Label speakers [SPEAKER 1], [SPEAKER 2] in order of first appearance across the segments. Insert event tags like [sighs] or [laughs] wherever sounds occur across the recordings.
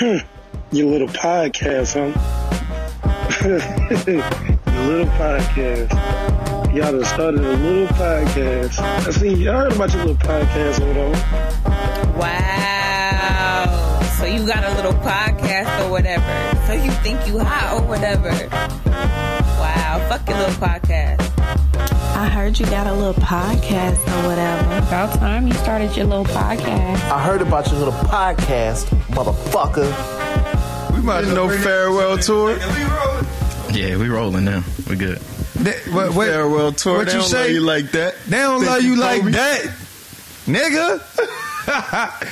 [SPEAKER 1] Your little podcast, huh? [laughs] Your little podcast. Y'all done started a little podcast. I seen y'all heard about your little podcast over there.
[SPEAKER 2] Wow. So you got a little podcast or whatever. So you think you hot or whatever. Wow. Fuck your little podcast.
[SPEAKER 3] I heard you got a little podcast or whatever.
[SPEAKER 4] About time you started your little podcast.
[SPEAKER 5] I heard about your little podcast, motherfucker.
[SPEAKER 6] We about to know farewell tour.
[SPEAKER 7] Yeah, we rolling now. We good.
[SPEAKER 6] They- what, what-
[SPEAKER 7] Farewell tour.
[SPEAKER 6] What
[SPEAKER 7] They
[SPEAKER 6] you
[SPEAKER 7] don't
[SPEAKER 6] say?
[SPEAKER 7] love you like that.
[SPEAKER 6] They don't
[SPEAKER 7] Thank
[SPEAKER 6] love
[SPEAKER 7] you,
[SPEAKER 6] you like
[SPEAKER 7] Kobe.
[SPEAKER 6] that, nigga.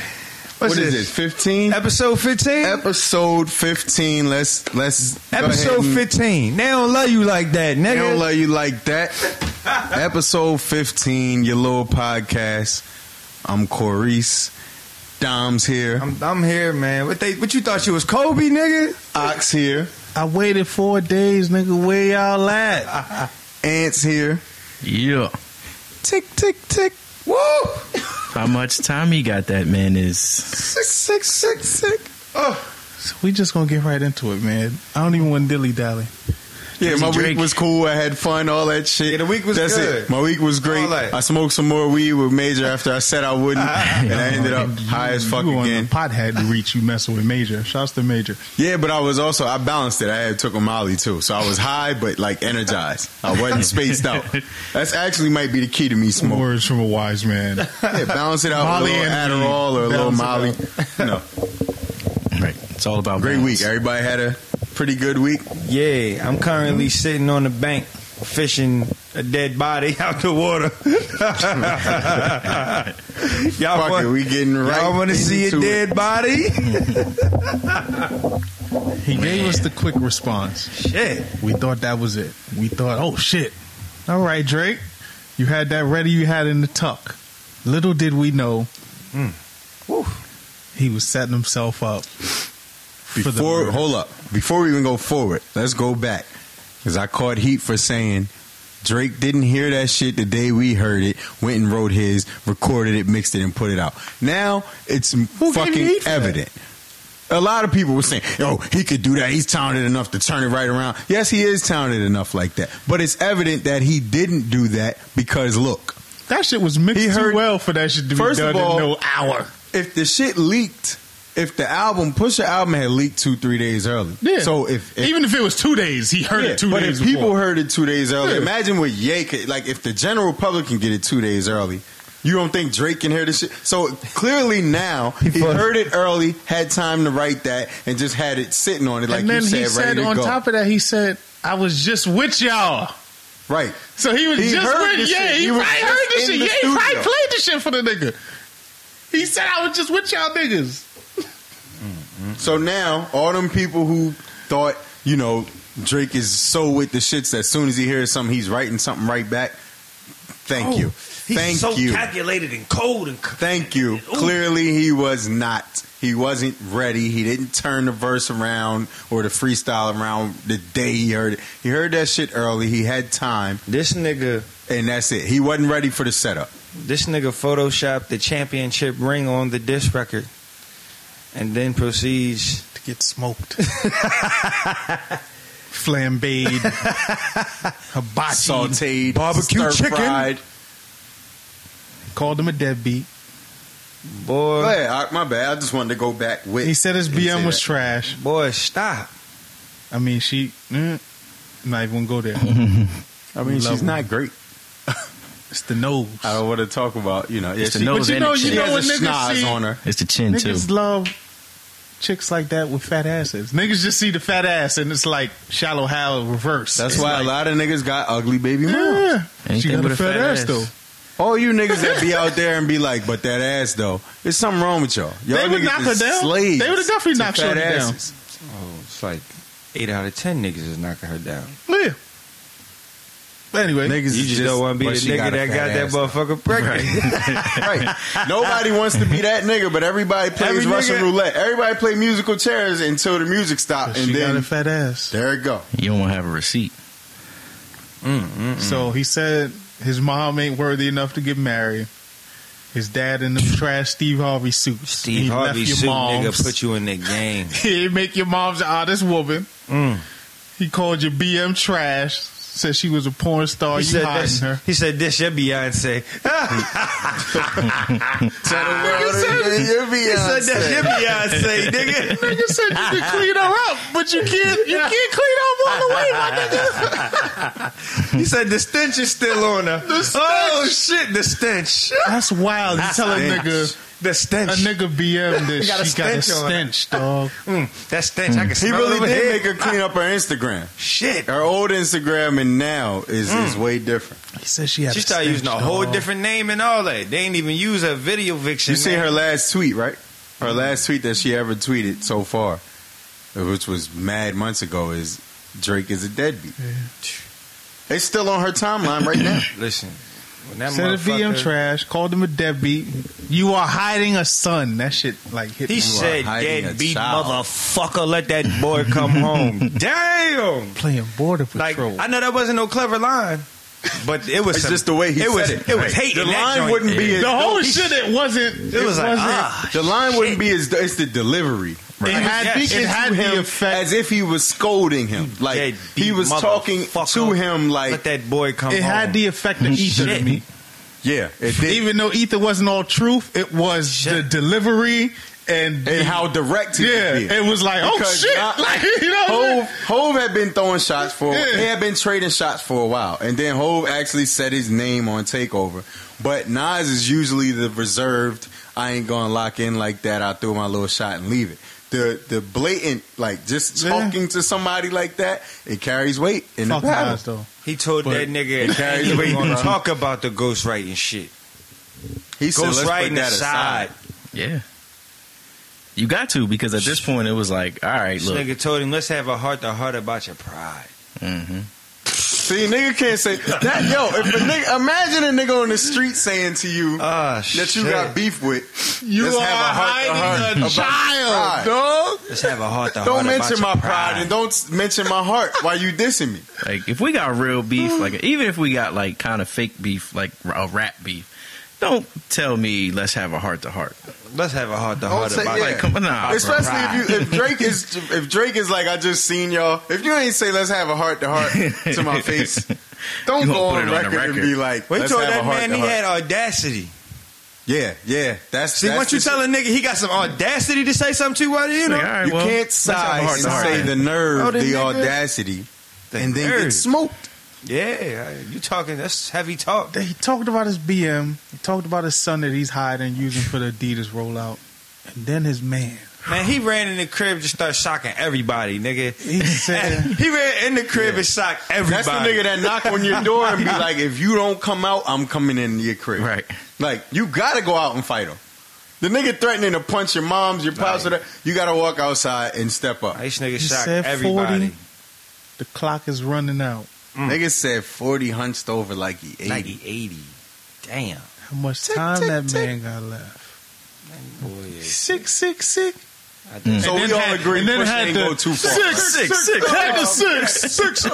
[SPEAKER 6] [laughs] What's
[SPEAKER 7] What is
[SPEAKER 6] this?
[SPEAKER 7] this? Fifteen.
[SPEAKER 6] Episode fifteen.
[SPEAKER 7] Episode fifteen. Let's let's go ahead
[SPEAKER 6] Episode
[SPEAKER 7] and-
[SPEAKER 6] fifteen. They don't love you like that, nigga.
[SPEAKER 7] They don't love you like that.
[SPEAKER 6] [laughs]
[SPEAKER 7] Episode fifteen. Your little podcast. I'm Corice. Dom's here.
[SPEAKER 6] I'm, I'm here, man. What they? What you thought you was Kobe, nigga?
[SPEAKER 7] Ox here.
[SPEAKER 8] I waited four days, nigga. Where y'all at?
[SPEAKER 7] Ants here.
[SPEAKER 9] Yeah.
[SPEAKER 6] Tick tick tick. Woo!
[SPEAKER 9] How much time he got that man is
[SPEAKER 6] Sick sick sick sick. Oh,
[SPEAKER 8] So we just gonna get right into it, man. I don't even want dilly
[SPEAKER 6] [laughs]
[SPEAKER 8] dally.
[SPEAKER 7] Yeah, my
[SPEAKER 9] Drake.
[SPEAKER 7] week was cool. I had fun, all that shit.
[SPEAKER 6] Yeah, the week was
[SPEAKER 7] That's
[SPEAKER 6] good.
[SPEAKER 7] it. My week was great.
[SPEAKER 6] All that.
[SPEAKER 7] I smoked some more weed with Major after I said I
[SPEAKER 6] [laughs]
[SPEAKER 7] wouldn't, and I ended up
[SPEAKER 8] You-
[SPEAKER 7] high as fuck
[SPEAKER 8] you on
[SPEAKER 7] again.
[SPEAKER 8] the pothead reach. You messing with Major. Shouts to Major.
[SPEAKER 7] Yeah, but I was also I balanced it. I had took a Molly too, so I was high but like energized. I
[SPEAKER 8] [laughs]
[SPEAKER 7] wasn't spaced out. That's actually might be the key to me smoking.
[SPEAKER 8] Words from a wise man.
[SPEAKER 6] [laughs]
[SPEAKER 7] Yeah, balance it out
[SPEAKER 8] Molly
[SPEAKER 7] with a little
[SPEAKER 8] and
[SPEAKER 7] Adderall or a little Molly.
[SPEAKER 8] balance
[SPEAKER 7] No,
[SPEAKER 9] right. It's all about
[SPEAKER 7] great
[SPEAKER 9] balance.
[SPEAKER 7] week. Everybody had a pretty good week.
[SPEAKER 6] yeah. I'm currently sitting on the bank fishing a dead body [laughs] out the water.
[SPEAKER 7] [laughs]
[SPEAKER 6] y'all
[SPEAKER 7] Fuck
[SPEAKER 6] want?
[SPEAKER 7] it, we getting right.
[SPEAKER 6] y'all want to see a
[SPEAKER 7] into it.
[SPEAKER 6] dead body?
[SPEAKER 7] [laughs]
[SPEAKER 8] He gave us the quick response.
[SPEAKER 6] Shit.
[SPEAKER 8] We thought that was it. We thought, oh shit. All right, Drake. You had that ready. You had in the tuck. Little did we know,
[SPEAKER 7] Mm.
[SPEAKER 6] Woo.
[SPEAKER 8] he was setting himself up. for the
[SPEAKER 7] Before,
[SPEAKER 8] murder.
[SPEAKER 7] hold up. Before we even go forward, let's go back. Because I caught heat for saying Drake didn't hear that shit the day we heard it, went and wrote his, recorded it, mixed it, and put it out. Now it's
[SPEAKER 8] you
[SPEAKER 7] fucking
[SPEAKER 8] heat for that?
[SPEAKER 7] evident. A lot of people were saying, yo, he could do that. He's talented enough to turn it right around. Yes, he is talented enough like that. But it's evident that he didn't do that because, look,
[SPEAKER 8] That shit was mixed
[SPEAKER 7] He heard-
[SPEAKER 8] too well for that shit to be
[SPEAKER 7] First
[SPEAKER 8] done
[SPEAKER 7] of all-
[SPEAKER 8] in no hour.
[SPEAKER 7] if the shit leaked, if the album, Pusha album had leaked two, three days early.
[SPEAKER 8] Yeah.
[SPEAKER 7] So if, if
[SPEAKER 8] even if it was two days, he heard
[SPEAKER 7] Yeah,
[SPEAKER 8] it two
[SPEAKER 7] but
[SPEAKER 8] days.
[SPEAKER 7] if people
[SPEAKER 8] before.
[SPEAKER 7] heard it two days early,
[SPEAKER 8] Yeah.
[SPEAKER 7] imagine what Ye could like if the general public can get it two days early. You don't think Drake can hear this shit? So clearly now he
[SPEAKER 6] fucked.
[SPEAKER 7] heard it early, had time to write that, and just had it sitting on it like
[SPEAKER 8] and then
[SPEAKER 7] you said,
[SPEAKER 8] he
[SPEAKER 7] ready
[SPEAKER 8] said
[SPEAKER 7] to
[SPEAKER 8] on
[SPEAKER 7] go.
[SPEAKER 8] top of that, he said, "I was just with y'all."
[SPEAKER 7] right.
[SPEAKER 8] So he was
[SPEAKER 7] He
[SPEAKER 8] just
[SPEAKER 7] heard
[SPEAKER 8] with
[SPEAKER 7] the
[SPEAKER 8] yeah.
[SPEAKER 7] shit.
[SPEAKER 8] He,
[SPEAKER 7] He was
[SPEAKER 8] probably
[SPEAKER 7] just
[SPEAKER 8] heard
[SPEAKER 7] in
[SPEAKER 8] this shit.
[SPEAKER 7] the
[SPEAKER 8] yeah, he probably
[SPEAKER 7] studio.
[SPEAKER 8] played this shit for the nigga. He said, "I was just with y'all niggas."
[SPEAKER 7] So now all them people who thought you know Drake is so with the shits. As soon as he hears something, he's writing something right back. Thank you.
[SPEAKER 6] Oh, He's
[SPEAKER 7] Thank
[SPEAKER 6] so
[SPEAKER 7] you.
[SPEAKER 6] calculated and cold and. c-
[SPEAKER 7] Thank you. Clearly, he was not. He wasn't ready. He didn't turn the verse around or the freestyle around the day he heard it. He heard that shit early. He had time,
[SPEAKER 6] This nigga,
[SPEAKER 7] and that's it. He wasn't ready for the setup.
[SPEAKER 6] this nigga photoshopped the championship ring on the disc record, and then proceeds.
[SPEAKER 8] To get smoked, [laughs] flambéed, hibachi,
[SPEAKER 7] Sauteed,
[SPEAKER 8] barbecue chicken.
[SPEAKER 7] stir-fried.
[SPEAKER 8] Called him a deadbeat.
[SPEAKER 6] Boy,
[SPEAKER 7] Go ahead. I- my bad. I just wanted to go back with.
[SPEAKER 8] He said his
[SPEAKER 7] and say
[SPEAKER 8] BM was
[SPEAKER 7] that.
[SPEAKER 8] trash.
[SPEAKER 6] boy, stop.
[SPEAKER 8] I mean, she. Eh, not even gonna go there.
[SPEAKER 7] Mm-hmm. I mean,
[SPEAKER 8] Love
[SPEAKER 7] she's
[SPEAKER 8] him.
[SPEAKER 7] not great.
[SPEAKER 8] It's the nose.
[SPEAKER 7] I don't want to talk about you know. Yeah,
[SPEAKER 9] It's the
[SPEAKER 7] she,
[SPEAKER 9] nose
[SPEAKER 8] But you
[SPEAKER 9] and
[SPEAKER 8] know-
[SPEAKER 9] the
[SPEAKER 8] you
[SPEAKER 7] she
[SPEAKER 9] chin.
[SPEAKER 8] know- what
[SPEAKER 7] has a
[SPEAKER 8] niggas
[SPEAKER 7] schnoz
[SPEAKER 8] see-
[SPEAKER 7] on her.
[SPEAKER 9] It's the chin too.
[SPEAKER 8] Niggas love chicks like that with fat asses. Niggas just see the fat ass and it's like shallow how reverse.
[SPEAKER 7] That's
[SPEAKER 8] It's
[SPEAKER 7] why
[SPEAKER 8] like,
[SPEAKER 7] a lot of niggas got ugly baby moms.
[SPEAKER 8] Yeah. She
[SPEAKER 9] Anything
[SPEAKER 8] got
[SPEAKER 9] with
[SPEAKER 8] a fat, ass, though.
[SPEAKER 7] All you niggas that be out there and be like, but that ass though, there's something wrong with y'all. y'all
[SPEAKER 8] They would
[SPEAKER 7] niggas
[SPEAKER 8] knock
[SPEAKER 7] is
[SPEAKER 8] her down.
[SPEAKER 7] slaves
[SPEAKER 8] They would've definitely
[SPEAKER 7] to
[SPEAKER 8] knocked
[SPEAKER 7] fat
[SPEAKER 8] shorty down.
[SPEAKER 7] asses.
[SPEAKER 6] Oh, it's like eight out of ten niggas is knocking her down.
[SPEAKER 8] Yeah. But anyway,
[SPEAKER 7] Niggas is
[SPEAKER 6] You just, don't want to be
[SPEAKER 7] but
[SPEAKER 6] the
[SPEAKER 7] she
[SPEAKER 6] nigga
[SPEAKER 7] a
[SPEAKER 6] that
[SPEAKER 7] fat
[SPEAKER 6] got that
[SPEAKER 7] ass.
[SPEAKER 6] motherfucker pregnant.
[SPEAKER 7] Right. Nobody wants to be that nigga, but everybody plays
[SPEAKER 6] Every
[SPEAKER 7] Russian
[SPEAKER 6] nigga-
[SPEAKER 7] roulette. Everybody play musical chairs until the music stops,
[SPEAKER 8] she
[SPEAKER 7] and
[SPEAKER 8] got a
[SPEAKER 7] then
[SPEAKER 8] fat ass.
[SPEAKER 7] there it go.
[SPEAKER 9] You don't want to have a receipt.
[SPEAKER 8] So he said his mom ain't worthy enough to get married. His dad in them trash Steve Harvey suits.
[SPEAKER 6] [laughs] Steve
[SPEAKER 8] He left
[SPEAKER 6] Harvey
[SPEAKER 8] your
[SPEAKER 6] suit
[SPEAKER 8] mom's.
[SPEAKER 6] nigga put you in the
[SPEAKER 8] [laughs]
[SPEAKER 6] game.
[SPEAKER 8] he make your mom's an honest woman.
[SPEAKER 6] Mm.
[SPEAKER 8] He called you BM trash. Said she was a porn star.
[SPEAKER 6] He
[SPEAKER 8] you
[SPEAKER 6] said
[SPEAKER 8] hiding
[SPEAKER 6] this.
[SPEAKER 8] her.
[SPEAKER 6] He said this your Beyonce.
[SPEAKER 8] Ah,
[SPEAKER 7] You're
[SPEAKER 6] He said that's your Beyonce, nigga.
[SPEAKER 8] Nigga said you
[SPEAKER 6] [laughs]
[SPEAKER 8] can clean her up, but you can't. You can't clean her up all the way, my nigga.
[SPEAKER 6] He said the stench is still on her. Oh shit, the stench.
[SPEAKER 8] That's wild. You tell a nigga
[SPEAKER 6] The stench.
[SPEAKER 8] a nigga BM
[SPEAKER 6] [laughs]
[SPEAKER 8] that
[SPEAKER 6] You got a
[SPEAKER 8] she got a
[SPEAKER 6] stench on her.
[SPEAKER 8] stench, dog.
[SPEAKER 6] Mm, that stench. I can
[SPEAKER 7] He
[SPEAKER 6] smell it
[SPEAKER 7] really
[SPEAKER 6] over
[SPEAKER 7] did
[SPEAKER 6] here.
[SPEAKER 7] make her clean up her Instagram.
[SPEAKER 6] Shit.
[SPEAKER 7] Her old Instagram and now is,
[SPEAKER 8] Mm.
[SPEAKER 7] is way different.
[SPEAKER 8] He said she had.
[SPEAKER 6] She
[SPEAKER 8] a
[SPEAKER 6] started
[SPEAKER 8] stench,
[SPEAKER 6] using a whole
[SPEAKER 8] dog.
[SPEAKER 6] different name and all that. They ain't even use her video fiction.
[SPEAKER 7] You seen
[SPEAKER 6] man.
[SPEAKER 7] her last tweet, right?
[SPEAKER 6] Mm-hmm.
[SPEAKER 7] Her last tweet that she ever tweeted so far, which was mad months ago, is Drake is a deadbeat. It's still on her timeline right now.
[SPEAKER 6] Listen, when that
[SPEAKER 8] Said a BM
[SPEAKER 6] motherfucker,
[SPEAKER 8] trash. Called him a deadbeat. You are hiding a son. That shit like hit.
[SPEAKER 6] he
[SPEAKER 8] me.
[SPEAKER 6] said,
[SPEAKER 7] hiding a
[SPEAKER 6] "Deadbeat
[SPEAKER 7] child."
[SPEAKER 6] motherfucker, let that boy come home." Damn.
[SPEAKER 8] playing border
[SPEAKER 6] Like
[SPEAKER 8] patrol.
[SPEAKER 6] I know that wasn't no clever line, but it was
[SPEAKER 7] It's
[SPEAKER 6] some-
[SPEAKER 7] just the way he
[SPEAKER 6] it was.
[SPEAKER 7] said it.
[SPEAKER 6] It was hate.
[SPEAKER 7] The
[SPEAKER 6] in that
[SPEAKER 7] line
[SPEAKER 6] joint.
[SPEAKER 7] wouldn't be
[SPEAKER 6] Yeah.
[SPEAKER 7] as-
[SPEAKER 8] the whole
[SPEAKER 6] he-
[SPEAKER 8] shit. It wasn't. It,
[SPEAKER 6] It was like
[SPEAKER 8] wasn't.
[SPEAKER 6] ah,
[SPEAKER 7] The line wouldn't be as it's the delivery.
[SPEAKER 8] It had,
[SPEAKER 6] Yes,
[SPEAKER 8] it
[SPEAKER 7] to
[SPEAKER 8] had
[SPEAKER 7] him
[SPEAKER 8] the effect.
[SPEAKER 7] as if he was scolding him, like
[SPEAKER 6] Deadbeat
[SPEAKER 7] he was talking to
[SPEAKER 6] motherfucker.
[SPEAKER 7] him,
[SPEAKER 6] let
[SPEAKER 7] like
[SPEAKER 6] that boy come.
[SPEAKER 8] it
[SPEAKER 6] home.
[SPEAKER 8] had the effect
[SPEAKER 9] Mm-hmm.
[SPEAKER 8] of Ether to
[SPEAKER 6] Shit.
[SPEAKER 8] me.
[SPEAKER 7] yeah, it did.
[SPEAKER 8] Even though Ether wasn't all truth, it was the
[SPEAKER 6] Shit.
[SPEAKER 8] delivery and
[SPEAKER 7] and how direct he
[SPEAKER 8] yeah,
[SPEAKER 7] could be.
[SPEAKER 8] it was like oh
[SPEAKER 7] Because
[SPEAKER 8] shit,
[SPEAKER 7] I-
[SPEAKER 8] [laughs] like you know. what I'm
[SPEAKER 7] Hove, Hove had been throwing shots for
[SPEAKER 8] Yeah.
[SPEAKER 7] he had been trading shots for a while, and then Hove actually said his name on Takeover. But Nas is usually the reserved. I ain't gonna lock in like that. I throw my little shot and leave it. The the blatant like just
[SPEAKER 8] Yeah.
[SPEAKER 7] talking to somebody like that it carries weight in
[SPEAKER 8] saying?
[SPEAKER 7] the
[SPEAKER 8] Fuck
[SPEAKER 7] battle.
[SPEAKER 8] Nas, though.
[SPEAKER 6] He told
[SPEAKER 8] But-
[SPEAKER 6] that nigga
[SPEAKER 7] It carries
[SPEAKER 6] "You ain't
[SPEAKER 7] weight,
[SPEAKER 6] gonna
[SPEAKER 7] bro.
[SPEAKER 6] talk about the ghostwriting shit.
[SPEAKER 7] He said, "Let's put
[SPEAKER 6] Ghostwriting
[SPEAKER 7] that
[SPEAKER 6] aside.
[SPEAKER 9] Yeah. You got to because at this point it was like, all right,
[SPEAKER 6] This
[SPEAKER 9] look.
[SPEAKER 6] nigga told him, "Let's have a heart to heart about your pride."
[SPEAKER 9] hmm
[SPEAKER 7] See, nigga can't say that. Yo, if a nigga, imagine a nigga on the street saying to
[SPEAKER 8] Uh-huh.
[SPEAKER 7] you
[SPEAKER 6] Ah,
[SPEAKER 7] that you
[SPEAKER 6] shit.
[SPEAKER 7] got beef with,
[SPEAKER 8] You
[SPEAKER 7] let's
[SPEAKER 8] are
[SPEAKER 7] have a heart to heart
[SPEAKER 8] hiding a
[SPEAKER 7] about your
[SPEAKER 8] child,
[SPEAKER 7] pride.
[SPEAKER 8] dog.
[SPEAKER 6] Let's have a heart to heart.
[SPEAKER 7] Don't mention my
[SPEAKER 6] about your
[SPEAKER 7] pride. and don't mention my heart while you dissing me.
[SPEAKER 9] Like if we got real beef, like even if we got like kind of fake beef, like a rap beef, don't tell me let's have a heart to heart.
[SPEAKER 6] Let's have a heart to
[SPEAKER 7] Don't
[SPEAKER 6] heart
[SPEAKER 7] say
[SPEAKER 6] about
[SPEAKER 7] yeah.
[SPEAKER 9] Like, come on, nah, bro.
[SPEAKER 7] Especially
[SPEAKER 6] Pride.
[SPEAKER 7] if
[SPEAKER 8] [laughs]
[SPEAKER 7] you if Drake is if Drake is like I just seen y'all. If you ain't say let's have a heart to heart to my face, don't
[SPEAKER 9] You won't
[SPEAKER 7] go on
[SPEAKER 9] put it on
[SPEAKER 7] record,
[SPEAKER 9] the
[SPEAKER 7] and
[SPEAKER 9] record.
[SPEAKER 7] be like
[SPEAKER 6] Well, he
[SPEAKER 7] let's
[SPEAKER 6] told
[SPEAKER 7] have a
[SPEAKER 6] that
[SPEAKER 7] heart
[SPEAKER 6] man
[SPEAKER 7] to
[SPEAKER 6] he
[SPEAKER 7] heart.
[SPEAKER 6] had audacity.
[SPEAKER 7] yeah, yeah. That's
[SPEAKER 6] See,
[SPEAKER 7] that's
[SPEAKER 6] once you
[SPEAKER 7] the
[SPEAKER 6] tell
[SPEAKER 7] shit.
[SPEAKER 6] a nigga he got some audacity to say something to you, well, you know,
[SPEAKER 9] Like, all right,
[SPEAKER 7] you
[SPEAKER 9] well,
[SPEAKER 7] can't
[SPEAKER 9] let's have a
[SPEAKER 7] size
[SPEAKER 9] heart
[SPEAKER 7] and
[SPEAKER 9] to heart.
[SPEAKER 7] say the nerve,
[SPEAKER 6] Oh,
[SPEAKER 7] the,
[SPEAKER 6] the nigga.
[SPEAKER 7] audacity,
[SPEAKER 6] The
[SPEAKER 7] and then get
[SPEAKER 6] nerve.
[SPEAKER 7] smoked.
[SPEAKER 6] yeah, you talking that's heavy talk.
[SPEAKER 8] He talked about his BM. He talked about his son that he's hiding, using for the Adidas rollout, and then his man.
[SPEAKER 6] Man, he ran in the crib just start shocking everybody, nigga.
[SPEAKER 8] He said,
[SPEAKER 6] [laughs] he ran in the crib and shocked everybody.
[SPEAKER 7] That's the nigga that knock on your door and be like, if you don't come out, I'm coming in your crib.
[SPEAKER 9] Right.
[SPEAKER 7] Like, you gotta go out and fight him. The nigga threatening to punch your moms, your pops, or that, you gotta walk outside and step up.
[SPEAKER 6] Ice nigga
[SPEAKER 8] He
[SPEAKER 6] shocked
[SPEAKER 8] said 40.
[SPEAKER 6] everybody.
[SPEAKER 8] "The clock is running out.
[SPEAKER 7] Nigga said 40 hunched over like he 80.
[SPEAKER 6] Like he 80. Damn.
[SPEAKER 8] How much
[SPEAKER 7] Tick,
[SPEAKER 8] time
[SPEAKER 7] tick,
[SPEAKER 8] that
[SPEAKER 7] tick.
[SPEAKER 8] man got left?
[SPEAKER 6] Boy,
[SPEAKER 8] Sick, sick, sick.
[SPEAKER 6] I think-
[SPEAKER 7] So
[SPEAKER 8] And
[SPEAKER 7] we
[SPEAKER 8] then
[SPEAKER 7] all
[SPEAKER 8] had-
[SPEAKER 7] agree
[SPEAKER 8] and then
[SPEAKER 7] pushing
[SPEAKER 8] had
[SPEAKER 7] ain't
[SPEAKER 8] the
[SPEAKER 7] go too far.
[SPEAKER 8] Six,
[SPEAKER 9] Six,
[SPEAKER 8] six, six.
[SPEAKER 9] six.
[SPEAKER 8] Had the six, six.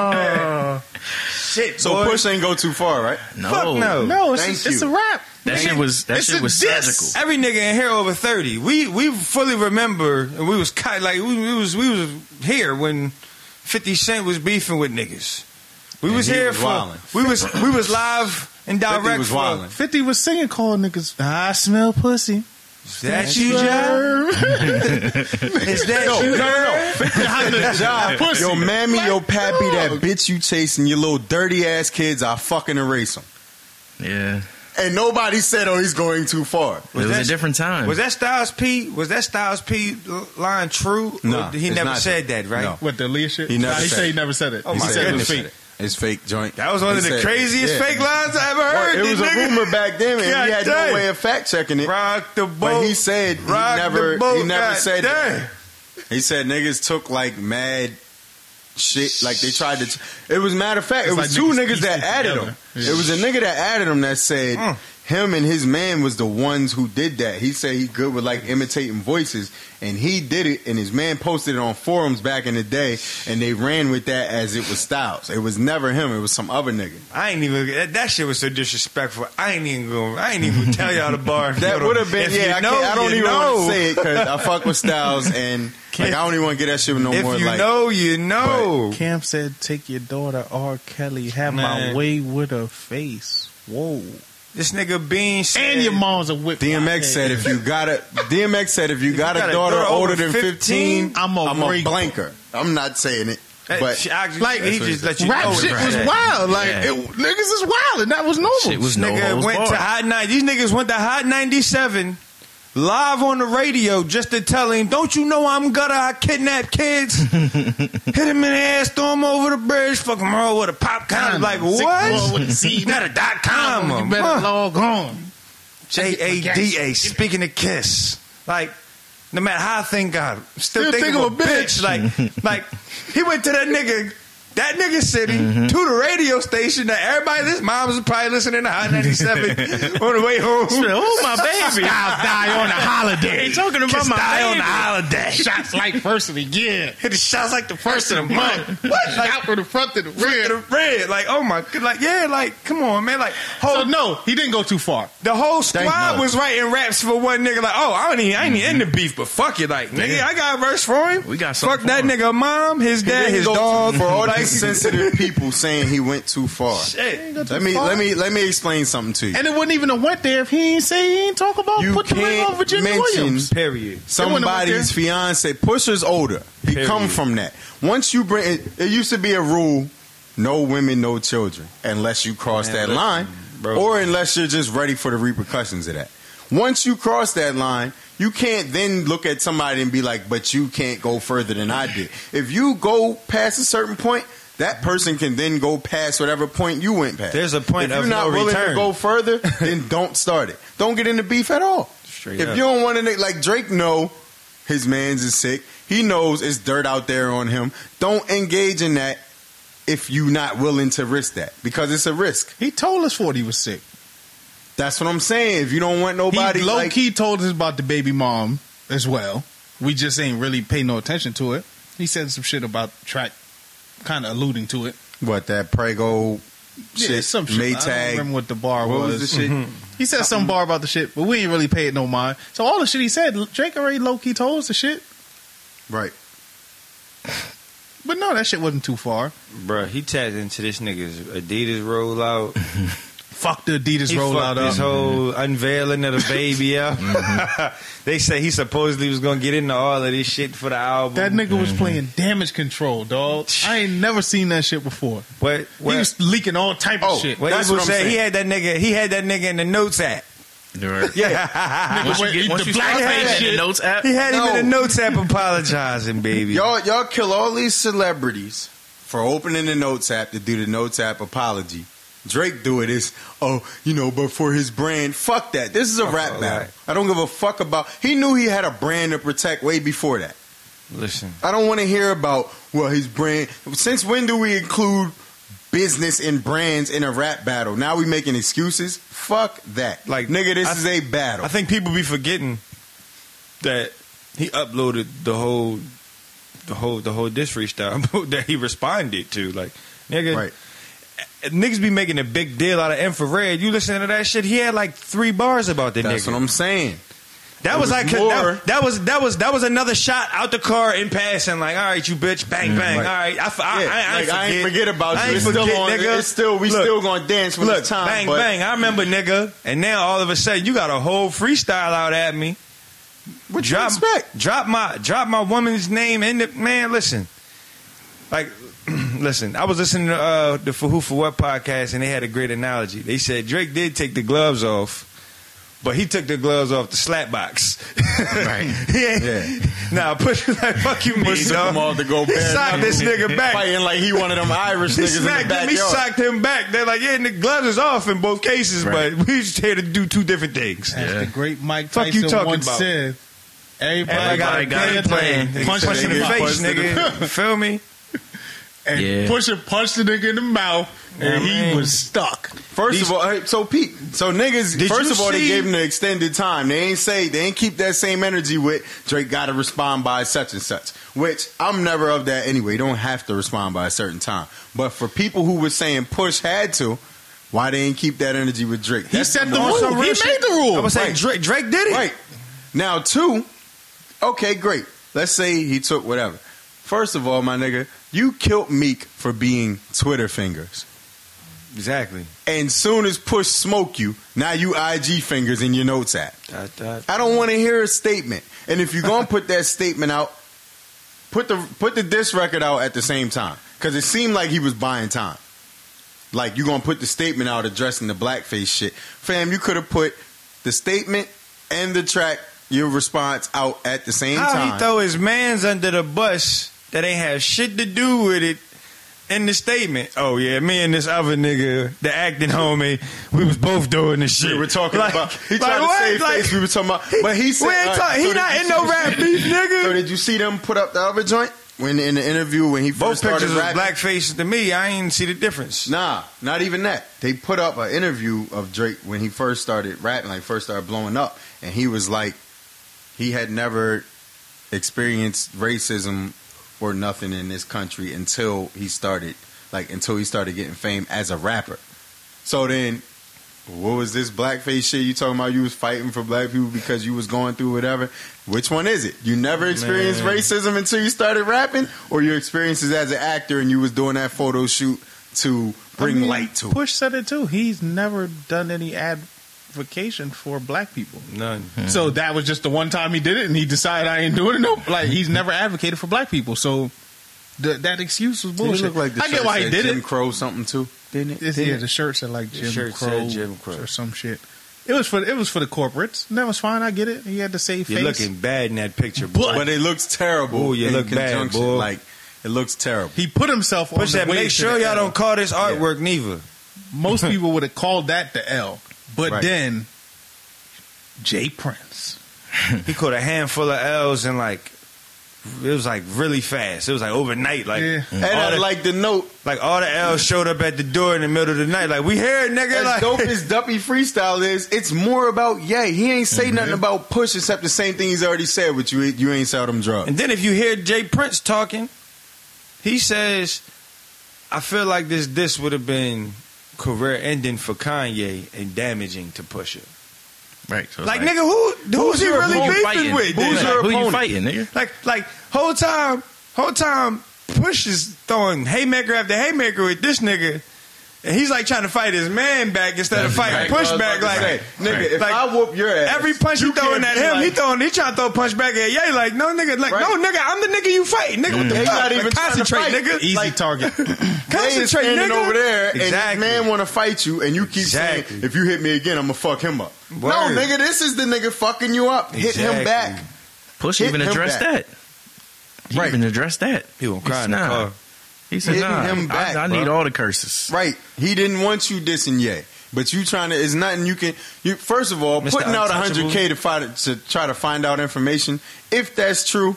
[SPEAKER 8] Oh.
[SPEAKER 6] shit,
[SPEAKER 7] So
[SPEAKER 6] boy.
[SPEAKER 7] push ain't go too far, right?
[SPEAKER 9] No,
[SPEAKER 6] Fuck no.
[SPEAKER 8] No, it's,
[SPEAKER 7] Thank
[SPEAKER 8] just, it's
[SPEAKER 7] you.
[SPEAKER 8] a wrap.
[SPEAKER 9] That shit was that
[SPEAKER 8] It's a
[SPEAKER 9] shit was
[SPEAKER 8] diss.
[SPEAKER 9] surgical.
[SPEAKER 6] Every nigga in here over thirty. We we fully remember, and we was ki- like we, we was we was here when Fifty Cent was beefing with niggas. We
[SPEAKER 7] And
[SPEAKER 6] was
[SPEAKER 7] he
[SPEAKER 6] here
[SPEAKER 7] was
[SPEAKER 6] for
[SPEAKER 7] wildin'.
[SPEAKER 6] we was we was live and
[SPEAKER 7] 50
[SPEAKER 6] direct
[SPEAKER 7] was
[SPEAKER 6] for
[SPEAKER 7] wildin'.
[SPEAKER 8] 50 was singing, calling niggas, I smell pussy.
[SPEAKER 6] that you job? [laughs] Is that you? No, [laughs]
[SPEAKER 7] Job,
[SPEAKER 8] Pussy.
[SPEAKER 7] Yo, mammy, yo, pappy, that bitch you chasing, your little dirty ass kids, I fucking erase them.
[SPEAKER 9] Yeah,
[SPEAKER 7] And nobody said, oh, he's going too far.
[SPEAKER 9] it was a different time.
[SPEAKER 6] Was that Styles P? Was that Styles P line true?
[SPEAKER 7] Nah,
[SPEAKER 6] Or he
[SPEAKER 7] it's
[SPEAKER 6] never
[SPEAKER 7] not
[SPEAKER 6] said that, right?
[SPEAKER 7] No.
[SPEAKER 8] What, the Aaliyah shit?
[SPEAKER 7] He never
[SPEAKER 8] Nah, he
[SPEAKER 7] said
[SPEAKER 8] said he
[SPEAKER 7] it.
[SPEAKER 8] never said it.
[SPEAKER 6] Oh
[SPEAKER 8] he
[SPEAKER 6] my
[SPEAKER 8] said
[SPEAKER 6] goodness.
[SPEAKER 8] it was fake.
[SPEAKER 7] It's fake joint.
[SPEAKER 6] That was one of
[SPEAKER 7] He
[SPEAKER 6] the
[SPEAKER 7] said-
[SPEAKER 6] craziest
[SPEAKER 7] yeah.
[SPEAKER 6] fake lines I ever heard.
[SPEAKER 7] Well, it was a
[SPEAKER 6] nigga.
[SPEAKER 7] rumor back then, and
[SPEAKER 6] God
[SPEAKER 7] he had
[SPEAKER 6] dang.
[SPEAKER 7] no way of fact checking it.
[SPEAKER 6] Rock the boat.
[SPEAKER 7] But he said he
[SPEAKER 6] Rock
[SPEAKER 7] never,
[SPEAKER 6] the boat.
[SPEAKER 7] he never
[SPEAKER 6] God
[SPEAKER 7] said.
[SPEAKER 6] dang.
[SPEAKER 7] He said niggas took like mad shit. Like they tried to. It was matter of fact, it
[SPEAKER 8] It's
[SPEAKER 7] was
[SPEAKER 8] like
[SPEAKER 7] two
[SPEAKER 8] niggas
[SPEAKER 7] niggas,
[SPEAKER 8] pieced
[SPEAKER 7] that
[SPEAKER 8] it
[SPEAKER 7] added
[SPEAKER 8] together.
[SPEAKER 7] him.
[SPEAKER 8] Yeah.
[SPEAKER 7] It was a nigga that added him that said him and his man was the ones who did that. He said he good with like imitating voices, and he did it. And his man posted it on forums back in the day, and they ran with that as it was Styles. It was never him. It was some other nigga.
[SPEAKER 6] I ain't even that, that shit was so disrespectful. I ain't even going. I ain't even gonna tell y'all the bar. if
[SPEAKER 7] [laughs] [laughs]
[SPEAKER 6] you
[SPEAKER 7] That
[SPEAKER 6] don't-
[SPEAKER 7] would have been
[SPEAKER 6] if you
[SPEAKER 7] yeah. I,
[SPEAKER 6] know,
[SPEAKER 7] can't- I don't
[SPEAKER 6] you
[SPEAKER 7] even want
[SPEAKER 6] know.
[SPEAKER 7] to say it because I fuck [laughs] with Styles, and like I don't even want to get that shit with no
[SPEAKER 6] If
[SPEAKER 7] more.
[SPEAKER 6] you
[SPEAKER 7] like
[SPEAKER 6] know, you know.
[SPEAKER 8] Cam said, "Take your daughter, R. Kelly, have
[SPEAKER 6] Man.
[SPEAKER 8] my way with her face." Whoa!
[SPEAKER 6] This nigga Bean said,
[SPEAKER 8] And your mom's a whip.
[SPEAKER 7] DMX said if you got a DMX said if you got, a
[SPEAKER 6] got a
[SPEAKER 7] daughter
[SPEAKER 6] daughter
[SPEAKER 7] older
[SPEAKER 6] over
[SPEAKER 7] than
[SPEAKER 6] 15,
[SPEAKER 7] fifteen,
[SPEAKER 8] I'm a freak.
[SPEAKER 7] blanker. I'm not saying it,
[SPEAKER 6] Hey,
[SPEAKER 7] but
[SPEAKER 6] she- I- like he
[SPEAKER 7] That's what he
[SPEAKER 6] just
[SPEAKER 7] said.
[SPEAKER 6] let you
[SPEAKER 8] rap
[SPEAKER 6] know.
[SPEAKER 8] shit
[SPEAKER 6] it,
[SPEAKER 8] was
[SPEAKER 6] right?
[SPEAKER 8] wild. Like
[SPEAKER 9] Yeah.
[SPEAKER 8] it, niggas is wild, and that was normal.
[SPEAKER 9] Shit was no
[SPEAKER 6] Nigga
[SPEAKER 9] holds
[SPEAKER 6] went to
[SPEAKER 9] barred.
[SPEAKER 6] hot nine. These niggas went to hot ninety seven. Live on the radio, just to tell him, don't you know I'm gutter? I kidnap kids,
[SPEAKER 8] [laughs]
[SPEAKER 6] hit him in the ass, throw him over the bridge, fuck him all with a pop condom. Like
[SPEAKER 8] Six
[SPEAKER 6] what?
[SPEAKER 8] ball with a Z.
[SPEAKER 6] Not a dot com.
[SPEAKER 8] You better
[SPEAKER 6] huh?
[SPEAKER 8] log on.
[SPEAKER 6] J A D A. Speaking of kiss, like no matter how I think God, still,
[SPEAKER 8] Still
[SPEAKER 6] think, of, a bitch. Like, like he went to that nigga, that nigga city to the radio station that everybody, this mom was probably listening to Hot ninety seven on the way home.
[SPEAKER 9] Oh [laughs]
[SPEAKER 6] [laughs]
[SPEAKER 9] my baby!
[SPEAKER 8] I'll die on
[SPEAKER 9] [laughs]
[SPEAKER 8] a holiday.
[SPEAKER 9] Ain't talking about
[SPEAKER 8] Kiss
[SPEAKER 9] my
[SPEAKER 8] die on
[SPEAKER 9] baby.
[SPEAKER 8] a holiday. Shots like first of the year.
[SPEAKER 6] Hit the shots like the
[SPEAKER 8] First of the month.
[SPEAKER 6] What? Like
[SPEAKER 8] Out from the front to the
[SPEAKER 6] to the
[SPEAKER 8] rear.
[SPEAKER 6] red. Like oh my god. Like yeah. Like come on, man. Like
[SPEAKER 8] So
[SPEAKER 6] whole
[SPEAKER 8] Oh, no, he didn't go too far.
[SPEAKER 6] The whole
[SPEAKER 7] Thank
[SPEAKER 6] squad
[SPEAKER 7] God.
[SPEAKER 6] was writing raps for one nigga. Like, oh, I ain't, even- I ain't even in the beef, but fuck it, like, nigga, I got a verse for him.
[SPEAKER 9] We got
[SPEAKER 6] fuck
[SPEAKER 9] something
[SPEAKER 6] that
[SPEAKER 9] for him.
[SPEAKER 6] nigga, mom, his
[SPEAKER 7] He
[SPEAKER 6] dad,
[SPEAKER 7] didn't
[SPEAKER 6] his
[SPEAKER 7] go too
[SPEAKER 6] dog.
[SPEAKER 7] for
[SPEAKER 6] [laughs]
[SPEAKER 7] all
[SPEAKER 6] like,
[SPEAKER 7] these sensitive people saying he went too far.
[SPEAKER 6] shit.
[SPEAKER 7] Let me let me let me explain something to you.
[SPEAKER 8] And it wouldn't even have went there if he ain't say he ain't talk about
[SPEAKER 7] You
[SPEAKER 8] put the ring
[SPEAKER 7] can't
[SPEAKER 8] on Virginia
[SPEAKER 7] mention-
[SPEAKER 8] Williams.
[SPEAKER 6] Period.
[SPEAKER 7] somebody's fiance pusher's older he
[SPEAKER 6] Period.
[SPEAKER 7] come from that once you bring it, it used to be a rule no women no children unless you cross
[SPEAKER 6] Man,
[SPEAKER 7] that
[SPEAKER 6] listen,
[SPEAKER 7] line
[SPEAKER 6] bro.
[SPEAKER 7] or unless you're just ready for the repercussions of that once you cross that line you can't then look at somebody and be like but you can't go further than i did if you go past a certain point that person can then go past whatever point you went past.
[SPEAKER 6] There's a
[SPEAKER 7] if
[SPEAKER 6] point
[SPEAKER 7] you're
[SPEAKER 6] of
[SPEAKER 7] not
[SPEAKER 6] no
[SPEAKER 7] willing to
[SPEAKER 6] return.
[SPEAKER 7] go
[SPEAKER 6] [laughs]
[SPEAKER 7] further, then don't start it. Don't get into beef at all
[SPEAKER 6] Straight
[SPEAKER 7] if
[SPEAKER 6] up.
[SPEAKER 7] you don't want to, like Drake, know his man's is sick. He knows it's dirt out there on him. Don't engage in that if you not willing to risk that because it's a risk.
[SPEAKER 8] He told us Forty was sick.
[SPEAKER 7] That's what I'm saying. If you don't want nobody,
[SPEAKER 8] he low
[SPEAKER 7] like,
[SPEAKER 8] key told us about the baby mom as well. We just ain't really pay no attention to it. He said some shit about track, kind of alluding to it.
[SPEAKER 7] what that prego shit,
[SPEAKER 8] yeah, some shit. I don't remember
[SPEAKER 7] Maytag.
[SPEAKER 8] what the bar
[SPEAKER 7] What
[SPEAKER 8] was. Mm-hmm.
[SPEAKER 7] was the shit?
[SPEAKER 8] He said some bar about the shit, but we ain't really paid no mind. So all the shit he said, Drake already low key told us the shit.
[SPEAKER 7] Right.
[SPEAKER 8] But no, that shit wasn't too far.
[SPEAKER 6] Bruh, he tapped into this nigga's Adidas rollout.
[SPEAKER 8] Fuck the Adidas
[SPEAKER 6] He
[SPEAKER 8] rollout
[SPEAKER 6] fucked
[SPEAKER 8] up.
[SPEAKER 6] This whole unveiling [laughs] of the baby up. they say he supposedly was gonna get into all of this shit for the album.
[SPEAKER 8] that nigga was playing damage control, dog. I ain't never seen that shit before.
[SPEAKER 6] What? What?
[SPEAKER 8] He was leaking all type of
[SPEAKER 7] Oh,
[SPEAKER 8] shit.
[SPEAKER 6] what
[SPEAKER 7] That's
[SPEAKER 6] Evil
[SPEAKER 7] what I'm
[SPEAKER 6] said,
[SPEAKER 7] saying.
[SPEAKER 6] He had that nigga. He had that nigga in the notes app. [laughs] Yeah.
[SPEAKER 9] Once you get once
[SPEAKER 8] the
[SPEAKER 9] you start
[SPEAKER 8] blackface
[SPEAKER 9] saying that in
[SPEAKER 8] shit.
[SPEAKER 9] the notes app,
[SPEAKER 6] [laughs] He had
[SPEAKER 7] No.
[SPEAKER 6] him in the notes app apologizing, baby.
[SPEAKER 7] Y'all, y'all kill all these celebrities for opening the notes app to do the notes app apology. Drake do it is oh you know but for his brand fuck that this is a
[SPEAKER 6] Fuck
[SPEAKER 7] rap
[SPEAKER 6] all
[SPEAKER 7] battle
[SPEAKER 6] that.
[SPEAKER 7] I don't give a fuck about he knew he had a brand to protect way before that
[SPEAKER 6] Listen,
[SPEAKER 7] I don't want to hear about well his brand since when do we include business and brands in a rap battle now we making excuses fuck that
[SPEAKER 6] Like,
[SPEAKER 7] like nigga this
[SPEAKER 6] I-
[SPEAKER 7] is a battle
[SPEAKER 6] I think people be forgetting that he uploaded the whole, the whole, the whole diss freestyle [laughs] that he responded to. Like, nigga,
[SPEAKER 7] right
[SPEAKER 6] niggas be making a big deal out of infrared. You listen to that shit? He had like three bars about that
[SPEAKER 7] that's
[SPEAKER 6] nigga.
[SPEAKER 7] what I'm saying
[SPEAKER 6] that
[SPEAKER 7] it was
[SPEAKER 6] was, like
[SPEAKER 7] more.
[SPEAKER 6] that, that was that was that was another shot out the car in passing. Like, all right, you bitch, bang bang.
[SPEAKER 7] Mm, Right.
[SPEAKER 6] All right, I, f- I-
[SPEAKER 7] Yeah,
[SPEAKER 6] I- I
[SPEAKER 7] like, I ain't forget about
[SPEAKER 6] I
[SPEAKER 7] you.
[SPEAKER 6] ain't
[SPEAKER 7] It's
[SPEAKER 6] forget,
[SPEAKER 7] still on-
[SPEAKER 6] nigga.
[SPEAKER 7] it's still- we
[SPEAKER 6] Look,
[SPEAKER 7] still gonna dance when
[SPEAKER 6] look,
[SPEAKER 7] it's time,
[SPEAKER 6] Bang
[SPEAKER 7] but-
[SPEAKER 6] bang. I remember, nigga. And now all of a sudden, you got a whole freestyle out at me.
[SPEAKER 7] what you
[SPEAKER 6] drop,
[SPEAKER 7] expect
[SPEAKER 6] Drop my drop my woman's name in the man. Listen, like, [clears throat] listen. I was listening to uh, the For Who For What podcast, and they had a great analogy. They said Drake did take the gloves off. But he took the gloves off the slap box. [laughs]
[SPEAKER 9] Right.
[SPEAKER 6] yeah.
[SPEAKER 7] Yeah.
[SPEAKER 6] Nah, push like fuck you, me,
[SPEAKER 7] Push
[SPEAKER 6] dog.
[SPEAKER 7] him off to go back.
[SPEAKER 6] Sock this nigga back.
[SPEAKER 7] Fighting like he one of them Irish
[SPEAKER 6] [laughs] He
[SPEAKER 7] niggas in the
[SPEAKER 6] smacked him. He
[SPEAKER 7] backyard.
[SPEAKER 6] socked him back. They're like, yeah, the gloves is off in both cases,
[SPEAKER 9] Right.
[SPEAKER 6] but we just here to do two different things.
[SPEAKER 8] As the great Mike
[SPEAKER 6] Fuck you
[SPEAKER 8] Tyson
[SPEAKER 6] talking
[SPEAKER 8] once
[SPEAKER 6] about?
[SPEAKER 8] said, everybody,
[SPEAKER 6] Everybody got a game plan.
[SPEAKER 8] Punch,
[SPEAKER 6] Punch,
[SPEAKER 7] Punch
[SPEAKER 6] in the
[SPEAKER 7] in the
[SPEAKER 6] face,
[SPEAKER 7] mouth.
[SPEAKER 6] nigga. Feel me?
[SPEAKER 8] and
[SPEAKER 9] Yeah.
[SPEAKER 8] Pusha punched the nigga in the mouth, and
[SPEAKER 6] Yeah,
[SPEAKER 8] he
[SPEAKER 6] man.
[SPEAKER 8] was stuck.
[SPEAKER 7] First
[SPEAKER 6] These-
[SPEAKER 7] of all, hey, so Pete, so niggas.
[SPEAKER 6] Did
[SPEAKER 7] first
[SPEAKER 6] you
[SPEAKER 7] of all, they
[SPEAKER 6] see-
[SPEAKER 7] gave him the extended time. They ain't say they ain't keep that same energy with Drake. Got to respond by such and such, which I'm never of that anyway. You don't have to respond by a certain time. But for people who were saying Push had to, why they ain't keep that energy with Drake?
[SPEAKER 8] He
[SPEAKER 7] That's
[SPEAKER 8] set the
[SPEAKER 7] number one.
[SPEAKER 8] rule. He made the rule.
[SPEAKER 6] I was saying
[SPEAKER 7] Right.
[SPEAKER 6] Drake, Drake did it.
[SPEAKER 7] Right. Now, two, okay, great. Let's say he took whatever. First of all, my nigga, you killed Meek for being Twitter fingers.
[SPEAKER 6] Exactly.
[SPEAKER 7] And soon as Push smoke you, now you IG fingers in your notes app.
[SPEAKER 6] Dot, dot.
[SPEAKER 7] I don't want to hear a statement. And if you're gonna put that statement out, put the put the diss record out at the same time because it seemed like he was buying time. Like you're gonna put the statement out addressing the blackface shit, fam. You could have put the statement and the track, your response out at the same
[SPEAKER 6] How
[SPEAKER 7] time.
[SPEAKER 6] he throw his man's under the bus that ain't have shit to do with it in the statement. Oh yeah, me and this other nigga, the acting homie, we was both doing this shit.
[SPEAKER 7] we were talking
[SPEAKER 6] Like-
[SPEAKER 7] about. He
[SPEAKER 6] like
[SPEAKER 7] tried
[SPEAKER 6] what?
[SPEAKER 7] to save
[SPEAKER 6] Like-
[SPEAKER 7] face. We were talking about, but he said uh,
[SPEAKER 6] we ain't
[SPEAKER 7] all right,
[SPEAKER 6] talk-
[SPEAKER 7] so
[SPEAKER 6] he
[SPEAKER 7] did
[SPEAKER 6] not
[SPEAKER 7] you
[SPEAKER 6] in
[SPEAKER 7] see
[SPEAKER 6] no
[SPEAKER 7] the-
[SPEAKER 6] rap beef, nigga.
[SPEAKER 7] So did you see them put up the other joint when in the interview when he
[SPEAKER 6] Both
[SPEAKER 7] first started
[SPEAKER 6] pictures was
[SPEAKER 7] rapping?
[SPEAKER 6] black faces to me. I ain't see the difference.
[SPEAKER 7] Nah, not even that. They put up an interview of Drake when he first started rapping, like first started blowing up, and he was like, he had never experienced racism or nothing in this country until he started, like until he started getting fame as a rapper. So then, what was this blackface shit you talking about? You was fighting for black people because you was going through whatever. Which one is it? You never experienced
[SPEAKER 6] Man.
[SPEAKER 7] racism until you started rapping, or your experiences as an actor and you was doing that photo shoot to bring
[SPEAKER 8] I mean,
[SPEAKER 7] light to it.
[SPEAKER 8] Push said it too. He's never done any advocation for black people.
[SPEAKER 6] None.
[SPEAKER 8] So that was just the one time he did it, and he decided I ain't doing it. No, like he's never advocated for black people. So th- that excuse was
[SPEAKER 7] Didn't it
[SPEAKER 8] bullshit. I get
[SPEAKER 7] shirt
[SPEAKER 8] why he
[SPEAKER 7] said
[SPEAKER 8] did
[SPEAKER 7] Jim
[SPEAKER 8] it.
[SPEAKER 7] Crow something too. Didn't it?
[SPEAKER 8] It's-
[SPEAKER 7] Didn't
[SPEAKER 8] yeah,
[SPEAKER 7] it?
[SPEAKER 8] the shirt said like Jim,
[SPEAKER 6] shirt said
[SPEAKER 8] Crow
[SPEAKER 6] Jim Crow.
[SPEAKER 8] or some shit. It was for it was for the corporates. And that was fine. I get it. He had to save
[SPEAKER 6] You're
[SPEAKER 8] face.
[SPEAKER 6] looking bad in that picture, boy.
[SPEAKER 7] but, it looks terrible.
[SPEAKER 6] Ooh, you
[SPEAKER 7] in
[SPEAKER 6] look bad,
[SPEAKER 7] conjunction.
[SPEAKER 6] boy.
[SPEAKER 7] Like it looks terrible.
[SPEAKER 8] He put himself on
[SPEAKER 6] Push
[SPEAKER 8] the
[SPEAKER 6] that.
[SPEAKER 8] way
[SPEAKER 6] Make
[SPEAKER 8] to
[SPEAKER 6] sure
[SPEAKER 8] the
[SPEAKER 6] y'all
[SPEAKER 8] L.
[SPEAKER 6] don't call this artwork neither.
[SPEAKER 8] Most people would have called that the L, but
[SPEAKER 7] Right.
[SPEAKER 8] then Jay Prince.
[SPEAKER 6] He caught a handful of L's and like it was like really fast. It was like overnight. Like
[SPEAKER 8] Yeah.
[SPEAKER 7] And
[SPEAKER 6] all
[SPEAKER 7] I
[SPEAKER 6] the, like,
[SPEAKER 7] like the note.
[SPEAKER 6] all the L's showed up at the door in the middle of the night. Like we here, nigga.
[SPEAKER 7] As
[SPEAKER 6] Like
[SPEAKER 7] dope as Duppy freestyle is, it's more about Ye. He ain't
[SPEAKER 6] Mm-hmm.
[SPEAKER 7] say nothing about Push except the same thing he's already said. With you, you ain't sell them drugs.
[SPEAKER 6] And then if you hear Jay Prince talking, he says, I feel like this this would have been career ending for Kanye and damaging to Pusha.
[SPEAKER 9] Right. So it's
[SPEAKER 6] Like, nigga, who who's, he
[SPEAKER 9] your
[SPEAKER 6] really
[SPEAKER 9] opponent?
[SPEAKER 6] beefing
[SPEAKER 9] Fighting.
[SPEAKER 6] with?
[SPEAKER 9] Who's
[SPEAKER 6] Like,
[SPEAKER 9] your
[SPEAKER 6] who
[SPEAKER 9] opponent?
[SPEAKER 6] Like like whole time, whole time Push is throwing haymaker after haymaker with this nigga. And he's like trying to fight his man back instead of fighting
[SPEAKER 7] Right.
[SPEAKER 6] push back. Like,
[SPEAKER 7] Hey, nigga, if
[SPEAKER 6] like,
[SPEAKER 7] I whoop your ass,
[SPEAKER 6] Every punch
[SPEAKER 7] you
[SPEAKER 6] he throwing
[SPEAKER 7] can't
[SPEAKER 6] at
[SPEAKER 7] be
[SPEAKER 6] him, he
[SPEAKER 7] like-
[SPEAKER 6] throwing, he trying to throw a punch back at Ye. Like, no, nigga, like,
[SPEAKER 7] Right.
[SPEAKER 6] no, nigga, I'm the nigga you fight, nigga. What the
[SPEAKER 7] They
[SPEAKER 6] fuck?
[SPEAKER 7] not
[SPEAKER 6] Like,
[SPEAKER 7] even trying to
[SPEAKER 6] concentrate,
[SPEAKER 7] fight.
[SPEAKER 6] nigga.
[SPEAKER 8] Easy target.
[SPEAKER 6] [laughs]
[SPEAKER 7] They is
[SPEAKER 6] Concentrate,
[SPEAKER 7] standing
[SPEAKER 6] nigga.
[SPEAKER 7] over there, and
[SPEAKER 6] Exactly.
[SPEAKER 7] this man want to fight you, and you keep
[SPEAKER 6] Exactly.
[SPEAKER 7] saying, "If you hit me again, I'm gonna fuck him up." No,
[SPEAKER 6] Word.
[SPEAKER 7] nigga, this is the nigga fucking you up. Hit him
[SPEAKER 6] Exactly.
[SPEAKER 7] back.
[SPEAKER 9] Push
[SPEAKER 7] Hit
[SPEAKER 9] even
[SPEAKER 7] him
[SPEAKER 9] addressed that.
[SPEAKER 7] back.
[SPEAKER 9] He
[SPEAKER 7] Right.
[SPEAKER 9] even addressed that.
[SPEAKER 6] He gonna cry
[SPEAKER 9] He's
[SPEAKER 6] in the
[SPEAKER 9] not.
[SPEAKER 6] car.
[SPEAKER 9] He said,
[SPEAKER 7] Hit
[SPEAKER 9] nah,
[SPEAKER 7] him
[SPEAKER 9] I-
[SPEAKER 7] back,
[SPEAKER 9] I, need
[SPEAKER 7] bro.
[SPEAKER 9] all the curses.
[SPEAKER 7] Right. He didn't want you dissing yet. But you trying to, it's nothing you can, you, first of all,
[SPEAKER 6] Mr.
[SPEAKER 7] putting out
[SPEAKER 6] Untouchable.
[SPEAKER 7] 100K to, find, to try to find out information, if that's true,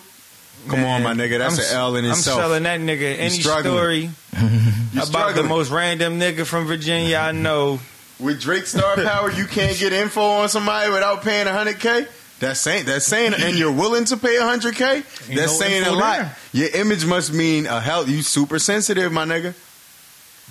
[SPEAKER 7] come on, my nigga, that's
[SPEAKER 6] I'm,
[SPEAKER 7] an L in
[SPEAKER 6] I'm
[SPEAKER 7] itself.
[SPEAKER 6] selling that nigga any
[SPEAKER 7] struggling.
[SPEAKER 6] story
[SPEAKER 7] You
[SPEAKER 6] about the
[SPEAKER 7] struggling.
[SPEAKER 6] most random nigga from Virginia I know.
[SPEAKER 7] With Drake
[SPEAKER 6] [laughs]
[SPEAKER 7] Star Power, you can't get info on somebody without paying 100K? That's saying, that's saying, and you're willing to pay 100K?
[SPEAKER 8] Ain't
[SPEAKER 7] that's
[SPEAKER 8] no
[SPEAKER 7] saying a
[SPEAKER 8] info
[SPEAKER 7] lot.
[SPEAKER 8] there.
[SPEAKER 7] Your image must mean a hell, you super sensitive, my nigga.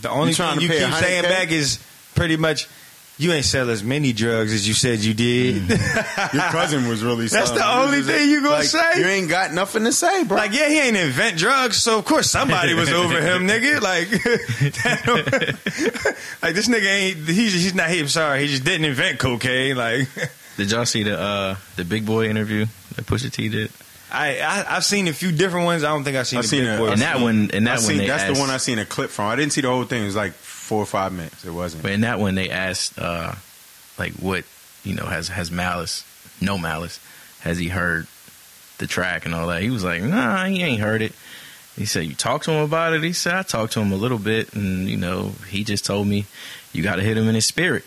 [SPEAKER 6] The only
[SPEAKER 7] You trying
[SPEAKER 6] thing
[SPEAKER 7] to
[SPEAKER 6] you
[SPEAKER 7] pay
[SPEAKER 6] keep
[SPEAKER 7] 100K?
[SPEAKER 6] saying back is pretty much you ain't sell as many drugs as you said you did.
[SPEAKER 7] Mm.
[SPEAKER 6] [laughs]
[SPEAKER 7] Your cousin was really
[SPEAKER 6] That's
[SPEAKER 7] selling.
[SPEAKER 6] the only thing you gonna
[SPEAKER 7] Like,
[SPEAKER 6] say?
[SPEAKER 7] You ain't got nothing to say, bro.
[SPEAKER 6] Like, yeah, he ain't invent drugs, so of course somebody was over him, nigga. Like, [laughs] that [laughs] don't- like this nigga ain't. He's he's not. He, I'm sorry, he just didn't invent cocaine. Like, [laughs]
[SPEAKER 9] Did y'all see the uh, the Big Boy interview that Pusha T did?
[SPEAKER 6] I, I I've seen a few different ones. I don't think I've seen.
[SPEAKER 7] I've
[SPEAKER 6] the
[SPEAKER 7] seen
[SPEAKER 6] big
[SPEAKER 7] a-
[SPEAKER 6] boy.
[SPEAKER 7] I've
[SPEAKER 9] And that one, and
[SPEAKER 7] I
[SPEAKER 9] that one,
[SPEAKER 7] seen,
[SPEAKER 9] they
[SPEAKER 7] that's the
[SPEAKER 9] asked-
[SPEAKER 7] one I seen a clip from. I didn't see the whole thing. It was like four or five minutes. It
[SPEAKER 6] [laughs]
[SPEAKER 7] wasn't.
[SPEAKER 9] But in that one, they asked, uh, like, what you know has has malice? No malice. Has he heard the track and all that? He was like, Nah, he ain't heard it. He said, You talked to him about it? He said, I talked to him a [laughs] little bit, and you know, he just told me you got to hit him in his spirit.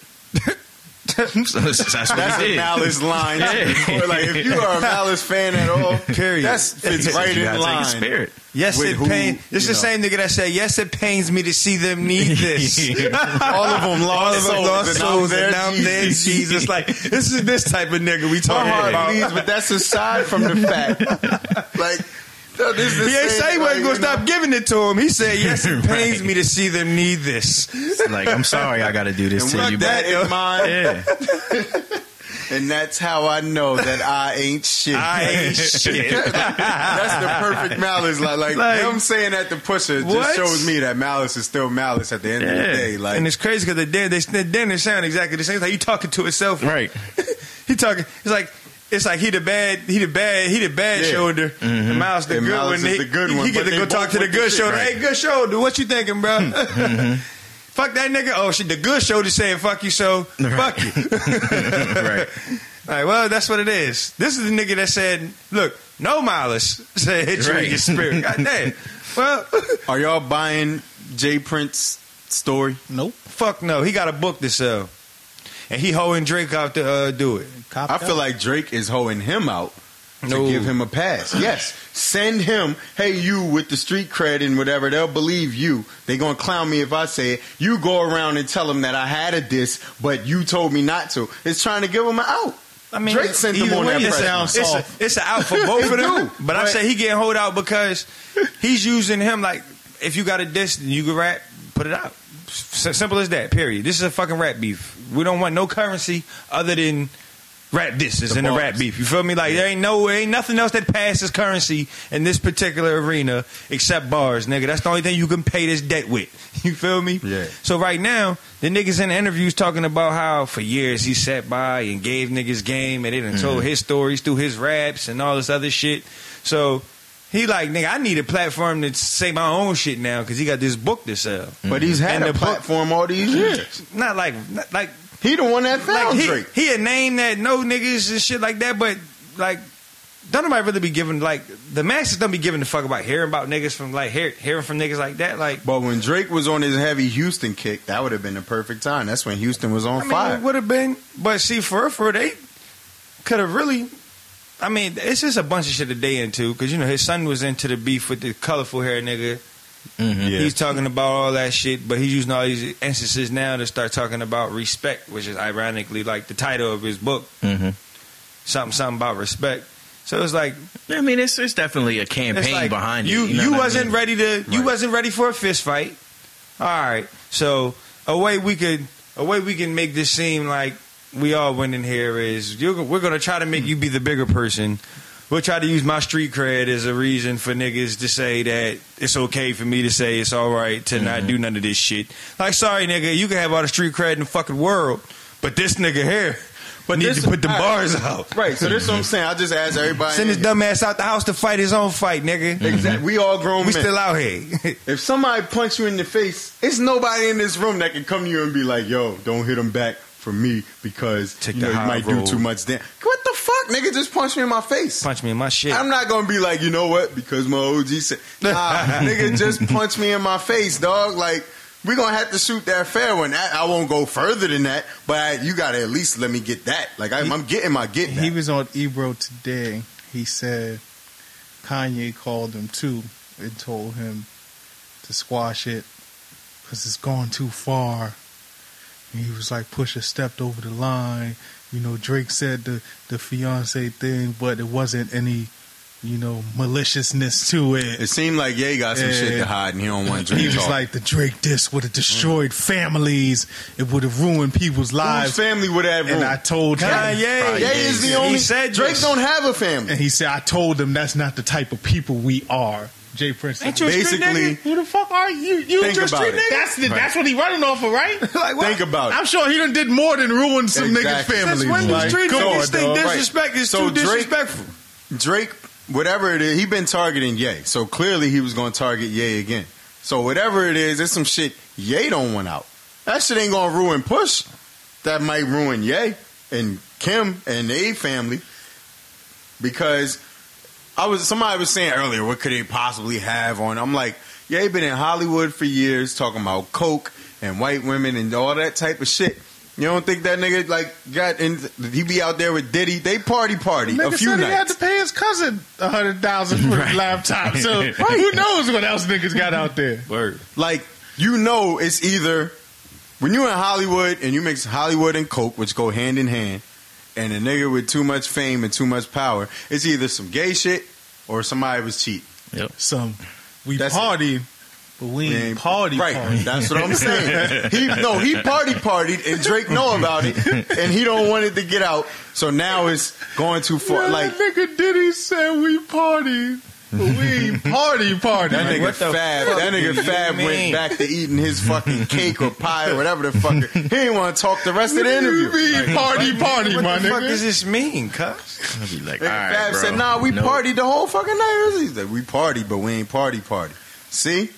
[SPEAKER 9] so that's, that's what
[SPEAKER 7] That's
[SPEAKER 9] he
[SPEAKER 7] a
[SPEAKER 9] did.
[SPEAKER 7] malice line.
[SPEAKER 9] Yeah.
[SPEAKER 7] Or, like if you are a malice fan at all,
[SPEAKER 6] [laughs] Period.
[SPEAKER 7] that fits right
[SPEAKER 9] you
[SPEAKER 7] in
[SPEAKER 9] gotta
[SPEAKER 7] line.
[SPEAKER 9] Take a spirit.
[SPEAKER 6] Yes,
[SPEAKER 7] With
[SPEAKER 6] it
[SPEAKER 7] who,
[SPEAKER 6] pains. It's
[SPEAKER 7] you know.
[SPEAKER 6] the same nigga that said, "Yes, it pains me to see them [laughs] need this."
[SPEAKER 7] All of them
[SPEAKER 6] All of
[SPEAKER 7] lost
[SPEAKER 6] them
[SPEAKER 7] souls,
[SPEAKER 6] lost
[SPEAKER 7] and I'm
[SPEAKER 6] souls,
[SPEAKER 7] their
[SPEAKER 6] and now I'm [laughs] there,
[SPEAKER 7] Jesus.
[SPEAKER 6] Jesus. Like this is this type of nigga we
[SPEAKER 7] My
[SPEAKER 6] talking
[SPEAKER 7] heart
[SPEAKER 6] about.
[SPEAKER 7] bleeds, but that's aside from the fact. [laughs] like, no, this
[SPEAKER 6] He
[SPEAKER 7] is
[SPEAKER 6] ain't say he wasn't gonna stop giving it to him. He said, "Yes, [laughs] it pains
[SPEAKER 9] Right.
[SPEAKER 6] me to see them need this."
[SPEAKER 9] It's like I'm sorry, I got to do this
[SPEAKER 7] And
[SPEAKER 9] to you.
[SPEAKER 7] with that
[SPEAKER 9] but-
[SPEAKER 7] in mind,
[SPEAKER 9] [laughs] yeah,
[SPEAKER 7] and that's how I know that I ain't shit.
[SPEAKER 6] [laughs] I
[SPEAKER 7] [laughs]
[SPEAKER 6] ain't [laughs] shit.
[SPEAKER 7] That's the perfect malice. Like, like,
[SPEAKER 6] Like,
[SPEAKER 7] him saying that to Pusha
[SPEAKER 6] what?
[SPEAKER 7] just shows me that malice is still malice at the end of the
[SPEAKER 9] Yeah.
[SPEAKER 7] day. Like,
[SPEAKER 6] and it's crazy because the dinner, they, the dinner sound exactly the same. It's like you talking to itself.
[SPEAKER 9] right.
[SPEAKER 6] [laughs] He talking. It's like it's like he the bad, he the bad, he the bad
[SPEAKER 7] Yeah. Mm-hmm.
[SPEAKER 6] shoulder. And Miles the
[SPEAKER 7] And
[SPEAKER 6] good
[SPEAKER 7] Miles
[SPEAKER 6] one.
[SPEAKER 7] is
[SPEAKER 6] He-
[SPEAKER 7] the good
[SPEAKER 6] he-
[SPEAKER 7] one,
[SPEAKER 6] He get
[SPEAKER 7] but
[SPEAKER 6] to
[SPEAKER 7] they
[SPEAKER 6] go
[SPEAKER 7] both
[SPEAKER 6] talk to the
[SPEAKER 7] with the
[SPEAKER 6] good
[SPEAKER 7] shit,
[SPEAKER 6] shoulder.
[SPEAKER 7] right. Hmm. Mm-hmm.
[SPEAKER 6] Hey, good shoulder. What you thinking, bro? [laughs] Fuck that nigga. Oh shit, the good shoulder saying fuck you. So
[SPEAKER 9] Right.
[SPEAKER 6] fuck you.
[SPEAKER 9] Right.
[SPEAKER 8] [laughs]
[SPEAKER 9] [laughs]
[SPEAKER 6] All right. Well, that's what it is. This is the nigga that said, "Look, no Miles [laughs] said hit you in
[SPEAKER 9] Right.
[SPEAKER 7] [laughs]
[SPEAKER 6] your spirit." God damn. Well, [laughs]
[SPEAKER 7] are y'all buying Jay Prince story?
[SPEAKER 8] Nope.
[SPEAKER 6] fuck no. He got a book to sell, and he hoeing Drake out to uh, do it.
[SPEAKER 7] I feel like Drake is hoeing him out to
[SPEAKER 6] No.
[SPEAKER 7] give him a pass. Yes, send him. Hey, you with the street cred and whatever, they'll believe you. They gonna clown me if I say it. You go around and tell them that I had a diss, but you told me not to. It's trying to give him an out.
[SPEAKER 6] I mean,
[SPEAKER 7] Drake sent them
[SPEAKER 6] either
[SPEAKER 7] on
[SPEAKER 6] way,
[SPEAKER 7] that
[SPEAKER 6] it's a-
[SPEAKER 7] press
[SPEAKER 6] It's, a, it's an out for both of
[SPEAKER 7] do,
[SPEAKER 6] them. But, I say he getting hold out because he's using him like if you got a diss, you can rap, put it out. S- simple as that. Period. This is a fucking rap beef. We don't want no currency other than rap disses
[SPEAKER 7] The
[SPEAKER 6] and the
[SPEAKER 7] bars.
[SPEAKER 6] rap beef. You feel me? Like there ain't no, ain't nothing else that passes currency in this particular arena except bars, nigga. That's the only thing you can pay this debt with. [laughs] You feel me?
[SPEAKER 7] Yeah.
[SPEAKER 6] So right now, the niggas in the interviews talking about how for years he sat by and gave niggas game and they done told his stories through his raps and all this other shit. So he like, nigga, I need a platform to say my own shit now because he got this book to sell.
[SPEAKER 7] But he's had
[SPEAKER 6] Mm-hmm. And
[SPEAKER 7] a
[SPEAKER 6] the book-
[SPEAKER 7] platform all these years.
[SPEAKER 6] Not like, not like
[SPEAKER 7] He the one that
[SPEAKER 6] like
[SPEAKER 7] found
[SPEAKER 6] he,
[SPEAKER 7] Drake.
[SPEAKER 6] he a name that no niggas and shit like that, but like don't nobody really be giving like the masses don't be giving a fuck about hearing about niggas from like hear, hearing from niggas like that. Like
[SPEAKER 7] But when Drake was on his heavy Houston kick, that would have been the perfect time. That's when Houston was on
[SPEAKER 6] I
[SPEAKER 7] fire.
[SPEAKER 6] mean, would have been, but see, for real, for real, they could have really. I mean, it's just a bunch of shit that they into because you know his son was into the beef with the colorful hair nigga.
[SPEAKER 7] Yeah.
[SPEAKER 6] He's talking about all that shit, but he's using all these instances now to start talking about respect, which is ironically like the title of his book,
[SPEAKER 9] Mm-hmm.
[SPEAKER 6] something something about respect. So it's like
[SPEAKER 9] I mean, it's it's definitely a
[SPEAKER 6] It's
[SPEAKER 9] campaign
[SPEAKER 6] like,
[SPEAKER 9] behind
[SPEAKER 6] you.
[SPEAKER 9] it.
[SPEAKER 6] You,
[SPEAKER 9] know what I
[SPEAKER 6] wasn't
[SPEAKER 9] mean?
[SPEAKER 6] ready to. You
[SPEAKER 9] Right.
[SPEAKER 6] wasn't ready for a fist fight. All right. So a way we could a way we can make this seem like we all went in here is you're, we're gonna try to make you be the bigger person. We'll try to use my street cred as a reason for niggas to say that it's okay for me to say it's all right to
[SPEAKER 9] Mm-hmm.
[SPEAKER 6] not do none of this shit. Like, sorry, nigga, you can have all the street cred in the fucking world, but this nigga here, but need
[SPEAKER 7] this-
[SPEAKER 6] to put the
[SPEAKER 7] all right.
[SPEAKER 9] [laughs]
[SPEAKER 6] bars out.
[SPEAKER 7] Right, so this is what I'm saying. I just ask everybody.
[SPEAKER 6] Send his dumb ass out the house to fight his own fight, nigga.
[SPEAKER 7] Exactly. We all grown
[SPEAKER 6] We
[SPEAKER 7] men.
[SPEAKER 6] still out here. [laughs]
[SPEAKER 7] If somebody punch you in the face, it's nobody in this room that can come to you and be like, "Yo, don't hit him back for me because
[SPEAKER 6] Take
[SPEAKER 7] you
[SPEAKER 6] the
[SPEAKER 7] know you
[SPEAKER 6] high
[SPEAKER 7] might
[SPEAKER 6] road."
[SPEAKER 7] do too much damage." What the fuck, nigga? Just punch me in my face.
[SPEAKER 6] Punch me in my shit.
[SPEAKER 7] I'm not gonna be like, you know what? Because my OG
[SPEAKER 6] [laughs]
[SPEAKER 7] said, nah, nigga, just punch me in my face, dog. Like, we gonna have to shoot that fair one. I, I won't go further than that, but I, you gotta at least let me get that. Like, I, I'm getting my get back.
[SPEAKER 8] He was on Ebro today. He said Kanye called him too and told him to squash it because it's gone too far. And he was like, Pusha stepped over the line. You know, Drake said the, the fiance thing, but it wasn't any, you know, maliciousness to
[SPEAKER 7] it
[SPEAKER 8] it.
[SPEAKER 7] seemed like Ye got some
[SPEAKER 8] Yeah.
[SPEAKER 7] shit to hide, and he don't want Drake
[SPEAKER 8] He was
[SPEAKER 7] talk.
[SPEAKER 8] like, the Drake diss would have destroyed families. It would have ruined people's
[SPEAKER 7] Whose
[SPEAKER 8] lives.
[SPEAKER 7] family would have
[SPEAKER 8] And
[SPEAKER 7] room?
[SPEAKER 8] I told him.
[SPEAKER 6] Kanye.
[SPEAKER 7] Ye is
[SPEAKER 6] He
[SPEAKER 7] the only.
[SPEAKER 6] said
[SPEAKER 7] Drake
[SPEAKER 6] this.
[SPEAKER 7] don't have a family.
[SPEAKER 8] And he said, I told them that's not the type of people we are. Jay Prince.
[SPEAKER 6] Ain't you a street
[SPEAKER 7] Basically-
[SPEAKER 6] nigga?
[SPEAKER 8] who the fuck are you? You
[SPEAKER 7] Think
[SPEAKER 8] just
[SPEAKER 7] about
[SPEAKER 8] street
[SPEAKER 7] it.
[SPEAKER 8] nigga? That's, the, that's what he running off of, right? [laughs] like,
[SPEAKER 7] Think about it.
[SPEAKER 8] I'm sure he done did more than ruin some
[SPEAKER 7] Exactly.
[SPEAKER 8] niggas'
[SPEAKER 6] Since
[SPEAKER 8] families.
[SPEAKER 6] when do
[SPEAKER 8] Like,
[SPEAKER 6] street
[SPEAKER 8] come
[SPEAKER 6] niggas
[SPEAKER 8] on, dog.
[SPEAKER 6] think disrespect is
[SPEAKER 7] So
[SPEAKER 6] too
[SPEAKER 7] Drake-
[SPEAKER 6] disrespectful?
[SPEAKER 7] Drake, whatever it is, he been targeting Ye. So clearly he was going to target Ye again. So whatever it is, it's some shit Ye don't want out. That shit ain't going to ruin Push. That might ruin Ye and Kim and they family because I was somebody was saying earlier, what could they possibly have on? I'm like, Ye been in Hollywood for years talking about coke and white women and all that type of shit. You don't think that nigga like got in? He be out there with Diddy. They party party
[SPEAKER 8] Nigga
[SPEAKER 7] a few
[SPEAKER 8] said he had
[SPEAKER 7] nights.
[SPEAKER 8] to pay his cousin a hundred thousand for the [laughs] laptop. So who knows what else niggas got out there?
[SPEAKER 6] Word.
[SPEAKER 7] like you know, it's either when you in Hollywood and you mix Hollywood and coke, which go hand in hand, and a nigga with too much fame and too much power, it's either some gay shit or somebody was cheating.
[SPEAKER 8] Some we
[SPEAKER 7] That's it.
[SPEAKER 8] party, but we ain't
[SPEAKER 7] Man,
[SPEAKER 8] party
[SPEAKER 7] right?
[SPEAKER 8] party.
[SPEAKER 7] That's what I'm saying.
[SPEAKER 6] [laughs]
[SPEAKER 7] he no, he party partied, and Drake know about it, and he don't want it to get out. So now it's going too far.
[SPEAKER 8] Yeah,
[SPEAKER 7] like
[SPEAKER 8] that nigga Diddy said we party, but we ain't party party.
[SPEAKER 7] That nigga
[SPEAKER 6] what the
[SPEAKER 7] Fab,
[SPEAKER 6] fuck
[SPEAKER 7] that
[SPEAKER 6] do
[SPEAKER 7] nigga
[SPEAKER 6] you
[SPEAKER 7] Fab went
[SPEAKER 6] mean?
[SPEAKER 7] back to eating his fucking cake or pie or whatever the fuck. He didn't want to talk the rest of the interview.
[SPEAKER 8] We
[SPEAKER 7] Like,
[SPEAKER 8] party party,
[SPEAKER 6] What
[SPEAKER 8] my
[SPEAKER 6] the
[SPEAKER 8] nigga.
[SPEAKER 6] fuck does
[SPEAKER 8] [laughs]
[SPEAKER 6] this mean, cuz?
[SPEAKER 9] I'll be like,
[SPEAKER 7] nigga
[SPEAKER 9] all right,
[SPEAKER 7] Fab
[SPEAKER 9] bro.
[SPEAKER 7] said, "Nah, we
[SPEAKER 9] Nope.
[SPEAKER 7] partied the whole fucking night." He's like, "We party, but we ain't party party." See.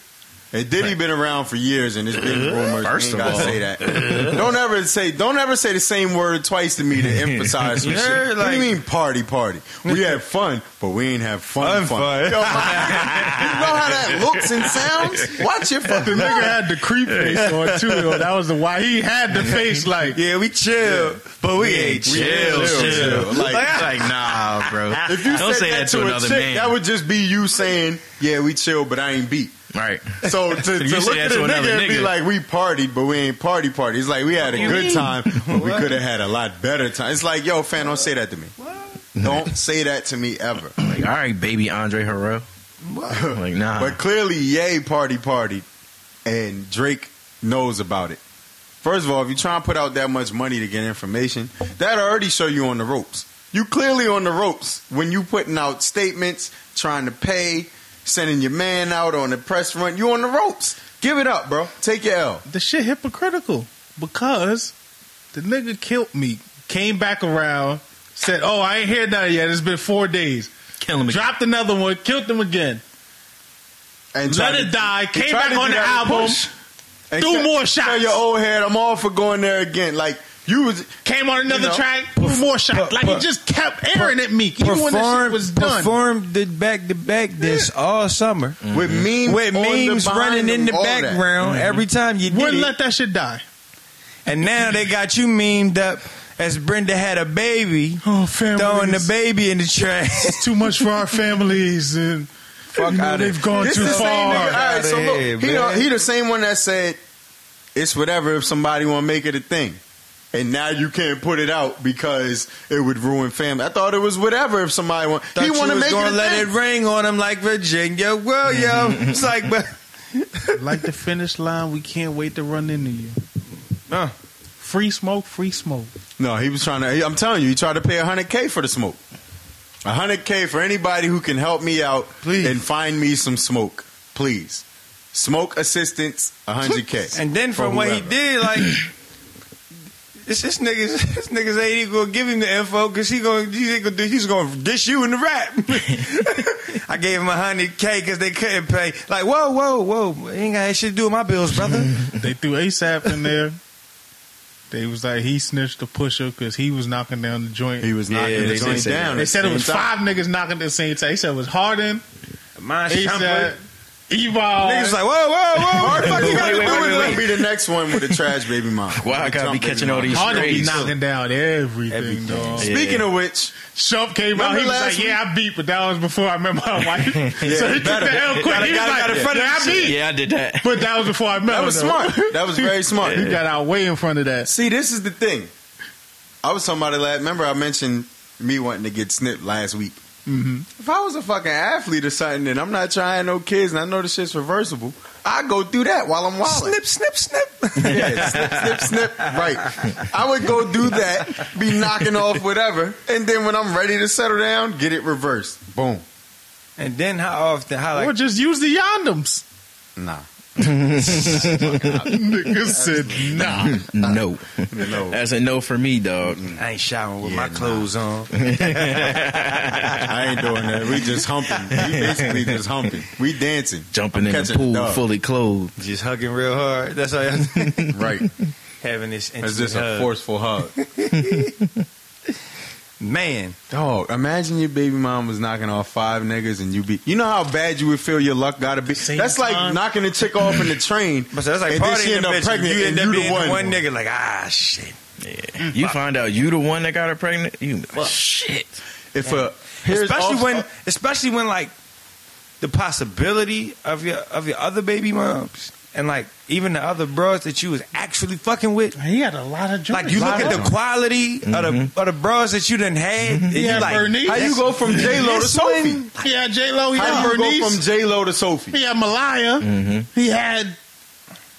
[SPEAKER 7] And Diddy been around for years, and it's been rumors.
[SPEAKER 9] First
[SPEAKER 7] you ain't
[SPEAKER 9] of
[SPEAKER 7] gotta
[SPEAKER 9] all.
[SPEAKER 7] say that. don't ever say, don't ever say the same word twice to me to emphasize. some
[SPEAKER 6] You
[SPEAKER 7] shit.
[SPEAKER 6] heard,
[SPEAKER 7] what do you
[SPEAKER 6] like-
[SPEAKER 7] mean party party? We had fun, but we ain't have fun.
[SPEAKER 6] Fun,
[SPEAKER 7] Fun.
[SPEAKER 6] fun.
[SPEAKER 7] Yo, my- you know how that looks and sounds. Watch your
[SPEAKER 8] the
[SPEAKER 7] fucking
[SPEAKER 8] nigga had the creep face on too. Yo. That was the why he had the face like.
[SPEAKER 6] Yeah, we chill, but we ain't
[SPEAKER 9] chill,
[SPEAKER 6] chill.
[SPEAKER 9] chill.
[SPEAKER 8] [laughs]
[SPEAKER 7] Like,
[SPEAKER 9] Like, like, nah,
[SPEAKER 6] [laughs]
[SPEAKER 9] bro.
[SPEAKER 7] if you
[SPEAKER 9] Don't
[SPEAKER 7] said
[SPEAKER 9] say
[SPEAKER 7] that, to,
[SPEAKER 9] another
[SPEAKER 7] a chick,
[SPEAKER 9] man.
[SPEAKER 7] that would just be you saying, "Yeah, we chill, but I ain't beat."
[SPEAKER 9] right. [laughs]
[SPEAKER 7] So to, to
[SPEAKER 9] you say
[SPEAKER 7] look
[SPEAKER 9] that
[SPEAKER 7] at a
[SPEAKER 9] to
[SPEAKER 7] nigga,
[SPEAKER 9] another
[SPEAKER 7] and be
[SPEAKER 9] nigga.
[SPEAKER 7] like, "We partied, but we ain't party party." It's like we had a good time, but we could have had a lot better time. It's like, yo, fan, don't say that to me. Don't say that to me ever.
[SPEAKER 9] Like, all right, baby Andre Harrell. Like, nah.
[SPEAKER 7] But clearly, Ye party partied, and Drake knows about it. First of all, if you try and put out that much money to get information, that already show you on the ropes. You clearly on the ropes when you putting out statements, trying to pay, sending your man out on the press run. You on the ropes. Give it up, bro. Take your L.
[SPEAKER 8] the shit hypocritical because the nigga killed me, came back around, said, "Oh, I ain't hear nothing yet. It's been four days."
[SPEAKER 9] kill him.
[SPEAKER 8] Dropped another one, killed him again.
[SPEAKER 7] And
[SPEAKER 8] Let
[SPEAKER 7] try to-
[SPEAKER 8] it die. Came
[SPEAKER 7] tried
[SPEAKER 8] back
[SPEAKER 7] to
[SPEAKER 8] on
[SPEAKER 7] do
[SPEAKER 8] the
[SPEAKER 7] that with
[SPEAKER 8] album.
[SPEAKER 7] Push. and
[SPEAKER 8] threw
[SPEAKER 7] tell-
[SPEAKER 8] more
[SPEAKER 7] Tell
[SPEAKER 8] shots.
[SPEAKER 7] your old head, I'm all for going there again. Like you was
[SPEAKER 8] Came on another
[SPEAKER 7] You know.
[SPEAKER 8] track, threw more shots. Like he just kept airing at me, even when the shit was done.
[SPEAKER 6] performed the back to back this all summer
[SPEAKER 7] with memes,
[SPEAKER 6] with
[SPEAKER 7] on the
[SPEAKER 6] memes
[SPEAKER 7] behind
[SPEAKER 6] running in
[SPEAKER 7] him,
[SPEAKER 6] the
[SPEAKER 7] all that.
[SPEAKER 6] background every time you did
[SPEAKER 8] Wouldn't
[SPEAKER 6] it.
[SPEAKER 8] let that shit die.
[SPEAKER 6] And now they got you memed up as Brenda had a baby,
[SPEAKER 8] Oh, families.
[SPEAKER 6] throwing the baby in the
[SPEAKER 8] [laughs]
[SPEAKER 6] trash.
[SPEAKER 8] It's too much for our families, and you know,
[SPEAKER 6] outta
[SPEAKER 8] they've gone
[SPEAKER 7] This
[SPEAKER 8] too
[SPEAKER 7] the same
[SPEAKER 8] far.
[SPEAKER 7] nigga- All right, so look,
[SPEAKER 6] Yeah,
[SPEAKER 7] he,
[SPEAKER 6] man.
[SPEAKER 7] the- he the same one that said it's whatever if somebody want to make it a thing, and now you can't put it out because it would ruin family. I thought it was whatever if somebody want.
[SPEAKER 6] Thought
[SPEAKER 7] he
[SPEAKER 6] you
[SPEAKER 7] want to
[SPEAKER 6] was
[SPEAKER 7] make it a
[SPEAKER 6] gonna let
[SPEAKER 7] thing.
[SPEAKER 6] it ring on him like Virginia Williams. [laughs] it's like, but
[SPEAKER 8] like the finish line, we can't wait to run into you.
[SPEAKER 6] Uh.
[SPEAKER 8] Free smoke, free smoke.
[SPEAKER 7] No, he was trying to. he- I'm telling you, he tried to pay 100k for the smoke. 100k for anybody who can help me out
[SPEAKER 6] Please.
[SPEAKER 7] and find me some smoke, please. Smoke assistance, 100k.
[SPEAKER 6] and then
[SPEAKER 7] For
[SPEAKER 6] from what he
[SPEAKER 7] whoever. [clears throat]
[SPEAKER 6] did, like this, this niggas, this niggas ain't even gonna give him the info because he gonna he's ain't gonna do, he's gonna dish you in the rap. [laughs] I gave him a hundred k because they couldn't pay. Like, whoa, whoa, whoa, ain't got shit to do with my
[SPEAKER 7] [laughs]
[SPEAKER 6] bills, brother.
[SPEAKER 8] They threw ASAP in there. They was like he snitched the pusher because he was knocking down the joint.
[SPEAKER 7] He was knocking
[SPEAKER 9] Yeah,
[SPEAKER 7] the
[SPEAKER 9] they did
[SPEAKER 7] joint
[SPEAKER 9] say
[SPEAKER 7] down.
[SPEAKER 9] that.
[SPEAKER 7] at
[SPEAKER 8] they
[SPEAKER 7] the
[SPEAKER 8] said it
[SPEAKER 7] same
[SPEAKER 8] was
[SPEAKER 7] time.
[SPEAKER 8] five niggas knocking at the same time. He said it was Harden,
[SPEAKER 6] My
[SPEAKER 8] ASAP,
[SPEAKER 6] shumpling.
[SPEAKER 8] Evil.
[SPEAKER 6] Niggas was like, whoa, whoa, whoa, what the fuck you got to
[SPEAKER 7] Wait,
[SPEAKER 6] do
[SPEAKER 7] wait, wait,
[SPEAKER 6] with
[SPEAKER 7] wait. be the next one with the trash baby mom.
[SPEAKER 9] Why I gotta be catching all these
[SPEAKER 8] Harden be
[SPEAKER 9] strays?
[SPEAKER 8] knocking down everything. Dog.
[SPEAKER 7] Speaking of which,
[SPEAKER 8] Shump came out.
[SPEAKER 7] Remember
[SPEAKER 8] He was
[SPEAKER 7] last
[SPEAKER 8] like, "Yeah, I beat," but that was before I met
[SPEAKER 7] [laughs]
[SPEAKER 8] my wife. so he took
[SPEAKER 7] better.
[SPEAKER 8] the L quick.
[SPEAKER 7] Gotta-
[SPEAKER 8] He was
[SPEAKER 7] gotta-
[SPEAKER 8] like,
[SPEAKER 7] gotta front
[SPEAKER 8] "Yeah, I beat,"
[SPEAKER 9] Yeah, I did
[SPEAKER 7] [laughs]
[SPEAKER 9] that.
[SPEAKER 8] but that was before I met.
[SPEAKER 7] that
[SPEAKER 8] her,
[SPEAKER 7] was
[SPEAKER 8] though.
[SPEAKER 7] smart. That was very smart.
[SPEAKER 8] He got out way in front of that.
[SPEAKER 7] See, this is the thing. I was talking about it last. Remember, I mentioned me wanting to get snipped last week.
[SPEAKER 6] Mm-hmm.
[SPEAKER 7] If I was a fucking athlete or something, and I'm not trying no kids, and I know this shit's reversible, I go do that while I'm wilding.
[SPEAKER 6] Snip, snip, snip.
[SPEAKER 7] [laughs] Yeah, snip, snip, snip. Right. I would go do that, be knocking off whatever, and then when I'm ready to settle down, get it reversed. Boom.
[SPEAKER 6] And then how often? How
[SPEAKER 8] or
[SPEAKER 6] like?
[SPEAKER 8] just use the yondems.
[SPEAKER 7] Nah.
[SPEAKER 8] Nigga said, "Nah."
[SPEAKER 9] [laughs] No.
[SPEAKER 7] No.
[SPEAKER 9] That's a no for me, dog.
[SPEAKER 6] I ain't showering with
[SPEAKER 7] Yeah,
[SPEAKER 6] my
[SPEAKER 7] nah.
[SPEAKER 6] clothes on.
[SPEAKER 7] I ain't doing that. We just humping. We basically just humping. We dancing.
[SPEAKER 9] Jumping in the
[SPEAKER 7] catching a
[SPEAKER 9] pool
[SPEAKER 7] dog.
[SPEAKER 9] fully clothed.
[SPEAKER 6] Just hugging real hard. That's how y'all [laughs]
[SPEAKER 7] Right.
[SPEAKER 6] having this
[SPEAKER 7] That's
[SPEAKER 6] instant
[SPEAKER 7] just a
[SPEAKER 6] hug.
[SPEAKER 7] forceful hug.
[SPEAKER 6] Man,
[SPEAKER 7] Dog, imagine your baby mom was knocking off five niggas and you be. You know how bad you would feel your luck gotta be?
[SPEAKER 8] Same
[SPEAKER 7] that's like
[SPEAKER 8] time.
[SPEAKER 7] knocking a chick off in the train.
[SPEAKER 6] but that's like
[SPEAKER 7] and then
[SPEAKER 6] party
[SPEAKER 7] she end
[SPEAKER 6] in the
[SPEAKER 7] up
[SPEAKER 6] bitch,
[SPEAKER 7] pregnant
[SPEAKER 6] You
[SPEAKER 7] and
[SPEAKER 6] end up
[SPEAKER 7] you
[SPEAKER 6] being
[SPEAKER 7] the one.
[SPEAKER 6] nigga like ah shit.
[SPEAKER 9] Yeah.
[SPEAKER 7] Mm.
[SPEAKER 9] You find out you the one that got her pregnant. You shit.
[SPEAKER 7] If a, here's
[SPEAKER 6] especially
[SPEAKER 7] also-
[SPEAKER 6] when especially when like the possibility of your of your other baby moms and like even the other bros that you was actually fucking with.
[SPEAKER 8] He had a lot of joints.
[SPEAKER 6] Like you look at the quality of the of the bros that you done had. And
[SPEAKER 8] Yeah,
[SPEAKER 6] you like
[SPEAKER 8] Bernice.
[SPEAKER 7] Mm-hmm. How you go from J Lo to
[SPEAKER 8] This
[SPEAKER 7] Sophie?
[SPEAKER 8] one- He had J Lo. He
[SPEAKER 7] How
[SPEAKER 8] had
[SPEAKER 7] do you go
[SPEAKER 8] Bernice.
[SPEAKER 7] from J Lo to Sophie? Mm-hmm.
[SPEAKER 8] he had Malaya. He had.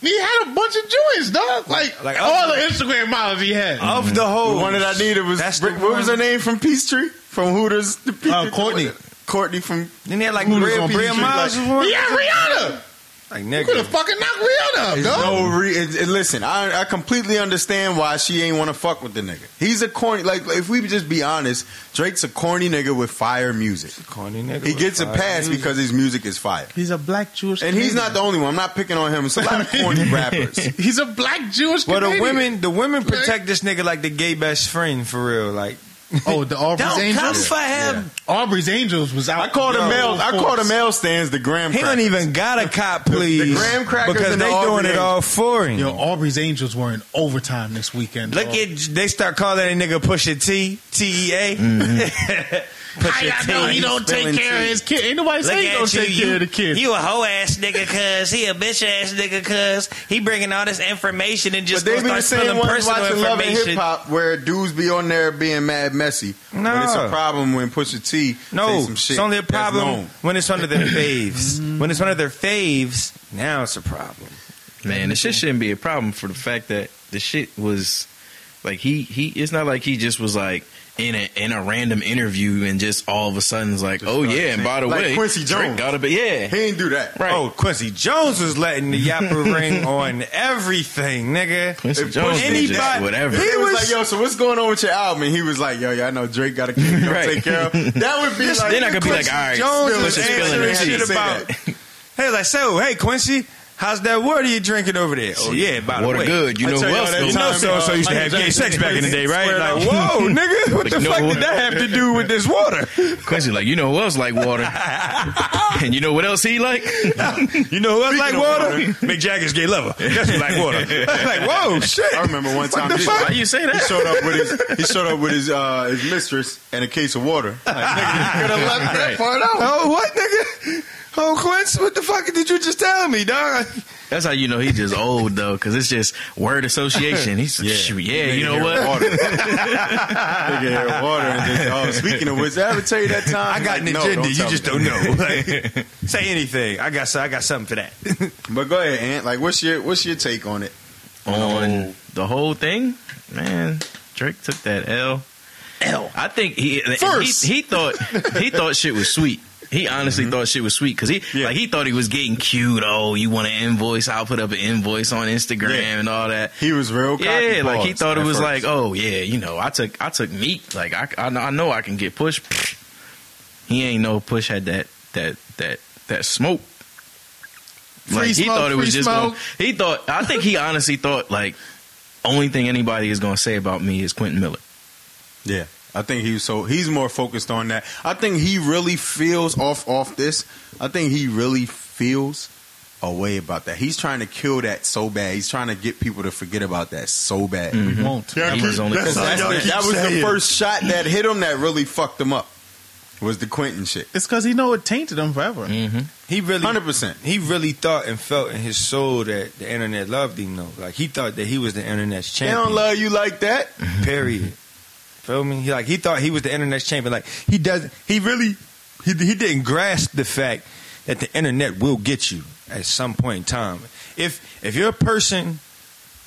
[SPEAKER 8] He had a bunch of joints, dog. Like,
[SPEAKER 6] Like,
[SPEAKER 8] all
[SPEAKER 6] uh,
[SPEAKER 8] the Instagram models he had.
[SPEAKER 7] Uh.
[SPEAKER 6] of the
[SPEAKER 7] Mm-hmm. The
[SPEAKER 6] whole
[SPEAKER 7] one that I needed was
[SPEAKER 6] That's the
[SPEAKER 7] what was her
[SPEAKER 6] one.
[SPEAKER 7] name from Peachtree from Hooters? The Peachtree-
[SPEAKER 8] Uh, Courtney.
[SPEAKER 7] Courtney from
[SPEAKER 6] Then they had like
[SPEAKER 7] Who was
[SPEAKER 6] Bria
[SPEAKER 7] on
[SPEAKER 6] Bria
[SPEAKER 7] Peachtree,
[SPEAKER 6] Miles
[SPEAKER 7] like-
[SPEAKER 6] was one.
[SPEAKER 8] he had Rihanna.
[SPEAKER 6] Like
[SPEAKER 8] Could have
[SPEAKER 6] nigga.
[SPEAKER 8] fucking knocked Rihanna up,
[SPEAKER 7] There's
[SPEAKER 8] dog.
[SPEAKER 7] no re- and- and listen, I, I completely understand why she ain't want to fuck with the nigga. He's a corny. Like if we just be honest, Drake's a corny nigga with fire music.
[SPEAKER 6] Corny nigga.
[SPEAKER 7] He gets a pass because his music is fire,
[SPEAKER 8] He's a black Jewish,
[SPEAKER 7] and he's not the only one. I'm not picking on him. It's a lot of corny rappers.
[SPEAKER 8] He's a black Jewish.
[SPEAKER 6] Well the
[SPEAKER 8] Canadian.
[SPEAKER 6] women the women protect this nigga like the gay best friend for real. Like
[SPEAKER 8] Oh, the Aubrey's
[SPEAKER 6] don't come
[SPEAKER 8] Angels.
[SPEAKER 6] for him.
[SPEAKER 8] Aubrey's Angels was out.
[SPEAKER 7] I call the
[SPEAKER 8] Yo,
[SPEAKER 7] male. I call the
[SPEAKER 8] folks.
[SPEAKER 7] male stands the Graham.
[SPEAKER 6] He don't
[SPEAKER 7] crackers.
[SPEAKER 6] even got a cop, please.
[SPEAKER 7] the graham crackers
[SPEAKER 6] because
[SPEAKER 7] and the
[SPEAKER 6] they
[SPEAKER 7] Aubrey
[SPEAKER 6] doing it
[SPEAKER 7] Angels.
[SPEAKER 6] all for him.
[SPEAKER 8] Yo, Aubrey's Angels were in overtime this weekend.
[SPEAKER 6] Look
[SPEAKER 8] dog.
[SPEAKER 6] at they start calling that nigga Pusha T T E A. Mm-hmm.
[SPEAKER 8] Hey, I know he don't take
[SPEAKER 7] spilling
[SPEAKER 8] care of
[SPEAKER 7] tea.
[SPEAKER 8] his kid. Ain't nobody
[SPEAKER 6] Look
[SPEAKER 8] say he
[SPEAKER 6] at
[SPEAKER 8] don't
[SPEAKER 6] you,
[SPEAKER 8] take
[SPEAKER 6] you,
[SPEAKER 8] care of the kid.
[SPEAKER 6] You a hoe ass nigga, cuz he a bitch ass nigga, cuz he bringing all this information and just
[SPEAKER 7] But they be
[SPEAKER 6] gonna
[SPEAKER 7] the
[SPEAKER 6] start spilling
[SPEAKER 7] same ones
[SPEAKER 6] personal
[SPEAKER 7] watching Love and Hip
[SPEAKER 6] information.
[SPEAKER 7] Hop where dudes be on there being mad messy.
[SPEAKER 6] No.
[SPEAKER 7] But it's a problem when Pusha T
[SPEAKER 6] No,
[SPEAKER 7] say some shit
[SPEAKER 6] it's only a
[SPEAKER 7] that's known.
[SPEAKER 6] problem when it's one of their faves. when it's one of their faves, now it's a problem.
[SPEAKER 9] Man, this
[SPEAKER 7] Mm-hmm.
[SPEAKER 9] shit shouldn't be a problem for the fact that the shit was like he he. It's not like he just was like in a in a random interview and just all of a sudden is like, oh
[SPEAKER 7] started
[SPEAKER 9] yeah, and by the
[SPEAKER 7] saying- like
[SPEAKER 9] way,
[SPEAKER 7] Quincy
[SPEAKER 9] Drake
[SPEAKER 7] Jones.
[SPEAKER 9] gotta be yeah.
[SPEAKER 7] He ain't do that.
[SPEAKER 9] Right.
[SPEAKER 6] Oh, Quincy Jones was letting the
[SPEAKER 9] [laughs]
[SPEAKER 6] yapper ring on everything, nigga.
[SPEAKER 9] Quincy
[SPEAKER 7] If
[SPEAKER 9] Jones did
[SPEAKER 6] anybody-
[SPEAKER 9] just whatever.
[SPEAKER 7] He
[SPEAKER 6] It
[SPEAKER 7] was,
[SPEAKER 6] was-
[SPEAKER 7] like, yo, so what's going on with your album? And he was like, yo, yeah, I know Drake got a kid to
[SPEAKER 9] Right.
[SPEAKER 7] take care of. That would be like,
[SPEAKER 9] then I could be like, all right,
[SPEAKER 6] Jones
[SPEAKER 9] Pusha's
[SPEAKER 6] was
[SPEAKER 9] spilling
[SPEAKER 6] answering
[SPEAKER 9] the
[SPEAKER 7] Say
[SPEAKER 6] shit
[SPEAKER 9] tea.
[SPEAKER 7] that.
[SPEAKER 6] about. Hey, like so, hey Quincy, how's that water you drinking over there? Oh yeah, by the
[SPEAKER 9] Water
[SPEAKER 6] way,
[SPEAKER 9] good. You
[SPEAKER 7] I
[SPEAKER 9] know
[SPEAKER 7] tell
[SPEAKER 9] who
[SPEAKER 7] y'all
[SPEAKER 9] else?
[SPEAKER 7] that
[SPEAKER 9] goes-
[SPEAKER 6] You know,
[SPEAKER 7] time,
[SPEAKER 6] so so
[SPEAKER 7] uh,
[SPEAKER 6] used to
[SPEAKER 7] Michael
[SPEAKER 6] have gay
[SPEAKER 7] Jackson
[SPEAKER 6] sex back in the day, right?
[SPEAKER 7] squared
[SPEAKER 6] Like,
[SPEAKER 7] up. [laughs]
[SPEAKER 6] whoa, nigga, what the
[SPEAKER 9] Like, no
[SPEAKER 6] fuck
[SPEAKER 9] water.
[SPEAKER 6] did that have to do with this water?
[SPEAKER 9] Quincy like, you know who else like
[SPEAKER 6] [laughs]
[SPEAKER 9] water? and you know what else he like?
[SPEAKER 6] You know who else like
[SPEAKER 7] Speaking of
[SPEAKER 6] water?
[SPEAKER 7] water.
[SPEAKER 6] Mick Jagger's gay lover. That's who like [laughs] water. like, whoa, shit.
[SPEAKER 7] I remember one time
[SPEAKER 6] the
[SPEAKER 7] he,
[SPEAKER 6] fuck?
[SPEAKER 9] Why you say
[SPEAKER 7] he
[SPEAKER 9] that?
[SPEAKER 7] showed up with his
[SPEAKER 6] [laughs]
[SPEAKER 7] he showed up with his uh, his mistress and a case of water. Like, nigga, you could have left that
[SPEAKER 9] Right.
[SPEAKER 7] part out.
[SPEAKER 6] Oh, what, nigga? Oh, Quince, what the fuck did you just tell me, dog?
[SPEAKER 9] That's how you know he's just old though, because it's just word association. He's yeah, yeah you know what?
[SPEAKER 7] Water. Nigga had water and just, oh, speaking of which, did I ever tell you that time?
[SPEAKER 6] I got an
[SPEAKER 7] Like, no,
[SPEAKER 6] agenda. you
[SPEAKER 7] tell me
[SPEAKER 6] just
[SPEAKER 7] that.
[SPEAKER 6] don't
[SPEAKER 7] [laughs]
[SPEAKER 6] know. Like, say anything. I got so I got something for that.
[SPEAKER 7] But go ahead, Ant. Like, what's your what's your take on it?
[SPEAKER 9] on the whole thing, man, Drake took that L. L. I think he
[SPEAKER 7] First.
[SPEAKER 9] he, he thought he thought shit was sweet. He honestly thought shit was sweet because he
[SPEAKER 7] Yeah.
[SPEAKER 9] like he thought he was getting cute. Oh, you want an invoice? I'll put up an invoice on Instagram
[SPEAKER 7] Yeah.
[SPEAKER 9] and all that.
[SPEAKER 7] He was real. Cocky
[SPEAKER 9] Yeah, like he
[SPEAKER 7] paused
[SPEAKER 9] thought it
[SPEAKER 7] at
[SPEAKER 9] was
[SPEAKER 7] first.
[SPEAKER 9] like, oh yeah, you know, I took I took meat. Like I I know, I know I can get push. He ain't know push had that that that that smoke. Like
[SPEAKER 8] Free
[SPEAKER 9] he
[SPEAKER 8] smoke,
[SPEAKER 9] thought it
[SPEAKER 8] free
[SPEAKER 9] was just.
[SPEAKER 8] smoke.
[SPEAKER 9] Gonna, he thought I think he honestly thought like only thing anybody is gonna say about me is Quentin Miller.
[SPEAKER 7] Yeah, I think he was so he's more focused on that. I think he really feels off off this. I think he really feels a way about that. He's trying to kill that so bad. He's trying to get people to forget about that so bad.
[SPEAKER 8] He won't.
[SPEAKER 9] He was only
[SPEAKER 7] That's- that's the- that was the first shot that hit him that really fucked him up. Was the Quentin shit?
[SPEAKER 8] It's because he know it tainted him forever.
[SPEAKER 7] Mm.
[SPEAKER 6] He really
[SPEAKER 7] Hundred percent.
[SPEAKER 6] he really thought and felt in his soul that the internet loved him though. Like he thought that he was the internet's
[SPEAKER 7] They
[SPEAKER 6] champion.
[SPEAKER 7] don't love you like that.
[SPEAKER 6] Period. Feel me? He like he thought he was the internet's champion. Like he does. He really he he didn't grasp the fact that the internet will get you at some point in time. If if you're a person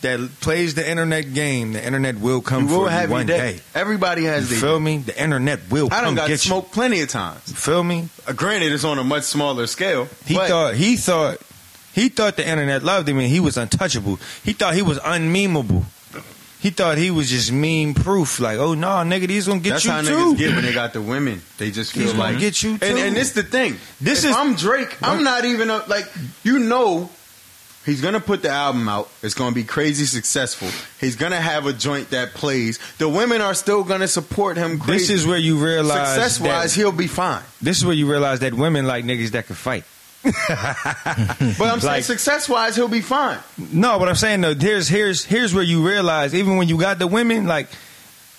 [SPEAKER 6] that plays the internet game, the internet will come
[SPEAKER 7] You will
[SPEAKER 6] for
[SPEAKER 7] have
[SPEAKER 6] you
[SPEAKER 7] your
[SPEAKER 6] one
[SPEAKER 7] day.
[SPEAKER 6] day.
[SPEAKER 7] Everybody
[SPEAKER 6] You
[SPEAKER 7] has their.
[SPEAKER 6] feel me? The internet will
[SPEAKER 7] I
[SPEAKER 6] come
[SPEAKER 7] don't got
[SPEAKER 6] get
[SPEAKER 7] smoked plenty of times.
[SPEAKER 6] you. Feel me?
[SPEAKER 7] Uh, granted, it's on a much smaller scale.
[SPEAKER 6] He
[SPEAKER 7] but-
[SPEAKER 6] thought he thought he thought the internet loved him and he was untouchable. He thought he was unmemeable. He thought he was just meme proof. Like, oh no, nigga, these gonna get
[SPEAKER 7] That's
[SPEAKER 6] you
[SPEAKER 7] how
[SPEAKER 6] too.
[SPEAKER 7] niggas get when they got the women. They just feel
[SPEAKER 6] He's gonna
[SPEAKER 7] like
[SPEAKER 6] get you,
[SPEAKER 7] And,
[SPEAKER 6] too.
[SPEAKER 7] and this the thing.
[SPEAKER 6] This
[SPEAKER 7] If
[SPEAKER 6] is-
[SPEAKER 7] I'm Drake. I'm not even a, like you know. He's gonna put the album out. It's gonna be crazy successful. He's gonna have a joint that plays. The women are still gonna support him. Crazy.
[SPEAKER 6] This is where you realize
[SPEAKER 7] success wise,
[SPEAKER 6] that-
[SPEAKER 7] he'll be fine.
[SPEAKER 6] This is where you realize that women like niggas that can fight.
[SPEAKER 7] But I'm saying
[SPEAKER 6] Hmm. Like-
[SPEAKER 7] success wise, he'll be fine.
[SPEAKER 6] No, but I'm saying though, here's here's here's where you realize even when you got the women, like,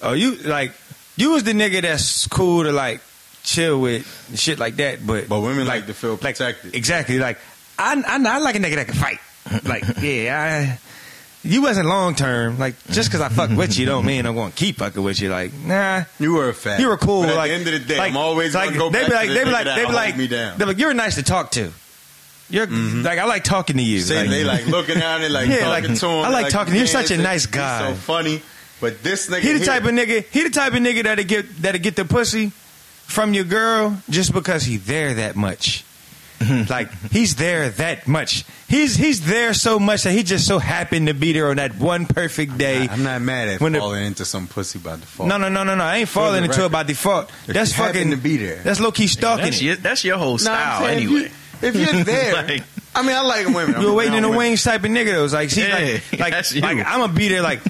[SPEAKER 6] oh you like you was the nigga that's cool to like chill with and shit like that, but
[SPEAKER 7] But women like to feel protected.
[SPEAKER 6] exactly like I I, I like a nigga that can fight. Like [laughs] yeah, I. You wasn't long term, like just because
[SPEAKER 7] [laughs]
[SPEAKER 6] I fuck with you don't mean I'm going to keep fucking with you. Like nah,
[SPEAKER 7] You were a fat.
[SPEAKER 6] you were cool.
[SPEAKER 7] But at
[SPEAKER 6] like
[SPEAKER 7] the end of the day,
[SPEAKER 6] like-
[SPEAKER 7] I'm always
[SPEAKER 6] like
[SPEAKER 7] gonna go back
[SPEAKER 6] they be like
[SPEAKER 7] to
[SPEAKER 6] they
[SPEAKER 7] the
[SPEAKER 6] be
[SPEAKER 7] nigga
[SPEAKER 6] like
[SPEAKER 7] that
[SPEAKER 6] they be
[SPEAKER 7] held
[SPEAKER 6] like
[SPEAKER 7] me down.
[SPEAKER 6] They're like you're nice to talk to. You're like I like talking to you.
[SPEAKER 7] See,
[SPEAKER 6] Like-
[SPEAKER 7] they like looking down and like
[SPEAKER 6] [laughs] Yeah,
[SPEAKER 7] talking
[SPEAKER 6] like,
[SPEAKER 7] to him.
[SPEAKER 6] I like talking to you. You're
[SPEAKER 7] man,
[SPEAKER 6] such a
[SPEAKER 7] this-
[SPEAKER 6] nice
[SPEAKER 7] he's
[SPEAKER 6] guy.
[SPEAKER 7] So funny. But this nigga,
[SPEAKER 6] He the
[SPEAKER 7] here-
[SPEAKER 6] type of nigga. He the type of nigga that'll get that'll get the pussy from your girl just because he there that much.
[SPEAKER 7] Mm-hmm.
[SPEAKER 6] like he's there that much. He's he's there so much that he just so happened to be there on that one perfect day.
[SPEAKER 7] I'm not mad at
[SPEAKER 6] When the-
[SPEAKER 7] falling into some pussy by default.
[SPEAKER 6] No, no, no, no, no. I ain't falling
[SPEAKER 7] the
[SPEAKER 6] into it
[SPEAKER 7] record.
[SPEAKER 6] by default.
[SPEAKER 7] If
[SPEAKER 6] that's
[SPEAKER 7] you happen
[SPEAKER 6] fucking
[SPEAKER 7] to be there.
[SPEAKER 6] That's low key
[SPEAKER 8] Oh,
[SPEAKER 6] stalking.
[SPEAKER 9] That's
[SPEAKER 6] it.
[SPEAKER 9] your, that's your whole
[SPEAKER 7] No, I'm
[SPEAKER 9] style
[SPEAKER 7] saying if you-
[SPEAKER 9] anyway.
[SPEAKER 7] If [laughs] you're there,
[SPEAKER 9] [laughs] Like-
[SPEAKER 7] I mean, I [laughs] like women. I'm
[SPEAKER 6] You're waiting in
[SPEAKER 7] down with-
[SPEAKER 6] the wings type of nigga though. It's like, see,
[SPEAKER 9] Yeah,
[SPEAKER 6] like, like,
[SPEAKER 9] that's you.
[SPEAKER 6] like, I'm gonna be
[SPEAKER 7] [laughs]
[SPEAKER 6] there. Like,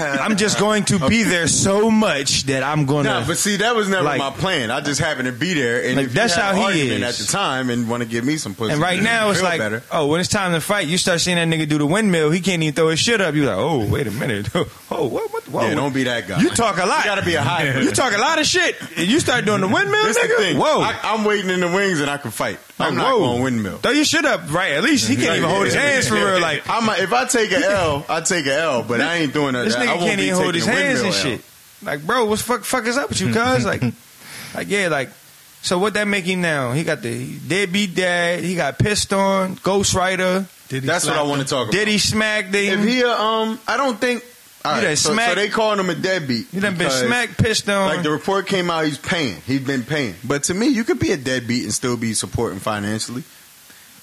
[SPEAKER 6] I'm just going to be there so much that I'm gonna.
[SPEAKER 7] No, but see, that was never
[SPEAKER 6] like-
[SPEAKER 7] my plan. I just happened to be there, and
[SPEAKER 6] Like,
[SPEAKER 7] if
[SPEAKER 6] that's
[SPEAKER 7] you had
[SPEAKER 6] how
[SPEAKER 7] an
[SPEAKER 6] he
[SPEAKER 7] argument
[SPEAKER 6] is.
[SPEAKER 7] at the time, and want to give me some pussy.
[SPEAKER 6] and right
[SPEAKER 7] [laughs] you
[SPEAKER 6] now it's
[SPEAKER 7] feel
[SPEAKER 6] like,
[SPEAKER 7] better.
[SPEAKER 6] oh, when it's time to fight, you start seeing that nigga do the windmill. He can't even throw his shit up. You're like, oh, wait a minute. [laughs] oh, what? what whoa,
[SPEAKER 7] Yeah, don't be that guy.
[SPEAKER 6] You talk a lot.
[SPEAKER 7] You gotta be a hybrid.
[SPEAKER 6] You talk a lot of shit, and you start doing the windmill,
[SPEAKER 7] This
[SPEAKER 6] nigga.
[SPEAKER 7] the thing.
[SPEAKER 6] Whoa.
[SPEAKER 7] I, I'm waiting in the wings, and I can fight. I'm
[SPEAKER 6] Like,
[SPEAKER 7] not
[SPEAKER 6] whoa.
[SPEAKER 7] going windmill.
[SPEAKER 6] Throw your shit up, right? At least he can't even hold his hands for real. Like,
[SPEAKER 7] I'm a, if I
[SPEAKER 6] [laughs]
[SPEAKER 7] take an L, I take an L, but I ain't doing that.
[SPEAKER 6] This
[SPEAKER 7] I
[SPEAKER 6] nigga
[SPEAKER 7] won't
[SPEAKER 6] can't
[SPEAKER 7] be
[SPEAKER 6] even hold
[SPEAKER 7] taking
[SPEAKER 6] his hands and
[SPEAKER 7] windmill L.
[SPEAKER 6] shit. Like, bro, what's fuck fuck is up with you,
[SPEAKER 7] [laughs]
[SPEAKER 6] cuz? Like, like yeah, like. So what that make him now? He got the deadbeat dad. He got pissed on. Ghost Rider.
[SPEAKER 8] Did he
[SPEAKER 7] That's what
[SPEAKER 8] slap
[SPEAKER 7] I want to talk about.
[SPEAKER 6] Did he smack the?
[SPEAKER 7] If he, uh, um, I don't think. All
[SPEAKER 6] You
[SPEAKER 7] right,
[SPEAKER 6] done
[SPEAKER 7] so, so
[SPEAKER 6] smacked-
[SPEAKER 7] they calling him a deadbeat.
[SPEAKER 6] he done been
[SPEAKER 7] because,
[SPEAKER 6] smacked, pissed on.
[SPEAKER 7] Like the report came out, he's paying. He's been paying. But to me, you could be a deadbeat and still be supporting financially.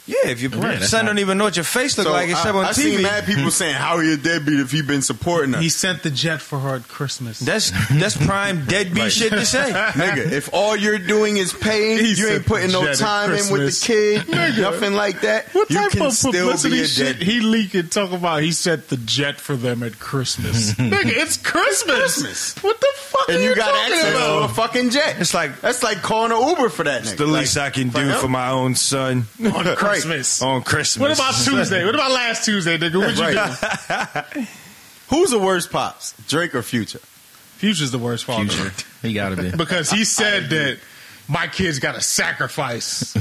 [SPEAKER 6] yeah, if your
[SPEAKER 9] Yeah, that's
[SPEAKER 6] son
[SPEAKER 9] not-
[SPEAKER 6] don't even know what your face look
[SPEAKER 7] so
[SPEAKER 6] like except
[SPEAKER 7] I,
[SPEAKER 6] on
[SPEAKER 7] I
[SPEAKER 6] TV.
[SPEAKER 7] see mad people saying, "How he a deadbeat if he been supporting us?" [laughs]
[SPEAKER 8] He sent the jet for her at Christmas.
[SPEAKER 6] That's that's prime deadbeat
[SPEAKER 9] Right.
[SPEAKER 6] shit to say.
[SPEAKER 7] Nigga, if all you're doing is paying,
[SPEAKER 8] He
[SPEAKER 7] you
[SPEAKER 8] said
[SPEAKER 7] ain't putting no
[SPEAKER 8] Janet
[SPEAKER 7] time in with
[SPEAKER 8] Christmas.
[SPEAKER 7] the
[SPEAKER 6] [laughs]
[SPEAKER 7] kid,
[SPEAKER 8] Nigga.
[SPEAKER 7] nothing like that.
[SPEAKER 8] What
[SPEAKER 7] you
[SPEAKER 8] type
[SPEAKER 7] can
[SPEAKER 8] of
[SPEAKER 7] still be
[SPEAKER 8] publicity
[SPEAKER 7] a
[SPEAKER 8] shit
[SPEAKER 7] deadbeat.
[SPEAKER 8] he leaking talk about? He sent the jet for them
[SPEAKER 7] [laughs]
[SPEAKER 8] at Christmas. Nigga, it's Christmas.
[SPEAKER 7] Christmas.
[SPEAKER 8] What the fuck
[SPEAKER 7] and
[SPEAKER 8] are
[SPEAKER 7] you
[SPEAKER 8] you
[SPEAKER 7] got
[SPEAKER 8] talking
[SPEAKER 7] access
[SPEAKER 8] about?
[SPEAKER 7] to a fucking jet.
[SPEAKER 6] It's like-
[SPEAKER 7] that's like calling an Uber for that. Nigga.
[SPEAKER 6] the
[SPEAKER 7] [laughs]
[SPEAKER 6] least I can do for my own son
[SPEAKER 8] On Christmas.
[SPEAKER 6] on Christmas.
[SPEAKER 8] What about Tuesday? What about last Tuesday, nigga? What'd you do?
[SPEAKER 7] Who's the worst pops, Drake or Future?
[SPEAKER 8] Future's the worst father
[SPEAKER 9] Future. He gotta
[SPEAKER 8] [laughs]
[SPEAKER 9] be. [laughs]
[SPEAKER 8] because he said that my kids got to sacrifice for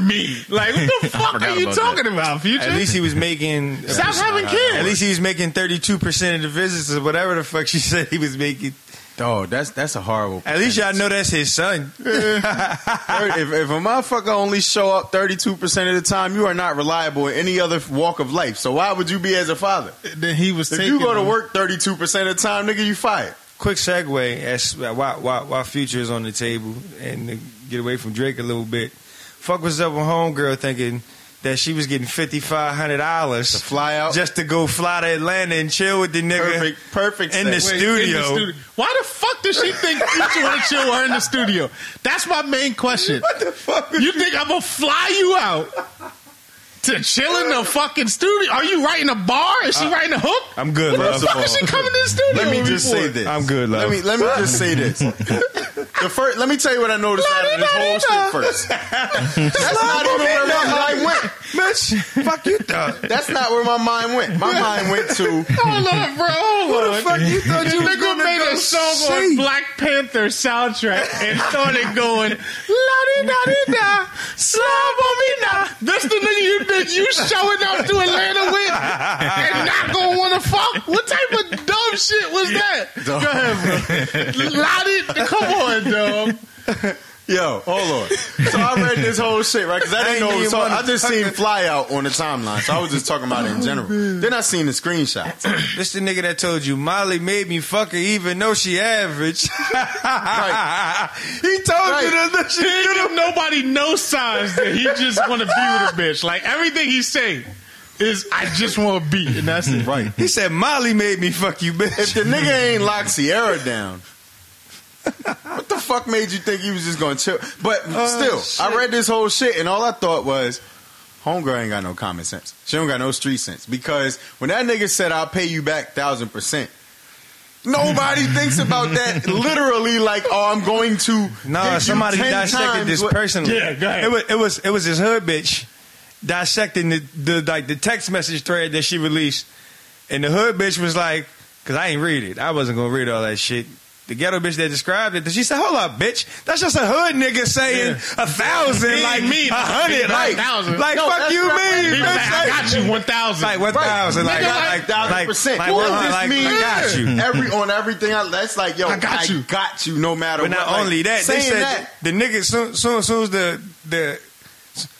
[SPEAKER 8] me. Like, what the fuck
[SPEAKER 9] forgot
[SPEAKER 8] are you
[SPEAKER 9] about
[SPEAKER 8] talking about, Future?
[SPEAKER 6] At least he was making.
[SPEAKER 8] Stop having kids.
[SPEAKER 6] At least he was making thirty two percent of the visits or whatever the fuck she [laughs] said he was making.
[SPEAKER 7] Dog, that's that's a horrible. [laughs]
[SPEAKER 6] At least y'all know that's his son.
[SPEAKER 7] if, if a motherfucker only show up thirty two percent of the time, you are not reliable in any other walk of life. So why would you be as a father?
[SPEAKER 8] then he was
[SPEAKER 7] If
[SPEAKER 8] taking
[SPEAKER 7] you go to
[SPEAKER 8] them.
[SPEAKER 7] work thirty two percent of the time, nigga, you fired.
[SPEAKER 6] Quick segue as uh, why why why future is on the table and to get away from Drake a little bit. Fuck was up with homegirl thinking that she was getting fifty five hundred
[SPEAKER 7] To
[SPEAKER 6] dollars
[SPEAKER 7] fly out,
[SPEAKER 6] just to go fly to Atlanta and chill with the nigga.
[SPEAKER 7] perfect, perfect.
[SPEAKER 6] in the
[SPEAKER 7] segue.
[SPEAKER 8] Wait,
[SPEAKER 6] studio.
[SPEAKER 8] in the studio. Why the fuck does she think Future want to chill with her in the studio? That's my main question.
[SPEAKER 7] What the fuck?
[SPEAKER 8] You think I'm gonna fly you out to chill in the fucking studio? Are you writing a bar? Is she writing a hook?
[SPEAKER 6] I'm good,
[SPEAKER 8] What
[SPEAKER 6] love.
[SPEAKER 8] the fuck is she coming to the studio?
[SPEAKER 7] Let me
[SPEAKER 8] with
[SPEAKER 7] just
[SPEAKER 8] for?
[SPEAKER 7] say this.
[SPEAKER 6] I'm good, love.
[SPEAKER 7] Let me let me just say
[SPEAKER 6] [laughs]
[SPEAKER 7] this. The first, let me tell you what I noticed out of this whole shit
[SPEAKER 6] [laughs]
[SPEAKER 7] first. That's not even where my mind went.
[SPEAKER 6] Bitch, fuck you thought.
[SPEAKER 7] That's not where my mind went. My mind went to
[SPEAKER 8] Hold on, bro. Hold on.
[SPEAKER 7] you thought
[SPEAKER 8] This oh, nigga made a song on Black Panther soundtrack and started going la di da di da slow me now. That's the nigga you think you showing up to Atlanta with and not gonna wanna fuck. What type of dumb shit was that? Go ahead, bro. La di, come on, dog.
[SPEAKER 7] Yo, hold on. So I read this whole shit, right? Because I
[SPEAKER 6] I
[SPEAKER 7] didn't know
[SPEAKER 6] ain't
[SPEAKER 7] it was
[SPEAKER 6] even
[SPEAKER 7] talking- I
[SPEAKER 6] wanna
[SPEAKER 7] just seen fly out on the timeline. So I was just talking about it in general. Then I seen the
[SPEAKER 6] [laughs]
[SPEAKER 7] screenshots.
[SPEAKER 6] This the nigga that told you Molly made me fuck her even though she average. [laughs] He told
[SPEAKER 7] Right.
[SPEAKER 6] you that she
[SPEAKER 8] He ain't give nobody no signs that he just wanna be with a bitch. Like everything he say is I just wanna be, and that's it.
[SPEAKER 7] Right.
[SPEAKER 6] He said Molly made me fuck you,
[SPEAKER 7] If
[SPEAKER 6] bitch.
[SPEAKER 7] the nigga ain't locked Sierra down, what the fuck made you think he was just gonna chill? But
[SPEAKER 6] Oh,
[SPEAKER 7] still, I
[SPEAKER 6] shit.
[SPEAKER 7] read this whole shit and all I thought was, Homegirl ain't got no common sense. She don't got no street sense because when that nigga said I'll pay you back thousand percent,
[SPEAKER 6] [laughs]
[SPEAKER 7] nobody thinks about that literally like oh I'm going to give
[SPEAKER 6] No,
[SPEAKER 7] you
[SPEAKER 6] somebody
[SPEAKER 7] 10
[SPEAKER 6] dissected
[SPEAKER 7] times
[SPEAKER 6] this
[SPEAKER 7] what-
[SPEAKER 6] personally.
[SPEAKER 8] Yeah, go ahead.
[SPEAKER 6] It was it was it was this hood bitch dissecting the, the like the text message thread that she released, and the hood bitch was like, "Cause I ain't read it. I wasn't gonna read all that shit." The ghetto bitch that described it, she said, "Hold up, bitch. That's just a hood nigga saying a thousand,
[SPEAKER 8] Me,
[SPEAKER 6] like
[SPEAKER 8] me,
[SPEAKER 6] a hundred,
[SPEAKER 8] not
[SPEAKER 6] like
[SPEAKER 8] a thousand.
[SPEAKER 6] Like
[SPEAKER 7] No,
[SPEAKER 6] fuck
[SPEAKER 7] that's
[SPEAKER 6] you, mean?
[SPEAKER 7] not right.
[SPEAKER 8] He
[SPEAKER 6] bitch.
[SPEAKER 8] was like, I
[SPEAKER 6] Like-
[SPEAKER 8] got you one thousand.
[SPEAKER 6] Like what thousand? Like,
[SPEAKER 7] Nigga,
[SPEAKER 6] like,
[SPEAKER 7] like,
[SPEAKER 6] like,
[SPEAKER 7] thousand
[SPEAKER 6] like,
[SPEAKER 7] percent.
[SPEAKER 6] like,
[SPEAKER 7] what
[SPEAKER 6] one,
[SPEAKER 7] does this
[SPEAKER 6] like,
[SPEAKER 7] mean?
[SPEAKER 6] I got you.
[SPEAKER 7] Every on everything. I, that's like yo.
[SPEAKER 8] I got you.
[SPEAKER 7] got you. No matter.
[SPEAKER 6] But
[SPEAKER 7] what.
[SPEAKER 6] not
[SPEAKER 7] Like,
[SPEAKER 6] only that, they
[SPEAKER 7] saying
[SPEAKER 6] said
[SPEAKER 7] that.
[SPEAKER 6] the nigga soon soon soon as the the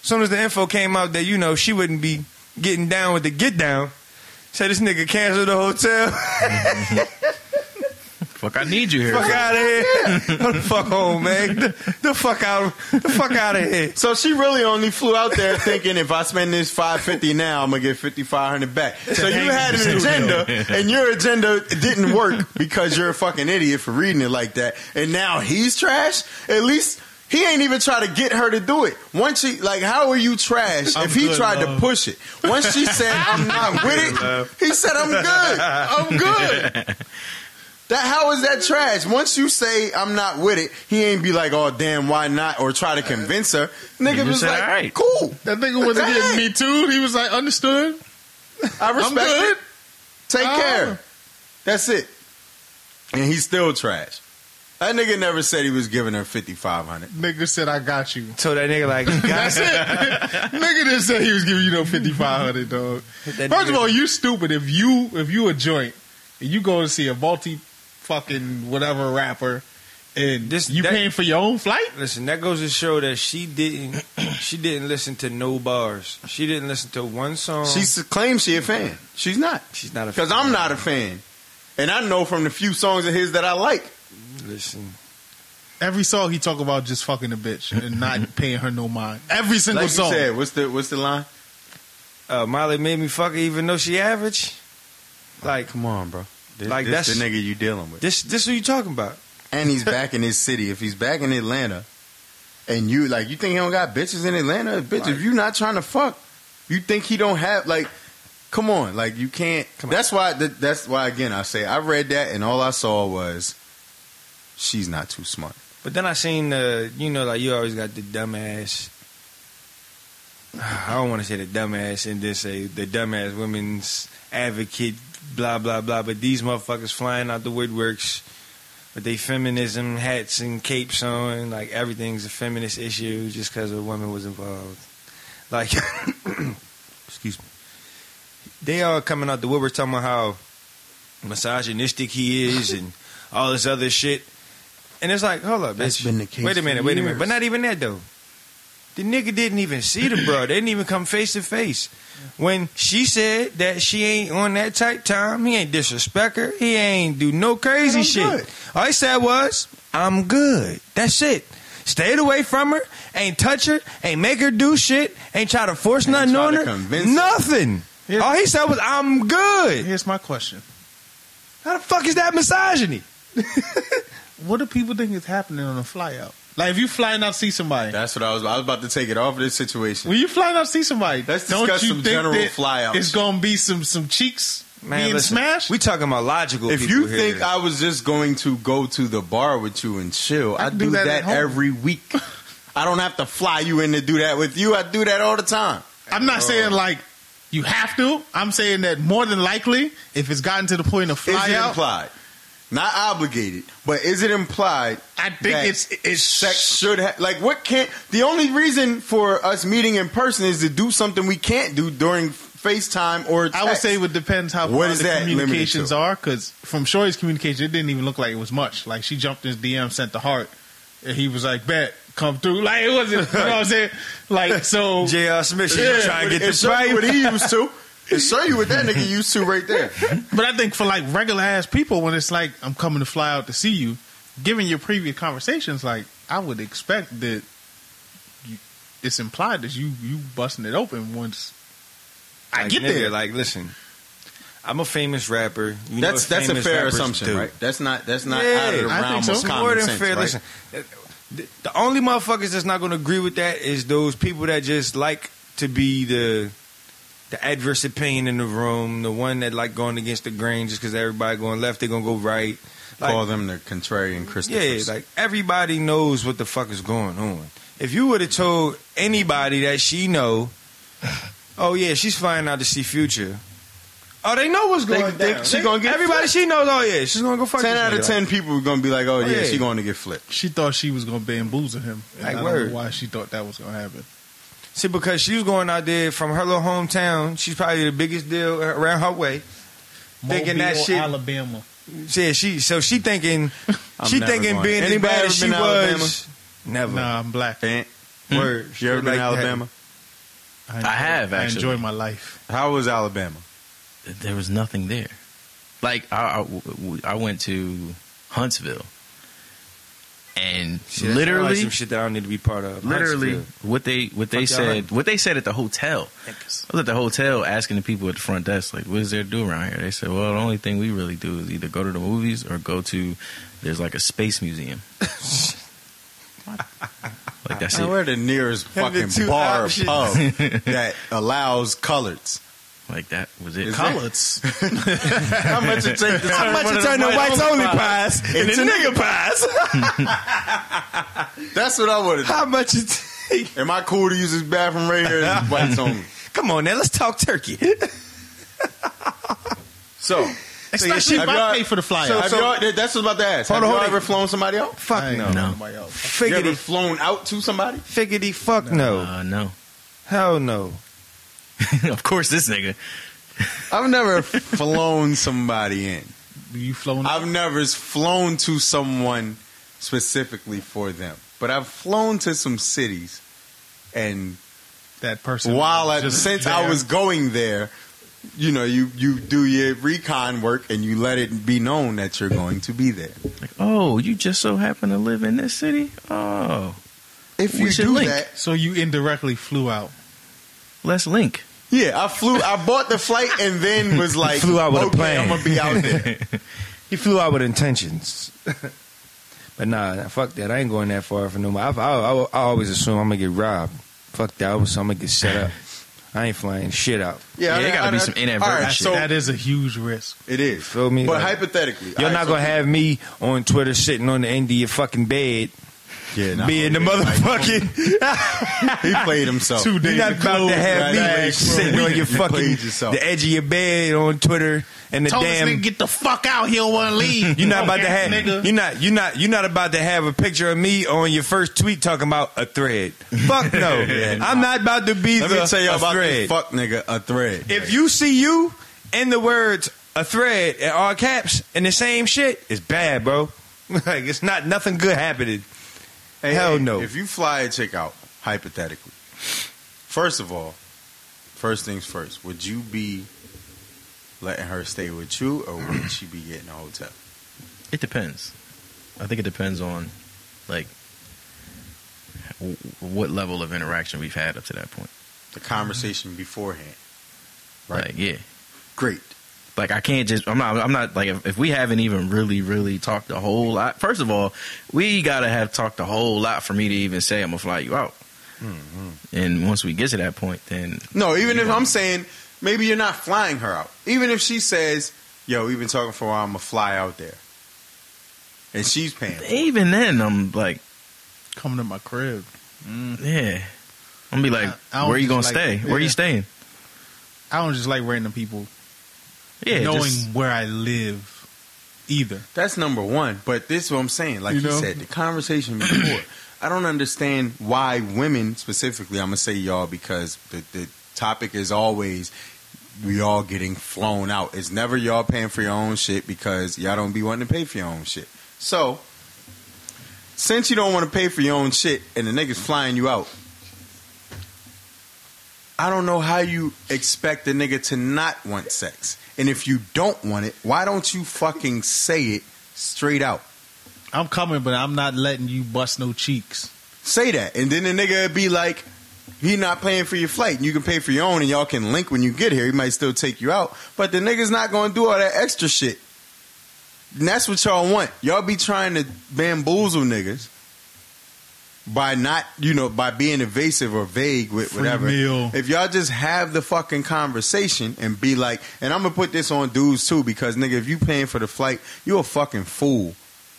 [SPEAKER 6] soon as the info came out that you know she wouldn't be getting down with the get down. Said this nigga canceled the hotel. [laughs]
[SPEAKER 9] Fuck, I need you here.
[SPEAKER 6] fuck out of here. Go the fuck home, man. The, the fuck out. The fuck out of here.
[SPEAKER 7] So she really only flew out there thinking if I spend this five fifty now, I'm gonna get fifty five hundred back. So you had an agenda, and your agenda didn't work because you're a fucking idiot for reading it like that. And now he's trash. At least. He ain't even try to get her to do it. Once she like, how are you trash?
[SPEAKER 8] I'm
[SPEAKER 7] if he
[SPEAKER 8] good,
[SPEAKER 7] tried to
[SPEAKER 8] love.
[SPEAKER 7] push it, once she said I'm not with it, he said I'm good. I'm
[SPEAKER 8] [laughs]
[SPEAKER 7] good. That how is that trash? Once you say I'm not with it, he ain't be like, oh damn, why not? Or try to convince her. Nigga
[SPEAKER 9] You
[SPEAKER 7] was
[SPEAKER 9] said,
[SPEAKER 7] like,
[SPEAKER 9] "All right."
[SPEAKER 7] cool.
[SPEAKER 8] That nigga wasn't
[SPEAKER 7] Hey.
[SPEAKER 8] getting me too. He was like, understood.
[SPEAKER 7] I respect
[SPEAKER 8] good.
[SPEAKER 7] it. Take
[SPEAKER 8] Oh.
[SPEAKER 7] care. That's it. And he's still trash. That nigga never said he was giving her fifty five hundred.
[SPEAKER 8] Nigga said, I got you.
[SPEAKER 6] So that nigga [laughs] like, got
[SPEAKER 8] That's it. [laughs] nigga didn't say he was giving you no fifty five hundred, dog.
[SPEAKER 6] that
[SPEAKER 8] First of
[SPEAKER 6] nigga-
[SPEAKER 8] all, you stupid if you if you a joint and you go to see a multi fucking whatever rapper and
[SPEAKER 6] This-
[SPEAKER 8] you
[SPEAKER 6] that-
[SPEAKER 8] paying for your own flight.
[SPEAKER 6] Listen, that goes to show that she didn't. She didn't listen to no bars. She didn't listen to one song.
[SPEAKER 7] She s- claims she a fan. She's not.
[SPEAKER 6] She's not a
[SPEAKER 7] Because I'm not a fan. And I know from the few songs of his that I like.
[SPEAKER 6] listen.
[SPEAKER 8] Every song he talk about just fucking a bitch and [laughs] not paying her no mind. Every single
[SPEAKER 7] Like you
[SPEAKER 8] song.
[SPEAKER 7] said, what's the what's the line?
[SPEAKER 6] Uh, Molly made me fuck her even though she average. Like
[SPEAKER 7] Come on, bro. This,
[SPEAKER 6] Like,
[SPEAKER 7] like this
[SPEAKER 6] that's-
[SPEAKER 7] the nigga you dealing with.
[SPEAKER 6] this. This what you talking about?
[SPEAKER 7] and [laughs] he's back in his city. If he's back in Atlanta, and you like, you think he don't got bitches in Atlanta? Bitch, if you not trying to fuck, you think he don't have like. Come on, like you can't. that's why. That, that's why. Again, I say I read that, and all I saw was she's not too smart.
[SPEAKER 6] But then I seen the, you know, like you always got the dumbass. [sighs] I don't want to say the dumbass and then say the dumbass women's advocate, blah blah blah. But these motherfuckers flying out the woodworks with they feminism hats and capes on, like everything's a feminist issue just because a woman was involved. Like, [laughs] excuse me. They all coming out the woodwork talking about how misogynistic he is and all this other shit. And it's like, hold up, bitch.
[SPEAKER 7] That's been the case
[SPEAKER 6] Wait a minute,
[SPEAKER 7] for
[SPEAKER 6] wait a minute. But
[SPEAKER 7] years.
[SPEAKER 6] not even that though. The nigga didn't even see the bro. They didn't even come face to face. When she said that she ain't on that type time, he ain't disrespect her. He ain't do no crazy
[SPEAKER 7] I'm
[SPEAKER 6] shit.
[SPEAKER 7] good.
[SPEAKER 6] All he said was, I'm good. That's it. Stayed away from her, ain't touch her, ain't make her do shit, ain't try to force nothing
[SPEAKER 7] try
[SPEAKER 6] on
[SPEAKER 7] to
[SPEAKER 6] her.
[SPEAKER 7] convince her.
[SPEAKER 6] Nothing.
[SPEAKER 8] Yeah.
[SPEAKER 6] All he said was, I'm good.
[SPEAKER 8] Here's my question.
[SPEAKER 6] How the fuck is that misogyny?
[SPEAKER 8] What do people think is happening on a fly out? Like if you flying out to see somebody.
[SPEAKER 7] That's what I was. I was about to take it off of this situation.
[SPEAKER 8] When you flying out to see somebody,
[SPEAKER 7] Let's
[SPEAKER 8] don't
[SPEAKER 7] discuss
[SPEAKER 8] you
[SPEAKER 7] some
[SPEAKER 8] think
[SPEAKER 7] general
[SPEAKER 8] that
[SPEAKER 7] fly-out
[SPEAKER 8] It's
[SPEAKER 7] shit.
[SPEAKER 8] gonna be some some cheeks being
[SPEAKER 6] listen,
[SPEAKER 8] smashed.
[SPEAKER 6] We talking about logical.
[SPEAKER 7] If
[SPEAKER 6] people
[SPEAKER 7] you
[SPEAKER 6] here.
[SPEAKER 7] think I was just going to go to the bar with you and chill, I,
[SPEAKER 8] I can
[SPEAKER 7] do,
[SPEAKER 8] do that
[SPEAKER 7] that,
[SPEAKER 8] at home.
[SPEAKER 7] every [laughs] week. I don't have to fly you in to do that with you. I do that all the time.
[SPEAKER 8] I'm not saying like you have to. I'm saying that more than likely, if it's gotten to the point of
[SPEAKER 7] Is
[SPEAKER 8] fly
[SPEAKER 7] it
[SPEAKER 8] out,
[SPEAKER 7] implied? Not obligated, but is it implied?
[SPEAKER 8] I think
[SPEAKER 7] that
[SPEAKER 8] it's it's
[SPEAKER 7] sex should ha- like what can't. The only reason for us meeting in person is to do something we can't do during FaceTime or. Text.
[SPEAKER 8] I would say it would depends how
[SPEAKER 7] What
[SPEAKER 8] far
[SPEAKER 7] is
[SPEAKER 8] the
[SPEAKER 7] that limited
[SPEAKER 8] communications
[SPEAKER 7] to?
[SPEAKER 8] are. Because from Shorty's communication, it didn't even look like it was much. Like she jumped in his DM, sent the heart, and he was like, "Bet, come through." Like it wasn't. You know what I'm saying?
[SPEAKER 7] [laughs]
[SPEAKER 8] Like so.
[SPEAKER 6] J.R. Smith, she
[SPEAKER 8] Yeah,
[SPEAKER 6] trying to get
[SPEAKER 7] It
[SPEAKER 6] the
[SPEAKER 7] show you
[SPEAKER 6] right.
[SPEAKER 7] what he used to. It show you what that nigga used to right there.
[SPEAKER 8] But I think for like regular ass people, when it's like I'm coming to fly out to see you, given your previous conversations, like I would expect that you, it's implied that you you busting it open once I
[SPEAKER 6] Like,
[SPEAKER 8] get
[SPEAKER 6] nigga,
[SPEAKER 8] there. Like,
[SPEAKER 6] Like, listen, I'm a famous rapper. You know
[SPEAKER 7] That's
[SPEAKER 6] what
[SPEAKER 7] that's a
[SPEAKER 6] famous
[SPEAKER 7] fair
[SPEAKER 6] rappers
[SPEAKER 7] assumption,
[SPEAKER 6] do.
[SPEAKER 7] right? That's not that's not out of the
[SPEAKER 8] I think
[SPEAKER 7] realm
[SPEAKER 8] so.
[SPEAKER 7] of
[SPEAKER 8] It's
[SPEAKER 7] common
[SPEAKER 6] more than
[SPEAKER 7] sense,
[SPEAKER 6] fair.
[SPEAKER 7] right?
[SPEAKER 6] Listen, the, the only motherfuckers that's not going to agree with that is those people that just like to be the the adverse opinion in the room, the one that like going against the grain just because everybody going left, they gonna go right. Like,
[SPEAKER 7] Call them the contrarian
[SPEAKER 6] yeah,
[SPEAKER 7] Christopher.
[SPEAKER 6] like everybody knows what the fuck is going on. If you would have told anybody that
[SPEAKER 7] [sighs]
[SPEAKER 6] she know, oh yeah, she's flying out to see Future. Oh, they know what's
[SPEAKER 7] They-
[SPEAKER 6] going
[SPEAKER 7] they-
[SPEAKER 6] down.
[SPEAKER 7] she gonna get
[SPEAKER 6] everybody
[SPEAKER 7] flipped.
[SPEAKER 6] she knows. Oh yeah, she's gonna go fuck.
[SPEAKER 7] ten
[SPEAKER 6] this
[SPEAKER 7] out of
[SPEAKER 6] nigga.
[SPEAKER 7] ten people are gonna be like, "Oh yeah,
[SPEAKER 6] yeah.
[SPEAKER 7] she going to get flipped."
[SPEAKER 8] She thought she was gonna bamboozle him. And
[SPEAKER 6] Like,
[SPEAKER 8] I don't
[SPEAKER 6] word.
[SPEAKER 8] know why she thought that was gonna happen.
[SPEAKER 6] See, because she was going out there from her little hometown, she's probably the biggest deal around her way. Thinking that
[SPEAKER 8] Mobile,
[SPEAKER 6] shit-
[SPEAKER 8] Alabama.
[SPEAKER 6] Yeah, she so she thinking
[SPEAKER 7] [laughs] I'm
[SPEAKER 6] she
[SPEAKER 7] never
[SPEAKER 6] thinking
[SPEAKER 7] going.
[SPEAKER 6] being as
[SPEAKER 7] Anybody
[SPEAKER 6] bad
[SPEAKER 7] ever
[SPEAKER 6] as she
[SPEAKER 7] been to
[SPEAKER 6] was. Never.
[SPEAKER 8] Nah, I'm black.
[SPEAKER 7] And
[SPEAKER 6] Word.
[SPEAKER 7] you ever been to
[SPEAKER 6] Hmm? Like that.
[SPEAKER 7] Alabama?
[SPEAKER 8] I,
[SPEAKER 9] have,
[SPEAKER 8] I enjoy
[SPEAKER 9] actually.
[SPEAKER 7] [laughs]
[SPEAKER 8] my life.
[SPEAKER 7] How was Alabama?
[SPEAKER 9] there was nothing there. Like I, I- w- I went to Huntsville, and
[SPEAKER 6] Shit, that sound like
[SPEAKER 9] literally,
[SPEAKER 6] some shit that I don't need to be part of.
[SPEAKER 9] literally,
[SPEAKER 6] Huntsville.
[SPEAKER 9] what they what they
[SPEAKER 6] Fuck y'all
[SPEAKER 9] said,
[SPEAKER 6] hunt.
[SPEAKER 9] what they said at the hotel. I was at the hotel asking the people at the front desk, like, what is there to do around here? They said, well, the only thing we really do is either go to the movies or go to there's like a space
[SPEAKER 6] [laughs]
[SPEAKER 9] museum. like that's
[SPEAKER 7] Man,
[SPEAKER 9] it.
[SPEAKER 7] we're the nearest
[SPEAKER 6] And the
[SPEAKER 7] fucking
[SPEAKER 6] two
[SPEAKER 7] bar or
[SPEAKER 6] options.
[SPEAKER 7] pub [laughs] that allows coloreds.
[SPEAKER 9] Like that was it.
[SPEAKER 7] Is
[SPEAKER 9] Col-
[SPEAKER 8] Collets.
[SPEAKER 7] How much it take? How much
[SPEAKER 9] one
[SPEAKER 7] it
[SPEAKER 9] of
[SPEAKER 7] turn
[SPEAKER 9] the
[SPEAKER 7] the
[SPEAKER 9] white
[SPEAKER 7] whites
[SPEAKER 9] only
[SPEAKER 7] only pies [laughs] into nigga pies? [laughs] That's what I would have.
[SPEAKER 6] How much it take?
[SPEAKER 7] Am I cool to use this bathroom right [laughs] here? This whites only.
[SPEAKER 6] Come on now, let's talk [laughs] turkey.
[SPEAKER 7] So.
[SPEAKER 8] Especially
[SPEAKER 7] Have
[SPEAKER 8] if
[SPEAKER 7] y'all-
[SPEAKER 8] I pay for the flyer.
[SPEAKER 7] So,
[SPEAKER 8] I-
[SPEAKER 7] so, that's what I was about to ask. Have
[SPEAKER 6] Hold on,
[SPEAKER 7] you
[SPEAKER 6] hold
[SPEAKER 7] ever
[SPEAKER 6] on.
[SPEAKER 7] flown somebody out?
[SPEAKER 8] I
[SPEAKER 6] Fuck
[SPEAKER 8] ain't
[SPEAKER 6] no.
[SPEAKER 8] going
[SPEAKER 9] no.
[SPEAKER 8] nobody else.
[SPEAKER 7] You ever
[SPEAKER 6] Figgity,
[SPEAKER 7] flown out to somebody?
[SPEAKER 6] figgity, fuck no.
[SPEAKER 9] Uh, no. [laughs]
[SPEAKER 6] Hell no.
[SPEAKER 9] of course, this nigga.
[SPEAKER 7] I've never [laughs] flown somebody in.
[SPEAKER 8] You flown
[SPEAKER 7] I've never s- flown to someone specifically for them, but I've flown to some cities, and
[SPEAKER 8] that person
[SPEAKER 7] while at,
[SPEAKER 8] just
[SPEAKER 7] since I
[SPEAKER 8] there.
[SPEAKER 7] was going there, you know, you you do your recon work and you let it be known that you're going to be there.
[SPEAKER 9] Like, oh, you just so happen to live in this city? Oh,
[SPEAKER 7] If
[SPEAKER 9] We
[SPEAKER 7] you
[SPEAKER 9] should
[SPEAKER 7] do
[SPEAKER 9] link.
[SPEAKER 7] that,
[SPEAKER 8] So you indirectly flew out.
[SPEAKER 9] let's link.
[SPEAKER 7] yeah, I flew, I bought the flight, and
[SPEAKER 6] [laughs]
[SPEAKER 7] then was like,
[SPEAKER 6] Flew out with a
[SPEAKER 7] okay,
[SPEAKER 6] plane."
[SPEAKER 7] I'm gonna be out
[SPEAKER 6] [laughs]
[SPEAKER 7] there.
[SPEAKER 6] He flew out with intentions. [laughs] but nah, fuck that. I ain't going that far for no more. I, I, I, I always assume I'm going to get robbed. Fuck that. I was, I'm going to get set [laughs] up. I ain't flying shit out.
[SPEAKER 9] Yeah,
[SPEAKER 7] I-
[SPEAKER 9] it gotta
[SPEAKER 7] I-
[SPEAKER 9] be
[SPEAKER 7] I-
[SPEAKER 9] some
[SPEAKER 7] all
[SPEAKER 9] inadvertent
[SPEAKER 7] right,
[SPEAKER 9] shit.
[SPEAKER 7] so
[SPEAKER 8] that is a huge risk.
[SPEAKER 7] it is.
[SPEAKER 6] Feel me?
[SPEAKER 7] But
[SPEAKER 6] Like,
[SPEAKER 7] hypothetically,
[SPEAKER 6] You're
[SPEAKER 7] all right,
[SPEAKER 6] not going to
[SPEAKER 7] so-
[SPEAKER 6] have me on Twitter sitting on the end of your fucking bed
[SPEAKER 7] yeah, nah,
[SPEAKER 6] being the
[SPEAKER 7] okay, like,
[SPEAKER 6] motherfucking.
[SPEAKER 7] He
[SPEAKER 6] [laughs]
[SPEAKER 7] played himself.
[SPEAKER 8] Two
[SPEAKER 6] You're
[SPEAKER 8] days
[SPEAKER 6] not
[SPEAKER 8] to
[SPEAKER 6] about to
[SPEAKER 8] close,
[SPEAKER 6] have
[SPEAKER 7] right?
[SPEAKER 6] me
[SPEAKER 7] Right,
[SPEAKER 6] sitting
[SPEAKER 7] bro.
[SPEAKER 6] on your
[SPEAKER 7] You
[SPEAKER 6] fucking
[SPEAKER 7] played yourself.
[SPEAKER 6] the edge of your bed on Twitter and the
[SPEAKER 8] Told this
[SPEAKER 6] damn.
[SPEAKER 8] nigga Oh, get the fuck out. He don't want to leave.
[SPEAKER 6] [laughs] You're not about to
[SPEAKER 8] Punk ass
[SPEAKER 6] have.
[SPEAKER 8] nigga.
[SPEAKER 6] You're not. You're not. You're not about to have a picture of me on your first tweet talking about a thread.
[SPEAKER 7] [laughs]
[SPEAKER 6] Fuck no. I'm not about to be
[SPEAKER 7] Let
[SPEAKER 6] the
[SPEAKER 7] me tell you
[SPEAKER 6] a
[SPEAKER 7] about
[SPEAKER 6] thread.
[SPEAKER 7] this fuck nigga a thread.
[SPEAKER 6] if you see you in the words a thread in all caps and the same shit, it's bad, bro. [laughs] like it's not nothing good happening.
[SPEAKER 7] Hey,
[SPEAKER 6] Hell
[SPEAKER 7] hey,
[SPEAKER 6] no.
[SPEAKER 7] If you fly a chick out, hypothetically, first of all, first things first, would you be letting her stay with you, or would she be getting a hotel?
[SPEAKER 9] It depends. I think it depends on, like, w- what level of interaction we've had up to that point.
[SPEAKER 7] The conversation beforehand, right?
[SPEAKER 9] Like, yeah,
[SPEAKER 7] Great.
[SPEAKER 9] like I can't just. I'm not. I'm not like if, if we haven't even really, really talked a whole lot. First of all, we gotta have talked a whole lot for me to even say I'm gonna fly you out.
[SPEAKER 6] Mm-hmm.
[SPEAKER 9] And once we get to that point, then
[SPEAKER 7] No, even if
[SPEAKER 9] Yeah.
[SPEAKER 7] I'm saying maybe you're not flying her out. Even if she says, "Yo, we've been talking for a while. I'm gonna fly out there," and she's paying. for it.
[SPEAKER 9] even then, I'm like,
[SPEAKER 8] Come to my crib.
[SPEAKER 9] yeah, I'm gonna be like,
[SPEAKER 8] I- I don't
[SPEAKER 9] where you gonna
[SPEAKER 8] just
[SPEAKER 9] stay?
[SPEAKER 8] like-
[SPEAKER 9] Where you
[SPEAKER 8] yeah.
[SPEAKER 9] staying?
[SPEAKER 8] I don't just like random people
[SPEAKER 9] Yeah,
[SPEAKER 8] knowing
[SPEAKER 9] just-
[SPEAKER 8] where I live either.
[SPEAKER 7] That's number one. But this is what I'm saying. Like you,
[SPEAKER 8] You know?
[SPEAKER 7] said, the conversation before.
[SPEAKER 8] [clears throat]
[SPEAKER 7] I don't understand why women specifically. I'm gonna say y'all because the the topic is always we all getting flown out. It's never y'all paying for your own shit because y'all don't be wanting to pay for your own shit. So since you don't want to pay for your own shit and the niggas flying you out. I don't know how you expect a nigga to not want sex. And if you don't want it, why don't you fucking say it straight out?
[SPEAKER 8] I'm coming, but I'm not letting you bust no cheeks.
[SPEAKER 7] Say that, and then the nigga would be like, "He not paying for your flight, and you can pay for your own, and y'all can link when you get here. He might still take you out, but the nigga's not going to do all that extra shit. And that's what y'all want. Y'all be trying to bamboozle niggas by not, you know, by being evasive or vague with
[SPEAKER 8] Free
[SPEAKER 7] whatever.
[SPEAKER 8] meal.
[SPEAKER 7] If y'all just have the fucking conversation and be like, and I'm gonna put this on dudes too because nigga, if you paying for the flight, you a fucking fool.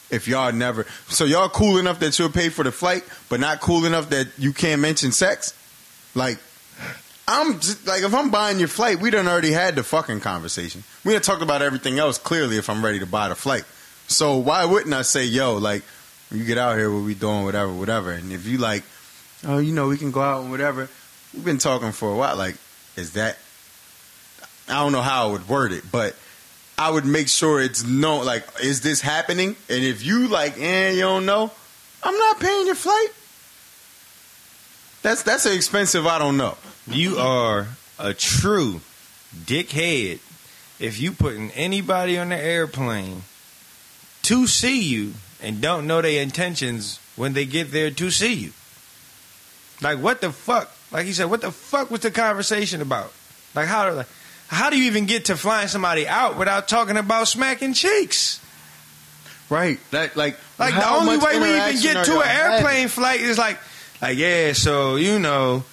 [SPEAKER 7] If y'all never, so y'all cool enough that you'll pay for the flight, but not cool enough that you can't mention sex. Like, I'm just, like, if I'm buying your flight, we done already had the fucking conversation. We done talked about everything else clearly. If I'm ready to buy the flight, so why wouldn't I say, yo, like, when you get out here, what we doing, whatever, whatever. And if you like, oh, you know, we can go out and whatever. We've been talking for a while. Like, is that? I don't know how I would word it, but I would make sure it's no. Like, is this happening? And if you like, eh, you don't know, I'm not paying your flight. That's that's an expensive. I don't know.
[SPEAKER 6] You are a true dickhead if you putting anybody on the airplane to see you and don't know their intentions when they get there to see you. Like what the fuck? Like he said, what the fuck was the conversation about? Like how like, how do you even get to flying somebody out without talking about smacking cheeks?
[SPEAKER 7] Right. That like
[SPEAKER 6] Like the
[SPEAKER 7] how
[SPEAKER 6] only
[SPEAKER 7] much
[SPEAKER 6] way we even
[SPEAKER 7] interaction
[SPEAKER 6] get
[SPEAKER 7] are
[SPEAKER 6] to
[SPEAKER 7] y'all
[SPEAKER 6] an
[SPEAKER 7] having?
[SPEAKER 6] airplane flight is like, like yeah, so you know,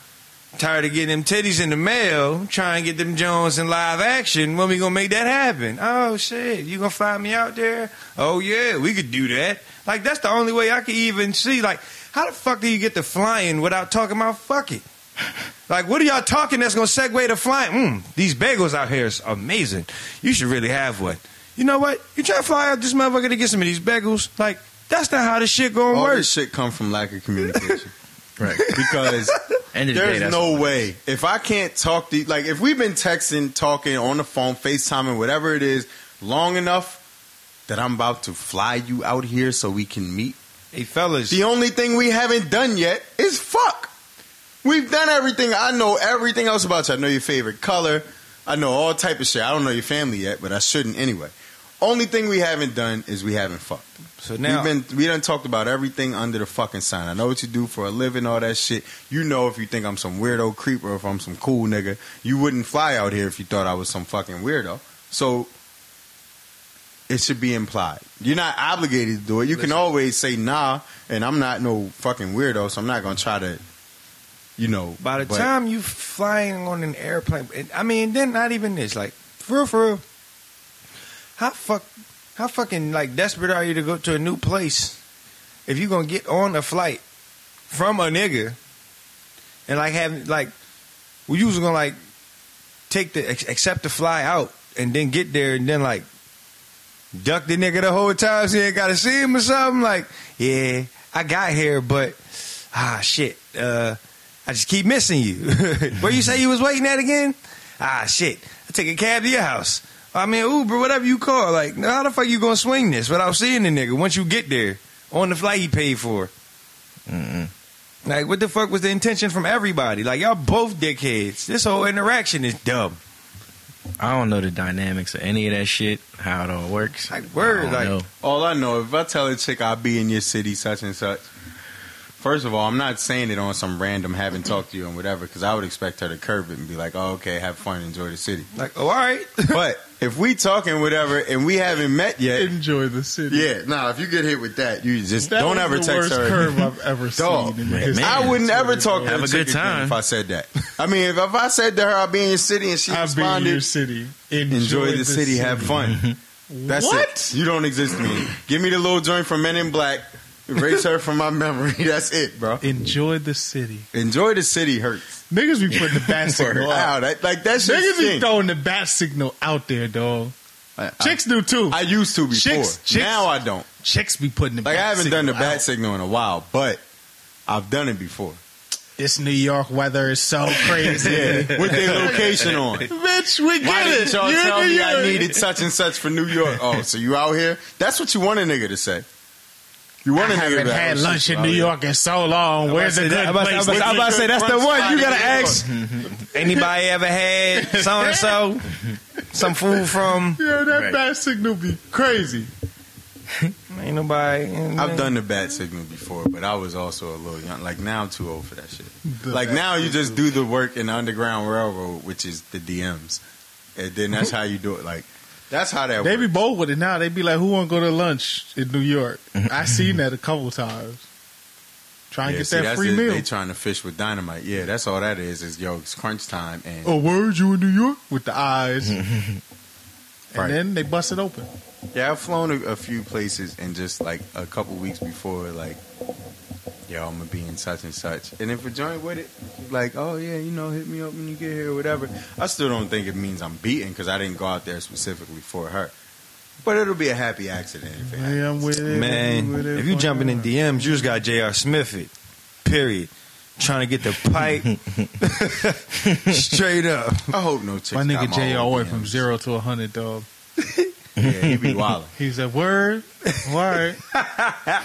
[SPEAKER 6] tired of getting them titties in the mail, try and get them Jones in live action. When we gonna make that happen? Oh shit, you gonna fly me out there? Oh yeah, we could do that. Like that's the only way I could even see. Like how the fuck do you get to flying without talking about fucking? Like, what are y'all talking that's gonna segue to flying? Mm, these bagels out here is amazing. You should really have one. You know what? You try to fly out this motherfucker to get some of these bagels. Like, that's not how this shit gonna
[SPEAKER 7] All
[SPEAKER 6] work.
[SPEAKER 7] this shit come from lack of
[SPEAKER 6] [laughs]
[SPEAKER 7] communication.
[SPEAKER 9] Right.
[SPEAKER 7] because
[SPEAKER 9] End of the day,
[SPEAKER 7] there's
[SPEAKER 9] that's
[SPEAKER 7] no
[SPEAKER 9] all.
[SPEAKER 7] way if I can't talk to like if we've been texting, talking on the phone, FaceTiming, whatever it is, long enough that I'm about to fly you out here so we can meet.
[SPEAKER 6] Hey, fellas,
[SPEAKER 7] The only thing we haven't done yet is fuck. We've done everything. I know everything else about you. I know your favorite color. I know all type of shit. I don't know your family yet, but I shouldn't anyway. Only thing we haven't done is we haven't fucked.
[SPEAKER 6] so now
[SPEAKER 7] We've been we done talked about everything under the fucking sign. I know what you do for a living, all that shit. You know if you think I'm some weirdo creep or if I'm some cool nigga, you wouldn't fly out here if you thought I was some fucking weirdo. So it should be implied. You're not obligated to do it. You can
[SPEAKER 6] Listen.
[SPEAKER 7] always say nah, and I'm not no fucking weirdo, so I'm not gonna try to, you know.
[SPEAKER 6] by the
[SPEAKER 7] but-
[SPEAKER 6] time you flying on an airplane, and, I mean, then not even this. Like, for real, for real, how fuck, how fucking like desperate are you to go to a new place if you gonna get on a flight from a nigga and like have like we you was gonna like take the ac- accept the fly out and then get there and then like duck the nigga the whole time so you ain't gotta see him or something like yeah I got here but ah shit uh I just keep missing you [laughs] where you say you was waiting at again ah shit I take a cab to your house I mean Uber whatever you call like how the fuck you gonna swing this without seeing the nigga once you get there on the flight he paid for
[SPEAKER 9] Mm-mm.
[SPEAKER 6] like, what the fuck was the intention from everybody? Like, y'all both dickheads. This whole interaction is dumb.
[SPEAKER 9] I don't know the dynamics of any of that shit, how it all works.
[SPEAKER 6] Like, word,
[SPEAKER 9] I don't
[SPEAKER 6] like-
[SPEAKER 9] know.
[SPEAKER 7] All I know, if I tell a chick I'll be in your city, such and such. First of all, I'm not saying it on some random haven't talked to you and whatever, because I would expect her to curb it and be like, "Oh, okay, have fun, enjoy the city."
[SPEAKER 6] Like, oh, all right. [laughs]
[SPEAKER 7] But if we talking whatever and we haven't met yet,
[SPEAKER 8] Enjoy the city.
[SPEAKER 7] yeah, nah. If you get hit with that, you just
[SPEAKER 8] That
[SPEAKER 7] don't
[SPEAKER 8] was
[SPEAKER 7] ever
[SPEAKER 8] the
[SPEAKER 7] text
[SPEAKER 8] worst
[SPEAKER 7] her.
[SPEAKER 8] curve I've
[SPEAKER 7] [laughs]
[SPEAKER 8] ever
[SPEAKER 7] Dog.
[SPEAKER 8] seen. in the
[SPEAKER 9] Man,
[SPEAKER 8] history
[SPEAKER 7] I
[SPEAKER 8] of
[SPEAKER 7] wouldn't
[SPEAKER 8] Twitter,
[SPEAKER 7] ever talk to
[SPEAKER 9] Have
[SPEAKER 8] dog.
[SPEAKER 7] a
[SPEAKER 9] a
[SPEAKER 7] chick
[SPEAKER 9] good
[SPEAKER 7] again
[SPEAKER 9] time.
[SPEAKER 7] if I said that. I mean, if, if I said to her, "I'll be in your city," and she
[SPEAKER 8] I've been in your
[SPEAKER 7] responded,
[SPEAKER 8] city.
[SPEAKER 7] "Enjoy the, city, have fun."
[SPEAKER 8] [laughs]
[SPEAKER 7] That's
[SPEAKER 8] What?
[SPEAKER 7] it. You don't exist to me. Give me the little joint from Men in Black. Erase her from my memory. [laughs] That's it, bro.
[SPEAKER 8] Enjoy the city.
[SPEAKER 7] Enjoy the city hurts.
[SPEAKER 8] Niggas
[SPEAKER 7] [laughs]
[SPEAKER 8] be putting the bat signal out.
[SPEAKER 7] Wow, that like that Ah, shit.
[SPEAKER 8] Niggas be throwing the bat signal out there, dog. Chicks do too.
[SPEAKER 7] I used to before.
[SPEAKER 8] Chicks- chicks-
[SPEAKER 7] now I don't.
[SPEAKER 8] Chicks be putting the
[SPEAKER 7] Like
[SPEAKER 8] bat
[SPEAKER 7] I haven't done the
[SPEAKER 8] signal
[SPEAKER 7] bat
[SPEAKER 8] out.
[SPEAKER 7] signal in a while, but I've done it
[SPEAKER 8] [laughs]
[SPEAKER 7] before.
[SPEAKER 8] This New York weather
[SPEAKER 7] [laughs]
[SPEAKER 8] is so crazy.
[SPEAKER 7] With their location on.
[SPEAKER 8] Bitch, we get
[SPEAKER 7] Why
[SPEAKER 8] it.
[SPEAKER 7] didn't y'all
[SPEAKER 8] You're
[SPEAKER 7] tell
[SPEAKER 8] in
[SPEAKER 7] me
[SPEAKER 8] New
[SPEAKER 7] I
[SPEAKER 8] York.
[SPEAKER 7] needed such and such for New York? Oh, so you out here? That's what you want a nigga to say. You want
[SPEAKER 8] I
[SPEAKER 7] a nigga
[SPEAKER 8] haven't
[SPEAKER 7] to
[SPEAKER 8] had
[SPEAKER 7] oh,
[SPEAKER 8] lunch
[SPEAKER 7] shit,
[SPEAKER 8] in
[SPEAKER 7] you
[SPEAKER 8] New
[SPEAKER 7] out here.
[SPEAKER 8] York in so long. Where's a
[SPEAKER 6] I'm
[SPEAKER 8] good
[SPEAKER 6] about to
[SPEAKER 8] place?
[SPEAKER 6] say- I'm about to say, that's the one. You got to ask anybody ever had so and so, some food from.
[SPEAKER 8] Yeah, that
[SPEAKER 9] Right.
[SPEAKER 8] bat signal be crazy.
[SPEAKER 6] Ain't nobody.
[SPEAKER 7] I've done the bat signal before, but I was also a little young. Like now, I'm too old for that shit.
[SPEAKER 8] The
[SPEAKER 7] like
[SPEAKER 8] bat
[SPEAKER 7] now, you just do the work in the Underground Railroad, which is the DMs, and then that's how you do it. Like that's how that
[SPEAKER 8] They be
[SPEAKER 7] works.
[SPEAKER 8] bold with it now. They be like, "Who want to go to lunch in New York?" I seen that a couple times. Try and
[SPEAKER 7] Yeah,
[SPEAKER 8] get
[SPEAKER 7] see,
[SPEAKER 8] that
[SPEAKER 7] that's
[SPEAKER 8] free
[SPEAKER 7] it.
[SPEAKER 8] meal.
[SPEAKER 7] They trying to fish with dynamite. Yeah, that's all that is. Is yo, it's crunch time, and
[SPEAKER 8] oh, word, you in New York? With the eyes. and
[SPEAKER 7] Right.
[SPEAKER 8] then they bust it open.
[SPEAKER 7] yeah, I've flown a, a few places, and just like a couple weeks before, like, yo, I'm gonna be in such and such, and if a joint with it, like, oh yeah, you know, hit me up when you get here, or whatever. I still don't think it means I'm beaten because I didn't go out there specifically for her, but it'll be a happy accident if it happens.
[SPEAKER 8] Yeah, I'm with it. I'm
[SPEAKER 6] Man,
[SPEAKER 8] with it,
[SPEAKER 6] if you
[SPEAKER 8] fuck
[SPEAKER 6] jumping
[SPEAKER 8] it.
[SPEAKER 6] in DMs, you just got J.R. Smith it. Period. Trying to get the pipe [laughs]
[SPEAKER 8] [laughs]
[SPEAKER 6] straight up.
[SPEAKER 7] I hope no chick.
[SPEAKER 8] My nigga JR went from zero to a hundred, dog.
[SPEAKER 7] Yeah, he
[SPEAKER 8] [laughs]
[SPEAKER 7] be wilding.
[SPEAKER 8] He said, "Word, word."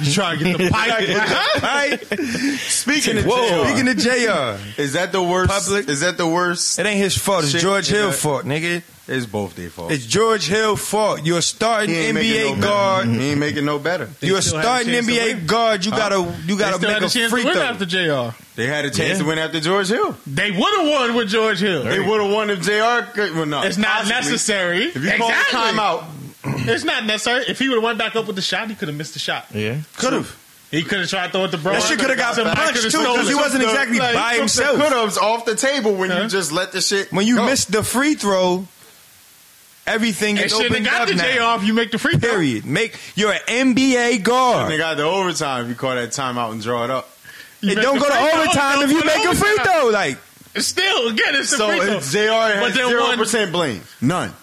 [SPEAKER 8] you trying to get [laughs] the pipe?
[SPEAKER 6] Right?
[SPEAKER 7] Speaking of
[SPEAKER 6] Whoa.
[SPEAKER 7] JR,
[SPEAKER 6] Speaking of JR,
[SPEAKER 7] is that the worst?
[SPEAKER 6] Public-
[SPEAKER 7] Is that the worst?
[SPEAKER 6] it ain't his fault. It's
[SPEAKER 7] Shit,
[SPEAKER 6] George Hill
[SPEAKER 7] yeah.
[SPEAKER 6] fault, nigga.
[SPEAKER 7] It's both their fault.
[SPEAKER 6] It's George Hill fault. You're a starting
[SPEAKER 7] He ain't making
[SPEAKER 6] NBA
[SPEAKER 7] no
[SPEAKER 6] guard.
[SPEAKER 7] Better. He ain't making no better.
[SPEAKER 8] They
[SPEAKER 6] You're a
[SPEAKER 8] still had a
[SPEAKER 6] starting
[SPEAKER 8] chance to
[SPEAKER 6] NBA
[SPEAKER 8] win.
[SPEAKER 6] guard. You
[SPEAKER 7] Huh?
[SPEAKER 6] gotta you
[SPEAKER 8] They
[SPEAKER 6] gotta
[SPEAKER 8] still
[SPEAKER 6] make
[SPEAKER 8] had
[SPEAKER 6] a
[SPEAKER 8] chance
[SPEAKER 6] free
[SPEAKER 8] to win
[SPEAKER 6] throw.
[SPEAKER 8] after Jr.
[SPEAKER 7] They had a chance
[SPEAKER 6] Yeah.
[SPEAKER 7] to win after George Hill.
[SPEAKER 8] They would have won with George Hill.
[SPEAKER 7] They would have won if Jr. Well, no,
[SPEAKER 8] It's not
[SPEAKER 7] possibly.
[SPEAKER 8] necessary.
[SPEAKER 7] If you call
[SPEAKER 8] exactly.
[SPEAKER 7] time out,
[SPEAKER 8] It's not necessary. If he would have went back up with the shot, he could have missed the shot.
[SPEAKER 9] Yeah.
[SPEAKER 6] Could have.
[SPEAKER 8] He could have tried to throw it to Bron.
[SPEAKER 6] That shit could have got punched too, because he wasn't exactly
[SPEAKER 8] Like,
[SPEAKER 6] by himself.
[SPEAKER 7] could have's off the table when
[SPEAKER 8] Huh?
[SPEAKER 7] you just let the shit.
[SPEAKER 6] When you
[SPEAKER 7] go.
[SPEAKER 6] miss the free throw, everything
[SPEAKER 8] It
[SPEAKER 6] is
[SPEAKER 8] should have
[SPEAKER 6] opened
[SPEAKER 8] got
[SPEAKER 6] up
[SPEAKER 8] the J
[SPEAKER 6] now.
[SPEAKER 8] off. You make the free throw.
[SPEAKER 6] Period. Make you're an NBA guard.
[SPEAKER 7] they got the overtime. If you call that timeout and draw it up.
[SPEAKER 8] You
[SPEAKER 6] it
[SPEAKER 8] make
[SPEAKER 6] don't
[SPEAKER 8] the
[SPEAKER 6] go to
[SPEAKER 8] free throw,
[SPEAKER 6] overtime
[SPEAKER 8] don't
[SPEAKER 6] if you
[SPEAKER 8] go to
[SPEAKER 6] make a free
[SPEAKER 8] overtime.
[SPEAKER 6] throw. Like
[SPEAKER 8] Still, again, it's the
[SPEAKER 7] So
[SPEAKER 8] free throw.
[SPEAKER 7] it's Jr. has
[SPEAKER 8] But then
[SPEAKER 7] zero
[SPEAKER 8] one-
[SPEAKER 7] percent blame. None.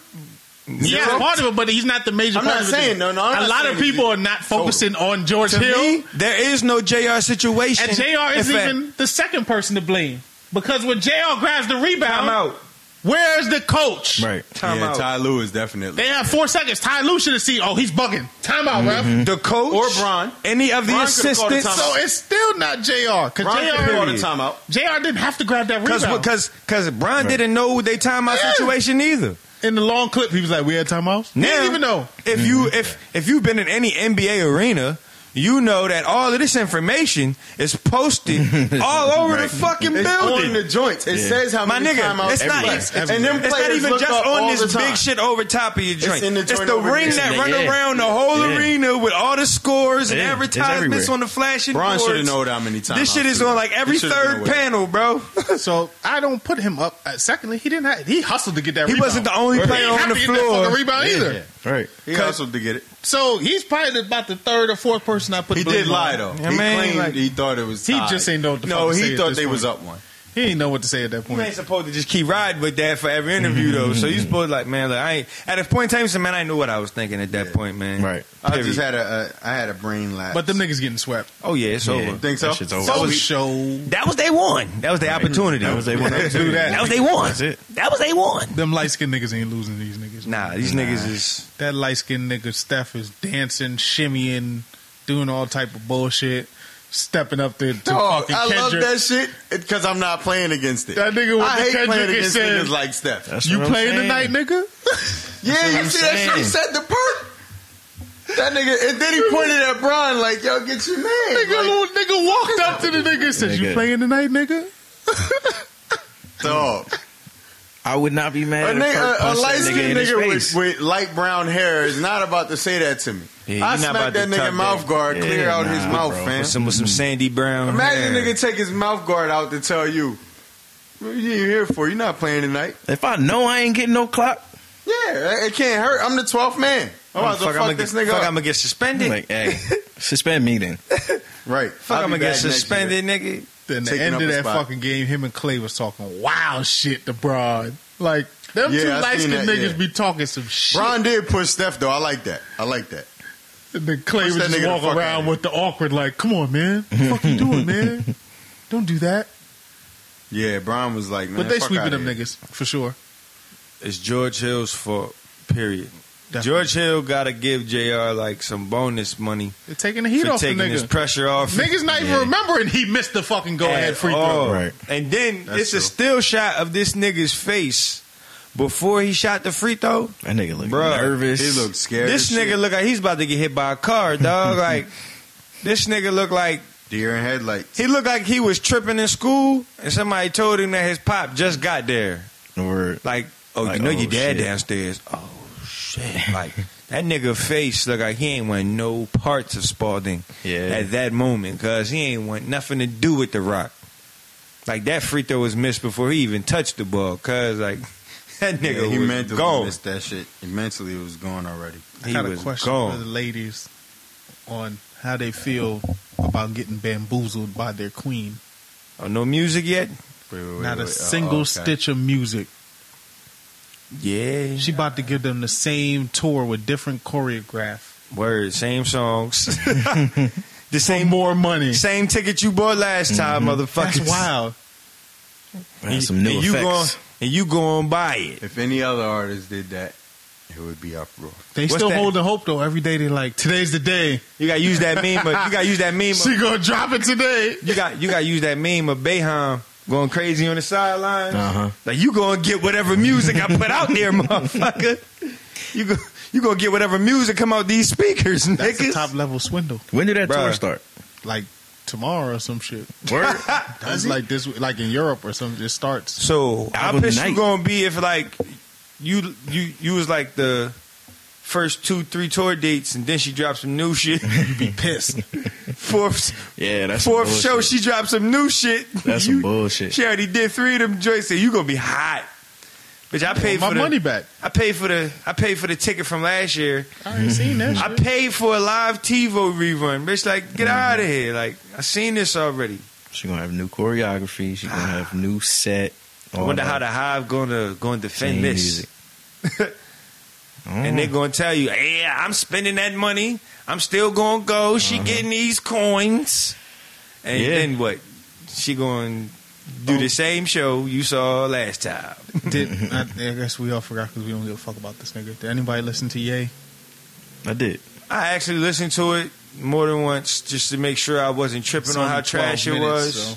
[SPEAKER 8] Yeah,
[SPEAKER 7] Zero.
[SPEAKER 8] part of it, but he's not the major.
[SPEAKER 7] I'm
[SPEAKER 8] part
[SPEAKER 7] not
[SPEAKER 8] of it.
[SPEAKER 7] saying, no, no, I'm
[SPEAKER 8] a
[SPEAKER 7] not
[SPEAKER 8] lot
[SPEAKER 7] saying
[SPEAKER 8] of people
[SPEAKER 7] it.
[SPEAKER 8] are not focusing on George
[SPEAKER 6] to
[SPEAKER 8] Hill,
[SPEAKER 6] me, there is no Jr. situation.
[SPEAKER 8] and Jr. is
[SPEAKER 6] In fact,
[SPEAKER 8] even the second person to blame because when Jr. grabs the
[SPEAKER 6] time
[SPEAKER 8] rebound,
[SPEAKER 6] out.
[SPEAKER 8] where's the coach?
[SPEAKER 9] Right.
[SPEAKER 6] Time
[SPEAKER 7] yeah,
[SPEAKER 6] out.
[SPEAKER 7] Ty Lue is definitely.
[SPEAKER 8] They have four seconds. Ty Lue should have seen. Oh, he's bugging. Timeout,
[SPEAKER 7] Mm-hmm.
[SPEAKER 8] ref.
[SPEAKER 6] The coach
[SPEAKER 7] Or Bron.
[SPEAKER 6] any of the
[SPEAKER 7] Bron could've called a
[SPEAKER 6] assistants,
[SPEAKER 8] So it's still not Jr.
[SPEAKER 7] Bron could've called a
[SPEAKER 8] Because Jr.
[SPEAKER 7] timeout.
[SPEAKER 8] Jr. didn't have to grab that
[SPEAKER 6] because
[SPEAKER 8] rebound.
[SPEAKER 6] because because Brian didn't know their timeout
[SPEAKER 8] Yeah.
[SPEAKER 6] situation either.
[SPEAKER 8] in the long clip, he was like, "We had timeouts." Now, didn't even know.
[SPEAKER 6] If you if if you've been in any NBA arena, you know that all of this information is posted all over the
[SPEAKER 9] Right.
[SPEAKER 6] fucking
[SPEAKER 7] It's on
[SPEAKER 6] building.
[SPEAKER 7] the joints. It
[SPEAKER 9] Yeah.
[SPEAKER 7] says how
[SPEAKER 6] My
[SPEAKER 7] many
[SPEAKER 6] nigga,
[SPEAKER 7] timeouts.
[SPEAKER 6] it's not,
[SPEAKER 7] everybody-
[SPEAKER 6] it's,
[SPEAKER 7] and them
[SPEAKER 6] it's
[SPEAKER 7] players
[SPEAKER 6] not even
[SPEAKER 7] look
[SPEAKER 6] just
[SPEAKER 7] up
[SPEAKER 6] on
[SPEAKER 7] all
[SPEAKER 6] this
[SPEAKER 7] the time.
[SPEAKER 6] big shit over top of your drink.
[SPEAKER 7] in the
[SPEAKER 6] It's the,
[SPEAKER 7] joint over
[SPEAKER 6] ring
[SPEAKER 7] here.
[SPEAKER 6] that
[SPEAKER 9] Yeah,
[SPEAKER 6] run
[SPEAKER 9] yeah.
[SPEAKER 6] around the whole
[SPEAKER 9] Yeah.
[SPEAKER 6] arena with all the scores and
[SPEAKER 9] Yeah, it's
[SPEAKER 6] advertisements
[SPEAKER 9] everywhere.
[SPEAKER 6] on the flashing
[SPEAKER 7] Bron
[SPEAKER 6] boards.
[SPEAKER 7] shoulda knowed how many
[SPEAKER 6] This
[SPEAKER 7] timeouts
[SPEAKER 6] shit is
[SPEAKER 7] he
[SPEAKER 6] on
[SPEAKER 7] had.
[SPEAKER 6] like every
[SPEAKER 7] He shoulda been
[SPEAKER 6] third
[SPEAKER 7] aware.
[SPEAKER 6] panel, bro.
[SPEAKER 9] [laughs]
[SPEAKER 7] [laughs]
[SPEAKER 8] So I don't put him up. Uh, secondly, he didn't. Have, he hustled to get that.
[SPEAKER 6] He
[SPEAKER 8] rebound.
[SPEAKER 6] wasn't the only
[SPEAKER 8] He
[SPEAKER 6] player
[SPEAKER 8] didn't
[SPEAKER 6] on
[SPEAKER 8] have
[SPEAKER 6] the
[SPEAKER 8] to get that
[SPEAKER 6] floor.
[SPEAKER 8] fucking rebound either.
[SPEAKER 9] Right.
[SPEAKER 7] He hustled to get it.
[SPEAKER 8] So he's probably about the third or fourth person I put.
[SPEAKER 7] He
[SPEAKER 8] blame
[SPEAKER 7] did lie
[SPEAKER 8] on.
[SPEAKER 7] though.
[SPEAKER 6] Yeah,
[SPEAKER 7] he
[SPEAKER 6] man,
[SPEAKER 7] claimed
[SPEAKER 6] like-
[SPEAKER 7] he thought it was.
[SPEAKER 8] He
[SPEAKER 7] tied.
[SPEAKER 8] just ain't know what the
[SPEAKER 7] No,
[SPEAKER 8] fuck to say
[SPEAKER 7] he
[SPEAKER 8] at
[SPEAKER 7] thought
[SPEAKER 8] this
[SPEAKER 7] they
[SPEAKER 8] point.
[SPEAKER 7] was up one.
[SPEAKER 8] He didn't know what to say at that
[SPEAKER 6] You ain't
[SPEAKER 8] point.
[SPEAKER 6] supposed to just keep riding with that for every interview though. So you
[SPEAKER 9] Mm-hmm.
[SPEAKER 6] supposed to like, man, like I ain't, at a point in time, so man, I knew what I was thinking at that
[SPEAKER 7] Yeah.
[SPEAKER 6] point, man.
[SPEAKER 9] Right.
[SPEAKER 7] I
[SPEAKER 6] Period.
[SPEAKER 7] just had a uh, I had a brain lapse.
[SPEAKER 8] But them niggas getting swept.
[SPEAKER 6] Oh yeah, it's over.
[SPEAKER 7] think so.
[SPEAKER 9] That shit's over.
[SPEAKER 8] So
[SPEAKER 9] That was-
[SPEAKER 8] show
[SPEAKER 6] That was they won. That was the opportunity.
[SPEAKER 9] That was
[SPEAKER 7] [laughs]
[SPEAKER 9] they won.
[SPEAKER 8] do that.
[SPEAKER 6] That was they won.
[SPEAKER 9] That's it.
[SPEAKER 6] That was they won.
[SPEAKER 8] Them light skinned niggas ain't losing to these niggas.
[SPEAKER 6] Nah, these niggas is
[SPEAKER 8] That light skinned nigga Steph is dancing, shimmying, doing all type of bullshit, stepping up to, to
[SPEAKER 7] Dog,
[SPEAKER 8] fucking
[SPEAKER 7] I
[SPEAKER 8] Kendrick.
[SPEAKER 7] love that shit because I'm not playing against it.
[SPEAKER 8] That nigga with
[SPEAKER 7] I
[SPEAKER 8] the
[SPEAKER 7] hate
[SPEAKER 8] Kendrick
[SPEAKER 7] playing
[SPEAKER 8] and
[SPEAKER 7] against
[SPEAKER 8] said-
[SPEAKER 7] niggas like Steph.
[SPEAKER 9] That's
[SPEAKER 8] you
[SPEAKER 9] what I'm
[SPEAKER 8] playing
[SPEAKER 9] saying.
[SPEAKER 8] tonight, nigga?
[SPEAKER 7] yeah,
[SPEAKER 9] what
[SPEAKER 7] you
[SPEAKER 9] I'm
[SPEAKER 7] see that shit? He
[SPEAKER 9] saying.
[SPEAKER 7] said the perk. That nigga, and
[SPEAKER 8] [laughs]
[SPEAKER 7] then he pointed at Brian like, "Yo, get your man." Like,
[SPEAKER 8] nigga, nigga walked up to the nigga and said, "You
[SPEAKER 9] Nigga.
[SPEAKER 8] playing tonight, nigga?"
[SPEAKER 7] dog,
[SPEAKER 9] I would not be
[SPEAKER 7] a,
[SPEAKER 9] mad. if
[SPEAKER 7] nigga,
[SPEAKER 9] Kirk
[SPEAKER 7] a, a
[SPEAKER 9] punched that
[SPEAKER 7] light skinned
[SPEAKER 9] in his
[SPEAKER 7] nigga with,
[SPEAKER 9] face.
[SPEAKER 7] with light brown hair is not about to say that to me. I
[SPEAKER 6] Yeah, he not
[SPEAKER 7] smack
[SPEAKER 6] about
[SPEAKER 7] that
[SPEAKER 6] to
[SPEAKER 7] nigga
[SPEAKER 6] talk
[SPEAKER 7] mouth
[SPEAKER 6] that-
[SPEAKER 7] guard,
[SPEAKER 9] Yeah,
[SPEAKER 7] clear out his
[SPEAKER 9] nah,
[SPEAKER 7] mouth,
[SPEAKER 9] bro.
[SPEAKER 7] fam.
[SPEAKER 6] with some with some Sandy Brown.
[SPEAKER 7] Imagine
[SPEAKER 6] hair.
[SPEAKER 7] a nigga take his mouth guard out to tell you, "What you here for? You're not playing tonight."
[SPEAKER 9] If I know I ain't getting no clock,
[SPEAKER 7] Yeah, it can't hurt. I'm the 12th man. I'm about to
[SPEAKER 6] fuck,
[SPEAKER 7] fuck,
[SPEAKER 6] I'm gonna
[SPEAKER 7] this
[SPEAKER 6] get,
[SPEAKER 7] nigga
[SPEAKER 6] fuck,
[SPEAKER 7] up.
[SPEAKER 6] I'm gonna get suspended.
[SPEAKER 9] like, hey, suspend me then.
[SPEAKER 7] right.
[SPEAKER 6] fuck,
[SPEAKER 7] I'll
[SPEAKER 6] I'm
[SPEAKER 7] be
[SPEAKER 6] gonna
[SPEAKER 7] back
[SPEAKER 6] get
[SPEAKER 7] next year.
[SPEAKER 6] suspended, nigga.
[SPEAKER 8] Then the
[SPEAKER 7] Taking
[SPEAKER 8] end
[SPEAKER 7] up
[SPEAKER 8] of
[SPEAKER 7] a
[SPEAKER 8] that
[SPEAKER 7] spot.
[SPEAKER 8] fucking game, him and Clay was talking wild shit to Braun. Like them
[SPEAKER 7] Yeah,
[SPEAKER 8] two
[SPEAKER 7] I
[SPEAKER 8] light skinned
[SPEAKER 7] seen that,
[SPEAKER 8] niggas
[SPEAKER 7] yeah.
[SPEAKER 8] be talking some shit.
[SPEAKER 7] Bron did push Steph though. I like that. I like that.
[SPEAKER 8] and then Clay
[SPEAKER 7] Push
[SPEAKER 8] would
[SPEAKER 7] that nigga
[SPEAKER 8] just
[SPEAKER 7] the
[SPEAKER 8] walk
[SPEAKER 7] fuck out of
[SPEAKER 8] around
[SPEAKER 7] here.
[SPEAKER 8] with the awkward, like, "Come on, man, what the
[SPEAKER 7] [laughs]
[SPEAKER 8] fuck you doing, man? Don't do that."
[SPEAKER 7] Yeah, Bron was like, man,
[SPEAKER 8] but they
[SPEAKER 7] fuck
[SPEAKER 8] sweeping
[SPEAKER 7] outta
[SPEAKER 8] them
[SPEAKER 7] here.
[SPEAKER 8] niggas for sure.
[SPEAKER 6] It's George Hill's fault. Period.
[SPEAKER 8] Definitely.
[SPEAKER 6] George Hill gotta give Jr. like some bonus money
[SPEAKER 8] They're taking the heat
[SPEAKER 6] for
[SPEAKER 8] off the
[SPEAKER 6] taking his
[SPEAKER 8] nigga.
[SPEAKER 6] pressure off.
[SPEAKER 8] Niggas not even remembering he missed the fucking go ahead
[SPEAKER 6] at
[SPEAKER 8] free throw.
[SPEAKER 6] all.
[SPEAKER 9] Right.
[SPEAKER 6] And then
[SPEAKER 7] That's
[SPEAKER 6] it's a
[SPEAKER 7] true.
[SPEAKER 6] still shot of this nigga's face before he shot the free throw.
[SPEAKER 9] That nigga look
[SPEAKER 6] Bruh,
[SPEAKER 9] nervous.
[SPEAKER 7] He looked scared.
[SPEAKER 6] this
[SPEAKER 7] as
[SPEAKER 6] nigga
[SPEAKER 7] shit.
[SPEAKER 6] look like he's about to get hit by a
[SPEAKER 7] [laughs]
[SPEAKER 6] car, dog. like this nigga look like
[SPEAKER 7] deer in headlights.
[SPEAKER 6] he looked like he was tripping in school, and somebody told him that his pop just got there.
[SPEAKER 9] Word.
[SPEAKER 6] Like, oh,
[SPEAKER 9] Like,
[SPEAKER 6] you know
[SPEAKER 9] oh,
[SPEAKER 6] your dad
[SPEAKER 9] shit.
[SPEAKER 6] downstairs. Oh shit! Like That nigga face look like he ain't want no parts of Spalding
[SPEAKER 9] Yeah.
[SPEAKER 6] at that moment because he ain't want nothing to do with the Rock. Like that free throw was missed before he even touched the ball because like [laughs] that nigga
[SPEAKER 7] Yeah, he
[SPEAKER 6] was
[SPEAKER 7] mentally
[SPEAKER 6] gone.
[SPEAKER 7] missed that shit. He mentally was gone already.
[SPEAKER 8] I
[SPEAKER 6] He
[SPEAKER 8] got a
[SPEAKER 6] was
[SPEAKER 8] question
[SPEAKER 6] gone.
[SPEAKER 8] for the ladies on how they feel about getting bamboozled by their queen.
[SPEAKER 6] Oh, no music yet?
[SPEAKER 7] Wait, wait, wait,
[SPEAKER 8] Not
[SPEAKER 7] wait.
[SPEAKER 8] a
[SPEAKER 7] Oh,
[SPEAKER 8] single
[SPEAKER 7] okay.
[SPEAKER 8] stitch of music.
[SPEAKER 6] Yeah.
[SPEAKER 8] She about to give them the same tour with different choreograph.
[SPEAKER 6] Word, same songs. [laughs] the same
[SPEAKER 8] More money.
[SPEAKER 6] same ticket you bought last time, motherfucker.
[SPEAKER 8] That's wild.
[SPEAKER 9] Have some new
[SPEAKER 6] and you going
[SPEAKER 9] effects.
[SPEAKER 6] and you going buy it.
[SPEAKER 7] If any other artist did that, it would be uproar.
[SPEAKER 8] They
[SPEAKER 6] What's
[SPEAKER 8] still
[SPEAKER 6] that?
[SPEAKER 8] holding hope though. Every day they like, today's the day.
[SPEAKER 6] You got to use that meme. Of, you got to use that meme.
[SPEAKER 9] [laughs]
[SPEAKER 6] Of,
[SPEAKER 8] She gonna drop it today.
[SPEAKER 6] you got you got to use that meme of Bayham going crazy on the sidelines.
[SPEAKER 9] Uh-huh.
[SPEAKER 6] Like you going to get whatever music I put out there, [laughs] motherfucker. You go, you going to get whatever music come out these speakers,
[SPEAKER 8] That's a
[SPEAKER 6] niggas.
[SPEAKER 8] top level swindle.
[SPEAKER 9] When did that tour
[SPEAKER 6] Bruh.
[SPEAKER 9] start?
[SPEAKER 8] Like tomorrow or some shit.
[SPEAKER 9] Word?
[SPEAKER 8] That's like this, like in Europe or something. It starts.
[SPEAKER 6] So how
[SPEAKER 9] Album
[SPEAKER 6] pissed you
[SPEAKER 9] night.
[SPEAKER 6] gonna be if like you you you was like the first two three tour dates and then she dropped some new shit. you
[SPEAKER 9] [laughs]
[SPEAKER 6] be pissed. Fourth
[SPEAKER 9] Yeah, that's some
[SPEAKER 6] fourth
[SPEAKER 9] bullshit.
[SPEAKER 6] show she dropped some new shit.
[SPEAKER 9] That's
[SPEAKER 6] You-
[SPEAKER 9] some bullshit.
[SPEAKER 6] She already did three of them joints. So you gonna be hot. Bitch, I paid
[SPEAKER 8] my
[SPEAKER 6] for the,
[SPEAKER 8] money back.
[SPEAKER 6] I paid for the I paid for the ticket from last year.
[SPEAKER 8] I ain't seen that.
[SPEAKER 6] Mm-hmm. I
[SPEAKER 8] Shit.
[SPEAKER 6] paid for a live TiVo rerun. Bitch, like
[SPEAKER 9] Mm-hmm.
[SPEAKER 6] get out of here. Like I seen this already.
[SPEAKER 9] She gonna have new choreography. She gonna
[SPEAKER 7] Ah.
[SPEAKER 9] have new set.
[SPEAKER 6] I wonder how the Hive gonna gonna defend
[SPEAKER 9] Oh, Same
[SPEAKER 6] this.
[SPEAKER 9] music.
[SPEAKER 6] [laughs] And they're gonna tell you, yeah, I'm spending that money. I'm still gonna go. She getting these coins. And
[SPEAKER 9] Yeah.
[SPEAKER 6] then what? She gonna do the same show you saw last time.
[SPEAKER 8] Did I, I guess we all forgot because we don't give a fuck about this nigga. Did anybody listen to Ye?
[SPEAKER 9] I did.
[SPEAKER 6] I actually listened to it more than once just to make sure I wasn't tripping
[SPEAKER 8] It's
[SPEAKER 6] on
[SPEAKER 8] only
[SPEAKER 6] how trash
[SPEAKER 8] 12
[SPEAKER 6] it
[SPEAKER 8] minutes,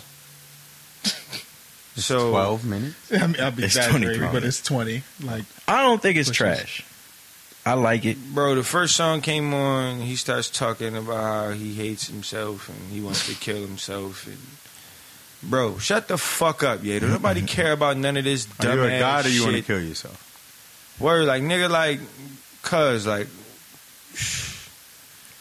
[SPEAKER 6] was. So,
[SPEAKER 7] Twelve minutes.
[SPEAKER 8] I mean, I'll be
[SPEAKER 9] It's
[SPEAKER 8] exaggerating,
[SPEAKER 9] 23.
[SPEAKER 8] but it's twenty. Like
[SPEAKER 9] I don't think it's
[SPEAKER 8] Which is-
[SPEAKER 9] trash. I like it.
[SPEAKER 6] bro, the first song came on. He starts talking about how he hates himself and he wants to kill himself. And bro, shut the fuck up, yeah. Don't nobody care about none of this dumb
[SPEAKER 7] Are you a god or you want to
[SPEAKER 6] shit.
[SPEAKER 7] kill yourself?
[SPEAKER 6] Word, like nigga, like cuz, like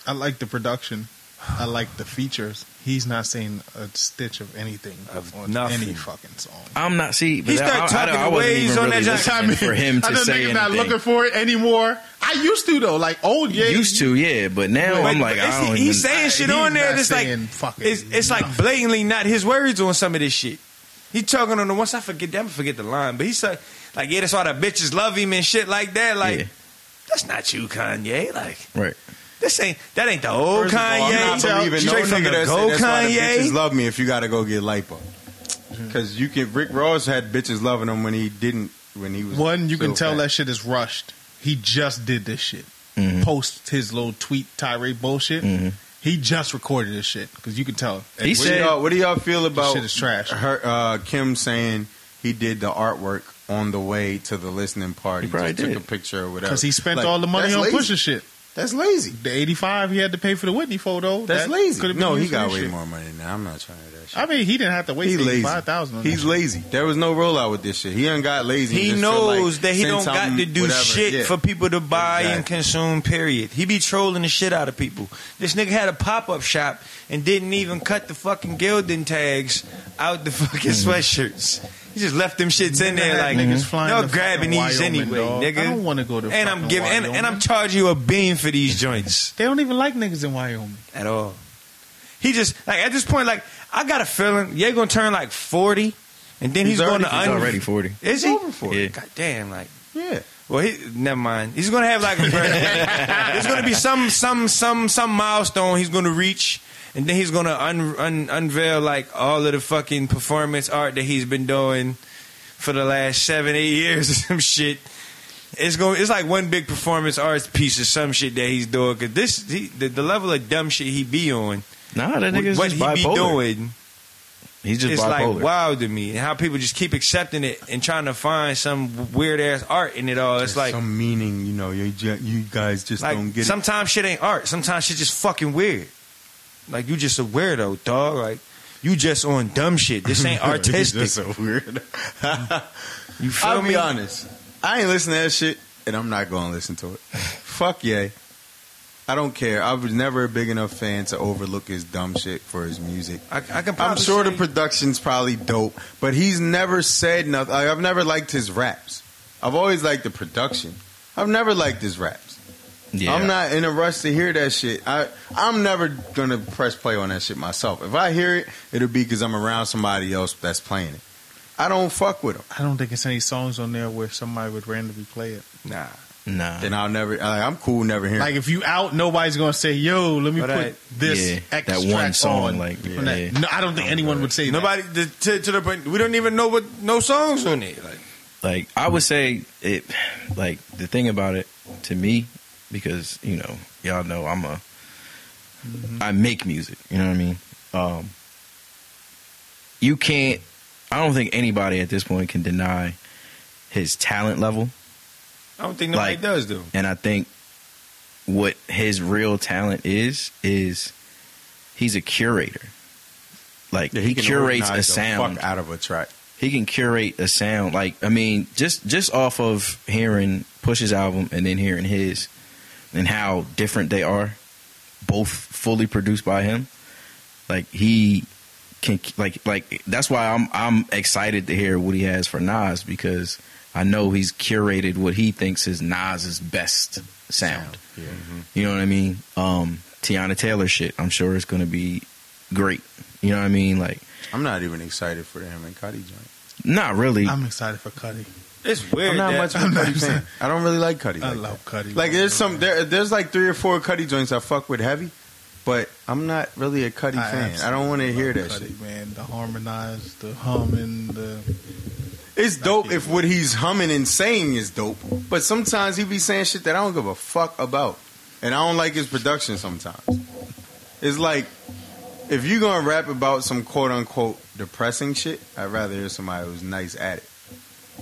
[SPEAKER 8] I like the production. I like the features. He's not saying a stitch of anything
[SPEAKER 6] Of
[SPEAKER 8] on
[SPEAKER 6] nothing.
[SPEAKER 8] any fucking song.
[SPEAKER 9] I'm not see. But
[SPEAKER 6] He
[SPEAKER 9] I,
[SPEAKER 6] started
[SPEAKER 9] I, I,
[SPEAKER 6] talking
[SPEAKER 9] I wasn't
[SPEAKER 6] ways
[SPEAKER 9] even
[SPEAKER 6] on
[SPEAKER 9] really
[SPEAKER 6] that
[SPEAKER 9] listening
[SPEAKER 6] jock-
[SPEAKER 9] for
[SPEAKER 6] [laughs]
[SPEAKER 9] him to say anything.
[SPEAKER 8] not looking for it anymore. I used to though, like oh, old Ye.
[SPEAKER 9] Used to, yeah, but now
[SPEAKER 6] But-
[SPEAKER 9] I'm like, I
[SPEAKER 6] but it's-
[SPEAKER 9] don't even.
[SPEAKER 6] he's saying shit
[SPEAKER 8] He's
[SPEAKER 6] on there
[SPEAKER 8] not
[SPEAKER 6] that's like
[SPEAKER 8] saying fucking
[SPEAKER 6] it's, it's like blatantly not his words on some of this shit. He talking on the once I forget that, I'm gonna forget the line, but he's like, like yeah, that's why the bitches love him and shit like that. Like
[SPEAKER 9] Yeah.
[SPEAKER 6] that's not you, Kanye. Like
[SPEAKER 9] right.
[SPEAKER 6] this ain't that ain't the old
[SPEAKER 7] First of all, I'm
[SPEAKER 6] Kanye.
[SPEAKER 7] not believing no
[SPEAKER 6] straight from
[SPEAKER 7] nigga
[SPEAKER 6] the
[SPEAKER 7] that say
[SPEAKER 6] gold
[SPEAKER 7] that's why the bitches
[SPEAKER 6] Kanye.
[SPEAKER 7] love me if you got to go get lipo.
[SPEAKER 8] Mm-hmm.
[SPEAKER 7] Because you can. Rick Ross had bitches loving him when he didn't. When he was
[SPEAKER 8] One, you can
[SPEAKER 7] so
[SPEAKER 8] tell
[SPEAKER 7] fat.
[SPEAKER 8] that shit is rushed. He just did this shit.
[SPEAKER 9] Mhm.
[SPEAKER 8] Post his little tweet tirade bullshit. He just recorded this shit because you can tell.
[SPEAKER 9] Mm-hmm. He
[SPEAKER 8] And
[SPEAKER 7] What
[SPEAKER 9] said-
[SPEAKER 7] do y'all, what do y'all feel about
[SPEAKER 8] shit is trash.
[SPEAKER 7] Her, uh, Kim saying he did the artwork on the way to the listening party.
[SPEAKER 9] He probably
[SPEAKER 7] Just
[SPEAKER 9] did.
[SPEAKER 7] took a picture or whatever.
[SPEAKER 8] Because he spent
[SPEAKER 7] Like,
[SPEAKER 8] all the money
[SPEAKER 7] that's
[SPEAKER 8] on
[SPEAKER 7] lazy.
[SPEAKER 8] Pusha shit.
[SPEAKER 7] That's lazy.
[SPEAKER 8] The 85 he had to pay for the Whitney photo.
[SPEAKER 7] That's
[SPEAKER 8] That
[SPEAKER 7] lazy.
[SPEAKER 8] could've been
[SPEAKER 7] No, he
[SPEAKER 8] used for
[SPEAKER 7] got
[SPEAKER 8] this
[SPEAKER 7] way
[SPEAKER 8] shit.
[SPEAKER 7] more money than that. I'm not trying to do that shit.
[SPEAKER 8] I mean, he didn't have to
[SPEAKER 7] He
[SPEAKER 8] wait
[SPEAKER 7] lazy.
[SPEAKER 8] 5000
[SPEAKER 7] He's lazy. There was no rollout with this shit. He done got lazy.
[SPEAKER 6] He
[SPEAKER 7] and just feel like
[SPEAKER 6] knows that he
[SPEAKER 7] since
[SPEAKER 6] don't got
[SPEAKER 7] I'm
[SPEAKER 6] to do
[SPEAKER 7] whatever,
[SPEAKER 6] shit
[SPEAKER 7] yeah.
[SPEAKER 6] for people to buy and
[SPEAKER 7] Exactly.
[SPEAKER 6] consume. Period. He be trolling the shit out of people. This nigga had a pop up shop and didn't even cut the fucking Gildan tags out the [laughs] fucking
[SPEAKER 7] Mm-hmm.
[SPEAKER 6] sweatshirts. He just left them shits in there like
[SPEAKER 8] niggas flying
[SPEAKER 6] y'all
[SPEAKER 8] to fucking
[SPEAKER 6] grabbing these
[SPEAKER 8] Wyoming,
[SPEAKER 6] anyway,
[SPEAKER 8] dog.
[SPEAKER 6] nigga.
[SPEAKER 8] I don't wanna go to
[SPEAKER 6] and I'm
[SPEAKER 8] fucking
[SPEAKER 6] giving and, and I'm
[SPEAKER 8] Wyoming.
[SPEAKER 6] charging you a bean
[SPEAKER 7] [laughs]
[SPEAKER 6] for these joints
[SPEAKER 8] They don't even like niggas in Wyoming.
[SPEAKER 6] at all. He just like at this point, like I got a feeling Ye gonna turn like forty, and then
[SPEAKER 7] He's
[SPEAKER 6] he's, going
[SPEAKER 7] already-
[SPEAKER 6] to
[SPEAKER 9] He's already 40.
[SPEAKER 6] Is he?
[SPEAKER 7] He's over 40.
[SPEAKER 9] Yeah.
[SPEAKER 6] God damn, like
[SPEAKER 7] Yeah.
[SPEAKER 6] well, he never mind. He's gonna have like a there's gonna be some some some some milestone he's gonna reach, and then he's gonna un, un, unveil like all of the fucking performance art that he's been doing for the last seven eight years or some shit. It's going. to It's like one big performance arts piece or some shit that he's doing. Cause this, he, the, the level of dumb shit he be on,
[SPEAKER 9] Nah, Oh, that nigga's
[SPEAKER 6] what
[SPEAKER 9] just
[SPEAKER 6] he
[SPEAKER 9] bipolar.
[SPEAKER 6] be doing,
[SPEAKER 9] He's just
[SPEAKER 6] it's
[SPEAKER 9] bipolar.
[SPEAKER 6] like wild to me. And how people just keep accepting it and trying to find some weird ass art in it all. It's
[SPEAKER 7] There's
[SPEAKER 6] like
[SPEAKER 7] some meaning, you know. You, ju- you guys just don't
[SPEAKER 6] like
[SPEAKER 7] get it.
[SPEAKER 6] sometimes shit ain't art. Sometimes shit just fucking weird. Like you just a weirdo, dog. Like you just on dumb shit. [laughs]
[SPEAKER 7] [laughs]
[SPEAKER 6] This [laughs] ain't artistic.
[SPEAKER 7] That's so weird. [laughs]
[SPEAKER 6] You feel
[SPEAKER 7] I'll
[SPEAKER 6] me?
[SPEAKER 7] be honest. I ain't listen to that shit, and I'm not gonna listen to it. [laughs] Fuck yeah. I don't care. I was never a big enough fan to overlook his dumb shit for his music.
[SPEAKER 6] I, I can.
[SPEAKER 7] I'm
[SPEAKER 6] probably
[SPEAKER 7] sure the
[SPEAKER 6] say-
[SPEAKER 7] production's probably dope, but he's never said nothing. Like, I've never liked his raps. I've always liked the production. I've never liked his raps.
[SPEAKER 9] Yeah.
[SPEAKER 7] I'm not in a rush to hear that shit. I I'm never gonna press play on that shit myself. If I hear it, it'll be because I'm around somebody else that's playing it. I don't fuck with him.
[SPEAKER 8] I don't think it's any songs on there where somebody would randomly play it.
[SPEAKER 6] Nah.
[SPEAKER 9] Nah.
[SPEAKER 7] Then I'll never. Like, I'm cool, never hearing.
[SPEAKER 8] Like if you out, nobody's gonna say, "Yo, let me
[SPEAKER 6] But
[SPEAKER 8] put
[SPEAKER 6] I-
[SPEAKER 8] this
[SPEAKER 9] Yeah,
[SPEAKER 8] X
[SPEAKER 9] that one
[SPEAKER 8] track
[SPEAKER 9] song,
[SPEAKER 8] on."
[SPEAKER 9] like,
[SPEAKER 8] From
[SPEAKER 9] yeah.
[SPEAKER 8] that- No, I don't think anyone would say
[SPEAKER 6] Nobody to, to, to the point. We don't even know what no songs on it. Like
[SPEAKER 9] like I would say it like the thing about it to me because you know y'all know I'm a
[SPEAKER 7] Mm-hmm.
[SPEAKER 9] I make music you know what I mean um you can't I don't think anybody at this point can deny his talent level
[SPEAKER 6] I don't think nobody
[SPEAKER 9] Like-
[SPEAKER 6] does though.
[SPEAKER 9] and I think what his real talent is is he's a curator like
[SPEAKER 7] Yeah,
[SPEAKER 9] he, curates a
[SPEAKER 7] organize the
[SPEAKER 9] sound
[SPEAKER 7] fuck out of a track.
[SPEAKER 9] he can curate a sound like i mean just just off of hearing push's album and then hearing his and how different they are both fully produced by him like he can like like that's why i'm i'm excited to hear what he has for nas because i know he's curated what he thinks is nas's best sound, you know what i mean um tiana taylor shit i'm sure it's gonna be great you know what i mean like
[SPEAKER 7] I'm not even excited for him and Cuddy joint.
[SPEAKER 9] not really
[SPEAKER 8] that. I'm excited for Cuddy.
[SPEAKER 6] It's weird.
[SPEAKER 7] I'm not
[SPEAKER 6] that-
[SPEAKER 7] much of a Cudi fan. I don't really like Cuddy.
[SPEAKER 8] I
[SPEAKER 7] like
[SPEAKER 8] love Cuddy.
[SPEAKER 7] Like there's some there, there's like three or four Cuddy joints I fuck with heavy, but I'm not really a Cuddy fan. I don't want to hear that shit.
[SPEAKER 8] man. The harmonized, the humming, the
[SPEAKER 7] It's dope if what he's humming and saying is dope, but sometimes he be saying shit that I don't give a fuck about, and I don't like his production sometimes. It's like if you're gonna rap about some quote unquote depressing shit, I'd rather hear somebody who's nice at it.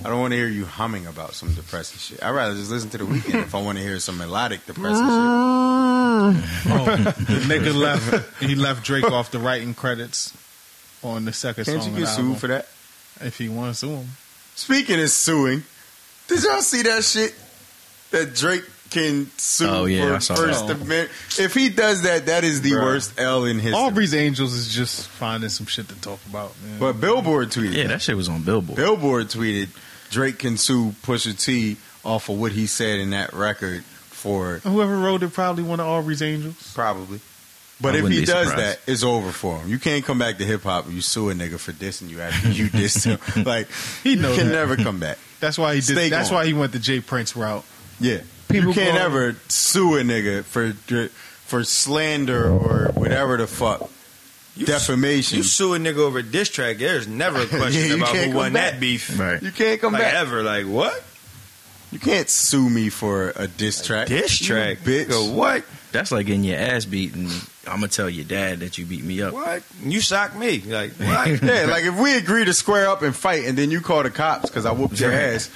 [SPEAKER 7] I don't want to hear you humming about some depressing shit. I'd rather just listen to the weekend if I want to hear some melodic depressing shit.
[SPEAKER 8] oh, the
[SPEAKER 7] [laughs]
[SPEAKER 8] nigga left. He left Drake off the writing credits on the 2nd
[SPEAKER 7] Can't
[SPEAKER 8] song.
[SPEAKER 7] you
[SPEAKER 8] of
[SPEAKER 7] get
[SPEAKER 8] the
[SPEAKER 7] sued
[SPEAKER 8] album.
[SPEAKER 7] for that?
[SPEAKER 8] If he wants to sue him,
[SPEAKER 7] Speaking of suing, did y'all see that shit that Drake can sue
[SPEAKER 9] Oh, yeah, I
[SPEAKER 7] for
[SPEAKER 9] saw
[SPEAKER 7] First
[SPEAKER 8] that.
[SPEAKER 7] Amendment? If he does that, that is the
[SPEAKER 8] Bruh.
[SPEAKER 7] worst L in history.
[SPEAKER 8] Aubrey's Angels is just finding some shit to talk about, man.
[SPEAKER 7] But Billboard tweeted.
[SPEAKER 9] Yeah, that shit was on Billboard.
[SPEAKER 7] Billboard tweeted Drake can sue Pusha T off of what he said in that record for
[SPEAKER 8] whoever wrote it probably one of Aubrey's Angels.
[SPEAKER 7] probably. But
[SPEAKER 9] I
[SPEAKER 7] if
[SPEAKER 9] wouldn't
[SPEAKER 7] he
[SPEAKER 9] be
[SPEAKER 7] does
[SPEAKER 9] surprised.
[SPEAKER 7] that, it's over for him. You can't come back to hip hop and you sue a nigga for dissing you after you [laughs] dissed him. Like
[SPEAKER 8] He
[SPEAKER 7] you
[SPEAKER 8] knows
[SPEAKER 7] can
[SPEAKER 8] that.
[SPEAKER 7] never come back.
[SPEAKER 8] That's why he did.
[SPEAKER 7] Stay
[SPEAKER 8] that's
[SPEAKER 7] gone.
[SPEAKER 8] why he went the Jay Prince route.
[SPEAKER 7] Yeah,
[SPEAKER 8] People
[SPEAKER 7] you can't
[SPEAKER 8] go-
[SPEAKER 7] ever sue a nigga for for slander or whatever the fuck
[SPEAKER 6] you,
[SPEAKER 7] defamation.
[SPEAKER 6] You sue a nigga over a diss track. There's never [laughs] a question
[SPEAKER 7] Yeah, you
[SPEAKER 6] about
[SPEAKER 7] can't
[SPEAKER 6] who
[SPEAKER 7] come
[SPEAKER 6] won
[SPEAKER 7] back.
[SPEAKER 6] that beef.
[SPEAKER 9] Right.
[SPEAKER 7] You can't come
[SPEAKER 6] Like
[SPEAKER 7] back.
[SPEAKER 6] ever. Like what?
[SPEAKER 7] You can't sue me for a diss track.
[SPEAKER 6] Diss
[SPEAKER 7] You
[SPEAKER 6] track,
[SPEAKER 7] bitch.
[SPEAKER 6] Nigga, what?
[SPEAKER 9] That's like getting your ass beaten. I'm gonna tell your dad that you beat me up.
[SPEAKER 6] What? You sock me. Like what?
[SPEAKER 7] [laughs] Yeah, like if we agree to square up and fight, and then you call the cops because I whooped your
[SPEAKER 9] Right.
[SPEAKER 7] ass.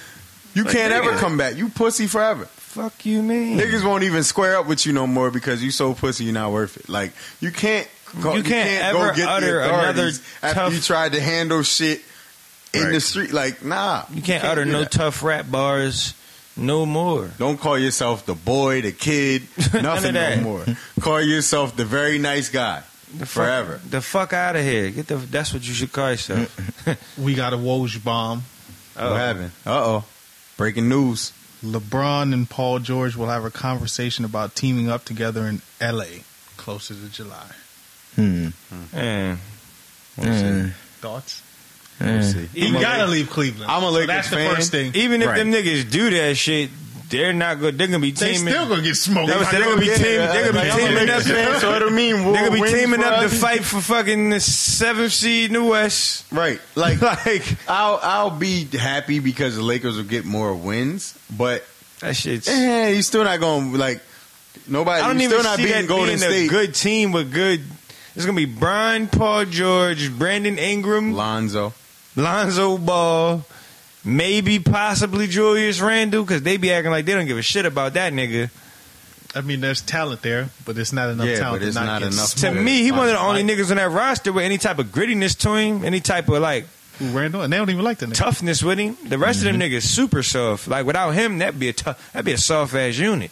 [SPEAKER 7] You
[SPEAKER 9] Like,
[SPEAKER 7] can't ever
[SPEAKER 9] nigga.
[SPEAKER 7] come back. You pussy forever.
[SPEAKER 6] fuck you mean?
[SPEAKER 7] Niggas won't even square up with you no more because you so pussy you're not worth it. Like you can't go,
[SPEAKER 6] You can't ever utter
[SPEAKER 7] authorities
[SPEAKER 6] another
[SPEAKER 7] after
[SPEAKER 6] tough-
[SPEAKER 7] you tried to handle shit in
[SPEAKER 9] Right.
[SPEAKER 7] the street. Like nah,
[SPEAKER 6] You can't
[SPEAKER 7] do
[SPEAKER 6] utter no
[SPEAKER 7] that.
[SPEAKER 6] tough rap bars no more.
[SPEAKER 7] Don't call yourself the boy, the kid,
[SPEAKER 6] [laughs] None
[SPEAKER 7] nothing
[SPEAKER 6] of that.
[SPEAKER 7] no more. Call yourself the very nice guy
[SPEAKER 6] The fuck-
[SPEAKER 7] forever.
[SPEAKER 6] the fuck out of here. Get the. That's what you should call yourself.
[SPEAKER 8] We got a Woj bomb.
[SPEAKER 7] What happened? Uh oh. Breaking news.
[SPEAKER 8] LeBron and Paul George will have a conversation about teaming up together in L.A. closer to July.
[SPEAKER 9] [laughs] Hmm.
[SPEAKER 6] Mm.
[SPEAKER 7] We'll see.
[SPEAKER 8] Thoughts?
[SPEAKER 7] We'll see.
[SPEAKER 8] You gotta leave Cleveland.
[SPEAKER 7] I'm a
[SPEAKER 8] So
[SPEAKER 7] Lakers
[SPEAKER 8] That's the
[SPEAKER 7] fan.
[SPEAKER 8] first thing.
[SPEAKER 6] Even if
[SPEAKER 9] Right.
[SPEAKER 6] them niggas do that shit, they're not gonna. They're gonna be
[SPEAKER 8] They
[SPEAKER 6] teaming.
[SPEAKER 8] still gonna get smoked.
[SPEAKER 6] That was- they're gonna be team- they're gonna be
[SPEAKER 7] I'm a
[SPEAKER 6] teaming
[SPEAKER 7] Lakers
[SPEAKER 6] up.
[SPEAKER 7] fan, so it'll mean
[SPEAKER 6] They're gonna be
[SPEAKER 7] wins
[SPEAKER 6] teaming
[SPEAKER 7] for
[SPEAKER 6] up to
[SPEAKER 7] us.
[SPEAKER 6] fight for fucking the seventh seed in the West.
[SPEAKER 7] Right.
[SPEAKER 6] [laughs]
[SPEAKER 7] Like like I'll I'll be happy because the Lakers will get more wins, but
[SPEAKER 6] That shit's.
[SPEAKER 7] eh, you're still not going to like nobody
[SPEAKER 6] I don't
[SPEAKER 7] you're
[SPEAKER 6] even
[SPEAKER 7] still not
[SPEAKER 6] see
[SPEAKER 7] beating
[SPEAKER 6] that
[SPEAKER 7] Golden
[SPEAKER 6] being
[SPEAKER 7] State.
[SPEAKER 6] a good team with good. It's gonna be Brian, Paul George, Brandon Ingram,
[SPEAKER 7] Lonzo.
[SPEAKER 6] Lonzo Ball, maybe possibly Julius Randle, because they be acting like they don't give a shit about that nigga.
[SPEAKER 8] I mean, there's talent there, but it's not enough
[SPEAKER 7] Yeah,
[SPEAKER 8] talent.
[SPEAKER 7] but it's
[SPEAKER 8] to
[SPEAKER 7] not
[SPEAKER 8] get
[SPEAKER 7] enough.
[SPEAKER 6] To
[SPEAKER 7] Yeah,
[SPEAKER 6] me, he
[SPEAKER 7] like-
[SPEAKER 6] one of the only
[SPEAKER 7] like-
[SPEAKER 6] niggas on that roster with any type of grittiness to him, any type of like
[SPEAKER 8] Who Randall, and they don't even like the name.
[SPEAKER 6] toughness with
[SPEAKER 7] Mm-hmm.
[SPEAKER 6] him. The rest of them niggas super soft. Like without him, that'd be a tough, that'd be a soft ass unit.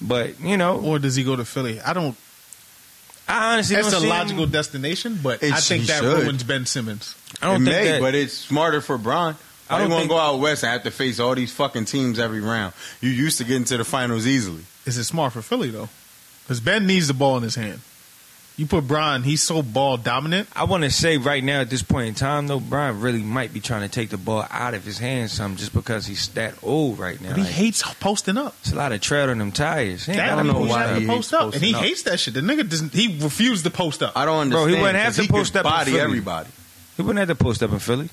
[SPEAKER 6] But you know,
[SPEAKER 8] Or does he go to Philly? I don't.
[SPEAKER 6] I honestly
[SPEAKER 8] That's
[SPEAKER 6] don't
[SPEAKER 8] a
[SPEAKER 6] see
[SPEAKER 8] logical
[SPEAKER 6] Him,
[SPEAKER 8] destination, but
[SPEAKER 7] It-
[SPEAKER 8] I think
[SPEAKER 7] he
[SPEAKER 8] that
[SPEAKER 7] should.
[SPEAKER 8] ruins Ben Simmons.
[SPEAKER 6] I
[SPEAKER 7] it
[SPEAKER 6] don't think
[SPEAKER 7] may,
[SPEAKER 6] that.
[SPEAKER 7] but it's smarter for Bron.
[SPEAKER 6] I
[SPEAKER 7] I don't want
[SPEAKER 6] don't
[SPEAKER 7] to
[SPEAKER 6] think-
[SPEAKER 7] go out west and have to face all these fucking teams every round. You used to getting to the finals easily.
[SPEAKER 8] Is it smart for Philly though? Because Ben needs the ball in his hand. You put Brian, he's so ball dominant.
[SPEAKER 6] I want to say right now at this point in time, though, Brian really might be trying to take the ball out of his hands some just because he's that old right now.
[SPEAKER 8] But he
[SPEAKER 6] Like,
[SPEAKER 8] hates posting up.
[SPEAKER 6] it's a lot of tread on them tires. He ain't
[SPEAKER 8] That
[SPEAKER 6] got
[SPEAKER 8] I don't know
[SPEAKER 6] no
[SPEAKER 7] why
[SPEAKER 6] time.
[SPEAKER 8] why
[SPEAKER 7] he
[SPEAKER 8] he
[SPEAKER 7] hates
[SPEAKER 8] post up,
[SPEAKER 7] posting
[SPEAKER 8] and he
[SPEAKER 7] up.
[SPEAKER 8] hates that shit. The nigga doesn't. He refused to post up.
[SPEAKER 7] I don't
[SPEAKER 6] Bro,
[SPEAKER 7] understand.
[SPEAKER 6] he wouldn't have
[SPEAKER 7] 'cause
[SPEAKER 6] to
[SPEAKER 7] could
[SPEAKER 6] post up in
[SPEAKER 7] body
[SPEAKER 6] Philly.
[SPEAKER 7] everybody.
[SPEAKER 6] He wouldn't have to post up in Philly.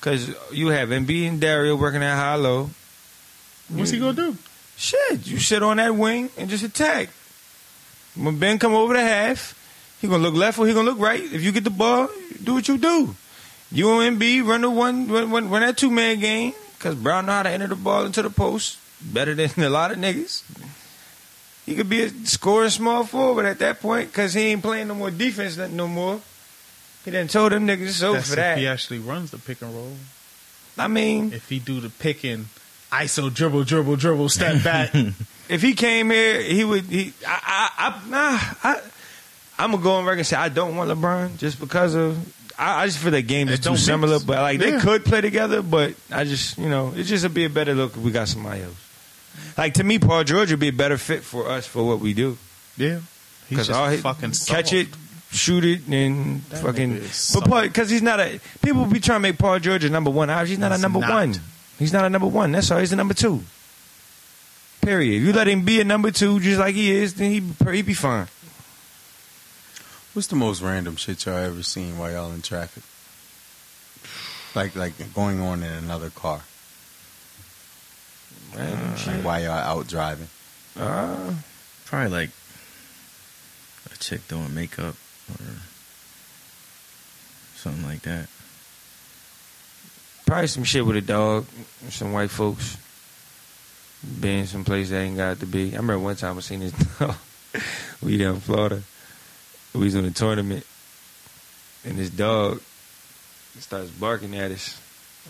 [SPEAKER 6] Because you have MB and Dario working at Hollow.
[SPEAKER 8] What's he gonna do?
[SPEAKER 6] Shit, you sit on that wing and just attack. When Ben come over the half, he gonna look left or he gonna look right. If you get the ball, do what you do. You and MB run the one, run, run, run that two man game. Cause Brown know how to enter the ball into the post better than [laughs] a lot of niggas. He could be a scoring small forward at that point because he ain't playing no more defense no- no more. He done told them niggas so
[SPEAKER 8] That's
[SPEAKER 6] for
[SPEAKER 8] if
[SPEAKER 6] that.
[SPEAKER 8] he actually runs the pick and roll.
[SPEAKER 6] I mean,
[SPEAKER 8] If he do the pick and ISO dribble, dribble, dribble, [laughs] step back.
[SPEAKER 6] if he came here, he would. He, I, I, I, nah, I, I'm gonna go on record and say I don't want LeBron just because of. I, I just feel that game is
[SPEAKER 8] It
[SPEAKER 6] too
[SPEAKER 8] don't mix.
[SPEAKER 6] similar, but like they
[SPEAKER 8] Yeah.
[SPEAKER 6] could play together. But I just, you know, it just would be a better look if we got somebody else. Like to me, Paul George would be a better fit for us for what we do
[SPEAKER 8] yeah, he's
[SPEAKER 6] all he-
[SPEAKER 8] just fucking
[SPEAKER 6] catch
[SPEAKER 8] soft.
[SPEAKER 6] it, shoot it, and
[SPEAKER 8] That
[SPEAKER 6] fucking.
[SPEAKER 8] nigga is
[SPEAKER 6] But
[SPEAKER 8] soft.
[SPEAKER 6] Paul, because he's not a people be trying to make Paul George a number one. I- He's not a
[SPEAKER 8] He's
[SPEAKER 6] number
[SPEAKER 8] not.
[SPEAKER 6] one. He's not a number one. That's all. He's a number two. Period. You let him be a number two just like he is, then he he be fine.
[SPEAKER 7] What's the most random shit y'all ever seen while y'all in traffic? Like like going on in another car. Like while y'all out driving.
[SPEAKER 8] Ah.
[SPEAKER 6] Uh,
[SPEAKER 9] Probably like a chick doing makeup or something like that.
[SPEAKER 6] probably some shit with a dog, some white folks being someplace they ain't got to be. I remember one time I seen this [laughs] dog. we down in Florida. We was in a tournament, and this dog starts barking at us.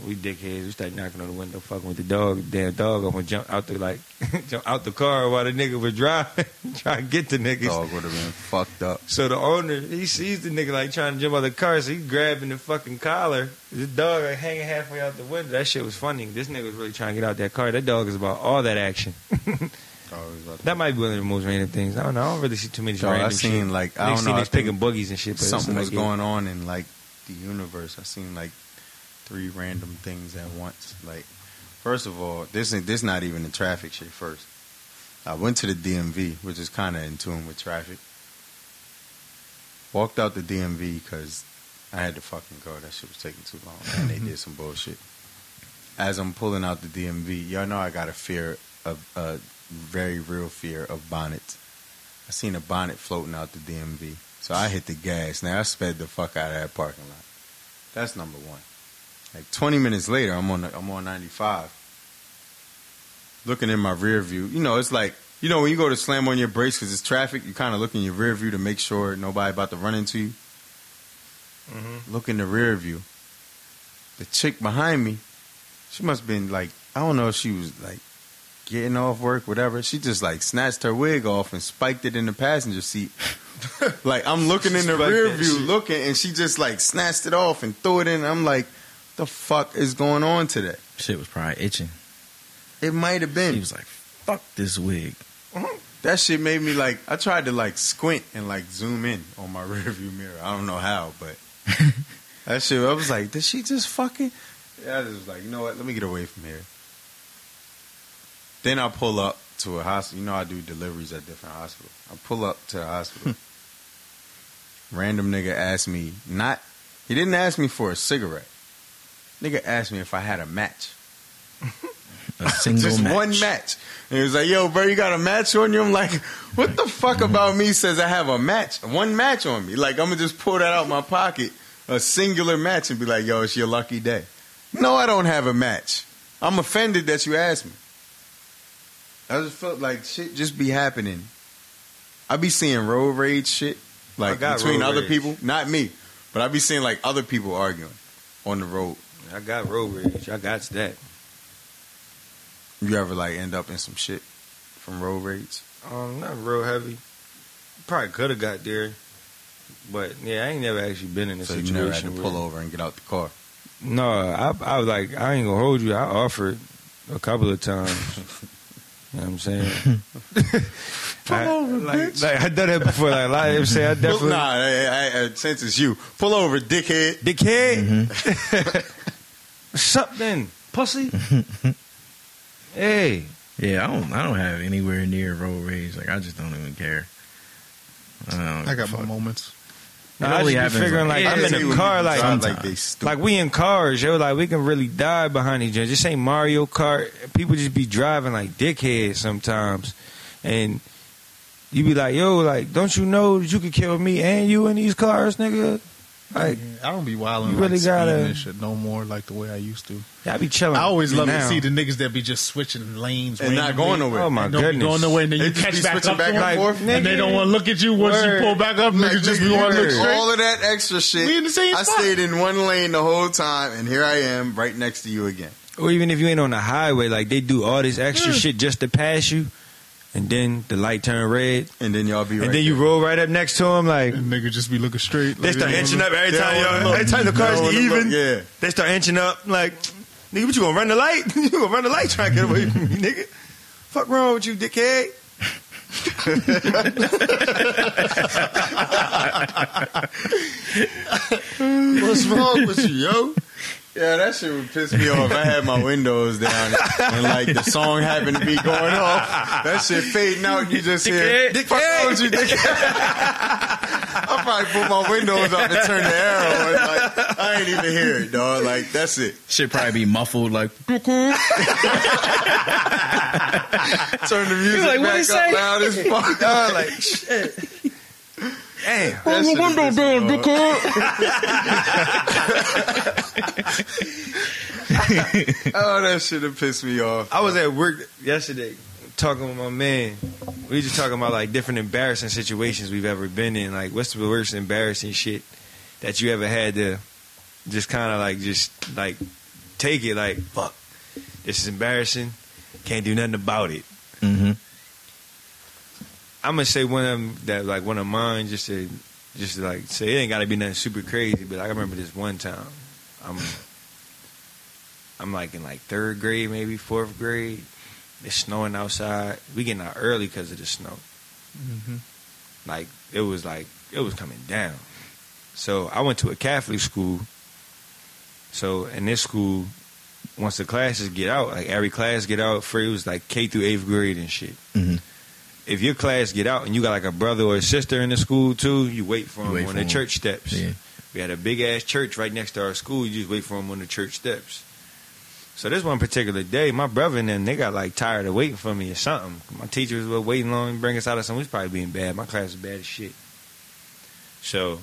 [SPEAKER 6] We dickheads. We start knocking on the window, fucking with the dog. Damn dog almost jump out the like [laughs] jump out the car while the nigga was driving, [laughs] trying to get the niggas.
[SPEAKER 7] Dog would have been fucked up.
[SPEAKER 6] So the owner, he sees the nigga like trying to jump out the car, so he grabbing the fucking collar. The dog like hanging halfway out the window. That shit was funny. This nigga was really trying to get out that car. That dog is about all that action. [laughs] Oh,
[SPEAKER 7] Dog was about to-
[SPEAKER 6] that might be one of the most random things. I don't know. I don't really see too many
[SPEAKER 7] Dog,
[SPEAKER 6] random
[SPEAKER 7] I seen
[SPEAKER 6] shit.
[SPEAKER 7] like
[SPEAKER 6] I
[SPEAKER 7] I
[SPEAKER 6] don't
[SPEAKER 7] don't
[SPEAKER 6] seen
[SPEAKER 7] know. I
[SPEAKER 6] niggas picking
[SPEAKER 7] think
[SPEAKER 6] buggies and shit. But
[SPEAKER 7] something was
[SPEAKER 6] like,
[SPEAKER 7] going on in like the universe. I seen like three random things at once. Like first of all, this ain't this not even the traffic shit first. I went to the DMV, which is kind of in tune with traffic. Walked out the DMV because I had to fucking go. That shit was taking too long, and they
[SPEAKER 6] [laughs]
[SPEAKER 7] did some bullshit. As I'm pulling out the DMV, y'all know I got a fear of a very real fear of bonnets. I seen a bonnet floating out the DMV, so I hit the gas. Now I sped the fuck out of that parking lot. That's number one. Like 20 minutes later, I'm on the, I'm on 95. Looking in my rear view, you know, it's like you know when you go to slam on your brakes because it's traffic. You kind of look in your rear view to make sure nobody about to run into you.
[SPEAKER 8] Mm-hmm.
[SPEAKER 7] Look in the rear view. The chick behind me, she must have been like I don't know if she was like getting off work, whatever. She just like snatched her wig off and spiked it in the passenger
[SPEAKER 8] [laughs]
[SPEAKER 7] seat. like I'm looking in the
[SPEAKER 8] Spiked
[SPEAKER 7] rear
[SPEAKER 8] that
[SPEAKER 7] view,
[SPEAKER 8] shit.
[SPEAKER 7] looking, and she just like snatched it off and threw it in. I'm like, the fuck is going on today?
[SPEAKER 9] Shit was probably itching.
[SPEAKER 7] It might have
[SPEAKER 9] He
[SPEAKER 7] been.
[SPEAKER 9] was like, "Fuck this wig."
[SPEAKER 7] that shit made me like I tried to like squint and like zoom in on my [laughs] rearview mirror. I don't know how, but that shit I was like, did she just fucking Yeah, I just was like, you know what, let me get away from here. Then I pull up to a hospital you know I do deliveries at different hospitals. I pull up to the hospital. Random nigga asked me not he didn't ask me for a cigarette. Nigga asked me if I had a match.
[SPEAKER 9] A single
[SPEAKER 7] Just
[SPEAKER 9] match.
[SPEAKER 7] one match. And he was like, yo, bro, you got a match on you? I'm like, what the fuck about me says I have a match? One match on me. Like, I'm going to just pull that out my pocket, a singular match, and be like, yo, it's your lucky day. No, I don't have a match. I'm offended that you asked me. I just felt like shit just be happening. I be seeing road rage shit, like
[SPEAKER 6] got
[SPEAKER 7] between
[SPEAKER 6] road
[SPEAKER 7] other
[SPEAKER 6] rage.
[SPEAKER 7] people, not me, but I be seeing like other people arguing on the road.
[SPEAKER 6] I got road rage. I got that.
[SPEAKER 7] You ever like end up in some shit from road rage?
[SPEAKER 6] Um, not real heavy. Probably could have got there, but yeah, I ain't never actually been in a
[SPEAKER 7] So you
[SPEAKER 6] situation
[SPEAKER 7] never had to
[SPEAKER 6] where-
[SPEAKER 7] pull over and get out the car.
[SPEAKER 6] No, I, I was like, I ain't gonna hold you. I offered a couple of times. you know what I'm saying? Pull
[SPEAKER 7] over,
[SPEAKER 6] like,
[SPEAKER 7] bitch.
[SPEAKER 6] Like, I done that before. Like, like I'm saying, I definitely.
[SPEAKER 7] Well, nah, I, I, I, since it's you, pull over, dickhead.
[SPEAKER 6] Dickhead.
[SPEAKER 9] Mm-hmm.
[SPEAKER 6] [laughs] Something. Pussy. hey.
[SPEAKER 9] Yeah, I don't. I don't have anywhere near road rage. Like I just don't even care. don't
[SPEAKER 8] I got
[SPEAKER 9] fuck.
[SPEAKER 8] my moments.
[SPEAKER 6] Nah,
[SPEAKER 9] It
[SPEAKER 6] I
[SPEAKER 9] only
[SPEAKER 6] just be
[SPEAKER 9] happens,
[SPEAKER 6] figuring like,
[SPEAKER 9] like,
[SPEAKER 6] I'm
[SPEAKER 9] yeah,
[SPEAKER 6] in
[SPEAKER 9] they
[SPEAKER 6] a
[SPEAKER 9] would
[SPEAKER 6] car
[SPEAKER 9] be
[SPEAKER 6] like
[SPEAKER 9] driving.
[SPEAKER 7] like they stupid.
[SPEAKER 6] like we in cars, yo. Like we can really die behind each other. This ain't Mario Kart. People just be driving like dickheads sometimes, and you be like, yo, like don't you know that you could kill me and you in these cars, nigga? Like
[SPEAKER 8] Yeah, I don't be wilding
[SPEAKER 6] You
[SPEAKER 8] like
[SPEAKER 6] really
[SPEAKER 8] really
[SPEAKER 6] gotta-
[SPEAKER 8] and shit no more like the way I used to.
[SPEAKER 6] I be chilling.
[SPEAKER 8] I always love
[SPEAKER 6] now.
[SPEAKER 8] to see the niggas that be just switching lanes
[SPEAKER 7] And not
[SPEAKER 8] randomly.
[SPEAKER 7] going nowhere.
[SPEAKER 6] Oh my
[SPEAKER 8] They don't be
[SPEAKER 6] goodness.
[SPEAKER 8] going nowhere, and then
[SPEAKER 7] They
[SPEAKER 8] you
[SPEAKER 7] just be
[SPEAKER 8] catch back
[SPEAKER 7] switching
[SPEAKER 8] up,
[SPEAKER 7] back
[SPEAKER 8] to
[SPEAKER 7] and
[SPEAKER 8] them,
[SPEAKER 7] forth.
[SPEAKER 8] and they
[SPEAKER 6] Nigga.
[SPEAKER 8] don't want to look at you once
[SPEAKER 6] Word.
[SPEAKER 8] you pull back up.
[SPEAKER 7] Like,
[SPEAKER 8] niggas just
[SPEAKER 7] nigga,
[SPEAKER 8] be want to
[SPEAKER 7] you
[SPEAKER 8] look
[SPEAKER 7] heard
[SPEAKER 8] straight.
[SPEAKER 7] All of that extra shit.
[SPEAKER 8] We in the same
[SPEAKER 7] I
[SPEAKER 8] spot.
[SPEAKER 7] stayed in one lane the whole time, and here I am, right next to you again.
[SPEAKER 6] Or even if you ain't on the highway, like they do all this extra shit just to pass you, and then the light turn red,
[SPEAKER 7] And then y'all be right
[SPEAKER 6] and then you
[SPEAKER 7] there.
[SPEAKER 6] roll right up next to him,
[SPEAKER 8] [laughs]
[SPEAKER 6] like.
[SPEAKER 8] And nigga just be looking straight.
[SPEAKER 6] They
[SPEAKER 8] like,
[SPEAKER 6] start
[SPEAKER 8] don't
[SPEAKER 6] inching
[SPEAKER 8] look-
[SPEAKER 6] up every
[SPEAKER 7] They
[SPEAKER 6] time.
[SPEAKER 7] don't
[SPEAKER 6] Y'all,
[SPEAKER 7] look.
[SPEAKER 6] every time the car's
[SPEAKER 7] They don't look.
[SPEAKER 6] even,
[SPEAKER 7] Yeah.
[SPEAKER 6] they start inching up. Like, nigga, what you gonna run the light? [laughs] you gonna run the light trying to get away from me, [laughs] nigga? Fuck wrong with you, dickhead?
[SPEAKER 7] [laughs] What's wrong with you, yo? Yeah, that shit would piss me off. I had my windows down and like the song happened to be going off. That shit fading out. You just hear,
[SPEAKER 9] Dickhead.
[SPEAKER 7] "Fuck wrong with you, dickhead." I probably put my windows up and turn the air on. Like, I ain't even hear it, dog. Like that's [laughs] it.
[SPEAKER 9] Should probably be muffled. Like
[SPEAKER 7] Turn the music
[SPEAKER 9] like, "What'd
[SPEAKER 7] back up
[SPEAKER 9] it say?"
[SPEAKER 7] loud as fuck.
[SPEAKER 6] Dog, like, shit. Damn.
[SPEAKER 7] That shit is pissing me off. Oh, that shit have pissed me off.
[SPEAKER 6] I was at work yesterday talking with my man. We just talking about like different embarrassing situations we've ever been in. Like, what's the worst embarrassing shit that you ever had to just kind of like just like take it? Like, fuck, this is embarrassing. Can't do nothing about it.
[SPEAKER 9] mm-hmm.
[SPEAKER 6] I'm gonna say one of them that like one of mine just to just to, like say it ain't gotta be nothing super crazy, but I remember this one time. I'm I'm like in like third grade, maybe fourth grade. It's snowing outside. We getting out early because of the snow. Like it was like it was coming down. So I went to a Catholic school. So in this school, once the classes get out, like every class get out, free it was like K through eighth grade and shit
[SPEAKER 9] Mm-hmm.
[SPEAKER 6] if your class get out and you got like a brother or a sister in the school too, you wait for them
[SPEAKER 9] Wait
[SPEAKER 6] on
[SPEAKER 9] for
[SPEAKER 6] the
[SPEAKER 9] 'em.
[SPEAKER 6] church steps.
[SPEAKER 9] Yeah.
[SPEAKER 6] We had a big ass church right next to our school. You just wait for them on the church steps. So this one particular day, my brother and them they got like tired of waiting for me or something. My teachers were waiting long, bring us out of something. We was probably being bad. My class was bad as shit. So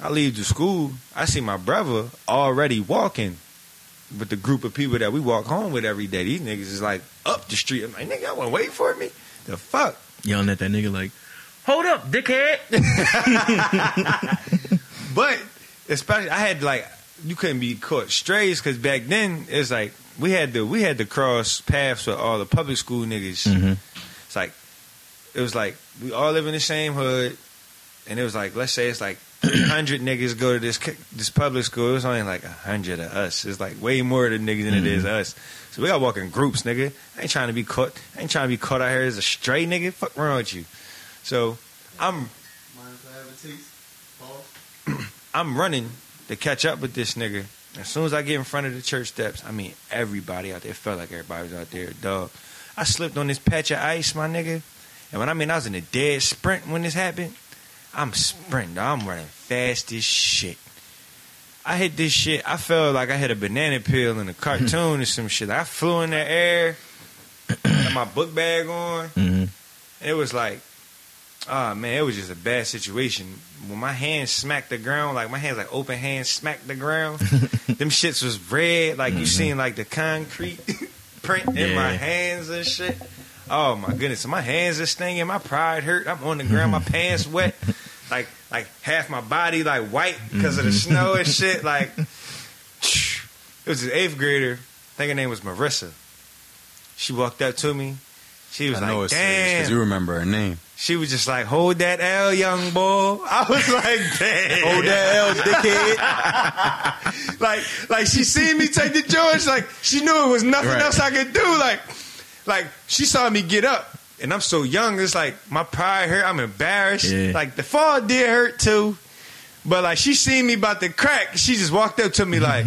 [SPEAKER 6] I leave the school. I see my brother already walking with the group of people that we walk home with every day. These niggas is like up the street. I'm like, nigga, I want to wait for me. The fuck.
[SPEAKER 9] yelling at that nigga. Like, hold up, dickhead.
[SPEAKER 6] But especially, I had like you couldn't be caught strays because back then it's like we had to we had to cross paths with all the public school niggas.
[SPEAKER 9] Mhm.
[SPEAKER 6] It's like it was like we all live in the same hood, and it was like let's say it's like [clears throat] hundred niggas go to this ki- this public school. It was only like hundred of us. It's like way more of the niggas than it is us. So we got to walk in groups, nigga. I ain't trying to be caught. I ain't trying to be caught out here as a stray nigga. Fuck wrong with you. So I'm [clears throat] I'm running to catch up with this nigga. As soon as I get in front of the church steps, I mean everybody out there. It felt like everybody was out there, dog. I slipped on this patch of ice, my nigga. And when I mean I was in a dead sprint when this happened, I'm sprinting. dog. I'm running fast as shit. I hit this shit. I felt like I hit a banana peel in a cartoon or some shit. I flew in the air. Had my book bag on.
[SPEAKER 9] Mhm.
[SPEAKER 6] It was like, ah man, it was just a bad situation. When my hand smacked the ground, like my hands like open hand smacked the ground. them shits was red, like you seen like the concrete [laughs] print in my
[SPEAKER 9] Yeah.
[SPEAKER 6] hands and shit. Oh my goodness, my hands are stinging. My pride hurt. I'm on the ground. My pants wet. Like like half my body like white because of the snow and shit. Like it was an eighth grader. I think her name was Marissa. She walked up to me. She was
[SPEAKER 7] I know
[SPEAKER 6] like,
[SPEAKER 7] it's serious
[SPEAKER 6] damn.
[SPEAKER 7] because you remember her name.
[SPEAKER 6] She was just like, hold that L, young boy. I was like, [laughs] damn.
[SPEAKER 7] Oh, that L, dickhead.
[SPEAKER 6] [laughs] like like she seen me take the George, like she knew it was nothing
[SPEAKER 7] Right.
[SPEAKER 6] else I could do. Like like she saw me get up. And I'm so young, it's like my pride hurt. I'm embarrassed.
[SPEAKER 9] Yeah.
[SPEAKER 6] Like the fall did hurt too. But like she seen me about to crack, she just walked up to me
[SPEAKER 7] [laughs]
[SPEAKER 6] like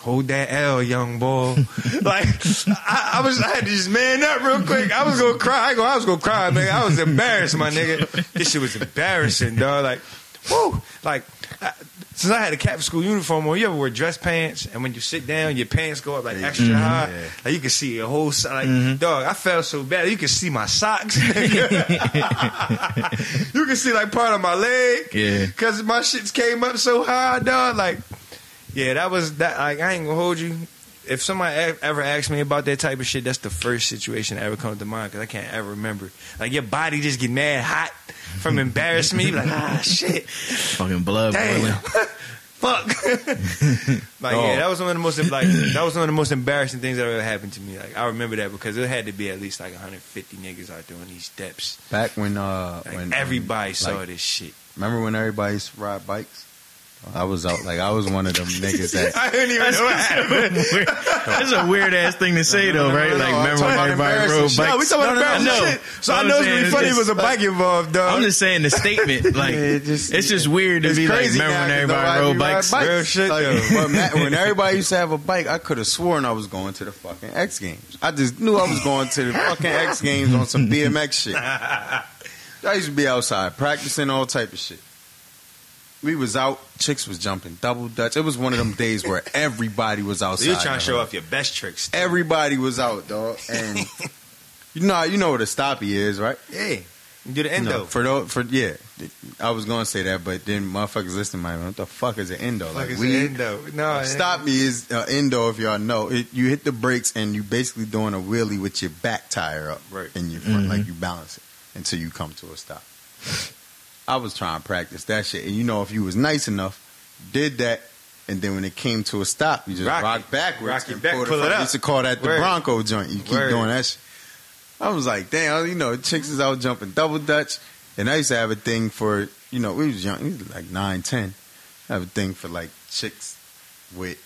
[SPEAKER 6] Hold that L, young boy. [laughs] like I, I was, I had to just man up real quick. I was gonna cry. I, go, I was gonna cry, man. I was embarrassed, my nigga. This shit was embarrassing, dog. Like, woo. Like, I, since I had a Catholic school uniform on, you ever wear dress pants, and when you sit down, your pants go up like extra high. Like you can see your whole side. Like, dog, I felt so bad. You can see my socks. [laughs] nigga. [laughs] you can see like part of my leg.
[SPEAKER 9] Yeah.
[SPEAKER 6] Cause my shits came up so high, dog. Like. Yeah, that was that. Like, I ain't gonna hold you. If somebody e- ever asks me about that type of shit, that's the first situation that ever comes to mind because I can't ever remember. Like your body just get mad hot from embarrassment. You be like ah shit,
[SPEAKER 9] Fucking blood boiling.
[SPEAKER 6] damn, [laughs] fuck. [laughs] like yeah, that was one of the most like that was one of the most embarrassing things that ever happened to me. Like I remember that because it had to be at least like 150 niggas out there on these steps.
[SPEAKER 7] Back when uh,
[SPEAKER 6] Like
[SPEAKER 7] when
[SPEAKER 6] everybody
[SPEAKER 7] like,
[SPEAKER 6] saw this shit.
[SPEAKER 7] Remember when everybody used to ride bikes? I was out like I was one of them niggas that.
[SPEAKER 6] I didn't
[SPEAKER 9] [laughs]
[SPEAKER 6] even know what happened.
[SPEAKER 9] That's a weird ass thing to say though, right?
[SPEAKER 7] no,
[SPEAKER 9] like,
[SPEAKER 7] no, I'm
[SPEAKER 9] remember when
[SPEAKER 7] talking about
[SPEAKER 9] everybody
[SPEAKER 7] embarrassing
[SPEAKER 9] rode bikes?
[SPEAKER 7] shit.
[SPEAKER 6] No, we talking about
[SPEAKER 9] no,
[SPEAKER 6] embarrassing
[SPEAKER 9] I know.
[SPEAKER 6] shit. So
[SPEAKER 9] What
[SPEAKER 6] I
[SPEAKER 9] I'm
[SPEAKER 6] know it's
[SPEAKER 9] saying
[SPEAKER 6] gonna be
[SPEAKER 9] is
[SPEAKER 6] funny
[SPEAKER 9] just-
[SPEAKER 6] was a bike involved, dog.
[SPEAKER 9] I'm just saying the statement. Like,
[SPEAKER 7] uh, Yeah, it just-
[SPEAKER 9] it's just weird to be like, remember when everybody rode bikes?
[SPEAKER 6] Real shit,
[SPEAKER 7] Oh,
[SPEAKER 6] though.
[SPEAKER 7] when, when everybody used to have a bike, I could have sworn I was going to the fucking X Games. I just knew I was going to the fucking X Games on some
[SPEAKER 9] [laughs]
[SPEAKER 7] BMX shit. I used to be outside practicing all type of shit. We was out, chicks was jumping double dutch. It was one of them days where everybody was outside.
[SPEAKER 6] So you're trying to show off your best tricks.
[SPEAKER 7] Everybody was out, dog,
[SPEAKER 6] [laughs]
[SPEAKER 7] and you know you know what a stoppie is, right?
[SPEAKER 6] Yeah. You do the
[SPEAKER 7] No,
[SPEAKER 6] endo.
[SPEAKER 7] for those, for yeah, I was gonna say that, but then motherfuckers listening might be like, what the fuck is an endo?
[SPEAKER 6] Fuck is
[SPEAKER 7] we
[SPEAKER 6] the endo. No,
[SPEAKER 7] stop me is uh, endo if y'all know. It, you hit the brakes and you basically doing a wheelie with your back tire up
[SPEAKER 6] Right.
[SPEAKER 7] in your front, like you balance it until you come to a stop. I was trying to practice that shit, and you know if you was nice enough, did that. And then when it came to a stop, you just rock,
[SPEAKER 6] Rock it.
[SPEAKER 7] backwards
[SPEAKER 6] Rock your
[SPEAKER 7] and
[SPEAKER 6] back,
[SPEAKER 7] pull, the
[SPEAKER 6] pull it
[SPEAKER 7] front.
[SPEAKER 6] up.
[SPEAKER 7] We used to call that the
[SPEAKER 6] Word.
[SPEAKER 7] Bronco joint. You keep
[SPEAKER 6] Word.
[SPEAKER 7] doing that shit. I was like, damn, you know, chicks is out jumping double dutch. And I used to have a thing for, you know, we was young, we was like nine, ten. I have a thing for like chicks with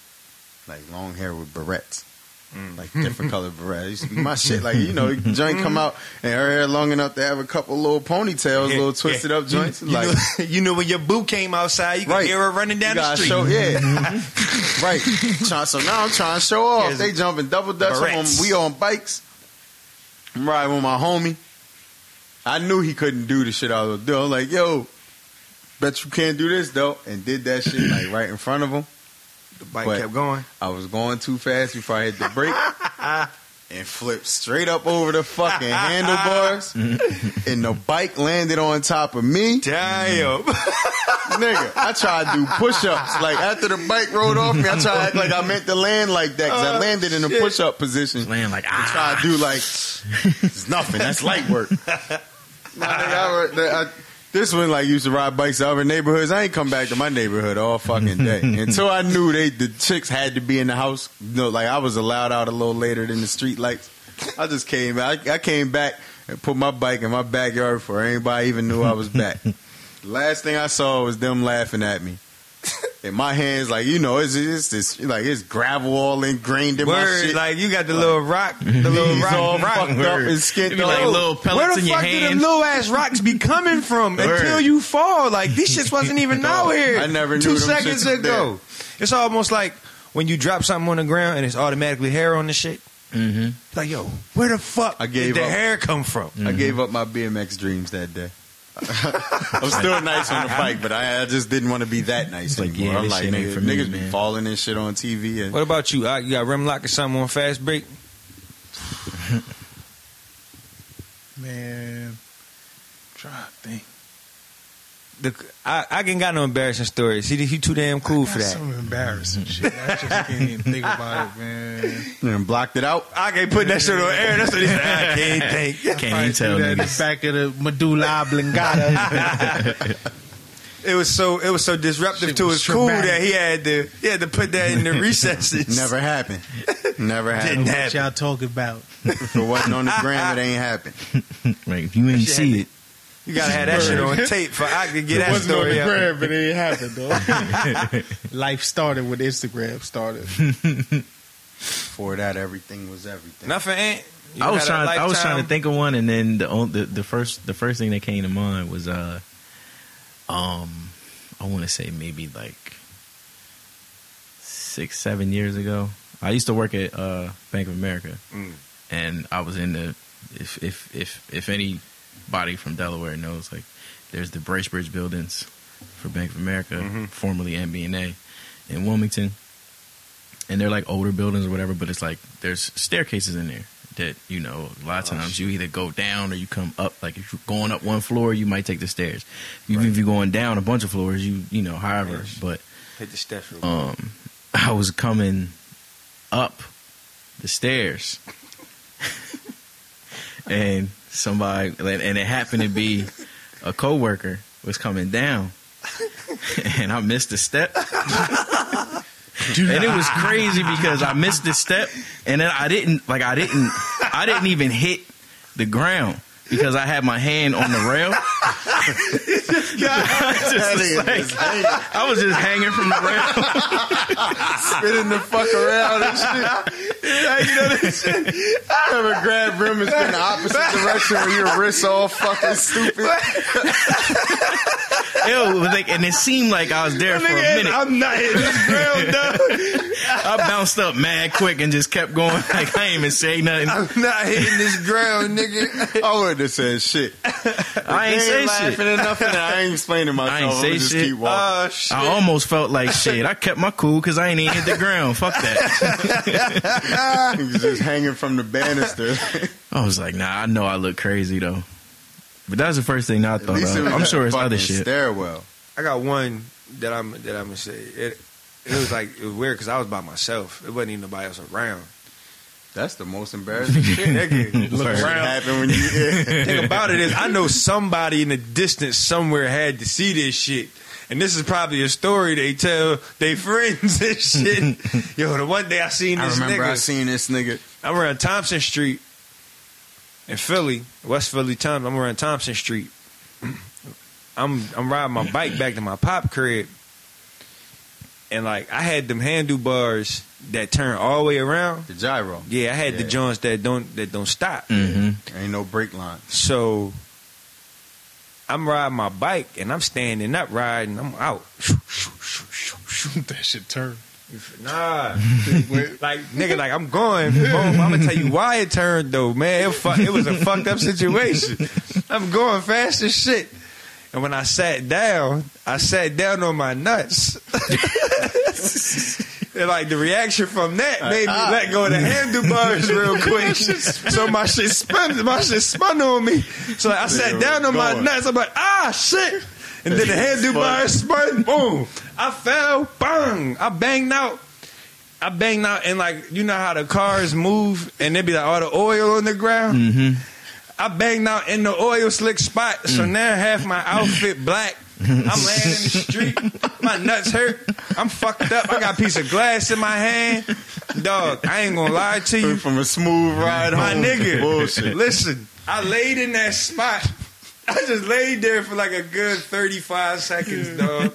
[SPEAKER 7] like long hair with barrettes.
[SPEAKER 6] Mm.
[SPEAKER 7] Like
[SPEAKER 6] [laughs]
[SPEAKER 7] different colored barrettes. It used to be my shit. Like, you know, the joint come out and her hair long enough to have a couple little ponytails,
[SPEAKER 6] Yeah,
[SPEAKER 7] little twisted
[SPEAKER 6] yeah.
[SPEAKER 7] up joints.
[SPEAKER 6] You,
[SPEAKER 7] like
[SPEAKER 6] know, [laughs] you know when your boo came outside, you could
[SPEAKER 7] Right.
[SPEAKER 6] hear her running
[SPEAKER 7] you
[SPEAKER 6] down the
[SPEAKER 7] gotta
[SPEAKER 6] street. Mm-hmm.
[SPEAKER 7] Show, yeah. right. Try- So now I'm trying to show off.
[SPEAKER 6] Here's
[SPEAKER 7] they jumping double dutch. I'm on-
[SPEAKER 6] barrettes.
[SPEAKER 7] we on bikes. I'm riding with my homie. I knew he couldn't do the shit I was doing. I'm like, yo, bet you can't do this though. And did that shit like right in front of him.
[SPEAKER 6] the bike
[SPEAKER 7] But-
[SPEAKER 6] kept going.
[SPEAKER 7] I was going too fast before I hit the brake. And flipped straight up over the fucking handlebars, and the bike landed on top of me
[SPEAKER 6] Damn.
[SPEAKER 7] nigga. I tried to do push ups. Like after the bike rolled off me, I tried to act like I meant to land like that because I landed in a push up position. And
[SPEAKER 9] Land like ah,
[SPEAKER 7] tried to do like it's nothing. That's light work. [laughs] Nah, nigga, I, were- I, this one like used to ride bikes to other neighborhoods. I ain't come back to my neighborhood all fucking [laughs] day until I knew they the chicks had to be in the house. You know, like I was allowed out a little later than the street lights. I just came back. I, I came back and put my bike in my backyard before anybody even knew I was [laughs] back. Last thing I saw was them laughing at [laughs] me. And my hands, like you know, it's it's, it's like it's gravel all ingrained in my
[SPEAKER 6] Word,
[SPEAKER 7] shit.
[SPEAKER 6] like you got the little rock, the [laughs] little
[SPEAKER 7] Knees
[SPEAKER 6] rock,
[SPEAKER 7] all
[SPEAKER 6] rock.
[SPEAKER 7] fucked up
[SPEAKER 6] Word.
[SPEAKER 7] and skint
[SPEAKER 9] It'd be like
[SPEAKER 7] out.
[SPEAKER 9] little
[SPEAKER 6] Where
[SPEAKER 9] pellets
[SPEAKER 6] the
[SPEAKER 9] in your
[SPEAKER 6] fuck do them
[SPEAKER 9] hand.
[SPEAKER 6] little ass rocks be coming
[SPEAKER 7] [laughs]
[SPEAKER 6] from
[SPEAKER 9] Word.
[SPEAKER 6] until you fall? Like these shits wasn't even out here.
[SPEAKER 7] I never knew
[SPEAKER 6] two
[SPEAKER 7] them
[SPEAKER 6] seconds
[SPEAKER 7] shits was
[SPEAKER 6] ago. It's almost like when you drop something on the ground and it's automatically hair on the shit.
[SPEAKER 9] Mm-hmm.
[SPEAKER 6] Like yo, where the fuck
[SPEAKER 7] I gave
[SPEAKER 6] did the
[SPEAKER 7] up. Mm.
[SPEAKER 6] hair come from?
[SPEAKER 7] I gave up my BMX dreams that day. [laughs] I'm still nice on the bike, but I, I just didn't want to be that nice
[SPEAKER 9] Like,
[SPEAKER 7] anymore.
[SPEAKER 9] yeah,
[SPEAKER 7] I'm
[SPEAKER 9] this
[SPEAKER 7] like,
[SPEAKER 9] shit ain't
[SPEAKER 7] nigga,
[SPEAKER 9] for me,
[SPEAKER 7] niggas be
[SPEAKER 9] man.
[SPEAKER 7] falling and shit on TV, and
[SPEAKER 6] What about you? Ock? You got rim lock or something on fast break?
[SPEAKER 8] Man, try to think.
[SPEAKER 6] The, I, I ain't got no embarrassing stories. He he too damn cool for
[SPEAKER 8] That's
[SPEAKER 6] that.
[SPEAKER 8] some embarrassing shit. I just can't even think about it, man.
[SPEAKER 7] and blocked it [laughs] out.
[SPEAKER 6] I can't put that shit on air. That's what he said. I
[SPEAKER 7] [laughs]
[SPEAKER 6] can't think.
[SPEAKER 9] Can't even tell
[SPEAKER 8] do that in
[SPEAKER 9] niggas.
[SPEAKER 8] the back of the medulla oblongata.
[SPEAKER 6] [laughs] it was so it was so disruptive
[SPEAKER 8] Shit
[SPEAKER 6] to
[SPEAKER 8] was
[SPEAKER 6] his cool
[SPEAKER 8] traumatic.
[SPEAKER 6] that he had to he had to put
[SPEAKER 8] [laughs]
[SPEAKER 6] that in the recesses.
[SPEAKER 7] Never happened. Never
[SPEAKER 8] What
[SPEAKER 7] happened.
[SPEAKER 6] Didn't happen.
[SPEAKER 8] y'all talk about?
[SPEAKER 7] If it wasn't on the gram, it ain't happened.
[SPEAKER 9] [laughs] Like if you ain't
[SPEAKER 6] Shit.
[SPEAKER 9] see it,
[SPEAKER 6] You gotta have that shit on tape for I could get that
[SPEAKER 8] wasn't on
[SPEAKER 6] story
[SPEAKER 8] the
[SPEAKER 6] out.
[SPEAKER 8] gram, but it happened though. Life started when Instagram started.
[SPEAKER 7] Before that, everything was everything.
[SPEAKER 6] Nothing ain't. You
[SPEAKER 9] I was
[SPEAKER 6] had a
[SPEAKER 9] trying. I was
[SPEAKER 6] lifetime-
[SPEAKER 9] trying to think of one, and then the, on- the the first the first thing that came to mind was uh, um, I want to say maybe like six seven years ago. I used to work at uh, Bank of America,
[SPEAKER 6] Mm.
[SPEAKER 9] and I was in the if if if if anybody from Delaware knows, like there's the Bracebridge buildings for Bank of America, formerly MBNA, in Wilmington, and they're like older buildings or whatever, but it's like there's staircases in there that you know a lot of times you either go down or you come up. Like if you're going up one floor, you might take the stairs. Even if you're going down a bunch of floors, you you know, however,
[SPEAKER 6] Yes.
[SPEAKER 9] but
[SPEAKER 6] Hit the steps real
[SPEAKER 8] Oh.
[SPEAKER 9] um, I was coming up the stairs, [laughs] and somebody, and it happened to be a coworker was coming down, [laughs] and I missed a step. and it was crazy because I missed the step, and then I didn't like I didn't I didn't even hit the ground because I had my hand on the rail. [laughs] I, was just like- I was just hanging from the rail.
[SPEAKER 7] Spinning the fuck around and shit. [laughs] you know this shit. Ever grab rim and spin the [laughs] opposite direction with your wrists all fucking stupid.
[SPEAKER 9] Ew, it was like, and it seemed like I was there for a minute. I'm not
[SPEAKER 6] [laughs]
[SPEAKER 9] hitting this ground, I bounced up mad quick and just kept going. [laughs] Like I ain't even say nothing. I,
[SPEAKER 7] I'm not hitting this ground, nigga. [laughs] I would have said shit.
[SPEAKER 9] ain't
[SPEAKER 7] They
[SPEAKER 9] say
[SPEAKER 7] laughing
[SPEAKER 9] shit.
[SPEAKER 7] or nothing. I ain't explaining myself.
[SPEAKER 9] I ain't
[SPEAKER 7] I'ma
[SPEAKER 9] say
[SPEAKER 7] just
[SPEAKER 9] shit.
[SPEAKER 7] Keep
[SPEAKER 6] quick.
[SPEAKER 7] [laughs] walking.
[SPEAKER 6] Oh, shit.
[SPEAKER 9] I almost felt
[SPEAKER 6] [laughs]
[SPEAKER 9] like shit. I kept my cool because I ain't even hit the ground. Fuck that. [laughs]
[SPEAKER 7] He's just hanging from the banister.
[SPEAKER 9] I was like, nah, I know I look crazy though. But that was the first thing I
[SPEAKER 7] At
[SPEAKER 9] thought
[SPEAKER 7] least
[SPEAKER 9] of.
[SPEAKER 7] it was
[SPEAKER 9] I'm
[SPEAKER 7] that
[SPEAKER 9] sure it's
[SPEAKER 7] fucking
[SPEAKER 9] other shit.
[SPEAKER 7] Stairwell.
[SPEAKER 6] I got one that I'm that I'm gonna say. It it was like it was weird because I was by myself. It wasn't even nobody else
[SPEAKER 8] [laughs]
[SPEAKER 6] around.
[SPEAKER 7] That's the most embarrassing shit. Look
[SPEAKER 6] Nigga, [laughs] look around.
[SPEAKER 7] happened when you. Yeah.
[SPEAKER 6] Thing about it is, I know somebody in the distance somewhere had to see this shit. And this is probably a story they tell their [laughs] friends and shit.
[SPEAKER 7] [laughs]
[SPEAKER 6] Yo, the one day I seen
[SPEAKER 7] I
[SPEAKER 6] this
[SPEAKER 7] remember
[SPEAKER 6] nigga.
[SPEAKER 7] I seen this nigga.
[SPEAKER 6] I'm around Thompson Street in Philly, West Philly, Thompson. I'm around Thompson Street. [clears throat] I'm I'm riding my bike back to my pop crib, and like I had them handlebars that turn all the way around.
[SPEAKER 7] The gyro.
[SPEAKER 6] Yeah, I had the
[SPEAKER 7] Yeah.
[SPEAKER 6] joints that don't that don't stop.
[SPEAKER 9] hmm
[SPEAKER 7] Ain't no brake line.
[SPEAKER 6] So I'm riding my bike and I'm standing up riding. I'm out.
[SPEAKER 8] that shit turned.
[SPEAKER 6] Nah, like nigga, like I'm going. Boom. I'm gonna tell you why it turned though, man. It, fu- it was a fucked up situation. I'm going fast as shit, and when I sat down, I sat down on my [laughs] nuts. And like the reaction from that made me let go of the handlebars real [laughs] quick, so my ah. shit spun, my shit spun on me. So I sat down on my
[SPEAKER 7] Going.
[SPEAKER 6] nuts. I'm like, ah, shit. And then the handlebars spun. Boom. I fell. Bang. I banged out. I banged out, and like you know how the cars move, and they be like all the oil on the ground. I banged out in the oil slick spot, so now half my outfit black. I'm laying in the street, my nuts hurt. I'm fucked up. I got a piece of glass in my hand, dog. I ain't gonna lie to you,
[SPEAKER 7] Went from a smooth ride
[SPEAKER 6] my
[SPEAKER 7] home. to [laughs]
[SPEAKER 6] nigga.
[SPEAKER 7] Bullshit.
[SPEAKER 6] Listen, I laid in that spot. I just laid there for like a good 35 seconds, dog.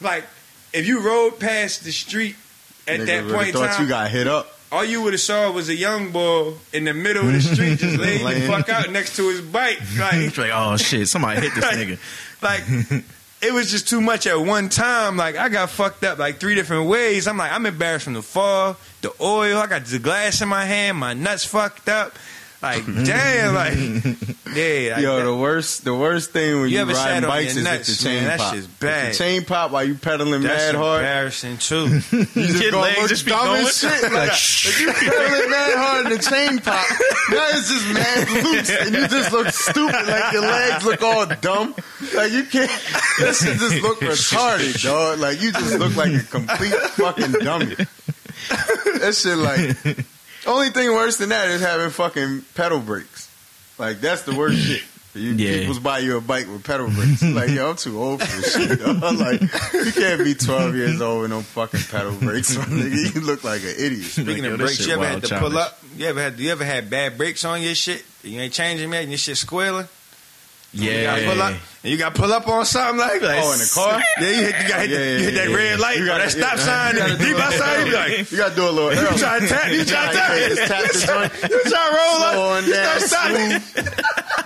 [SPEAKER 6] Like, if you rode past the street at
[SPEAKER 7] Nigga
[SPEAKER 6] that
[SPEAKER 7] really
[SPEAKER 6] point in
[SPEAKER 7] thought
[SPEAKER 6] time,
[SPEAKER 7] you got hit up.
[SPEAKER 6] all you would have saw was a young boy in the middle of the
[SPEAKER 7] [laughs]
[SPEAKER 6] street just laying the
[SPEAKER 7] Laying.
[SPEAKER 6] fuck out next to
[SPEAKER 7] [laughs]
[SPEAKER 6] his bike. Like,
[SPEAKER 9] It's like, oh shit, somebody
[SPEAKER 6] [laughs]
[SPEAKER 9] hit this nigga.
[SPEAKER 6] like it was just too much at one time. Like I got fucked up like three different ways. I'm like I'm embarrassed from the fall, the oil. I got the glass in my hand. My nuts fucked up.
[SPEAKER 9] [laughs]
[SPEAKER 6] Like damn, like yeah. Like,
[SPEAKER 7] Yo,
[SPEAKER 6] that-
[SPEAKER 7] the worst, the worst thing when
[SPEAKER 6] You
[SPEAKER 7] you,
[SPEAKER 6] ever sat
[SPEAKER 7] riding
[SPEAKER 6] on
[SPEAKER 7] bikes
[SPEAKER 6] your
[SPEAKER 7] is
[SPEAKER 6] nuts,
[SPEAKER 7] if the chain
[SPEAKER 6] man. That
[SPEAKER 7] pop.
[SPEAKER 6] shit's
[SPEAKER 7] If
[SPEAKER 6] bad.
[SPEAKER 7] the chain pop while you pedaling
[SPEAKER 6] that's
[SPEAKER 7] mad hard.
[SPEAKER 6] embarrassing too.
[SPEAKER 7] [laughs] You just
[SPEAKER 9] Your
[SPEAKER 7] gonna
[SPEAKER 9] legs
[SPEAKER 7] look
[SPEAKER 9] just be
[SPEAKER 7] dumb
[SPEAKER 9] going.
[SPEAKER 7] as
[SPEAKER 6] [laughs]
[SPEAKER 9] [laughs]
[SPEAKER 7] shit. Like, if you pedaling mad hard and the chain pop, now it's just mad loose and you just look stupid. Like your legs look all dumb. Like you can't. [laughs] That shit just look retarded, dog. Like you just look like a complete fucking dummy. That shit like. Only thing worse than that is having fucking pedal brakes. Like that's the worst shit. You
[SPEAKER 9] Yeah.
[SPEAKER 7] people's buy you a bike with pedal brakes. Like, yo, I'm too old for this shit. dog. Like, you can't be 12 years old with no fucking pedal brakes, my nigga. You look like an idiot.
[SPEAKER 9] Like,
[SPEAKER 6] Speaking
[SPEAKER 9] yo,
[SPEAKER 6] of
[SPEAKER 9] this
[SPEAKER 6] brakes,
[SPEAKER 9] shit
[SPEAKER 6] you ever
[SPEAKER 9] wild
[SPEAKER 6] had to
[SPEAKER 9] childish.
[SPEAKER 6] pull up? You ever had? You ever had bad brakes on your shit? And you ain't changing man, and your shit squealing. You
[SPEAKER 9] Yeah.
[SPEAKER 6] gotta pull up, and you got to pull up on something like, like
[SPEAKER 7] Oh, in the car?
[SPEAKER 6] Yeah, you hit, you gotta
[SPEAKER 7] [laughs]
[SPEAKER 6] hit,
[SPEAKER 7] Yeah,
[SPEAKER 6] the,
[SPEAKER 7] yeah,
[SPEAKER 6] you hit that
[SPEAKER 7] yeah,
[SPEAKER 6] red
[SPEAKER 7] yeah.
[SPEAKER 6] light
[SPEAKER 7] You
[SPEAKER 6] or
[SPEAKER 7] gotta-
[SPEAKER 6] that stop
[SPEAKER 7] yeah. [laughs]
[SPEAKER 6] sign.
[SPEAKER 7] You
[SPEAKER 6] and
[SPEAKER 7] gotta
[SPEAKER 6] the
[SPEAKER 7] do
[SPEAKER 6] deep
[SPEAKER 7] it.
[SPEAKER 6] outside, you
[SPEAKER 9] [laughs]
[SPEAKER 6] be like,
[SPEAKER 7] You gotta do a little
[SPEAKER 6] you
[SPEAKER 7] L.
[SPEAKER 6] trying to tap? You trying to tap?
[SPEAKER 7] [laughs] You
[SPEAKER 6] You
[SPEAKER 7] just tap the
[SPEAKER 6] trying
[SPEAKER 7] joint.
[SPEAKER 6] to roll
[SPEAKER 7] Slow
[SPEAKER 6] up?
[SPEAKER 7] on
[SPEAKER 6] You
[SPEAKER 7] down,
[SPEAKER 6] start stopping.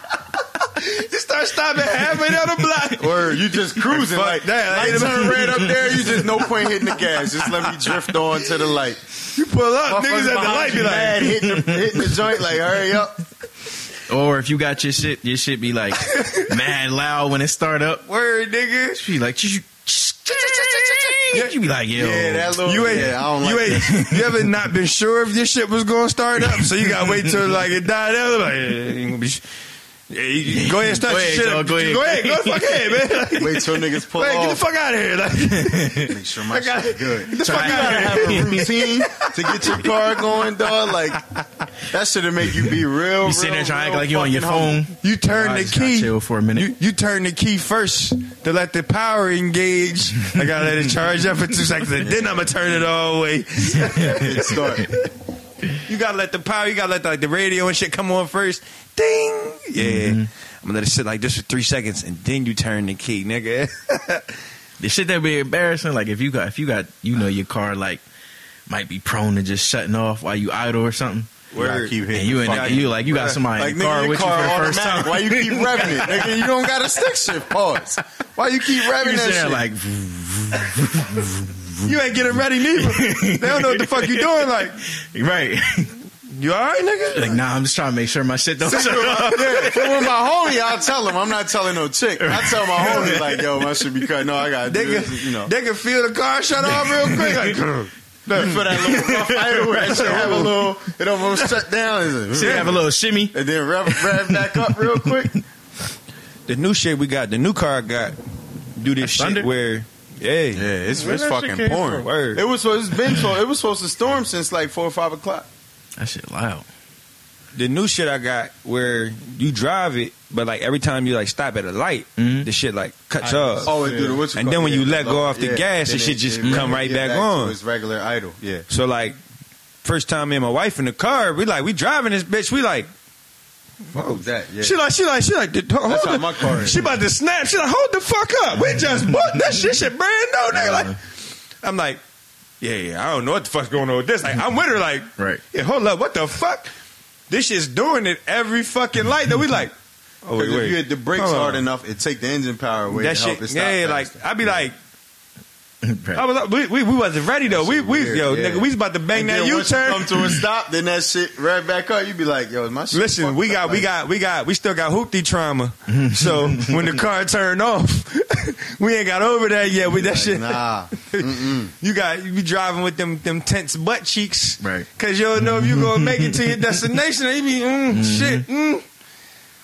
[SPEAKER 6] You start stopping halfway down the block.
[SPEAKER 7] Or you just cruising
[SPEAKER 6] Fuck
[SPEAKER 7] like
[SPEAKER 6] that. I
[SPEAKER 7] Light
[SPEAKER 6] ain't
[SPEAKER 7] turn
[SPEAKER 6] about-
[SPEAKER 7] red up there. You just no point hitting the gas. Just let me [laughs] drift on to the light.
[SPEAKER 6] You pull up,
[SPEAKER 7] Motherfuckers
[SPEAKER 6] niggas at the
[SPEAKER 7] behind you
[SPEAKER 6] light be like,
[SPEAKER 7] mad, hitting the, hitting the joint. Like, hurry up.
[SPEAKER 9] Or if you got your shit, your shit be
[SPEAKER 6] [laughs]
[SPEAKER 9] like mad loud when it start up.
[SPEAKER 6] word, nigga.
[SPEAKER 9] She be like, you you be like, yo,
[SPEAKER 7] [laughs] Yeah, that little.
[SPEAKER 6] You ain't,
[SPEAKER 7] yeah, I don't like
[SPEAKER 6] you ain't, you ever not been sure if your shit was gonna start up, so you gotta wait till like it died out. Like, yeah, ain't gonna be. sh- Yeah, you- go ahead, and start
[SPEAKER 9] Go
[SPEAKER 6] your
[SPEAKER 9] ahead,
[SPEAKER 6] shit
[SPEAKER 9] y'all,
[SPEAKER 6] up.
[SPEAKER 9] go ahead.
[SPEAKER 6] go ahead, go the fuck ahead,
[SPEAKER 7] [laughs]
[SPEAKER 6] man. Like,
[SPEAKER 7] Wait till niggas pull
[SPEAKER 6] Hey,
[SPEAKER 7] off.
[SPEAKER 6] get the fuck out of here! Like,
[SPEAKER 7] Make sure my
[SPEAKER 6] I got-
[SPEAKER 7] shit good.
[SPEAKER 6] the fuck
[SPEAKER 7] You
[SPEAKER 6] outta
[SPEAKER 7] gotta
[SPEAKER 6] here.
[SPEAKER 7] have a routine to get your car going, dog. Like that should make you be real.
[SPEAKER 9] you sitting there trying
[SPEAKER 7] real,
[SPEAKER 9] to act
[SPEAKER 7] real
[SPEAKER 9] like you on your
[SPEAKER 7] fucking humble.
[SPEAKER 9] phone.
[SPEAKER 6] you turn
[SPEAKER 9] I
[SPEAKER 6] the
[SPEAKER 9] just gotta
[SPEAKER 6] key.
[SPEAKER 9] chill for a minute.
[SPEAKER 6] You, you turn the key first to let the power engage. I gotta let it charge up for two seconds, and then I'm gonna turn it all the [laughs] way.
[SPEAKER 7] Good start.
[SPEAKER 6] You gotta let the power. You gotta let like the radio and shit come on first. Ding. Yeah.
[SPEAKER 9] Mm-hmm.
[SPEAKER 6] I'm gonna let it sit like this for three seconds, and then you turn the key, nigga. [laughs]
[SPEAKER 9] the shit that be embarrassing. Like if you got if you got you know your car like might be prone to just shutting off while you idle or something.
[SPEAKER 7] Word. keep hitting
[SPEAKER 9] and you
[SPEAKER 7] the
[SPEAKER 9] in there,
[SPEAKER 7] fucking-
[SPEAKER 9] you like you got
[SPEAKER 6] Bruh.
[SPEAKER 9] somebody
[SPEAKER 7] Like
[SPEAKER 9] in the car
[SPEAKER 7] nigga, your
[SPEAKER 9] with you
[SPEAKER 7] car
[SPEAKER 9] for the
[SPEAKER 7] automatic.
[SPEAKER 9] first time.
[SPEAKER 7] Why you keep revving it,
[SPEAKER 9] [laughs]
[SPEAKER 7] nigga? You don't got a stick shift. Pause. Why you keep revving
[SPEAKER 9] You
[SPEAKER 7] that
[SPEAKER 9] sitting there
[SPEAKER 7] shit?
[SPEAKER 9] like
[SPEAKER 6] you ain't getting
[SPEAKER 9] [laughs]
[SPEAKER 6] ready neither. they don't know what the fuck you doing. Like,
[SPEAKER 9] right, [laughs]
[SPEAKER 6] you all right, nigga?
[SPEAKER 9] like nah. I'm just trying to make sure my shit don't. shut off.
[SPEAKER 7] [laughs] [laughs] yeah, if it was my homie, I'll tell him. I'm not telling no chick. I tell my homie like, yo, my shit be cut. No, I gotta
[SPEAKER 6] They
[SPEAKER 7] do
[SPEAKER 6] can,
[SPEAKER 7] this. You know,
[SPEAKER 6] they can feel the car shut off real quick.
[SPEAKER 7] [laughs]
[SPEAKER 6] Like,
[SPEAKER 7] you feel that
[SPEAKER 9] [laughs]
[SPEAKER 7] little rough idle where that shit have a little, it almost shut down. It's
[SPEAKER 9] Shit,
[SPEAKER 7] like,
[SPEAKER 9] have a little shimmy.
[SPEAKER 7] and then rev, rev back up real quick.
[SPEAKER 6] the new shit we got, the new car I got, do this shit
[SPEAKER 9] Thunder?
[SPEAKER 6] where, yeah,
[SPEAKER 7] Yeah, it's,
[SPEAKER 8] Where
[SPEAKER 7] it's
[SPEAKER 8] that shit
[SPEAKER 7] fucking
[SPEAKER 8] came
[SPEAKER 7] porn.
[SPEAKER 6] Word.
[SPEAKER 7] It was supposed- it's been so it was supposed to storm since like four or five o'clock.
[SPEAKER 9] That shit loud.
[SPEAKER 6] the new shit I got where you drive it, but like every time you like stop at a light,
[SPEAKER 9] Mhm.
[SPEAKER 6] the shit like cuts
[SPEAKER 8] I-
[SPEAKER 6] off.
[SPEAKER 7] Oh, it do the what you
[SPEAKER 6] And
[SPEAKER 7] call-
[SPEAKER 6] then when
[SPEAKER 7] yeah,
[SPEAKER 6] you let
[SPEAKER 7] the
[SPEAKER 6] go
[SPEAKER 7] low-
[SPEAKER 6] off the gas,
[SPEAKER 7] Then
[SPEAKER 6] it should just
[SPEAKER 7] it
[SPEAKER 6] come right
[SPEAKER 7] get
[SPEAKER 6] back on.
[SPEAKER 7] To its regular idle. Yeah.
[SPEAKER 6] So like, first time me and my wife in the car, we like we driving this bitch. We like
[SPEAKER 7] Fuck with that. Yeah.
[SPEAKER 6] she like she like she like the, hold
[SPEAKER 7] That's
[SPEAKER 6] the,
[SPEAKER 7] how my car is.
[SPEAKER 6] She about to snap. She like hold the fuck up. We just bought that shit. Shit brand new. Nigga. Like I'm like, yeah, yeah. I don't know what the fuck's going on with this. Like I'm with her. Like
[SPEAKER 9] Right.
[SPEAKER 6] Yeah, hold up. What the fuck? This shit's doing it every fucking light. That we like. Oh
[SPEAKER 7] 'Cause if you hit the brakes
[SPEAKER 6] Hold on.
[SPEAKER 7] hard enough, it take the engine power away
[SPEAKER 6] that
[SPEAKER 7] to
[SPEAKER 6] shit,
[SPEAKER 7] help it stop.
[SPEAKER 6] yeah,
[SPEAKER 7] faster.
[SPEAKER 6] like I'd be like,
[SPEAKER 9] Right.
[SPEAKER 6] I was, like, we, we, we wasn't ready though. We, we,
[SPEAKER 7] Weird,
[SPEAKER 6] yo,
[SPEAKER 7] yeah.
[SPEAKER 6] nigga, we was about to bang
[SPEAKER 7] And
[SPEAKER 6] that
[SPEAKER 7] then
[SPEAKER 6] U
[SPEAKER 7] once you
[SPEAKER 6] turn. [laughs]
[SPEAKER 7] Come to a stop, then that shit right back up. You be like, yo, is my shit.
[SPEAKER 6] Listen,
[SPEAKER 7] fucked
[SPEAKER 6] we
[SPEAKER 7] up?
[SPEAKER 6] got, we
[SPEAKER 7] Like,
[SPEAKER 6] got, we got, we still got
[SPEAKER 7] [laughs]
[SPEAKER 6] hoopty trauma. so when the car turned off, [laughs] we ain't got over that yet. We that shit. [laughs]
[SPEAKER 7] Nah,
[SPEAKER 6] You got you be driving with them them tense butt cheeks,
[SPEAKER 9] Right.
[SPEAKER 6] Because you don't know if you gonna make it to your destination. And you be mm, shit, mm.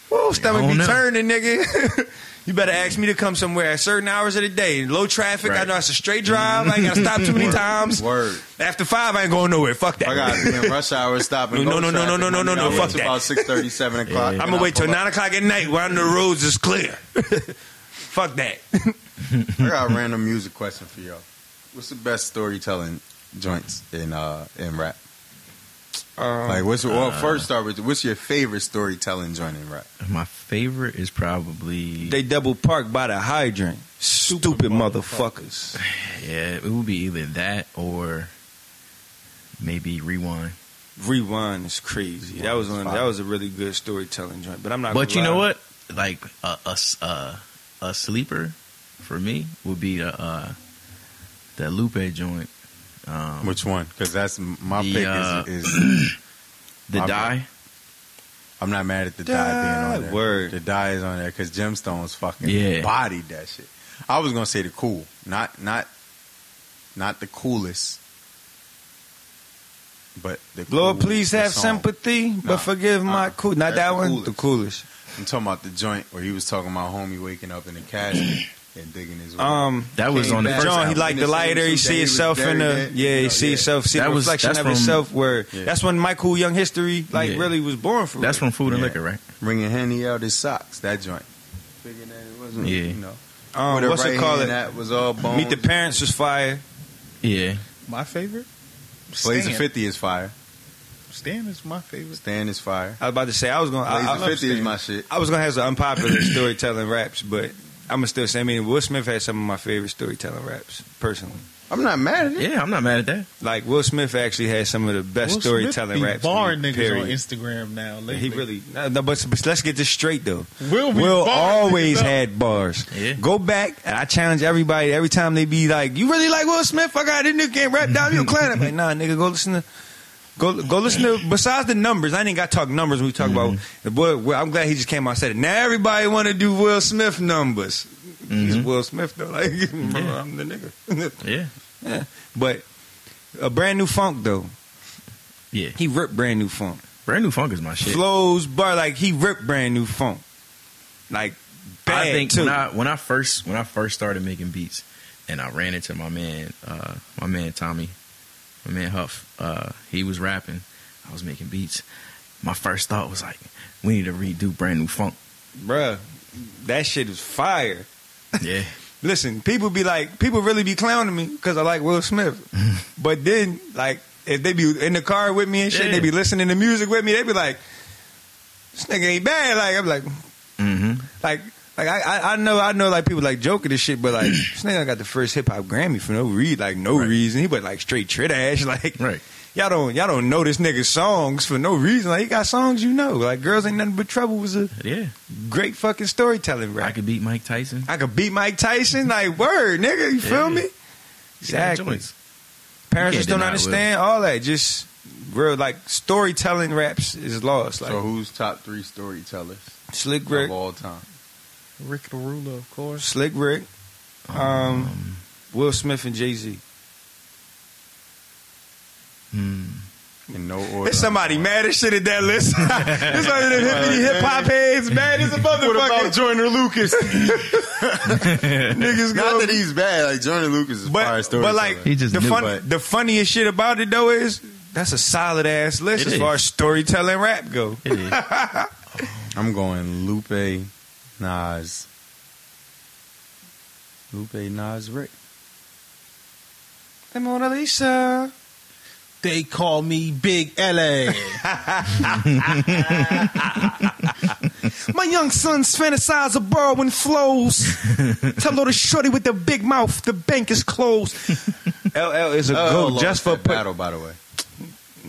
[SPEAKER 6] Whoa, stomach
[SPEAKER 9] don't
[SPEAKER 6] be
[SPEAKER 9] know.
[SPEAKER 6] turning, nigga. [laughs] you better ask me to come somewhere at certain hours of the day. Low traffic. I
[SPEAKER 9] Right.
[SPEAKER 6] know it's a straight drive. I ain't gotta stop too many times.
[SPEAKER 7] word.
[SPEAKER 6] After five, I ain't going nowhere. Fuck that.
[SPEAKER 7] I got to be in rush hour stopping.
[SPEAKER 6] No, no, no, no, no, no, no, no, fuck that.
[SPEAKER 7] About six thirty, seven o'clock.
[SPEAKER 6] I'm gonna wait till nine o'clock at night when the roads is clear. [laughs] Fuck that.
[SPEAKER 7] I got a random music question for y'all. What's the best storytelling joints in uh in rap? Like, what's well? First, start with what's your favorite storytelling joint in rap?
[SPEAKER 9] [laughs] My favorite is probably
[SPEAKER 6] they double parked by the hydrant. Stupid motherfuckers.
[SPEAKER 9] yeah. It would be either that or maybe rewind.
[SPEAKER 6] Rewind is crazy. That was one. That was a really good storytelling joint. But I'm not.
[SPEAKER 9] But
[SPEAKER 6] gonna
[SPEAKER 9] you know
[SPEAKER 6] lie.
[SPEAKER 9] what? Like a a, s- uh, a sleeper for me would be the uh, the Lupe joint. Um,
[SPEAKER 7] Which one? Because that's my
[SPEAKER 9] The,
[SPEAKER 7] pick.
[SPEAKER 9] uh,
[SPEAKER 7] is, is
[SPEAKER 9] the
[SPEAKER 7] my
[SPEAKER 9] die.
[SPEAKER 7] I'm not mad at the die being on there.
[SPEAKER 6] Word.
[SPEAKER 7] The die is on there because Gemstones fucking
[SPEAKER 9] Yeah.
[SPEAKER 7] bodied that shit. I was gonna say the cool, not not not the coolest, but the
[SPEAKER 6] Lord,
[SPEAKER 7] cool-
[SPEAKER 6] please
[SPEAKER 7] the
[SPEAKER 6] have
[SPEAKER 7] song.
[SPEAKER 6] sympathy,
[SPEAKER 7] Nah.
[SPEAKER 6] but forgive my
[SPEAKER 7] Uh-uh.
[SPEAKER 6] cool.
[SPEAKER 7] That's
[SPEAKER 6] Not that
[SPEAKER 7] the
[SPEAKER 6] one.
[SPEAKER 7] coolest.
[SPEAKER 6] The coolest.
[SPEAKER 7] [clears throat] I'm talking about the joint where he was talking about homie waking up in the casket and digging his way.
[SPEAKER 6] Um,
[SPEAKER 9] That was
[SPEAKER 7] Came
[SPEAKER 9] on the
[SPEAKER 7] back.
[SPEAKER 9] first.
[SPEAKER 6] John, he
[SPEAKER 7] album.
[SPEAKER 6] liked the
[SPEAKER 7] And it
[SPEAKER 6] lighter. He
[SPEAKER 7] seems that
[SPEAKER 6] see
[SPEAKER 7] he was
[SPEAKER 6] himself in
[SPEAKER 7] very
[SPEAKER 6] the
[SPEAKER 7] dead.
[SPEAKER 6] yeah. He
[SPEAKER 7] Yeah.
[SPEAKER 6] see himself. See
[SPEAKER 9] That
[SPEAKER 6] the
[SPEAKER 9] was-
[SPEAKER 6] reflection
[SPEAKER 9] that's
[SPEAKER 6] of
[SPEAKER 9] from-
[SPEAKER 6] himself. Where
[SPEAKER 7] Yeah.
[SPEAKER 6] that's when Michael Young history like
[SPEAKER 9] Yeah.
[SPEAKER 6] really was born for.
[SPEAKER 9] That's
[SPEAKER 6] real.
[SPEAKER 9] from Food and
[SPEAKER 7] Yeah.
[SPEAKER 9] Liquor, right?
[SPEAKER 7] Bringing Henny out his socks. That joint. Figuring that it wasn't.
[SPEAKER 9] Yeah.
[SPEAKER 7] You know.
[SPEAKER 6] um,
[SPEAKER 7] With a
[SPEAKER 6] what's
[SPEAKER 7] right
[SPEAKER 6] it called?
[SPEAKER 7] hand That was all bones.
[SPEAKER 6] Meet the Parents was fire.
[SPEAKER 9] Yeah.
[SPEAKER 8] My favorite?
[SPEAKER 7] Blaze the
[SPEAKER 8] Stan.
[SPEAKER 7] Fifty is fire.
[SPEAKER 8] Stan is my favorite.
[SPEAKER 7] Stan is fire.
[SPEAKER 6] I was about to say I was gonna.
[SPEAKER 7] Blaze
[SPEAKER 6] I,
[SPEAKER 7] the
[SPEAKER 6] I,
[SPEAKER 7] Fifty is my shit.
[SPEAKER 6] I was gonna have some unpopular storytelling raps, but I'm gonna still say. I mean, Will Smith had some of my favorite storytelling raps personally.
[SPEAKER 7] I'm not mad at it.
[SPEAKER 9] Yeah, I'm not mad at that.
[SPEAKER 6] Like Will Smith actually had some of the best
[SPEAKER 8] Will Smith
[SPEAKER 6] storytelling
[SPEAKER 8] be
[SPEAKER 6] raps.
[SPEAKER 8] Barring niggas on
[SPEAKER 6] period.
[SPEAKER 8] Instagram now.
[SPEAKER 6] He
[SPEAKER 8] Lately.
[SPEAKER 6] really no, no, but, but let's get this straight though.
[SPEAKER 8] Will, be
[SPEAKER 6] Will
[SPEAKER 8] barring
[SPEAKER 6] always
[SPEAKER 8] niggas up.
[SPEAKER 6] had bars.
[SPEAKER 9] Yeah.
[SPEAKER 6] Go back. and I challenge everybody every time they be like, "You really like Will Smith? I got this nigga can't rap down your clan." I'm like, "Nah, nigga, go listen to." Go, go listen to. Besides the numbers, I ain't got to talk numbers when we talk about. The boy, well, I'm glad he just came out and said it. Now everybody want to do Will Smith numbers. He's
[SPEAKER 9] Mhm.
[SPEAKER 6] Will Smith though, [laughs] like bro, I'm the nigga. [laughs]
[SPEAKER 9] Yeah.
[SPEAKER 6] but a brand new funk though,
[SPEAKER 9] Yeah.
[SPEAKER 6] he ripped brand new funk.
[SPEAKER 9] Brand new funk is my shit.
[SPEAKER 6] Flows bar like he ripped brand new funk, like bad
[SPEAKER 9] I think
[SPEAKER 6] too.
[SPEAKER 9] when I when I first when I first started making beats, and I ran into my man, uh, my man Tommy, my man Huff. Uh, he was rapping, I was making beats. My first thought was like, we need to redo brand new funk.
[SPEAKER 6] Bruh, that shit is fire.
[SPEAKER 9] Yeah,
[SPEAKER 6] Listen, people be like, people really be clowning me because I like
[SPEAKER 9] [laughs]
[SPEAKER 6] Will Smith. but then, like, if they be in the car with me and shit,
[SPEAKER 9] Yeah.
[SPEAKER 6] they be listening to music with me, they be like, this nigga ain't bad. Like, I'm like,
[SPEAKER 9] mm-hmm.
[SPEAKER 6] like, like I, I, I know, I know, like people like joking this shit,
[SPEAKER 9] [clears throat]
[SPEAKER 6] but like this nigga got the first hip hop Grammy for no read, like no
[SPEAKER 9] Right.
[SPEAKER 6] reason. He was like straight trit ass, [laughs] like
[SPEAKER 9] Right.
[SPEAKER 6] Y'all don't, y'all don't know this nigga's songs for no reason. Like he got songs you know. Like girls ain't nothing but trouble was a
[SPEAKER 9] yeah.
[SPEAKER 6] great fucking storytelling
[SPEAKER 9] I
[SPEAKER 6] rap.
[SPEAKER 9] could beat Mike Tyson.
[SPEAKER 6] I could beat Mike Tyson. Like, word, nigga, you feel
[SPEAKER 9] Yeah.
[SPEAKER 6] me?
[SPEAKER 9] You got [laughs]
[SPEAKER 6] Exactly.
[SPEAKER 9] joints.
[SPEAKER 6] Parents
[SPEAKER 9] You
[SPEAKER 6] just
[SPEAKER 9] can't
[SPEAKER 6] don't
[SPEAKER 9] deny it,
[SPEAKER 6] understand all that. Just real, like, storytelling raps is lost. Like,
[SPEAKER 7] So who's top three storytellers
[SPEAKER 6] Slick
[SPEAKER 7] of
[SPEAKER 6] Rick,
[SPEAKER 7] all time?
[SPEAKER 8] Rick Derulo, of course.
[SPEAKER 6] Slick Rick, um, Will Smith, and Jay Z.
[SPEAKER 9] Hmm.
[SPEAKER 7] In no order.
[SPEAKER 6] There's somebody mad as shit at that
[SPEAKER 9] [laughs]
[SPEAKER 6] list. [laughs] There's one of them hippity hip hop heads mad as a motherfucker.
[SPEAKER 7] Joyner [laughs] Lucas?
[SPEAKER 6] Niggas
[SPEAKER 7] Not
[SPEAKER 6] go.
[SPEAKER 7] that he's bad. Like Joyner Lucas is fire
[SPEAKER 6] But,
[SPEAKER 7] storyteller.
[SPEAKER 6] but like,
[SPEAKER 9] He just
[SPEAKER 6] the,
[SPEAKER 9] knew,
[SPEAKER 6] fun,
[SPEAKER 7] but-
[SPEAKER 6] the funniest shit about it, though, is that's a solid ass list
[SPEAKER 9] It
[SPEAKER 6] as far
[SPEAKER 9] is.
[SPEAKER 6] as storytelling rap go.
[SPEAKER 9] It is.
[SPEAKER 7] I'm going Lupe, Nas, Lupe, Nas, Rick.
[SPEAKER 6] The Mona Lisa.
[SPEAKER 8] They call me Big
[SPEAKER 6] [laughs]
[SPEAKER 8] LA.
[SPEAKER 6] My young sons fantasize of borrowing flows. Tell little shorty with the big mouth, the bank is closed. Oh, LL is a
[SPEAKER 7] Oh,
[SPEAKER 6] goat just for put-
[SPEAKER 7] battle, by the way.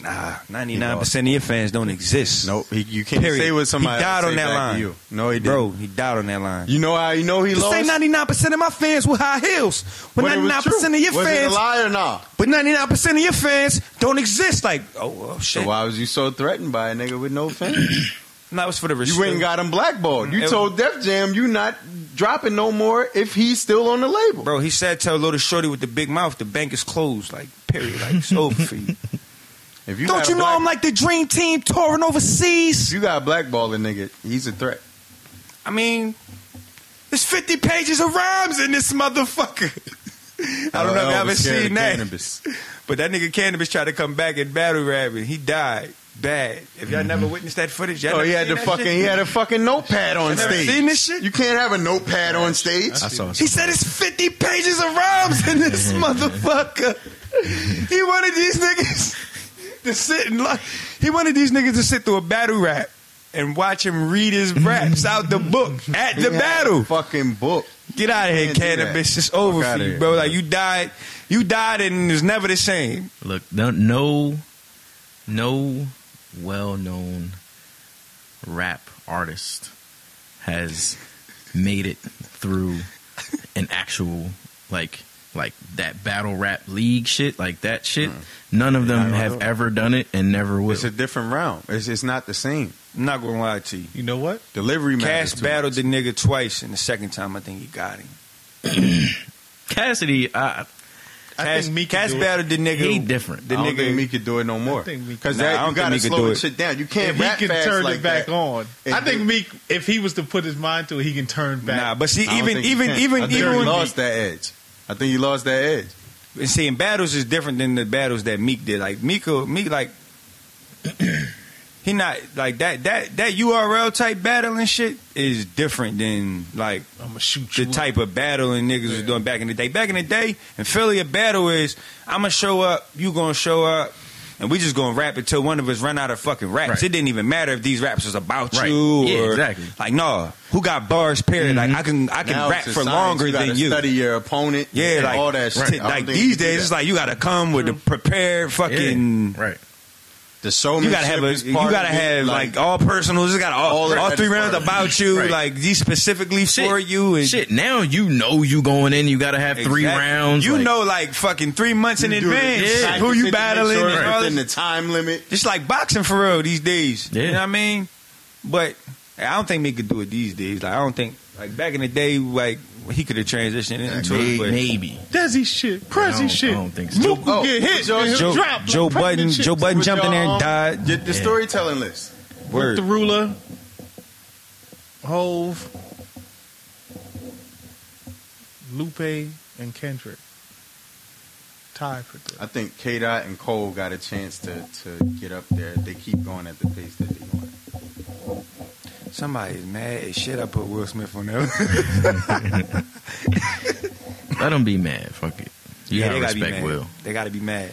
[SPEAKER 6] Nah, ninety nine percent of your fans don't exist.
[SPEAKER 7] Nope, he, you can't
[SPEAKER 6] Period.
[SPEAKER 7] say what somebody
[SPEAKER 6] He died
[SPEAKER 7] else
[SPEAKER 6] on
[SPEAKER 7] say
[SPEAKER 6] that
[SPEAKER 7] back to
[SPEAKER 6] line.
[SPEAKER 7] You. No, he didn't.
[SPEAKER 6] bro, he died on that line.
[SPEAKER 7] You know how you know he
[SPEAKER 6] Just
[SPEAKER 7] lost?
[SPEAKER 6] say ninety nine percent of my fans with high heels, but
[SPEAKER 7] When it
[SPEAKER 6] ninety
[SPEAKER 7] was
[SPEAKER 6] nine
[SPEAKER 7] true.
[SPEAKER 6] percent of your
[SPEAKER 7] was it a
[SPEAKER 6] fans,
[SPEAKER 7] lie or not?
[SPEAKER 6] but ninety nine percent of your fans don't exist. Like, oh, oh
[SPEAKER 7] So
[SPEAKER 6] shit,
[SPEAKER 7] why was you so threatened by a nigga with no
[SPEAKER 6] [clears throat]
[SPEAKER 7] fans?
[SPEAKER 6] And that was for the
[SPEAKER 7] you went and got him blackballed. You
[SPEAKER 6] It-
[SPEAKER 7] told Def Jam you not dropping no more if he's still on the label.
[SPEAKER 6] Bro, he said, "Tell little shorty with the big mouth, the bank is closed." Like, period. Like, it's over for you.
[SPEAKER 7] If [laughs] you
[SPEAKER 6] Don't
[SPEAKER 7] got
[SPEAKER 6] you know
[SPEAKER 7] black-
[SPEAKER 6] I'm like the dream team touring
[SPEAKER 7] If
[SPEAKER 6] overseas?
[SPEAKER 7] you got blackballed a nigga, he's a threat.
[SPEAKER 6] I mean, there's 50 pages of rhymes in this motherfucker. [laughs] I don't know if
[SPEAKER 7] LL
[SPEAKER 6] you ever
[SPEAKER 7] Oh, was scared
[SPEAKER 6] seen
[SPEAKER 7] of
[SPEAKER 6] that.
[SPEAKER 7] cannabis.
[SPEAKER 6] [laughs] But that nigga Cannabis tried to come back and battle rap and he died bad. If y'all never witnessed that footage, y'all
[SPEAKER 7] Oh,
[SPEAKER 6] never
[SPEAKER 7] he had the
[SPEAKER 6] seen that
[SPEAKER 7] fucking
[SPEAKER 6] shit?
[SPEAKER 7] he had a fucking notepad on
[SPEAKER 6] Y'all never
[SPEAKER 7] stage.
[SPEAKER 6] seen this shit?
[SPEAKER 7] You can't have a notepad on stage.
[SPEAKER 9] I saw
[SPEAKER 6] [laughs] He said it's 50 pages of rhymes
[SPEAKER 7] [laughs]
[SPEAKER 6] in this motherfucker. He wanted these niggas to sit and like, he wanted these niggas to sit through a battle rap and watch him read his raps out the book at
[SPEAKER 7] He [laughs]
[SPEAKER 6] the
[SPEAKER 7] had
[SPEAKER 6] battle.
[SPEAKER 7] a fucking book.
[SPEAKER 6] Get out of here,
[SPEAKER 7] Can't do
[SPEAKER 6] cannabis.
[SPEAKER 7] that.
[SPEAKER 6] It's over
[SPEAKER 7] Fuck
[SPEAKER 6] for
[SPEAKER 7] outta
[SPEAKER 6] you,
[SPEAKER 7] here,
[SPEAKER 6] bro.
[SPEAKER 7] bro.
[SPEAKER 6] Like you died, you died, and it's never the same.
[SPEAKER 9] Look, no, no, no well-known rap artist has made it through an actual like like that battle rap league shit, like that shit.
[SPEAKER 6] Mm.
[SPEAKER 9] None of them
[SPEAKER 7] not
[SPEAKER 9] have
[SPEAKER 7] real.
[SPEAKER 9] ever done it and never will.
[SPEAKER 7] It's a different round. It's it's not the same.
[SPEAKER 6] I'm not gonna lie to you.
[SPEAKER 8] you know what?
[SPEAKER 7] Delivery matters
[SPEAKER 6] Cass
[SPEAKER 7] too.
[SPEAKER 6] battled the nigga twice, and the second time I think he got him.
[SPEAKER 9] Cassidy, I,
[SPEAKER 8] I
[SPEAKER 6] Cash,
[SPEAKER 8] think Meek
[SPEAKER 6] Cash
[SPEAKER 8] can do it.
[SPEAKER 6] battled the nigga.
[SPEAKER 9] He different.
[SPEAKER 6] The
[SPEAKER 7] I don't
[SPEAKER 6] nigga.
[SPEAKER 7] think Meek could do it no more.
[SPEAKER 8] I think Meek-
[SPEAKER 7] Because
[SPEAKER 6] Nah, I
[SPEAKER 7] that
[SPEAKER 6] don't
[SPEAKER 7] you
[SPEAKER 6] think
[SPEAKER 7] gotta
[SPEAKER 6] Meek could
[SPEAKER 7] slow
[SPEAKER 6] do
[SPEAKER 7] the
[SPEAKER 6] it.
[SPEAKER 7] shit down. You can't
[SPEAKER 8] If
[SPEAKER 7] rap
[SPEAKER 8] he can
[SPEAKER 7] fast
[SPEAKER 8] turn
[SPEAKER 7] like
[SPEAKER 8] it back
[SPEAKER 7] that.
[SPEAKER 8] on.
[SPEAKER 7] And
[SPEAKER 8] I think
[SPEAKER 7] do-
[SPEAKER 8] Meek, if he was to put his mind to it, he can turn back.
[SPEAKER 6] Nah, but see,
[SPEAKER 7] I don't
[SPEAKER 6] even
[SPEAKER 7] think he
[SPEAKER 6] even
[SPEAKER 7] can. I
[SPEAKER 6] even
[SPEAKER 7] think he
[SPEAKER 6] even
[SPEAKER 7] lost that edge. I think he lost that edge.
[SPEAKER 6] and seeing battles is different than the battles that Meek did. Like Meek, will- Meek, like [clears throat] he not like that that that URL type battle and shit is different than like
[SPEAKER 8] I'm gonna shoot
[SPEAKER 6] the
[SPEAKER 8] you. up.
[SPEAKER 6] type of battling niggas was
[SPEAKER 8] Yeah.
[SPEAKER 6] doing back in the day. Back in the day, in Philly, a battle is I'm gonna show up, you gonna show up, and we just gonna rap until one of us run out of fucking raps.
[SPEAKER 9] Right.
[SPEAKER 6] It didn't even matter if these raps was about
[SPEAKER 9] Right.
[SPEAKER 6] you
[SPEAKER 9] Yeah,
[SPEAKER 6] or
[SPEAKER 9] exactly. Mm-hmm.
[SPEAKER 6] like no, who got bars paired? Like I can I can
[SPEAKER 7] Now
[SPEAKER 6] rap
[SPEAKER 7] it's a
[SPEAKER 6] for
[SPEAKER 7] science.
[SPEAKER 6] longer
[SPEAKER 7] you gotta
[SPEAKER 6] than you.
[SPEAKER 7] Study your opponent.
[SPEAKER 6] Yeah,
[SPEAKER 7] and
[SPEAKER 6] like
[SPEAKER 7] all that shit. I
[SPEAKER 6] right,
[SPEAKER 7] don't
[SPEAKER 6] Like
[SPEAKER 7] think
[SPEAKER 6] these
[SPEAKER 7] he can do
[SPEAKER 6] days,
[SPEAKER 7] that.
[SPEAKER 6] it's like you got to come with the prepared fucking.
[SPEAKER 9] Yeah, right.
[SPEAKER 7] the showmanship.
[SPEAKER 6] You gotta have a,
[SPEAKER 7] is
[SPEAKER 6] you
[SPEAKER 7] part of
[SPEAKER 6] gotta
[SPEAKER 7] it,
[SPEAKER 6] have like, all personals. You got all,
[SPEAKER 7] All
[SPEAKER 6] all,
[SPEAKER 7] that
[SPEAKER 6] three
[SPEAKER 7] is
[SPEAKER 6] rounds
[SPEAKER 7] part of it.
[SPEAKER 6] about you,
[SPEAKER 9] Right.
[SPEAKER 6] like these specifically for you and
[SPEAKER 9] shit. Now you know you going in. You got to have three
[SPEAKER 6] Exactly.
[SPEAKER 9] rounds.
[SPEAKER 6] You
[SPEAKER 9] like-
[SPEAKER 6] know, like fucking three months in
[SPEAKER 7] You do it
[SPEAKER 6] advance,
[SPEAKER 9] Yeah.
[SPEAKER 6] like, who you battling,
[SPEAKER 7] Sure
[SPEAKER 6] and all
[SPEAKER 7] within
[SPEAKER 6] this.
[SPEAKER 7] the time limit.
[SPEAKER 6] Just like boxing for real these days. You
[SPEAKER 9] Yeah.
[SPEAKER 6] know what I mean? But I don't think Meek could do it these days. Like I don't think like back in the day, like he could have transitioned into it.
[SPEAKER 9] May-
[SPEAKER 6] But
[SPEAKER 9] maybe.
[SPEAKER 8] Desi shit,
[SPEAKER 9] I
[SPEAKER 8] Prezi
[SPEAKER 9] don't-
[SPEAKER 8] shit.
[SPEAKER 9] I don't think so.
[SPEAKER 8] Luke will
[SPEAKER 7] Oh,
[SPEAKER 8] get hit.
[SPEAKER 7] Joe-
[SPEAKER 8] and he'll
[SPEAKER 6] Joe,
[SPEAKER 8] drop like
[SPEAKER 6] Joe
[SPEAKER 8] pregnant
[SPEAKER 6] Button,
[SPEAKER 8] chicks.
[SPEAKER 6] Joe Button
[SPEAKER 7] With
[SPEAKER 6] jumped in there
[SPEAKER 7] y'all,
[SPEAKER 6] and
[SPEAKER 7] um,
[SPEAKER 6] died.
[SPEAKER 7] The, the storytelling list.
[SPEAKER 8] the
[SPEAKER 6] Word.
[SPEAKER 8] ruler, Hove, Lupe, and Kendrick. Tied for third.
[SPEAKER 7] I think K. Dot and Cole got a chance to to get up there. They keep going at the pace that they want.
[SPEAKER 6] Somebody's mad as shit. I put Will Smith
[SPEAKER 7] [laughs]
[SPEAKER 6] on there.
[SPEAKER 9] Let him be mad. Fuck it. You
[SPEAKER 6] Yeah,
[SPEAKER 9] gotta
[SPEAKER 6] gotta be
[SPEAKER 9] respect
[SPEAKER 6] mad.
[SPEAKER 9] Will.
[SPEAKER 6] They gotta be mad.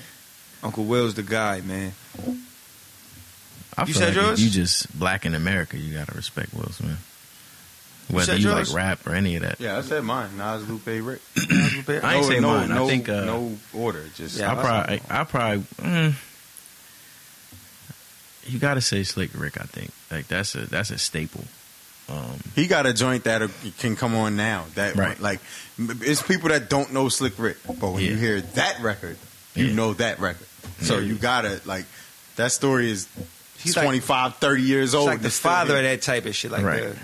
[SPEAKER 6] Uncle Will's the guy, man.
[SPEAKER 9] I
[SPEAKER 6] You
[SPEAKER 9] feel
[SPEAKER 6] said
[SPEAKER 9] like if
[SPEAKER 6] yours?
[SPEAKER 9] You just black in America. You gotta respect Will Smith. Whether
[SPEAKER 6] said
[SPEAKER 9] you
[SPEAKER 6] yours?
[SPEAKER 9] like rap or any of that.
[SPEAKER 7] Yeah, I said mine. Nas, Lupe,
[SPEAKER 6] [clears throat]
[SPEAKER 7] Rick.
[SPEAKER 9] I ain't
[SPEAKER 7] no,
[SPEAKER 9] say
[SPEAKER 7] no,
[SPEAKER 9] mine. I
[SPEAKER 7] No,
[SPEAKER 9] think, uh,
[SPEAKER 7] no order. Just
[SPEAKER 6] Yeah,
[SPEAKER 9] I probably, I probably, mm, you gotta say Slick Rick. I think like that's a that's a staple. Um,
[SPEAKER 7] He got a joint that can come on now. That
[SPEAKER 9] Right.
[SPEAKER 7] like it's people that don't know Slick Rick, but when you
[SPEAKER 9] Yeah.
[SPEAKER 7] hear that record, you
[SPEAKER 9] Yeah.
[SPEAKER 7] know that record. So
[SPEAKER 9] Yeah.
[SPEAKER 7] you gotta like that story is
[SPEAKER 6] He's like-
[SPEAKER 7] 25, 30 years
[SPEAKER 6] It's
[SPEAKER 7] old.
[SPEAKER 6] like the
[SPEAKER 7] It's still
[SPEAKER 6] father
[SPEAKER 7] here.
[SPEAKER 6] of that type of shit. Like,
[SPEAKER 9] Right.
[SPEAKER 6] the,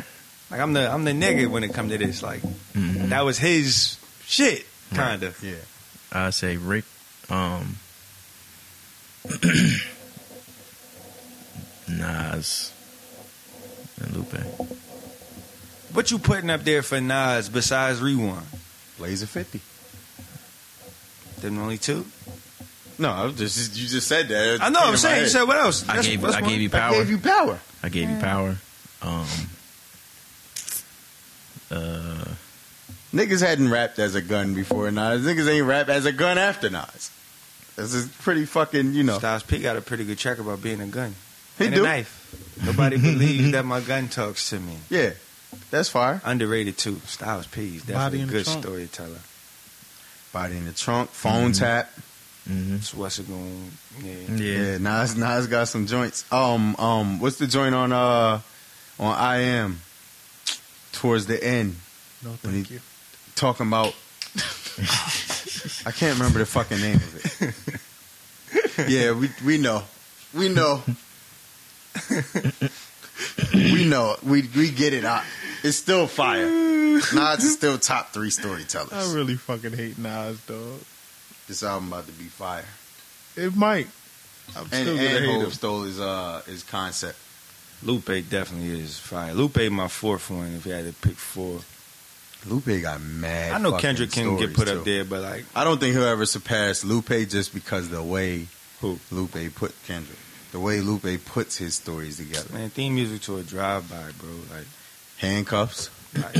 [SPEAKER 6] like I'm the I'm the nigga when it comes to this. Like
[SPEAKER 9] Mm-hmm.
[SPEAKER 6] that was his shit, kind of.
[SPEAKER 7] Yeah.
[SPEAKER 9] I say Rick. Um, [clears throat] Nas and Lupe.
[SPEAKER 6] What you putting up there for Nas besides Rewind?
[SPEAKER 7] Laser fifty.
[SPEAKER 6] Them the only two.
[SPEAKER 7] No, I was just you just said that. It's
[SPEAKER 6] I know.
[SPEAKER 7] in
[SPEAKER 6] I'm
[SPEAKER 7] my
[SPEAKER 6] saying. You
[SPEAKER 7] head.
[SPEAKER 6] said what else?
[SPEAKER 9] I
[SPEAKER 6] That's-
[SPEAKER 9] gave you-
[SPEAKER 6] that's
[SPEAKER 9] I
[SPEAKER 6] one.
[SPEAKER 9] gave you
[SPEAKER 7] I
[SPEAKER 9] power.
[SPEAKER 7] gave you power.
[SPEAKER 9] I gave you power. Um, uh,
[SPEAKER 7] Niggas hadn't rapped as a gun before Nas. Niggas ain't rap as a gun after Nas. This is pretty fucking, you know.
[SPEAKER 6] Styles P got a pretty good track about being a gun
[SPEAKER 7] He
[SPEAKER 6] and
[SPEAKER 7] do.
[SPEAKER 6] a knife.
[SPEAKER 7] [laughs]
[SPEAKER 6] Nobody believes that my gun talks to me.
[SPEAKER 7] Yeah. That's fire.
[SPEAKER 6] Underrated too. Styles P is
[SPEAKER 8] Body
[SPEAKER 6] definitely a
[SPEAKER 8] in the
[SPEAKER 6] good
[SPEAKER 8] trunk.
[SPEAKER 6] storyteller.
[SPEAKER 7] Body in the trunk, phone
[SPEAKER 6] Mm-hmm.
[SPEAKER 7] tap.
[SPEAKER 9] mhm.
[SPEAKER 6] That's what's going. Yeah.
[SPEAKER 9] yeah.
[SPEAKER 7] Yeah, Nas Nas got some joints. Um, um, what's the joint on uh on I Am towards the end
[SPEAKER 8] No,
[SPEAKER 7] when
[SPEAKER 8] thank
[SPEAKER 7] he-
[SPEAKER 8] you.
[SPEAKER 7] talking about? I can't remember the fucking name of it.
[SPEAKER 8] [laughs]
[SPEAKER 7] yeah, we we know, we know, we know, we we get it. I, it's still fire. Nas is still top three storytellers.
[SPEAKER 8] I really fucking hate Nas, dog.
[SPEAKER 7] this album about to be fire.
[SPEAKER 8] It might. I'm
[SPEAKER 7] And, and
[SPEAKER 8] still gonna hate
[SPEAKER 7] Hov
[SPEAKER 8] him.
[SPEAKER 7] stole his uh his concept.
[SPEAKER 6] Lupe definitely is fire. Lupe my fourth one. If you had to pick four.
[SPEAKER 7] Lupe got mad.
[SPEAKER 6] I know
[SPEAKER 7] fucking
[SPEAKER 6] Kendrick can get
[SPEAKER 7] stories,
[SPEAKER 6] put
[SPEAKER 7] too.
[SPEAKER 6] up there, but like
[SPEAKER 7] I don't think he'll ever surpass Lupe just because the way
[SPEAKER 6] Who?
[SPEAKER 7] Lupe put Kendrick, the way Lupe puts his stories together.
[SPEAKER 6] man, theme music to a drive by, bro. Like,
[SPEAKER 7] Handcuffs,
[SPEAKER 6] like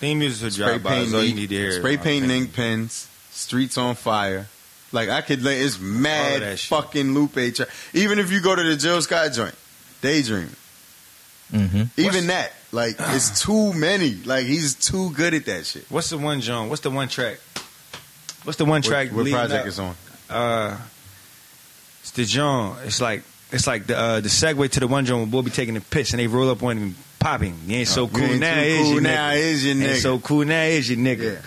[SPEAKER 6] theme music to a
[SPEAKER 7] spray
[SPEAKER 6] drive by
[SPEAKER 7] paint,
[SPEAKER 6] is all you
[SPEAKER 7] ink,
[SPEAKER 6] need to hear.
[SPEAKER 7] spray
[SPEAKER 6] in my
[SPEAKER 7] paint and
[SPEAKER 6] opinion.
[SPEAKER 7] ink pens, streets on fire. Like I could, lay it's
[SPEAKER 6] All that
[SPEAKER 7] mad
[SPEAKER 6] shit.
[SPEAKER 7] fucking Lupe. Tra- Even if you go to the Jill Scott joint, Daydream,
[SPEAKER 9] hmm
[SPEAKER 7] even that, like
[SPEAKER 6] [clears throat]
[SPEAKER 7] it's too many. Like he's too good at that shit.
[SPEAKER 6] What's the one John? What's the one track? What's the one track?
[SPEAKER 7] what, what
[SPEAKER 6] leading
[SPEAKER 7] project
[SPEAKER 6] up?
[SPEAKER 7] is on?
[SPEAKER 6] Uh, it's the John. It's like it's like the uh, the segue to the one John where boy be taking a piss and they roll up on him and popping. You ain't so
[SPEAKER 7] Uh, You
[SPEAKER 6] cool
[SPEAKER 7] ain't
[SPEAKER 6] now,
[SPEAKER 7] too
[SPEAKER 6] is
[SPEAKER 7] cool
[SPEAKER 6] you
[SPEAKER 7] now,
[SPEAKER 6] nigga?
[SPEAKER 7] is your
[SPEAKER 6] Ain't
[SPEAKER 7] nigga?
[SPEAKER 6] so cool now, is your nigga?
[SPEAKER 7] Yeah.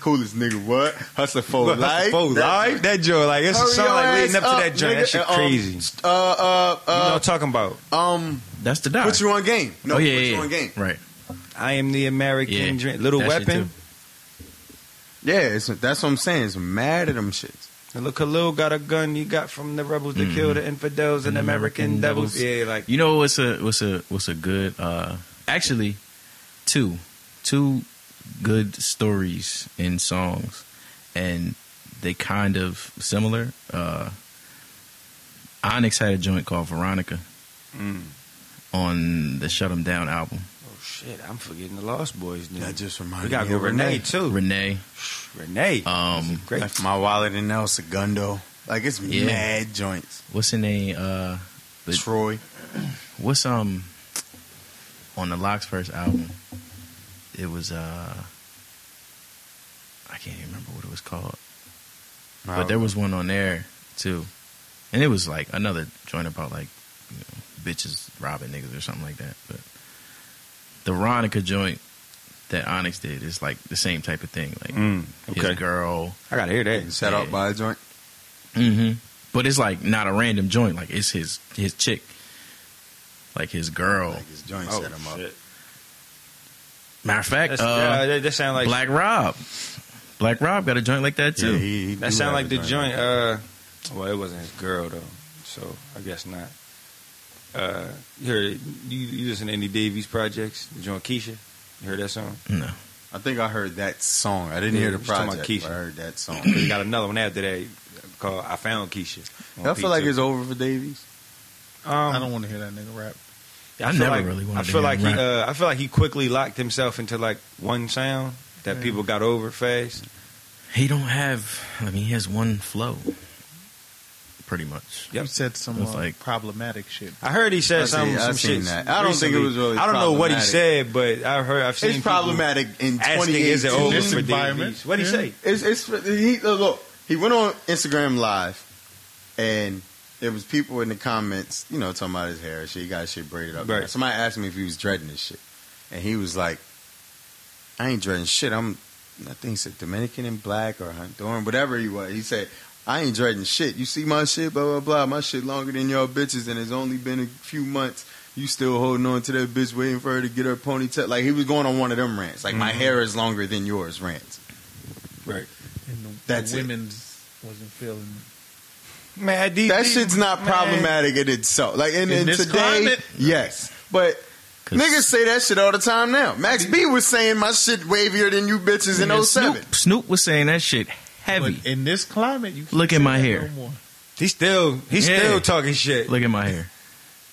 [SPEAKER 7] Coolest nigga, what? Hustler for
[SPEAKER 6] Full
[SPEAKER 7] life.
[SPEAKER 6] life, full
[SPEAKER 7] That's-
[SPEAKER 6] life. That joint, like it's a
[SPEAKER 7] Hurry
[SPEAKER 6] song
[SPEAKER 7] your
[SPEAKER 6] like leading
[SPEAKER 7] ass
[SPEAKER 6] up,
[SPEAKER 7] up,
[SPEAKER 6] to that joint.
[SPEAKER 7] nigga.
[SPEAKER 6] That shit
[SPEAKER 7] Um,
[SPEAKER 6] crazy.
[SPEAKER 7] Uh, uh,
[SPEAKER 6] you know what
[SPEAKER 7] uh,
[SPEAKER 6] I'm talking about?
[SPEAKER 7] um,
[SPEAKER 9] That's the die.
[SPEAKER 7] put you on game. No,
[SPEAKER 9] oh yeah,
[SPEAKER 7] put
[SPEAKER 9] yeah,
[SPEAKER 7] you
[SPEAKER 9] yeah.
[SPEAKER 7] on game.
[SPEAKER 9] Right.
[SPEAKER 6] I am the American
[SPEAKER 9] Yeah.
[SPEAKER 6] dream. Little
[SPEAKER 9] That shit
[SPEAKER 6] Weapon.
[SPEAKER 9] too.
[SPEAKER 7] Yeah, it's, that's what I'm saying. It's mad at them shits.
[SPEAKER 6] And look, Khalil got a gun you got from the rebels that
[SPEAKER 7] Mm.
[SPEAKER 6] killed the infidels and, American, devils. Yeah, like
[SPEAKER 9] You know what's a what's a what's a good uh actually two two good stories in songs and they kind of similar. Uh Onyx had a joint called Veronica
[SPEAKER 7] Mm.
[SPEAKER 9] on the Shut 'em Down album.
[SPEAKER 6] oh shit, I'm forgetting the Lost Boys. Dude.
[SPEAKER 7] That just reminded
[SPEAKER 6] we gotta
[SPEAKER 7] me
[SPEAKER 6] go
[SPEAKER 7] of
[SPEAKER 6] Renee,
[SPEAKER 7] Renee.
[SPEAKER 6] too. Renee,
[SPEAKER 9] Renee. Um
[SPEAKER 6] great.
[SPEAKER 7] Left my wallet in El Segundo. Like it's
[SPEAKER 9] Yeah.
[SPEAKER 7] mad joints.
[SPEAKER 9] what's her name? Uh But-
[SPEAKER 7] Troy.
[SPEAKER 9] [clears throat] what's um on the Locks first album? It was uh I can't even remember what it was called. But there was one on there too, and it was like another joint about like you know, bitches robbing niggas or something like that. But the Ronica joint that Onyx did is like the same type of thing. Like
[SPEAKER 6] Mm, okay.
[SPEAKER 9] his girl,
[SPEAKER 6] I gotta hear that.
[SPEAKER 7] set
[SPEAKER 9] Yeah.
[SPEAKER 7] up by a joint.
[SPEAKER 9] hmm but it's like not a random joint. Like it's his his chick, like his girl.
[SPEAKER 7] Like his joint set him up.
[SPEAKER 9] Matter of fact,
[SPEAKER 6] That's,
[SPEAKER 9] uh,
[SPEAKER 6] Oh, uh, that, that sound like
[SPEAKER 9] Black Rob, Black Rob got a joint like that too.
[SPEAKER 7] Yeah, he, he
[SPEAKER 6] that
[SPEAKER 7] do
[SPEAKER 6] sound
[SPEAKER 7] have
[SPEAKER 6] like
[SPEAKER 7] a
[SPEAKER 6] the joint. Uh, well, it wasn't his girl though, so I guess not. Uh, you heard you, you listen to any Davies projects? The joint Keisha. You heard that song?
[SPEAKER 9] no,
[SPEAKER 7] I think I heard that song. I didn't
[SPEAKER 6] uh, Yeah,
[SPEAKER 7] hear the
[SPEAKER 6] he's talking about
[SPEAKER 7] project. but
[SPEAKER 6] Keisha.
[SPEAKER 7] I heard that song.
[SPEAKER 6] They got another one after that called "I Found Keisha." on
[SPEAKER 7] I feel like
[SPEAKER 6] P2.
[SPEAKER 7] it's over for Davies.
[SPEAKER 6] Um,
[SPEAKER 8] I don't want to hear that nigga rap.
[SPEAKER 9] I,
[SPEAKER 6] feel
[SPEAKER 9] never
[SPEAKER 6] like-
[SPEAKER 9] really wanted.
[SPEAKER 6] I feel
[SPEAKER 9] to
[SPEAKER 6] like
[SPEAKER 9] hear
[SPEAKER 6] he,
[SPEAKER 9] him rap.
[SPEAKER 6] uh, I feel like he quickly locked himself into like one sound that
[SPEAKER 8] Yeah.
[SPEAKER 6] people got over fast.
[SPEAKER 9] he don't have. I mean, he has one flow, pretty much.
[SPEAKER 6] Yep.
[SPEAKER 8] You said some
[SPEAKER 9] It's
[SPEAKER 8] uh,
[SPEAKER 9] like-
[SPEAKER 8] problematic shit.
[SPEAKER 6] I heard he said
[SPEAKER 7] I see-
[SPEAKER 6] some,
[SPEAKER 7] I
[SPEAKER 6] some
[SPEAKER 7] seen
[SPEAKER 6] shit.
[SPEAKER 7] that. I don't think it
[SPEAKER 6] recently.
[SPEAKER 7] was really
[SPEAKER 6] I don't know what he
[SPEAKER 7] problematic.
[SPEAKER 6] said, but I heard. I've seen
[SPEAKER 7] It's
[SPEAKER 6] people
[SPEAKER 7] problematic in
[SPEAKER 6] Asking, is it
[SPEAKER 7] 2018.
[SPEAKER 6] over
[SPEAKER 8] This
[SPEAKER 6] for
[SPEAKER 8] environment.
[SPEAKER 6] Davies? What did he
[SPEAKER 8] Yeah.
[SPEAKER 6] say?
[SPEAKER 7] It's, it's he, look. He went on Instagram Live, and there was people in the comments, you know, talking about his hair. and Shit, he got his shit braided up.
[SPEAKER 6] Right.
[SPEAKER 7] Somebody asked me if he was dreading this shit, and he was like, "I ain't dreading shit. I'm, I think he said Dominican and black or Honduran, whatever he was." He said. I ain't dreading shit. You see my shit, blah blah blah. My shit longer than y'all bitches, and it's only been a few months. You still holding on to that bitch, waiting for her to get her ponytail. Like he was going on one of them rants. Like my hair is longer than yours rants.
[SPEAKER 8] And the,
[SPEAKER 7] That's it.
[SPEAKER 8] the women's wasn't feeling.
[SPEAKER 6] Man, these,
[SPEAKER 7] That shit's not problematic in itself. Like in,
[SPEAKER 8] In
[SPEAKER 7] in
[SPEAKER 8] this
[SPEAKER 7] today,
[SPEAKER 8] climate?
[SPEAKER 7] yes, but.
[SPEAKER 9] 'Cause-
[SPEAKER 7] Niggas say that shit all the time now. Max B was saying my shit wavier than you bitches in
[SPEAKER 9] And
[SPEAKER 7] 07.
[SPEAKER 9] Snoop, Snoop was saying that shit heavy.
[SPEAKER 8] But in this climate, you can't
[SPEAKER 9] Look at
[SPEAKER 8] say
[SPEAKER 9] my
[SPEAKER 8] that
[SPEAKER 9] hair.
[SPEAKER 8] No more.
[SPEAKER 6] He's still he's
[SPEAKER 9] Yeah.
[SPEAKER 6] still talking shit.
[SPEAKER 9] Look at my hair.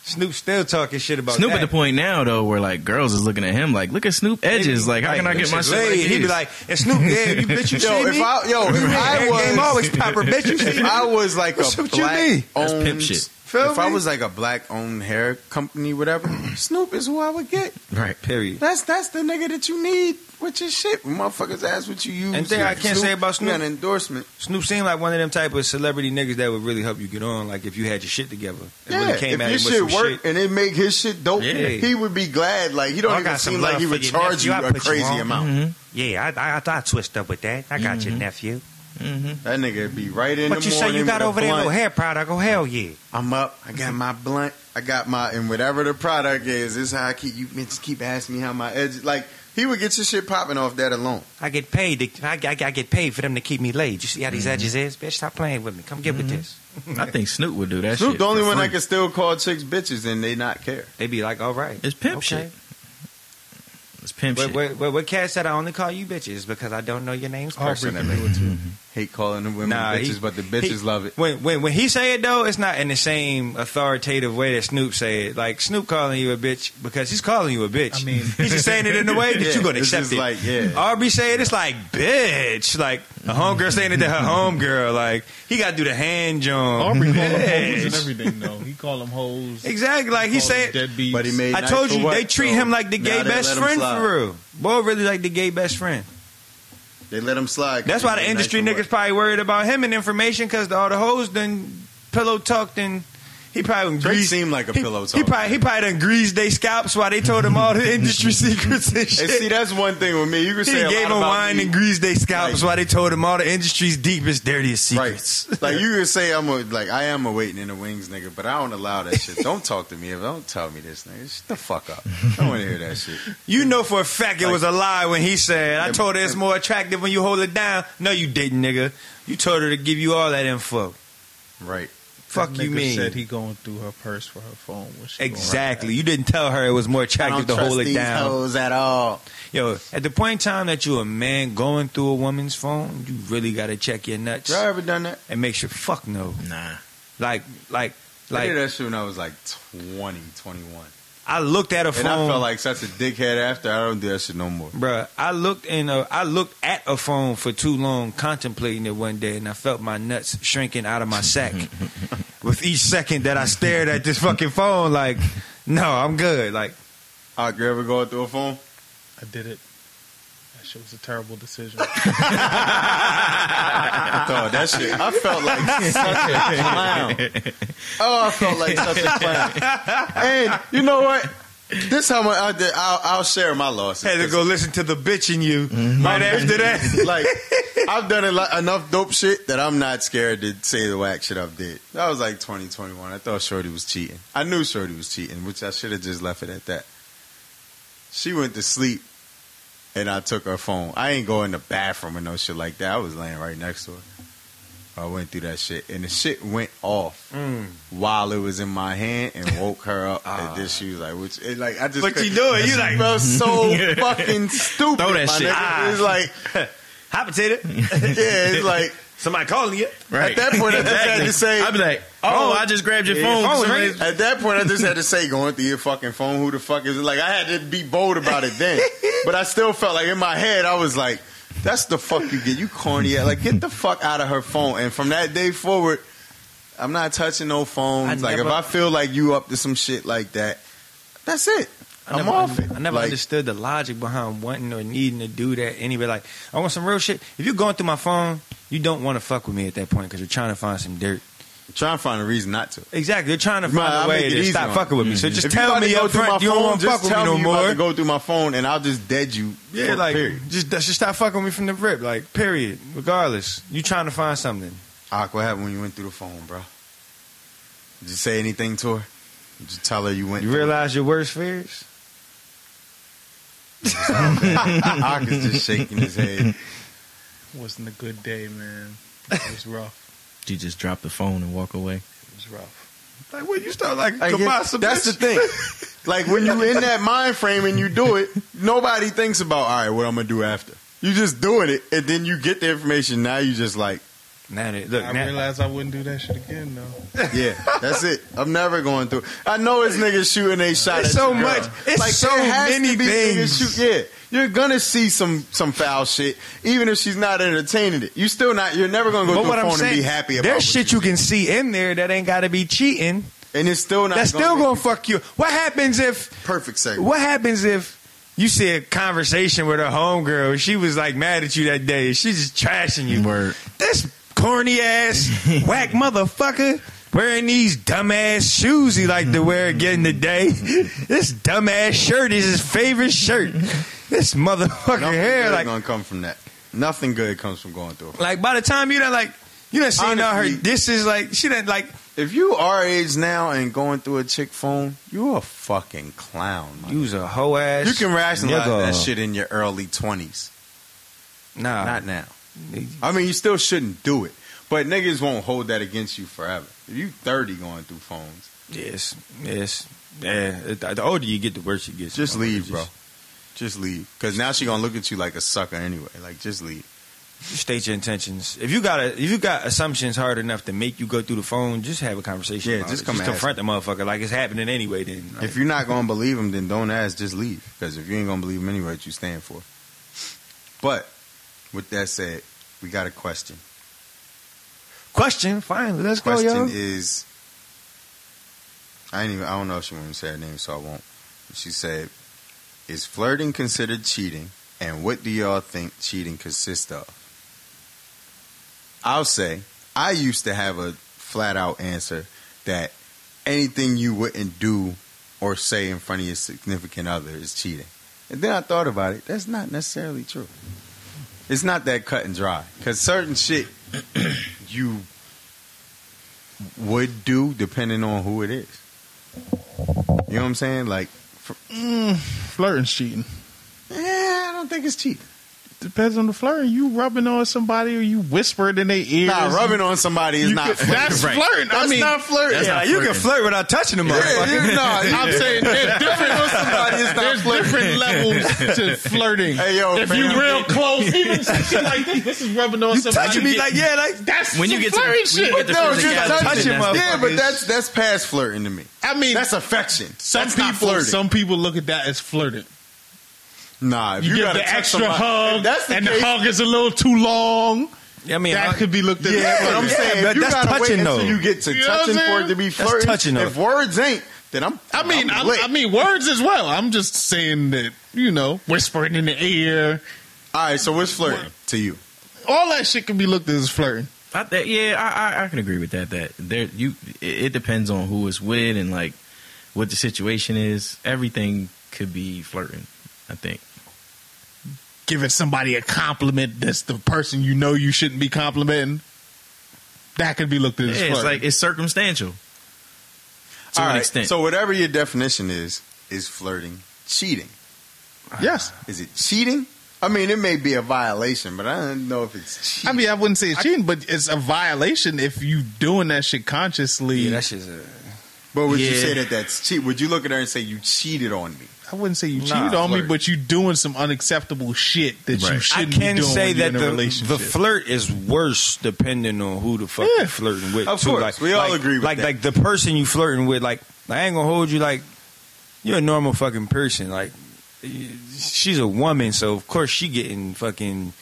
[SPEAKER 6] Snoop still talking shit about
[SPEAKER 9] Snoop
[SPEAKER 6] that.
[SPEAKER 9] at the point now though where like girls is looking at him like, look at Snoop edges. Like, how can I get my shit? Like
[SPEAKER 6] He'd be
[SPEAKER 9] his?
[SPEAKER 6] like, "And Snoop, yeah, you bitch, you
[SPEAKER 7] [laughs] Yo,
[SPEAKER 6] see
[SPEAKER 7] if
[SPEAKER 6] me?
[SPEAKER 7] I-
[SPEAKER 6] [laughs]
[SPEAKER 7] yo, if I
[SPEAKER 6] That game
[SPEAKER 7] was-
[SPEAKER 6] always popper, bitch, you see
[SPEAKER 7] [laughs] If
[SPEAKER 6] me?
[SPEAKER 7] I was like a
[SPEAKER 6] That's what you
[SPEAKER 7] black
[SPEAKER 6] mean.
[SPEAKER 9] That's
[SPEAKER 7] owned,
[SPEAKER 9] pimp shit.
[SPEAKER 6] Feel
[SPEAKER 7] if I
[SPEAKER 6] me?
[SPEAKER 7] was like a black owned hair company, [clears throat] whatever, Snoop is who I would get.
[SPEAKER 9] right.
[SPEAKER 6] Period.
[SPEAKER 7] That's that's the nigga that you need with your shit. Motherfuckers ask what you use.
[SPEAKER 6] And thing I can't say about
[SPEAKER 7] you got
[SPEAKER 6] Snoop-
[SPEAKER 7] an endorsement.
[SPEAKER 6] Snoop seemed like one of them type of celebrity niggas that would really help you get on, like if you had your shit together. And
[SPEAKER 7] Yeah,
[SPEAKER 6] when it came
[SPEAKER 7] if
[SPEAKER 6] at
[SPEAKER 7] his
[SPEAKER 6] him with
[SPEAKER 7] shit
[SPEAKER 6] some
[SPEAKER 7] work
[SPEAKER 6] shit,
[SPEAKER 7] and it make his shit dope,
[SPEAKER 6] Yeah.
[SPEAKER 7] he would be glad. Like he
[SPEAKER 6] Oh, I
[SPEAKER 7] don't even
[SPEAKER 6] got some
[SPEAKER 7] seem like
[SPEAKER 6] love
[SPEAKER 7] he
[SPEAKER 6] for
[SPEAKER 7] would
[SPEAKER 6] your
[SPEAKER 7] charge
[SPEAKER 6] nephew.
[SPEAKER 7] you
[SPEAKER 6] I
[SPEAKER 7] a
[SPEAKER 6] put you Mm-hmm.
[SPEAKER 7] crazy
[SPEAKER 6] on.
[SPEAKER 7] amount.
[SPEAKER 6] yeah, I, I I twist up with that. I got your nephew.
[SPEAKER 7] That nigga be right in
[SPEAKER 6] But
[SPEAKER 7] the
[SPEAKER 6] you say
[SPEAKER 7] morning
[SPEAKER 6] you got
[SPEAKER 7] with a
[SPEAKER 6] over there
[SPEAKER 7] blunt.
[SPEAKER 6] no hair product? Oh hell yeah!
[SPEAKER 7] I'm up. I got my blunt. I got my and whatever the product is. This is how I keep you bitches keep asking me how my edge. Like he would get your shit popping off that alone.
[SPEAKER 6] I get paid. To, I, I, I get paid for them to keep me laid. You see how these
[SPEAKER 7] Mm-hmm.
[SPEAKER 6] edges is, bitch? Stop playing with me. Come get with this.
[SPEAKER 9] I think Snoop would do that
[SPEAKER 7] Snoop,
[SPEAKER 9] shit.
[SPEAKER 7] the only
[SPEAKER 9] for
[SPEAKER 7] one
[SPEAKER 9] free.
[SPEAKER 7] that can still call chicks bitches and they not care.
[SPEAKER 6] They be like, all right,
[SPEAKER 9] It's pimp
[SPEAKER 6] okay.
[SPEAKER 9] shit. It's pimp
[SPEAKER 6] What,
[SPEAKER 9] shit.
[SPEAKER 6] what, what, what cat said I only call you bitches because I don't know your names
[SPEAKER 8] Aubrey
[SPEAKER 6] personally.
[SPEAKER 8] can do it too.
[SPEAKER 7] Hate calling the women
[SPEAKER 6] Nah,
[SPEAKER 7] bitches,
[SPEAKER 6] he-
[SPEAKER 7] but the bitches
[SPEAKER 6] he-
[SPEAKER 7] love it.
[SPEAKER 6] When, when when he say it though, it's not in the same authoritative way that Snoop say it. Like Snoop calling you a bitch because he's calling you a bitch.
[SPEAKER 8] I mean-
[SPEAKER 6] he's just saying it in a way that
[SPEAKER 7] [laughs] Yeah,
[SPEAKER 6] you gonna
[SPEAKER 7] it's
[SPEAKER 6] accept
[SPEAKER 7] just
[SPEAKER 6] it.
[SPEAKER 7] like, yeah.
[SPEAKER 6] Arby say it, it's like bitch. Like a homegirl saying it to her homegirl. Like he got to do the hand job.
[SPEAKER 9] [laughs]
[SPEAKER 8] Aubrey call them hoes and
[SPEAKER 6] Bitch.
[SPEAKER 8] everything though. He call them hoes.
[SPEAKER 6] Exactly. Like he
[SPEAKER 8] call
[SPEAKER 6] said.
[SPEAKER 8] them deadbeats.
[SPEAKER 7] But he made.
[SPEAKER 6] I
[SPEAKER 7] nice
[SPEAKER 6] told
[SPEAKER 7] for
[SPEAKER 6] you
[SPEAKER 7] what,
[SPEAKER 6] they treat
[SPEAKER 7] so
[SPEAKER 6] him like the
[SPEAKER 7] now
[SPEAKER 6] gay
[SPEAKER 7] they
[SPEAKER 6] best
[SPEAKER 7] let him
[SPEAKER 6] friend
[SPEAKER 7] slide.
[SPEAKER 6] for real. Boy, really like the gay best friend.
[SPEAKER 7] They let him slide.
[SPEAKER 6] That's why the industry niggas probably worried about him and information because all the hoes done pillow talked and He probably done
[SPEAKER 7] Drake
[SPEAKER 6] greased-
[SPEAKER 7] seemed like a
[SPEAKER 6] he-
[SPEAKER 7] pillow
[SPEAKER 6] He
[SPEAKER 7] talk
[SPEAKER 6] probably he probably done greased they scalps while they told him all
[SPEAKER 7] [laughs]
[SPEAKER 6] the industry secrets and shit.
[SPEAKER 7] And see, that's one thing with me. You can
[SPEAKER 6] he
[SPEAKER 7] say a
[SPEAKER 6] gave
[SPEAKER 7] lot
[SPEAKER 6] him
[SPEAKER 7] about
[SPEAKER 6] wine
[SPEAKER 7] me.
[SPEAKER 6] and greased they scalps
[SPEAKER 7] Like-
[SPEAKER 6] while they told him all the industry's deepest, dirtiest secrets.
[SPEAKER 7] Right. [laughs] Like you could say I'm a like I am a waiting in the wings nigga, but I don't allow that shit. Don't talk to me if don't tell me this nigga. Shut the fuck up. I don't want to hear that shit.
[SPEAKER 6] [laughs] You know for a fact it
[SPEAKER 7] Like-
[SPEAKER 6] was a lie when he said, I
[SPEAKER 7] Yeah,
[SPEAKER 6] told her it's
[SPEAKER 7] but-
[SPEAKER 6] more attractive when you hold it down. No, you didn't, nigga. You told her to give you all that info.
[SPEAKER 7] Right.
[SPEAKER 6] Fuck
[SPEAKER 8] That
[SPEAKER 6] you
[SPEAKER 8] nigga
[SPEAKER 6] mean.
[SPEAKER 8] Said he going through her purse for her phone. when she
[SPEAKER 6] Exactly. You didn't tell her it was more attractive to hold it down.
[SPEAKER 7] at all.
[SPEAKER 6] Yo, at the point in time that you're a man going through a woman's phone, you really got to check your nuts
[SPEAKER 7] Y'all ever done that?
[SPEAKER 6] and make sure, fuck no.
[SPEAKER 9] Nah.
[SPEAKER 6] Like, like,
[SPEAKER 7] I did
[SPEAKER 6] like,
[SPEAKER 7] that shit when I was like 20, 21.
[SPEAKER 6] I looked at a phone.
[SPEAKER 7] And I felt like such a dickhead after. I don't do that shit no more.
[SPEAKER 6] Bruh, I looked in a, I looked at a phone for too long, contemplating it one day, and I felt my nuts shrinking out of
[SPEAKER 7] [laughs]
[SPEAKER 6] my sack with each second that I stared at this fucking phone. Like, no, I'm good. Like, [laughs]
[SPEAKER 7] I you ever going through a phone?
[SPEAKER 8] I did it. That shit was a
[SPEAKER 9] [laughs]
[SPEAKER 8] terrible decision.
[SPEAKER 7] Dog, that shit. I felt like such a clown. [laughs] Oh, I felt like such a clown. And you know what? This how much I did, I'll, I'll share my losses.
[SPEAKER 6] had to go listen to the bitch in you right after that.
[SPEAKER 7] Mm-hmm. [laughs]
[SPEAKER 6] [laughs]
[SPEAKER 7] like I've done a lot, enough dope shit that I'm not scared to say the whack shit I've did. That was like 2021. I thought Shorty was cheating. I knew Shorty was cheating, which I should have just left it at that. She went to sleep, and I took her phone. I ain't going to the bathroom or no shit like that. I was laying right next to her. I went through that shit, and the shit went off
[SPEAKER 6] Mm.
[SPEAKER 7] while it was in my hand
[SPEAKER 6] [laughs]
[SPEAKER 7] and woke her up. and then she was like, "Which?" It, like I just,
[SPEAKER 6] Ah. What you doing?
[SPEAKER 7] [laughs]
[SPEAKER 6] You like-
[SPEAKER 7] felt
[SPEAKER 6] [laughs]
[SPEAKER 7] so fucking stupid.
[SPEAKER 9] Throw that
[SPEAKER 7] my
[SPEAKER 9] shit.
[SPEAKER 7] nigga.
[SPEAKER 9] Ah.
[SPEAKER 7] It's like
[SPEAKER 6] Hot potato.
[SPEAKER 7] yeah, it's like
[SPEAKER 6] Somebody calling you.
[SPEAKER 9] Right.
[SPEAKER 7] at that point I just had to say.
[SPEAKER 9] I'd be like, oh,
[SPEAKER 7] Oh,
[SPEAKER 9] I just grabbed your
[SPEAKER 7] Yeah,
[SPEAKER 9] phone.
[SPEAKER 7] your
[SPEAKER 9] for some
[SPEAKER 7] ringing.
[SPEAKER 9] reason.
[SPEAKER 7] At that point, I just had to say, going through your fucking phone, who the fuck is it? Like, I had to be bold about it then. But I still felt like in my head, I was like, that's the fuck you get. You corny. ass. Like, get the fuck out of her phone. And from that day forward, I'm not touching no phones.
[SPEAKER 6] I
[SPEAKER 7] like,
[SPEAKER 6] never-
[SPEAKER 7] if I feel like you up to some shit like that, that's it.
[SPEAKER 6] I
[SPEAKER 7] I'm
[SPEAKER 6] never,
[SPEAKER 7] off it.
[SPEAKER 6] I never
[SPEAKER 7] Like-
[SPEAKER 6] understood the logic behind wanting or needing to do that anyway. Like, I want some real shit. If you're going through my phone, you don't want to fuck with me at that point because you're trying to find some dirt.
[SPEAKER 7] Trying to find a reason not to.
[SPEAKER 6] Exactly. You're trying to
[SPEAKER 7] Nah,
[SPEAKER 6] find
[SPEAKER 7] I
[SPEAKER 6] a way
[SPEAKER 7] make it
[SPEAKER 6] to
[SPEAKER 7] easy
[SPEAKER 6] stop
[SPEAKER 7] on Mm-hmm.
[SPEAKER 6] fucking with me. So just
[SPEAKER 7] If you
[SPEAKER 6] tell
[SPEAKER 7] about to
[SPEAKER 6] me
[SPEAKER 7] go
[SPEAKER 6] up
[SPEAKER 7] through
[SPEAKER 6] front you don't want to fuck
[SPEAKER 7] just
[SPEAKER 6] with me
[SPEAKER 7] tell
[SPEAKER 6] no
[SPEAKER 7] me you about
[SPEAKER 6] more.
[SPEAKER 7] to go through my phone, and I'll just dead you.
[SPEAKER 6] yeah,
[SPEAKER 7] for-
[SPEAKER 6] like
[SPEAKER 7] period.
[SPEAKER 6] just just stop fucking with me from the rip. Like, period. Regardless, you trying to find something.
[SPEAKER 7] Ak, what happened Ah, when you went through the phone, bro? Did you say anything to her? Did you tell her you went? [laughs]
[SPEAKER 6] You realize your worst fears.
[SPEAKER 7] Ak is just shaking his head.
[SPEAKER 8] wasn't a good day, man. It was rough.
[SPEAKER 9] You just drop the phone and walk away.
[SPEAKER 8] It was rough.
[SPEAKER 6] Like, when you start like
[SPEAKER 7] [laughs] Like,
[SPEAKER 6] goodbye,
[SPEAKER 7] it- that's the thing. Like when you in that mind frame and you do it, nobody thinks about all right, what I'm gonna do after. You just doing it, and then you get the information. Now you just like,
[SPEAKER 6] Now that, look,
[SPEAKER 8] I
[SPEAKER 6] now,
[SPEAKER 8] realized I wouldn't do that shit again, though.
[SPEAKER 7] yeah, that's it. I'm never going through. it. I know it's niggas shooting a shot.
[SPEAKER 6] It's
[SPEAKER 7] at
[SPEAKER 6] so
[SPEAKER 7] your girl.
[SPEAKER 6] much. It's so
[SPEAKER 7] there has to
[SPEAKER 6] many
[SPEAKER 7] be niggas
[SPEAKER 6] things.
[SPEAKER 7] Shoot, yeah, you're gonna see some some foul shit, even if she's not entertaining it. You still not. You're never gonna go
[SPEAKER 6] but
[SPEAKER 7] through
[SPEAKER 6] what
[SPEAKER 7] a
[SPEAKER 6] I'm
[SPEAKER 7] phone
[SPEAKER 6] saying,
[SPEAKER 7] and be happy about.
[SPEAKER 6] there's
[SPEAKER 7] what
[SPEAKER 6] shit you can see in there that ain't got to be cheating.
[SPEAKER 7] and it's still not.
[SPEAKER 6] That's
[SPEAKER 7] gonna
[SPEAKER 6] still
[SPEAKER 7] make
[SPEAKER 6] gonna
[SPEAKER 7] you-
[SPEAKER 6] fuck you. What happens if
[SPEAKER 7] perfect segue.
[SPEAKER 6] What happens if you see a conversation with her homegirl? She was like mad at you that day. She's just trashing you.
[SPEAKER 9] Word.
[SPEAKER 6] This corny [laughs] ass whack motherfucker wearing these dumbass shoes he like to wear again today. [laughs] this dumbass shirt is his favorite shirt. This motherfucker
[SPEAKER 7] Nothing
[SPEAKER 6] hair
[SPEAKER 7] good
[SPEAKER 6] like
[SPEAKER 7] gonna come from that. Nothing good comes from going through. a phone.
[SPEAKER 6] like by the time you done like you done seen all her
[SPEAKER 7] Honestly.
[SPEAKER 6] this is like she done like
[SPEAKER 7] If you are age now and going through a chick phone, you a fucking clown. my
[SPEAKER 6] use a hoe ass.
[SPEAKER 7] You can rationalize
[SPEAKER 6] nigga.
[SPEAKER 7] that shit in your early 20s.
[SPEAKER 6] Nah.
[SPEAKER 7] Not now. I mean, you still shouldn't do it. But niggas won't hold that against you forever. If you 30 going through phones,
[SPEAKER 6] Yes, yes. Yeah, it- the older you get, the worse it gets.
[SPEAKER 7] just leave, bro. Just leave. Because now she going to look at you like a sucker anyway. Like, just leave.
[SPEAKER 6] Just state your intentions. If you got a, if you got assumptions hard enough to make you go through the phone, just have a conversation.
[SPEAKER 7] Yeah,
[SPEAKER 6] about
[SPEAKER 7] just
[SPEAKER 6] it.
[SPEAKER 7] come
[SPEAKER 6] just
[SPEAKER 7] ask
[SPEAKER 6] confront the motherfucker like it's happening anyway. Then Like,
[SPEAKER 7] If you're not going to believe them, then don't ask. Just leave. Because if you ain't going to believe them anyway, what you stand for. But with that said, we got a question.
[SPEAKER 6] question, fine, let's
[SPEAKER 7] question
[SPEAKER 6] go, yo.
[SPEAKER 7] is I ain't even I don't know if she wanted to say her name, so I won't. She said, Is flirting considered cheating? And what do y'all think cheating consists of? I'll say I used to have a flat out answer that anything you wouldn't do or say in front of your significant other is cheating. And then I thought about it. That's not necessarily true. It's not that cut and dry. Because certain shit [coughs] you would do depending on who it is. You know what I'm saying? Like,
[SPEAKER 8] Mm, flirting's cheating.
[SPEAKER 7] yeah, I don't think it's cheating.
[SPEAKER 8] Depends on the flirting. You rubbing on somebody or you whispering in their ears.
[SPEAKER 7] Nah, rubbing on somebody is
[SPEAKER 8] You
[SPEAKER 7] not.
[SPEAKER 8] could- [laughs] that's
[SPEAKER 9] Right.
[SPEAKER 8] flirting. That's
[SPEAKER 7] I mean,
[SPEAKER 8] not flirting.
[SPEAKER 9] that's
[SPEAKER 6] Yeah,
[SPEAKER 9] not
[SPEAKER 6] you can
[SPEAKER 9] flirting.
[SPEAKER 6] flirt without touching the motherfucker.
[SPEAKER 7] Yeah, no, I'm
[SPEAKER 6] [laughs]
[SPEAKER 7] saying there's different on somebody. It's not
[SPEAKER 8] There's
[SPEAKER 7] flirting.
[SPEAKER 8] different levels to
[SPEAKER 7] [laughs]
[SPEAKER 8] flirting.
[SPEAKER 7] Hey, yo,
[SPEAKER 8] if
[SPEAKER 7] man,
[SPEAKER 8] you
[SPEAKER 7] I'm
[SPEAKER 8] real close, even some shit like this, this is rubbing on
[SPEAKER 6] You
[SPEAKER 8] somebody.
[SPEAKER 6] touching me
[SPEAKER 8] Get-
[SPEAKER 6] like yeah, like
[SPEAKER 8] that's
[SPEAKER 9] When
[SPEAKER 8] when
[SPEAKER 9] you
[SPEAKER 8] you
[SPEAKER 9] get to-
[SPEAKER 8] flirting
[SPEAKER 9] when you
[SPEAKER 8] shit.
[SPEAKER 9] get to
[SPEAKER 7] No,
[SPEAKER 9] There's
[SPEAKER 7] just
[SPEAKER 9] guys
[SPEAKER 7] touching.
[SPEAKER 9] touching
[SPEAKER 7] Yeah,
[SPEAKER 9] motherfuckers.
[SPEAKER 7] but that's that's past flirting to me.
[SPEAKER 8] I mean,
[SPEAKER 7] That's affection.
[SPEAKER 8] some
[SPEAKER 7] that's not
[SPEAKER 8] people.
[SPEAKER 7] flirting.
[SPEAKER 8] Some people look at that as flirting.
[SPEAKER 7] nah, if
[SPEAKER 8] You,
[SPEAKER 7] you,
[SPEAKER 8] give
[SPEAKER 7] gotta
[SPEAKER 8] the
[SPEAKER 7] touch
[SPEAKER 8] extra
[SPEAKER 7] somebody-
[SPEAKER 8] hug,
[SPEAKER 7] if That's the
[SPEAKER 8] and
[SPEAKER 7] case.
[SPEAKER 8] the hug is a little too long.
[SPEAKER 6] I mean,
[SPEAKER 8] that
[SPEAKER 6] I-
[SPEAKER 8] could be looked at.
[SPEAKER 7] Yeah,
[SPEAKER 8] as
[SPEAKER 7] but
[SPEAKER 8] flirting.
[SPEAKER 7] I'm
[SPEAKER 6] Yeah,
[SPEAKER 7] saying
[SPEAKER 6] but
[SPEAKER 7] you
[SPEAKER 6] that's
[SPEAKER 7] gotta
[SPEAKER 6] touching,
[SPEAKER 7] wait until
[SPEAKER 6] though.
[SPEAKER 7] you get to
[SPEAKER 8] You know
[SPEAKER 7] touching
[SPEAKER 8] what I'm
[SPEAKER 7] for it
[SPEAKER 8] saying?
[SPEAKER 7] to be
[SPEAKER 8] That's
[SPEAKER 7] flirting.
[SPEAKER 6] touching,
[SPEAKER 7] if
[SPEAKER 6] though.
[SPEAKER 7] words ain't, then I'm.
[SPEAKER 8] I mean,
[SPEAKER 7] I'm
[SPEAKER 8] I,
[SPEAKER 7] lit.
[SPEAKER 8] I mean words as well. I'm just saying that you know, whispering in the ear,
[SPEAKER 7] all right. So what's flirting to you?
[SPEAKER 8] all that shit can be looked at as flirting.
[SPEAKER 9] I, that, yeah, I, I, I can agree with that. That there, you, it, it depends on who it's with and like what the situation is. Everything could be flirting. I think.
[SPEAKER 8] Giving somebody a compliment that's the person you know you shouldn't be complimenting. That could be looked at
[SPEAKER 9] Yeah,
[SPEAKER 8] as
[SPEAKER 9] it's
[SPEAKER 8] flirting.
[SPEAKER 9] like it's circumstantial. To
[SPEAKER 7] All
[SPEAKER 9] an
[SPEAKER 7] right,
[SPEAKER 9] extent.
[SPEAKER 7] So whatever your definition is, is flirting cheating?
[SPEAKER 8] yes,
[SPEAKER 7] Is it cheating? I mean, it may be a violation, but I don't know if it's cheating.
[SPEAKER 8] I mean I wouldn't say it's cheating, but it's a violation if you doing that shit consciously.
[SPEAKER 6] yeah, that shit's a,
[SPEAKER 7] But would you
[SPEAKER 9] Yeah.
[SPEAKER 7] say that that's cheat? Would you look at her and say you cheated on me?
[SPEAKER 8] I wouldn't say you cheated
[SPEAKER 6] Nah,
[SPEAKER 8] on me,
[SPEAKER 6] flirt.
[SPEAKER 8] but you doing some unacceptable shit that you
[SPEAKER 9] Right.
[SPEAKER 6] I
[SPEAKER 8] shouldn't
[SPEAKER 6] can
[SPEAKER 8] be doing
[SPEAKER 6] say
[SPEAKER 8] when you're
[SPEAKER 6] that
[SPEAKER 8] in a
[SPEAKER 6] the,
[SPEAKER 8] relationship.
[SPEAKER 6] the flirt is worse depending on who the fuck
[SPEAKER 8] Yeah.
[SPEAKER 6] you're flirting with.
[SPEAKER 7] Of
[SPEAKER 6] too.
[SPEAKER 7] course.
[SPEAKER 6] like,
[SPEAKER 7] We all
[SPEAKER 6] like-
[SPEAKER 7] agree with
[SPEAKER 6] like
[SPEAKER 7] that.
[SPEAKER 6] like the person you flirting with. Like I ain't gonna hold you. Like you're a normal fucking person. Like she's a woman, so of course she getting fucking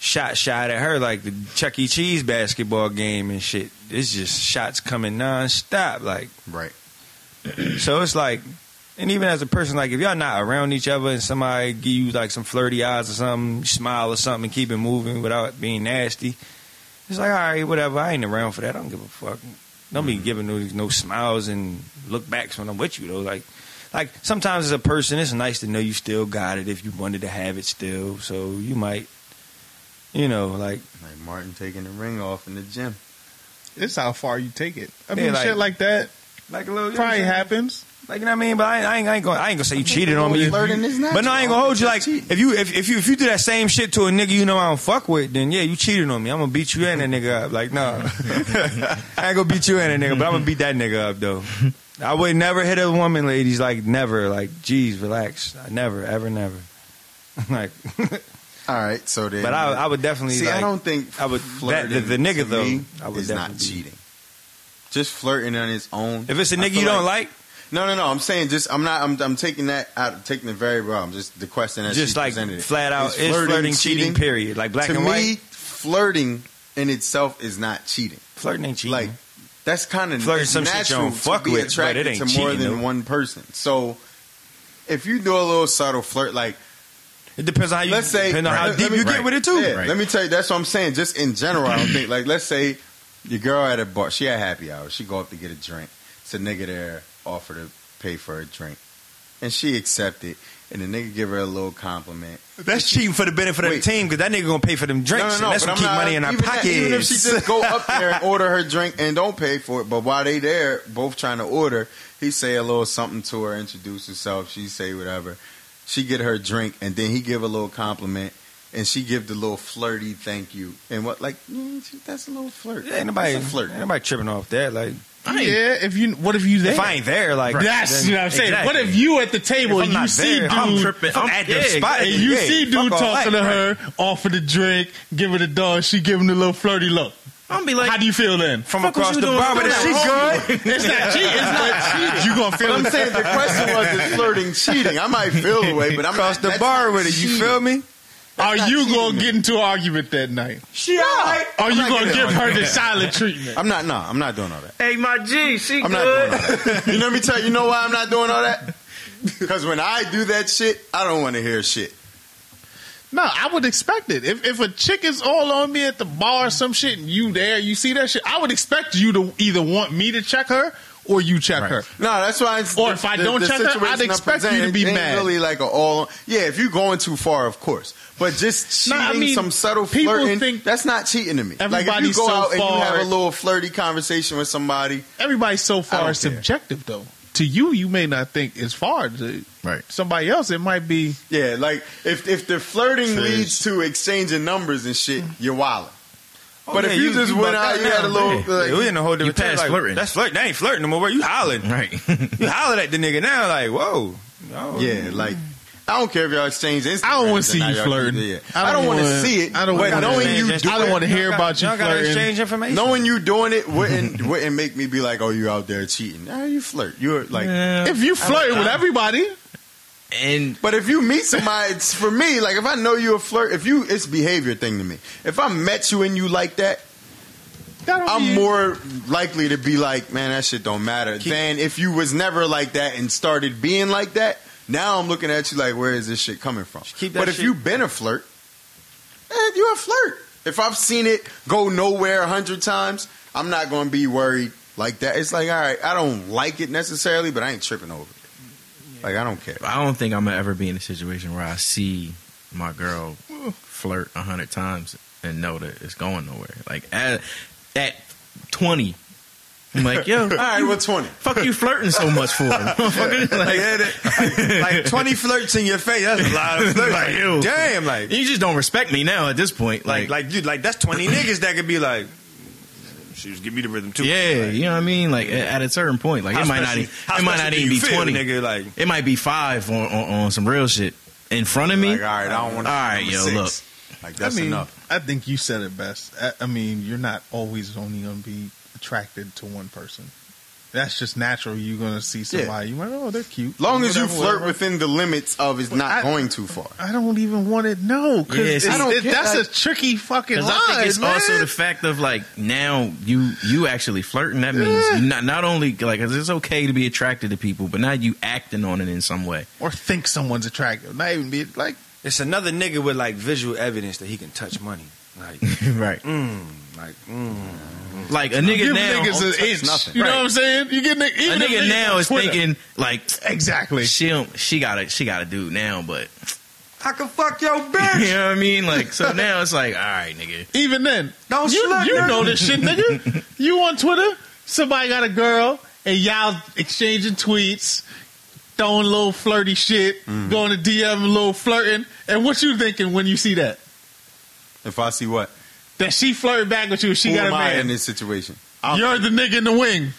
[SPEAKER 6] shot shot at her like the Chuck E. Cheese basketball game and shit. It's just shots coming nonstop. Like
[SPEAKER 7] Right.
[SPEAKER 6] so it's like, and even as a person, like if y'all not around each other and somebody give you like some flirty eyes or something, you smile or something, and keep it moving without being nasty, it's like all right, whatever. I ain't around for that. I don't give a fuck. Don't be giving no, no smiles and look backs when I'm with you though. Like, like sometimes as a person, it's nice to know you still got it if you wanted to have it still. So you might, you know, like
[SPEAKER 7] Like Martin taking the ring off in the gym.
[SPEAKER 8] it's how far you take it. I
[SPEAKER 6] Yeah,
[SPEAKER 8] mean,
[SPEAKER 6] like-
[SPEAKER 8] shit like that
[SPEAKER 6] like a little you know what I'm
[SPEAKER 8] probably
[SPEAKER 6] saying?
[SPEAKER 8] happens.
[SPEAKER 6] Like you know what I mean? But I ain't, I ain't, I ain't gonna I ain't gonna say you cheated on me.
[SPEAKER 7] Flirting is
[SPEAKER 6] But no, I ain't gonna hold you.
[SPEAKER 7] That's
[SPEAKER 6] Like,
[SPEAKER 7] cheating.
[SPEAKER 6] if you if, if you if you do that same shit to a nigga you know I don't fuck with, then yeah, you cheated on me. I'm gonna beat you and that nigga up. Like, no, I ain't gonna beat you and that nigga, but I'm gonna beat that nigga up though. I would never hit a woman, ladies. Like, never. Like, geez, relax. I never, ever, never. [laughs] like,
[SPEAKER 7] All right. So then,
[SPEAKER 6] but I, I would definitely.
[SPEAKER 7] see.
[SPEAKER 6] like,
[SPEAKER 7] I don't think
[SPEAKER 6] I would-
[SPEAKER 7] flirting
[SPEAKER 6] that- the- the nigga,
[SPEAKER 7] to
[SPEAKER 6] though,
[SPEAKER 7] me
[SPEAKER 6] I would
[SPEAKER 7] is not
[SPEAKER 6] definitely be-
[SPEAKER 7] cheating. Just flirting on his own.
[SPEAKER 6] If it's a
[SPEAKER 7] I
[SPEAKER 6] nigga
[SPEAKER 7] feel
[SPEAKER 6] you don't like,
[SPEAKER 7] no, no, no. I'm saying just. I'm not. I'm. I'm taking that out. Taking the very well. I'm just the question that
[SPEAKER 6] just
[SPEAKER 7] she
[SPEAKER 6] like
[SPEAKER 7] presented it.
[SPEAKER 6] flat out, is flirting, cheating? Period. Like black
[SPEAKER 7] to
[SPEAKER 6] and
[SPEAKER 7] me,
[SPEAKER 6] white,
[SPEAKER 7] flirting in itself is not cheating.
[SPEAKER 6] flirting ain't cheating.
[SPEAKER 7] Like that's kind of
[SPEAKER 6] Flirting
[SPEAKER 7] it's
[SPEAKER 6] some shit you
[SPEAKER 7] natural
[SPEAKER 6] don't fuck
[SPEAKER 7] to be
[SPEAKER 6] with, but it
[SPEAKER 7] attracted
[SPEAKER 6] ain't
[SPEAKER 7] to more
[SPEAKER 6] cheating,
[SPEAKER 7] than
[SPEAKER 6] though.
[SPEAKER 7] one person. So if you do a little subtle flirt, like
[SPEAKER 6] it depends on how you.
[SPEAKER 7] let's say,
[SPEAKER 6] depends on how
[SPEAKER 7] let-
[SPEAKER 6] deep
[SPEAKER 7] let me-
[SPEAKER 6] you get
[SPEAKER 7] right.
[SPEAKER 6] with it too.
[SPEAKER 7] Yeah,
[SPEAKER 9] Right.
[SPEAKER 7] Let me tell you, that's what I'm saying. Just in general,
[SPEAKER 6] [clears throat]
[SPEAKER 7] I don't think like let's say your girl at a bar, she had happy hour, she go up to get a drink. It's a nigga there offer to pay for a drink, and she accepted. And the nigga give her a little compliment.
[SPEAKER 6] That's cheating for the benefit
[SPEAKER 7] Wait.
[SPEAKER 6] of the team because that nigga gonna pay for them drinks. and that's
[SPEAKER 7] but
[SPEAKER 6] what
[SPEAKER 7] I'm
[SPEAKER 6] keep
[SPEAKER 7] not-
[SPEAKER 6] money in our
[SPEAKER 7] even
[SPEAKER 6] pockets.
[SPEAKER 7] That, even if she just go up there and order her drink and don't pay for it, but while they there, both trying to order, he say a little something to her, introduce herself, she say whatever. She get her drink, and then he give a little compliment, and she give the little flirty thank you, and what like mm, she- that's a little flirt.
[SPEAKER 6] yeah, ain't nobody
[SPEAKER 7] That's a flirt.
[SPEAKER 6] ain't nobody tripping off that. Like
[SPEAKER 9] I ain't-
[SPEAKER 8] Yeah, if you what if you there?
[SPEAKER 6] if I ain't there, like
[SPEAKER 8] That's
[SPEAKER 6] then-
[SPEAKER 8] you know what I'm saying.
[SPEAKER 6] Exactly.
[SPEAKER 8] What if you at the table
[SPEAKER 6] If
[SPEAKER 8] and you
[SPEAKER 6] I'm not
[SPEAKER 8] see
[SPEAKER 6] there,
[SPEAKER 8] dude
[SPEAKER 6] I'm tripping. I'm
[SPEAKER 9] yeah,
[SPEAKER 6] at the spot.
[SPEAKER 8] and you
[SPEAKER 6] yeah,
[SPEAKER 8] see dude
[SPEAKER 6] fuck all
[SPEAKER 8] talking to
[SPEAKER 6] that, right.
[SPEAKER 8] her, offering the drink, giving the dog, she giving the little flirty look.
[SPEAKER 9] I'm gonna be like,
[SPEAKER 8] How do you feel then?
[SPEAKER 6] from
[SPEAKER 9] Fuck what
[SPEAKER 6] across
[SPEAKER 9] you
[SPEAKER 6] the
[SPEAKER 9] doing?
[SPEAKER 6] bar, but
[SPEAKER 9] Come
[SPEAKER 6] is
[SPEAKER 9] on,
[SPEAKER 6] she good?
[SPEAKER 8] It's not cheating. It's not cheating. You gonna feel
[SPEAKER 7] But I'm
[SPEAKER 8] it.
[SPEAKER 7] saying the question was is flirting cheating. I might feel the way, but I'm
[SPEAKER 6] Across
[SPEAKER 7] not-
[SPEAKER 6] the
[SPEAKER 7] that's
[SPEAKER 6] bar
[SPEAKER 7] not
[SPEAKER 6] with it, you
[SPEAKER 7] cheating.
[SPEAKER 6] feel me?
[SPEAKER 8] Are
[SPEAKER 7] not
[SPEAKER 8] you gonna
[SPEAKER 7] cheating.
[SPEAKER 8] get into an argument that night?
[SPEAKER 7] She all right.
[SPEAKER 8] Are
[SPEAKER 7] I'm
[SPEAKER 8] you
[SPEAKER 7] not
[SPEAKER 8] gonna
[SPEAKER 7] getting
[SPEAKER 8] give
[SPEAKER 7] on
[SPEAKER 8] her
[SPEAKER 7] that.
[SPEAKER 8] the silent treatment?
[SPEAKER 7] I'm not. No, I'm not doing all that.
[SPEAKER 9] hey, my G, she
[SPEAKER 7] I'm not doing
[SPEAKER 9] [laughs]
[SPEAKER 7] all that. You let me tell you, you know why I'm not doing all
[SPEAKER 8] [laughs]
[SPEAKER 7] that? Because when I do that shit, I don't want to hear shit.
[SPEAKER 8] No, I would expect it. If if a chick is all on me at the bar or some shit and you there, you see that shit, I would expect you to either want me to check her or you check
[SPEAKER 9] Right.
[SPEAKER 8] her.
[SPEAKER 7] No, that's why. It's,
[SPEAKER 8] Or if I don't check her, I'd
[SPEAKER 7] situation I'm
[SPEAKER 8] expect you to
[SPEAKER 7] presenting
[SPEAKER 8] be
[SPEAKER 7] ain't
[SPEAKER 8] mad.
[SPEAKER 7] Really, like a all. Yeah, if you're going too far, of course. But just
[SPEAKER 8] Nah,
[SPEAKER 7] cheating,
[SPEAKER 8] I mean,
[SPEAKER 7] some subtle
[SPEAKER 8] people
[SPEAKER 7] flirting,
[SPEAKER 8] think-
[SPEAKER 7] that's not cheating to me. Like if you
[SPEAKER 8] Everybody's
[SPEAKER 7] go
[SPEAKER 8] so
[SPEAKER 7] out and you have
[SPEAKER 8] far-
[SPEAKER 7] a little flirty conversation with somebody,
[SPEAKER 8] Everybody's so far
[SPEAKER 7] don't
[SPEAKER 8] is
[SPEAKER 7] care.
[SPEAKER 8] subjective though. To you, you may not think it's far. To
[SPEAKER 9] Right.
[SPEAKER 8] somebody else, it might be.
[SPEAKER 7] yeah, like if if the flirting
[SPEAKER 9] True.
[SPEAKER 7] leads to exchanging numbers and shit, you're wilding.
[SPEAKER 6] Oh,
[SPEAKER 7] but
[SPEAKER 6] yeah,
[SPEAKER 7] if you, just went
[SPEAKER 6] bugged
[SPEAKER 7] out, you had a
[SPEAKER 6] now.
[SPEAKER 7] little.
[SPEAKER 9] Yeah.
[SPEAKER 7] Like,
[SPEAKER 6] Yeah, we in a whole different
[SPEAKER 9] You
[SPEAKER 6] time.
[SPEAKER 9] past
[SPEAKER 6] Like,
[SPEAKER 9] flirting.
[SPEAKER 6] That's flirting. That ain't flirting no more. Bro. You hollering.
[SPEAKER 9] Right. [laughs]
[SPEAKER 6] You hollering at the nigga now. Like, whoa. No.
[SPEAKER 7] Yeah, like I don't care if y'all exchange Instagram.
[SPEAKER 8] I don't want to see you flirting.
[SPEAKER 7] Yeah. I don't, want to
[SPEAKER 8] wanna-
[SPEAKER 7] see it.
[SPEAKER 8] I don't
[SPEAKER 7] but
[SPEAKER 8] wanna-
[SPEAKER 7] knowing you
[SPEAKER 8] I don't want to hear about you
[SPEAKER 6] Y'all gotta
[SPEAKER 8] flirting.
[SPEAKER 6] exchange information. [laughs]
[SPEAKER 7] knowing you doing it
[SPEAKER 8] [laughs]
[SPEAKER 7] wouldn't wouldn't make me be like, oh, you out there cheating. Nah, you flirt. You're like,
[SPEAKER 9] Yeah.
[SPEAKER 8] If you flirt with
[SPEAKER 9] know.
[SPEAKER 8] everybody,
[SPEAKER 9] and
[SPEAKER 7] but if you meet somebody, it's for me. Like if I know you a flirt, if you it's behavior thing to me. If I met you and you like that,
[SPEAKER 8] that don't
[SPEAKER 7] I'm
[SPEAKER 8] mean-
[SPEAKER 7] more likely to be like, man, that shit don't matter. than if you was never like that and started being like that. Now I'm looking at you like, where is this shit coming from?
[SPEAKER 6] Keep that
[SPEAKER 7] but if
[SPEAKER 6] shit-
[SPEAKER 7] you been a flirt, eh, you're a flirt. If I've seen it go nowhere a hundred times, I'm not going to be worried like that. It's like, all right, I don't like it necessarily, but I ain't tripping over it. Like I don't care.
[SPEAKER 9] I don't think I'm gonna ever be in a situation where I see my girl flirt a hundred times and know that it's going nowhere. Like at at twenty, I'm like, yo,
[SPEAKER 7] All right, well, twenty.
[SPEAKER 9] fuck you flirting so much
[SPEAKER 6] [laughs]
[SPEAKER 9] for? motherfucker? like,
[SPEAKER 6] Yeah, that- like 20 flirts in your face. That's a lot of flirts.
[SPEAKER 9] Like, ew.
[SPEAKER 6] damn, like,
[SPEAKER 9] you just don't respect me now at this point.
[SPEAKER 6] like,
[SPEAKER 9] Like,
[SPEAKER 6] like, dude, like, that's 20 niggas that could be like, she was give me the rhythm too.
[SPEAKER 9] yeah,
[SPEAKER 6] Like,
[SPEAKER 9] you know what I mean. Like at a certain point, like
[SPEAKER 6] how
[SPEAKER 9] it might not,
[SPEAKER 6] special-
[SPEAKER 9] e-
[SPEAKER 6] how
[SPEAKER 9] it might
[SPEAKER 6] special
[SPEAKER 9] not
[SPEAKER 6] do
[SPEAKER 9] even be
[SPEAKER 6] you feel,
[SPEAKER 9] twenty.
[SPEAKER 6] Nigga, like,
[SPEAKER 9] It might be five on, on, on some real shit in front of me.
[SPEAKER 7] Like all right, I don't want.
[SPEAKER 9] All right, yo, look.
[SPEAKER 7] Like that's
[SPEAKER 8] I mean,
[SPEAKER 7] enough.
[SPEAKER 8] I think you said it best. I, I mean, you're not always only going to be attracted to one person. That's just natural. You're going to see somebody. You might, oh, they're cute.
[SPEAKER 7] As long as you
[SPEAKER 8] Whatever,
[SPEAKER 7] flirt
[SPEAKER 8] whatever.
[SPEAKER 7] within the limits of it's not
[SPEAKER 8] I-
[SPEAKER 7] going too far.
[SPEAKER 8] I don't even want to know. Cause
[SPEAKER 9] Yeah,
[SPEAKER 8] it's-
[SPEAKER 9] see, I
[SPEAKER 7] don't
[SPEAKER 8] it-
[SPEAKER 7] care.
[SPEAKER 8] that's
[SPEAKER 7] Like-
[SPEAKER 8] a tricky fucking
[SPEAKER 9] Because
[SPEAKER 8] line,
[SPEAKER 9] I think it's
[SPEAKER 8] man.
[SPEAKER 9] also the fact of like now you you actually flirting. That means
[SPEAKER 8] Yeah.
[SPEAKER 9] not not only like 'cause it's okay to be attracted to people, but now you acting on it in some
[SPEAKER 6] [laughs]
[SPEAKER 9] way.
[SPEAKER 8] or think someone's attractive. Not even be like,
[SPEAKER 6] it's another nigga with like visual evidence that he can touch money. Like,
[SPEAKER 9] right.
[SPEAKER 6] mm, like, mm.
[SPEAKER 9] Like a nigga
[SPEAKER 8] give
[SPEAKER 9] now,
[SPEAKER 8] niggas
[SPEAKER 7] touch
[SPEAKER 8] an inch.
[SPEAKER 7] nothing.
[SPEAKER 8] You know
[SPEAKER 9] Right.
[SPEAKER 8] what I'm saying? You get nigga,
[SPEAKER 9] a
[SPEAKER 8] even if
[SPEAKER 9] nigga
[SPEAKER 8] niggas
[SPEAKER 9] now
[SPEAKER 8] on
[SPEAKER 9] is
[SPEAKER 8] Twitter.
[SPEAKER 9] thinking like
[SPEAKER 8] exactly.
[SPEAKER 9] she don't, she got a she got a dude now, but [laughs]
[SPEAKER 6] I can fuck your bitch.
[SPEAKER 9] you know what I mean. Like so now it's like all right, nigga.
[SPEAKER 8] Even then,
[SPEAKER 6] Don't
[SPEAKER 8] you,
[SPEAKER 6] slut,
[SPEAKER 8] you
[SPEAKER 6] nigga.
[SPEAKER 8] know this shit, nigga.
[SPEAKER 9] [laughs]
[SPEAKER 8] You on Twitter? Somebody got a girl, and y'all exchanging tweets, throwing little flirty shit,
[SPEAKER 9] Mm.
[SPEAKER 8] going to DM a little flirting. And what you thinking when you see that?
[SPEAKER 7] [laughs] If I see what,
[SPEAKER 8] That she flirting back with you? She
[SPEAKER 7] who
[SPEAKER 8] got a
[SPEAKER 7] am I in
[SPEAKER 8] man.
[SPEAKER 7] this situation?
[SPEAKER 8] You're the nigga in the wing.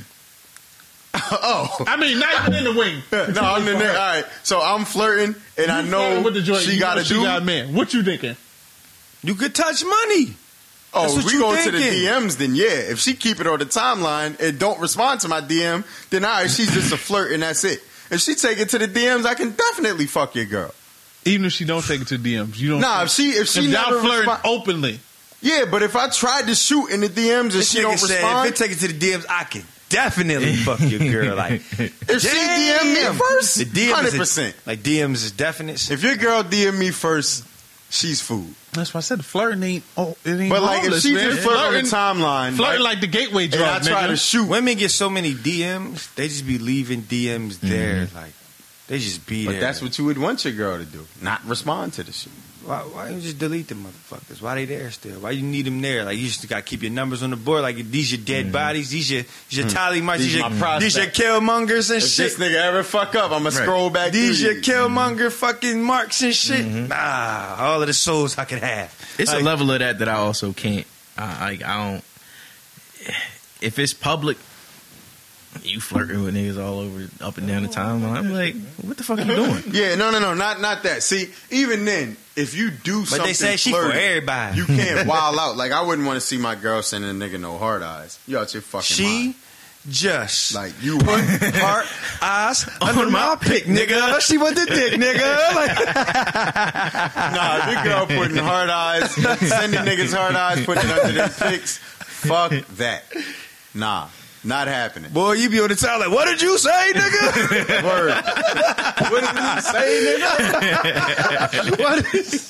[SPEAKER 7] [laughs] oh,
[SPEAKER 8] I mean, not even in the wing.
[SPEAKER 7] no, I'm the nigga. All right, so I'm flirting, and I
[SPEAKER 8] You
[SPEAKER 7] know
[SPEAKER 8] flirting with the joint.
[SPEAKER 7] she
[SPEAKER 8] You
[SPEAKER 7] got
[SPEAKER 8] know
[SPEAKER 7] a
[SPEAKER 8] she
[SPEAKER 7] dude.
[SPEAKER 8] got a man. What you thinking?
[SPEAKER 6] You could touch money. That's
[SPEAKER 7] oh,
[SPEAKER 6] what
[SPEAKER 7] if we
[SPEAKER 6] you
[SPEAKER 7] go to the
[SPEAKER 6] thinking.
[SPEAKER 7] DMs, then yeah. If she keep it on the timeline and don't respond to my DM, then all right, she's just a flirt, and that's it. If she take it to the DMs, I can definitely fuck your girl.
[SPEAKER 8] Even if she don't take it to DMs, you don't.
[SPEAKER 7] Nah, if she if she
[SPEAKER 8] if
[SPEAKER 7] never
[SPEAKER 8] y'all flirting
[SPEAKER 7] respond-
[SPEAKER 8] openly,
[SPEAKER 7] yeah. But if I tried to shoot in the DMs and
[SPEAKER 6] This
[SPEAKER 7] she
[SPEAKER 6] nigga
[SPEAKER 7] don't
[SPEAKER 6] said,
[SPEAKER 7] respond,
[SPEAKER 6] if it take it to the DMs, I can definitely fuck your girl. Like,
[SPEAKER 7] if she DM me first,
[SPEAKER 6] The DM
[SPEAKER 7] hundred
[SPEAKER 6] is a,
[SPEAKER 7] percent.
[SPEAKER 6] like DMs is definite.
[SPEAKER 7] If your girl DM me first, she's food.
[SPEAKER 8] that's why I said flirting ain't. Oh, it ain't.
[SPEAKER 7] But like if
[SPEAKER 8] harmless,
[SPEAKER 7] she
[SPEAKER 8] man.
[SPEAKER 7] just flirt on the
[SPEAKER 8] Flirting-
[SPEAKER 7] timeline,
[SPEAKER 8] flirting like the gateway
[SPEAKER 7] and I
[SPEAKER 8] drug,
[SPEAKER 7] try to
[SPEAKER 8] nigga.
[SPEAKER 7] shoot.
[SPEAKER 6] Women get so many DMs, they just be leaving DMs there. Like they just be
[SPEAKER 7] Mm-hmm. But
[SPEAKER 6] there.
[SPEAKER 7] that's what you would want your girl to do. Not respond to the shit.
[SPEAKER 6] Why, why you just delete them motherfuckers? Why they there still? Why you need them there? Like you just got to keep your numbers on the board. Like these your dead bodies, these your these your tally marks,
[SPEAKER 7] Mm-hmm. Mm. These
[SPEAKER 6] these,
[SPEAKER 7] my
[SPEAKER 6] your these your
[SPEAKER 7] prospects.
[SPEAKER 6] killmongers and
[SPEAKER 7] If this
[SPEAKER 6] shit.
[SPEAKER 7] nigga ever fuck up, I'ma scroll back Mm-hmm.
[SPEAKER 6] These
[SPEAKER 7] through
[SPEAKER 6] your
[SPEAKER 7] you.
[SPEAKER 6] killmonger fucking marks and shit. Nah, all of the souls I could have.
[SPEAKER 9] It's
[SPEAKER 6] Like,
[SPEAKER 9] a level of that that I also can't. I, I, I don't. If it's public, you flirting with niggas all over, up and down
[SPEAKER 7] Oh,
[SPEAKER 9] the timeline. I'm like, what the fuck are you
[SPEAKER 7] [laughs]
[SPEAKER 9] doing?
[SPEAKER 7] Yeah, no, no, no, not not that. See, even then, if you do something,
[SPEAKER 6] But they say she for
[SPEAKER 7] flirty,
[SPEAKER 6] everybody.
[SPEAKER 7] You [laughs] can't wild out. Like I wouldn't want to see my girl sending a nigga no hard eyes. You out your fucking
[SPEAKER 6] she
[SPEAKER 7] mind.
[SPEAKER 6] just
[SPEAKER 7] Like you [laughs] are.
[SPEAKER 6] [laughs] heart
[SPEAKER 7] [laughs]
[SPEAKER 6] eyes under my pick, nigga. She want the dick, nigga. Like,
[SPEAKER 7] Nah, if your girl putting hard eyes, sending niggas hard eyes, putting it under their pics. Fuck that. Nah, not happening.
[SPEAKER 6] boy, you be on the top like, what did you [laughs] say, nigga?
[SPEAKER 7] Word. what
[SPEAKER 10] [laughs]
[SPEAKER 7] did you say, nigga?
[SPEAKER 6] What is-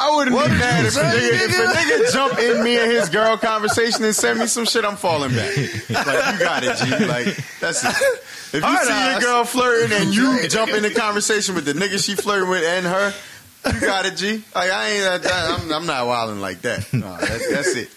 [SPEAKER 7] I wouldn't
[SPEAKER 10] What
[SPEAKER 7] be
[SPEAKER 10] did
[SPEAKER 7] mad
[SPEAKER 10] you
[SPEAKER 7] if a,
[SPEAKER 10] say,
[SPEAKER 7] nigga, if a
[SPEAKER 10] nigga?
[SPEAKER 7] nigga jump in me and his girl conversation and send me some shit. I'm falling back. Like you got it, G. Like that's it. if you
[SPEAKER 10] All right,
[SPEAKER 7] see
[SPEAKER 10] I-
[SPEAKER 7] your girl flirting and you jump in the conversation with the nigga she flirting with and her, you got it, G. Like I ain't. I, I'm, I'm not wilding like that. No, that, that's it.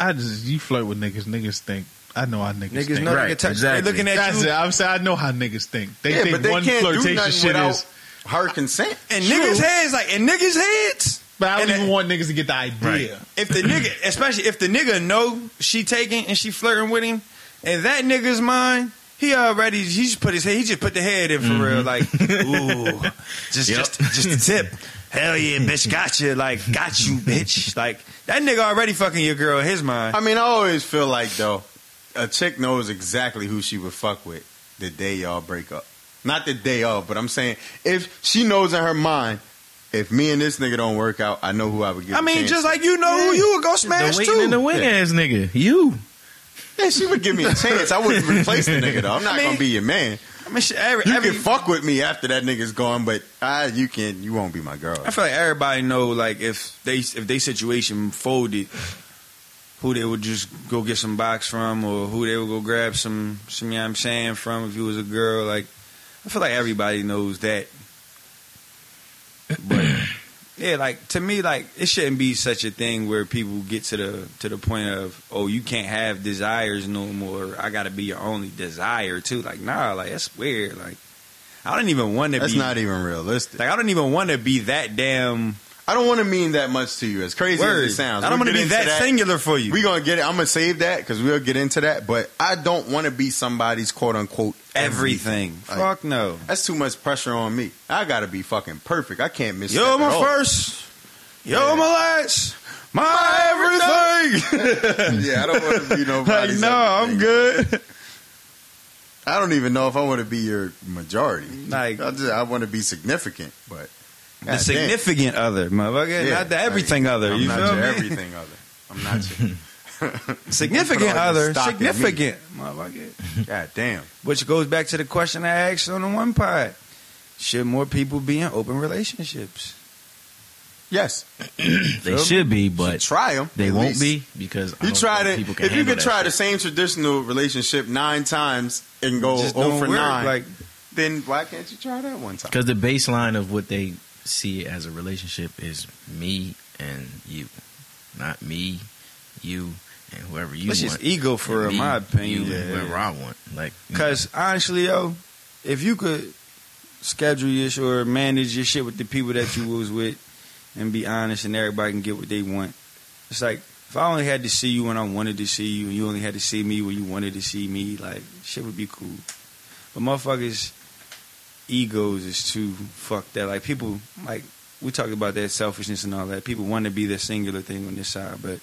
[SPEAKER 8] I just you flirt with niggas. Niggas think. I know how niggas,
[SPEAKER 6] Niggas
[SPEAKER 8] think.
[SPEAKER 6] know
[SPEAKER 9] Right,
[SPEAKER 6] they can touch.
[SPEAKER 9] exactly.
[SPEAKER 6] They looking at
[SPEAKER 8] That's
[SPEAKER 6] you,
[SPEAKER 8] it. I'm saying I know how niggas think. They
[SPEAKER 7] Yeah,
[SPEAKER 8] think
[SPEAKER 7] but they
[SPEAKER 8] one
[SPEAKER 7] can't do
[SPEAKER 8] flirtation
[SPEAKER 7] nothing
[SPEAKER 8] shit
[SPEAKER 7] without
[SPEAKER 8] is.
[SPEAKER 7] her consent.
[SPEAKER 6] and
[SPEAKER 8] True.
[SPEAKER 6] niggas heads like and niggas heads.
[SPEAKER 8] But I don't
[SPEAKER 6] and
[SPEAKER 8] even
[SPEAKER 6] that-
[SPEAKER 8] want niggas to get the idea.
[SPEAKER 6] If the nigga, especially if the nigga know she taking and she flirting with him, and that nigga's mine, he already he just put his head, he just put the head in for real, [laughs] like ooh, just
[SPEAKER 9] Yep.
[SPEAKER 6] just just a tip. Hell yeah, bitch, gotcha, like got you, bitch, like that nigga already fucking your girl in his mind.
[SPEAKER 7] I mean, I always feel like though, a chick knows exactly who she would fuck with the day y'all break up. Not the day of, but I'm saying if she knows in her mind, if me and this nigga don't work out, I know who I would give.
[SPEAKER 6] I
[SPEAKER 7] a
[SPEAKER 6] mean,
[SPEAKER 7] chance
[SPEAKER 6] just
[SPEAKER 7] to.
[SPEAKER 6] like you know who you would go smash
[SPEAKER 9] the waiting and the
[SPEAKER 6] too.
[SPEAKER 9] wing ass nigga. You.
[SPEAKER 7] yeah, she would give me a chance. I
[SPEAKER 6] [laughs]
[SPEAKER 7] wouldn't replace the nigga though. I'm not
[SPEAKER 6] I mean,
[SPEAKER 7] gonna be your man.
[SPEAKER 6] I mean, shit, every,
[SPEAKER 7] You
[SPEAKER 6] every,
[SPEAKER 7] can fuck with me after that nigga's gone, but I you can you won't be my girl.
[SPEAKER 6] I feel like everybody know like if they if they situation folded, who they would just go get some box from, or who they would go grab some some. You know what I'm saying from if you was a girl, like I feel like everybody knows that.
[SPEAKER 7] [clears throat]
[SPEAKER 6] But yeah, like to me, like it shouldn't be such a thing where people get to the to the point of oh you can't have desires no more. I got to be your only desire too. Like nah, like that's weird. Like I don't even want to
[SPEAKER 7] That's
[SPEAKER 6] be.
[SPEAKER 7] not even realistic.
[SPEAKER 6] like I don't even want to be that damn
[SPEAKER 7] I don't want to mean that much to you. As crazy
[SPEAKER 6] Word.
[SPEAKER 7] as it sounds,
[SPEAKER 6] I don't
[SPEAKER 7] We'll
[SPEAKER 6] want to
[SPEAKER 7] get
[SPEAKER 6] be
[SPEAKER 7] into
[SPEAKER 6] that, singular for you.
[SPEAKER 7] We gonna get it. I'm gonna save that because we'll get into that. But I don't want to be somebody's quote unquote
[SPEAKER 6] everything.
[SPEAKER 7] Like,
[SPEAKER 6] Fuck no.
[SPEAKER 7] That's too much pressure on me. I gotta be fucking perfect. I can't miss.
[SPEAKER 6] Yo, my first. Yo,
[SPEAKER 7] oh. Yeah.
[SPEAKER 6] my last. My
[SPEAKER 7] [laughs]
[SPEAKER 6] everything.
[SPEAKER 7] yeah, I don't want to be
[SPEAKER 6] like,
[SPEAKER 7] nobody's.
[SPEAKER 6] no, I'm
[SPEAKER 7] everything.
[SPEAKER 6] good.
[SPEAKER 7] I don't even know if I want to be your majority.
[SPEAKER 6] Like-
[SPEAKER 7] I just I want to be significant, but
[SPEAKER 6] The
[SPEAKER 7] God damn.
[SPEAKER 6] significant other, motherfucker.
[SPEAKER 7] Yeah,
[SPEAKER 6] not the
[SPEAKER 7] like,
[SPEAKER 6] everything other.
[SPEAKER 7] I'm
[SPEAKER 6] you
[SPEAKER 7] not
[SPEAKER 6] feel
[SPEAKER 7] your
[SPEAKER 6] me? [laughs]
[SPEAKER 7] everything other. I'm not your [laughs] You
[SPEAKER 6] Significant
[SPEAKER 7] put all your
[SPEAKER 6] other.
[SPEAKER 7] stock in me.
[SPEAKER 6] Significant. Motherfucker.
[SPEAKER 7] God damn.
[SPEAKER 6] Which goes back to the question I asked on the one pod. Should more people be in open relationships?
[SPEAKER 7] Yes,
[SPEAKER 9] They should be, but
[SPEAKER 7] try them.
[SPEAKER 9] they won't be because I
[SPEAKER 7] You
[SPEAKER 9] don't
[SPEAKER 7] try
[SPEAKER 9] think
[SPEAKER 7] to
[SPEAKER 9] people can
[SPEAKER 7] if you
[SPEAKER 9] handle
[SPEAKER 7] could
[SPEAKER 9] that
[SPEAKER 7] try
[SPEAKER 9] shit.
[SPEAKER 7] the same traditional relationship nine times and go
[SPEAKER 6] Just
[SPEAKER 7] over
[SPEAKER 6] don't
[SPEAKER 7] for
[SPEAKER 6] work,
[SPEAKER 7] nine,
[SPEAKER 6] Like,
[SPEAKER 7] then why can't you try that one time?
[SPEAKER 9] Because the baseline of what they see as a relationship is me and you, not me, you, and whoever you
[SPEAKER 6] that's
[SPEAKER 9] want.
[SPEAKER 6] just ego for real,
[SPEAKER 9] me,
[SPEAKER 6] my opinion.
[SPEAKER 9] you, and
[SPEAKER 6] Yeah.
[SPEAKER 9] whoever I want. Like,
[SPEAKER 6] Because honestly, yo, if you could schedule your sh- or manage your shit with the people that you was with and be honest and everybody can get what they want, it's like if I only had to see you when I wanted to see you and you only had to see me when you wanted to see me, like shit would be cool. But motherfuckers' egos is too fucked up. Like people, like we talk about that selfishness and all that. People want to be the singular thing on this side, but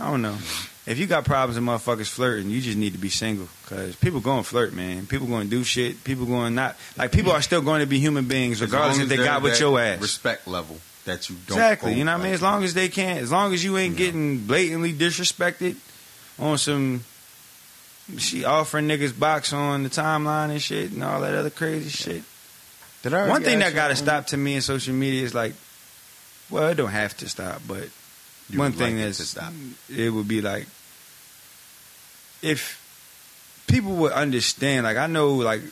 [SPEAKER 6] I don't know. If you got problems with motherfuckers flirting, you just need to be single because people going to flirt, man. People going to do shit. People going to not like people are still going to be human beings
[SPEAKER 7] As
[SPEAKER 6] regardless
[SPEAKER 7] long
[SPEAKER 6] if they
[SPEAKER 7] as
[SPEAKER 6] got
[SPEAKER 7] they're
[SPEAKER 6] with
[SPEAKER 7] that
[SPEAKER 6] your ass.
[SPEAKER 7] respect level that you don't
[SPEAKER 6] Exactly.
[SPEAKER 7] hold
[SPEAKER 6] You know what I mean?
[SPEAKER 7] back.
[SPEAKER 6] As long as they can't, as long as you ain't getting blatantly disrespected on some. She offering niggas box on the timeline and shit and all that other crazy shit.
[SPEAKER 7] Did I already
[SPEAKER 6] One thing
[SPEAKER 7] ask
[SPEAKER 6] that
[SPEAKER 7] you Mm-hmm.
[SPEAKER 6] got to
[SPEAKER 7] one?
[SPEAKER 6] stop to me in social media is like, well, it don't have to stop, but
[SPEAKER 7] You
[SPEAKER 6] one
[SPEAKER 7] would
[SPEAKER 6] thing
[SPEAKER 7] like it to
[SPEAKER 6] that's
[SPEAKER 7] stop.
[SPEAKER 6] it would be like if people would understand. Like I know, like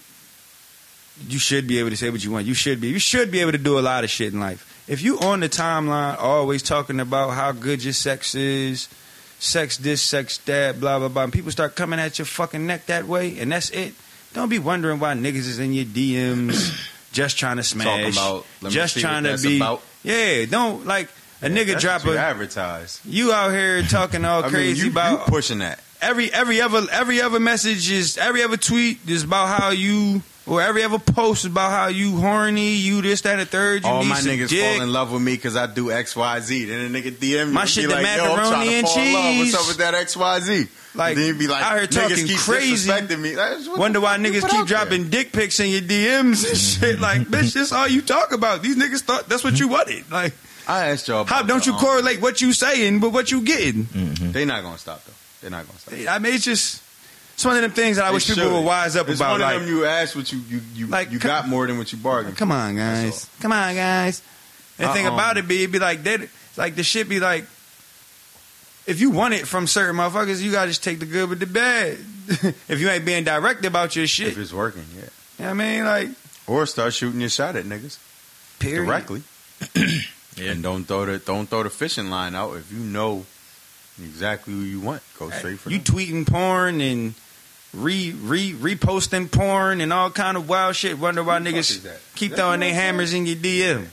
[SPEAKER 6] you should be able to say what you want. You should be. You should be able to do a lot of shit in life. If you on the timeline always talking about how good your sex is, sex this, sex that, blah blah blah, and people start coming at your fucking neck that way, and that's it. Don't be wondering why niggas is in your
[SPEAKER 7] [clears throat]
[SPEAKER 6] DMs just trying to
[SPEAKER 7] Talking
[SPEAKER 6] smash.
[SPEAKER 7] about let me
[SPEAKER 6] just
[SPEAKER 7] see what
[SPEAKER 6] trying
[SPEAKER 7] that's
[SPEAKER 6] to be
[SPEAKER 7] about.
[SPEAKER 6] yeah. Don't like a nigga
[SPEAKER 7] That's
[SPEAKER 6] drop
[SPEAKER 7] what you
[SPEAKER 6] a.
[SPEAKER 7] advertise.
[SPEAKER 6] You out here talking
[SPEAKER 7] [laughs]
[SPEAKER 6] all
[SPEAKER 7] I mean,
[SPEAKER 6] crazy
[SPEAKER 7] you,
[SPEAKER 6] about
[SPEAKER 7] you pushing that.
[SPEAKER 6] every every other every other message is every other tweet is about how you or every other post is about how you horny, you this, that, and the third. You
[SPEAKER 7] All
[SPEAKER 6] need
[SPEAKER 7] my
[SPEAKER 6] some
[SPEAKER 7] niggas
[SPEAKER 6] dick.
[SPEAKER 7] fall in love with me because I do X Y Z. Then a nigga DM me
[SPEAKER 6] My
[SPEAKER 7] and
[SPEAKER 6] shit
[SPEAKER 7] be
[SPEAKER 6] the
[SPEAKER 7] like, Yo, I'm
[SPEAKER 6] macaroni
[SPEAKER 7] trying to
[SPEAKER 6] and
[SPEAKER 7] fall in love.
[SPEAKER 6] cheese.
[SPEAKER 7] What's up with that X Y Z?
[SPEAKER 6] Like,
[SPEAKER 7] then you be like,
[SPEAKER 6] out here
[SPEAKER 7] niggas
[SPEAKER 6] talking
[SPEAKER 7] keep
[SPEAKER 6] crazy.
[SPEAKER 7] disrespecting me. Like, what the
[SPEAKER 6] Wonder why
[SPEAKER 7] fuck you
[SPEAKER 6] niggas
[SPEAKER 7] put
[SPEAKER 6] keep
[SPEAKER 7] out there?
[SPEAKER 6] dropping dick pics in your DMs and [laughs]
[SPEAKER 7] [laughs]
[SPEAKER 6] shit. Like, bitch, that's all you talk about. These niggas thought that's what you wanted. Like,
[SPEAKER 7] I asked y'all.
[SPEAKER 6] how
[SPEAKER 7] about
[SPEAKER 6] don't
[SPEAKER 7] the,
[SPEAKER 6] you
[SPEAKER 7] um,
[SPEAKER 6] correlate what you saying with what you getting?
[SPEAKER 7] They not gonna stop though. They're not gonna stop.
[SPEAKER 6] I mean, it's just it's one of them things that I wish
[SPEAKER 7] They
[SPEAKER 6] people
[SPEAKER 7] should.
[SPEAKER 6] would wise up
[SPEAKER 7] it's
[SPEAKER 6] about.
[SPEAKER 7] One
[SPEAKER 6] like,
[SPEAKER 7] of them you asked what you you you,
[SPEAKER 6] Like,
[SPEAKER 7] you
[SPEAKER 6] come-
[SPEAKER 7] got more than what you bargained.
[SPEAKER 6] Come on, guys. Come on, guys. And thing
[SPEAKER 7] Uh-uh.
[SPEAKER 6] about it be, it be like that. Like the shit be like, if you want it from certain motherfuckers, you gotta just take the good with the bad. [laughs] if you ain't being direct about your shit,
[SPEAKER 7] If it's working, yeah.
[SPEAKER 6] you know what I mean, like
[SPEAKER 7] Or start shooting your shot at niggas
[SPEAKER 6] period. [clears throat]
[SPEAKER 7] directly,
[SPEAKER 9] Yeah.
[SPEAKER 7] and don't throw the don't throw the fishing line out if you know exactly who you want. Go straight for
[SPEAKER 6] you
[SPEAKER 7] them.
[SPEAKER 6] tweeting porn and re re reposting porn and all kind of wild shit. Wonder why
[SPEAKER 7] Who the fuck is
[SPEAKER 6] niggas
[SPEAKER 7] that?
[SPEAKER 6] keep
[SPEAKER 7] That's
[SPEAKER 6] throwing
[SPEAKER 7] what
[SPEAKER 6] their
[SPEAKER 7] I'm
[SPEAKER 6] hammers in your DM.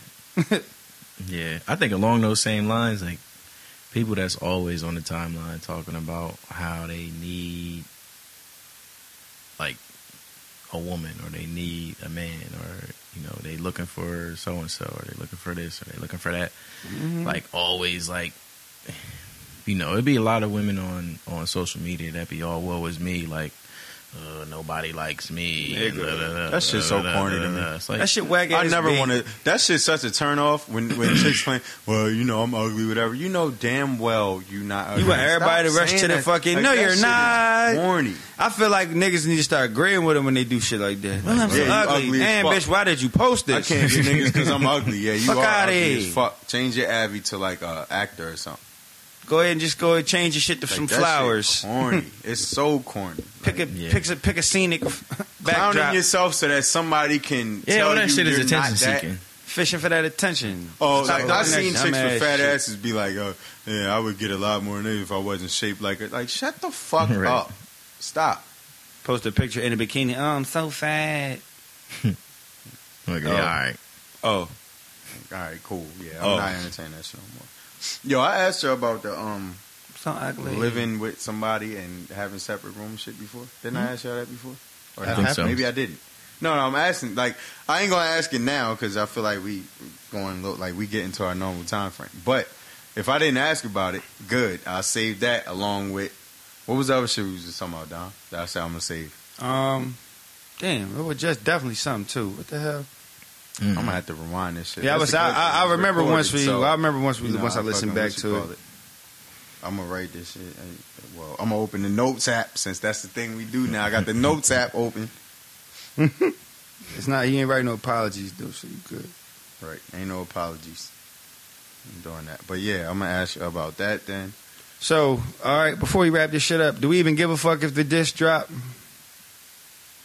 [SPEAKER 9] Yeah, I think along those same lines, like people that's always on the timeline talking about how they need like a woman or they need a man or you know they looking for so and so or they looking for this or they looking for that.
[SPEAKER 7] Mm-hmm.
[SPEAKER 9] Like always, like you know, it'd be a lot of women on on social media that be all woe is me, like. Uh, nobody likes me.
[SPEAKER 6] Nigga.
[SPEAKER 7] That shit's so corny to me.
[SPEAKER 9] It's like,
[SPEAKER 6] that shit whack ass.
[SPEAKER 7] I never
[SPEAKER 6] big.
[SPEAKER 7] want to. That shit's such a turn off when
[SPEAKER 6] [clears throat]
[SPEAKER 7] when chicks claim, well, you know, I'm ugly, whatever. You know damn well you not. Ugly.
[SPEAKER 6] You want everybody
[SPEAKER 7] Stop
[SPEAKER 6] to rush to
[SPEAKER 7] saying
[SPEAKER 6] the
[SPEAKER 7] that.
[SPEAKER 6] fucking,
[SPEAKER 7] Like,
[SPEAKER 6] "No,
[SPEAKER 7] that
[SPEAKER 6] you're
[SPEAKER 7] shit is
[SPEAKER 6] not."
[SPEAKER 7] Horny.
[SPEAKER 6] I feel like niggas need to start agreeing with them when they do shit like that. Well, I'm
[SPEAKER 7] Yeah, you
[SPEAKER 6] so ugly.
[SPEAKER 7] ugly as
[SPEAKER 6] Damn,
[SPEAKER 7] fuck.
[SPEAKER 6] bitch, why did you post this?
[SPEAKER 7] I can't get niggas because I'm ugly. Yeah, you
[SPEAKER 6] Fuck
[SPEAKER 7] are
[SPEAKER 6] outta
[SPEAKER 7] ugly
[SPEAKER 6] here.
[SPEAKER 7] as fuck. Change your Abby to like a actor or something.
[SPEAKER 6] Go ahead and just go ahead and change your shit to
[SPEAKER 7] Like,
[SPEAKER 6] some
[SPEAKER 7] that shit
[SPEAKER 6] flowers.
[SPEAKER 7] Corny. It's so corny.
[SPEAKER 6] Pick a,
[SPEAKER 9] Yeah.
[SPEAKER 6] pick a pick a scenic
[SPEAKER 7] Clowning
[SPEAKER 6] [laughs] backdrop.
[SPEAKER 7] yourself so that somebody can
[SPEAKER 9] yeah,
[SPEAKER 7] tell
[SPEAKER 9] all "Oh, that
[SPEAKER 7] you
[SPEAKER 9] shit is
[SPEAKER 7] you're
[SPEAKER 9] attention
[SPEAKER 7] not that.
[SPEAKER 9] seeking.
[SPEAKER 6] Fishing for that attention.
[SPEAKER 7] Oh,
[SPEAKER 6] Stop
[SPEAKER 7] like,
[SPEAKER 6] doing
[SPEAKER 7] I've seen
[SPEAKER 6] that
[SPEAKER 7] chicks with
[SPEAKER 6] dumbass
[SPEAKER 7] fat
[SPEAKER 6] shit.
[SPEAKER 7] asses be like, oh, yeah, I would get a lot more than if I wasn't shaped like it. Like, shut the
[SPEAKER 6] [laughs]
[SPEAKER 7] fuck
[SPEAKER 9] Right.
[SPEAKER 7] up. Stop.
[SPEAKER 6] Post a picture in a bikini. Oh, I'm so fat.
[SPEAKER 9] Like,
[SPEAKER 7] Oh.
[SPEAKER 9] all right.
[SPEAKER 6] Oh,
[SPEAKER 7] All right, cool. Yeah, I'm
[SPEAKER 6] Oh.
[SPEAKER 7] not entertaining that shit no more. Yo, I asked her about the um
[SPEAKER 6] I'm so ugly.
[SPEAKER 7] living with somebody and having separate room shit before. Didn't I ask y'all that before? Or
[SPEAKER 9] I think so.
[SPEAKER 7] Maybe I didn't. No, no, I'm asking. Like, I ain't gonna ask it now because I feel like we going low, like we get into our normal time frame. But if I didn't ask about it, good. I'll save that along with what was the other shit we was just talking about, Don? That I said I'm gonna save.
[SPEAKER 6] Um, damn, it was just definitely something too. What the hell?
[SPEAKER 7] I'm gonna have to rewind this shit.
[SPEAKER 6] Mm-hmm. Yeah, I
[SPEAKER 7] That's
[SPEAKER 6] was.
[SPEAKER 7] a
[SPEAKER 6] I,
[SPEAKER 7] good thing.
[SPEAKER 6] I, I
[SPEAKER 7] It's
[SPEAKER 6] remember
[SPEAKER 7] recorded,
[SPEAKER 6] once we.
[SPEAKER 7] so-
[SPEAKER 6] I remember once we.
[SPEAKER 7] Nah,
[SPEAKER 6] once I listened
[SPEAKER 7] fucking
[SPEAKER 6] back
[SPEAKER 7] what you
[SPEAKER 6] to
[SPEAKER 7] call
[SPEAKER 6] it.
[SPEAKER 7] I'm gonna write this shit. uh, Well, I'm gonna open the notes app since that's the thing we do now. I got the notes app open.
[SPEAKER 6] It's not. He ain't writing no apologies though, so you good.
[SPEAKER 7] Right, ain't no apologies. I'm doing that, but yeah, I'm gonna ask you about that then.
[SPEAKER 6] So, all right, before we wrap this shit up, do we even give a fuck if the disc drop?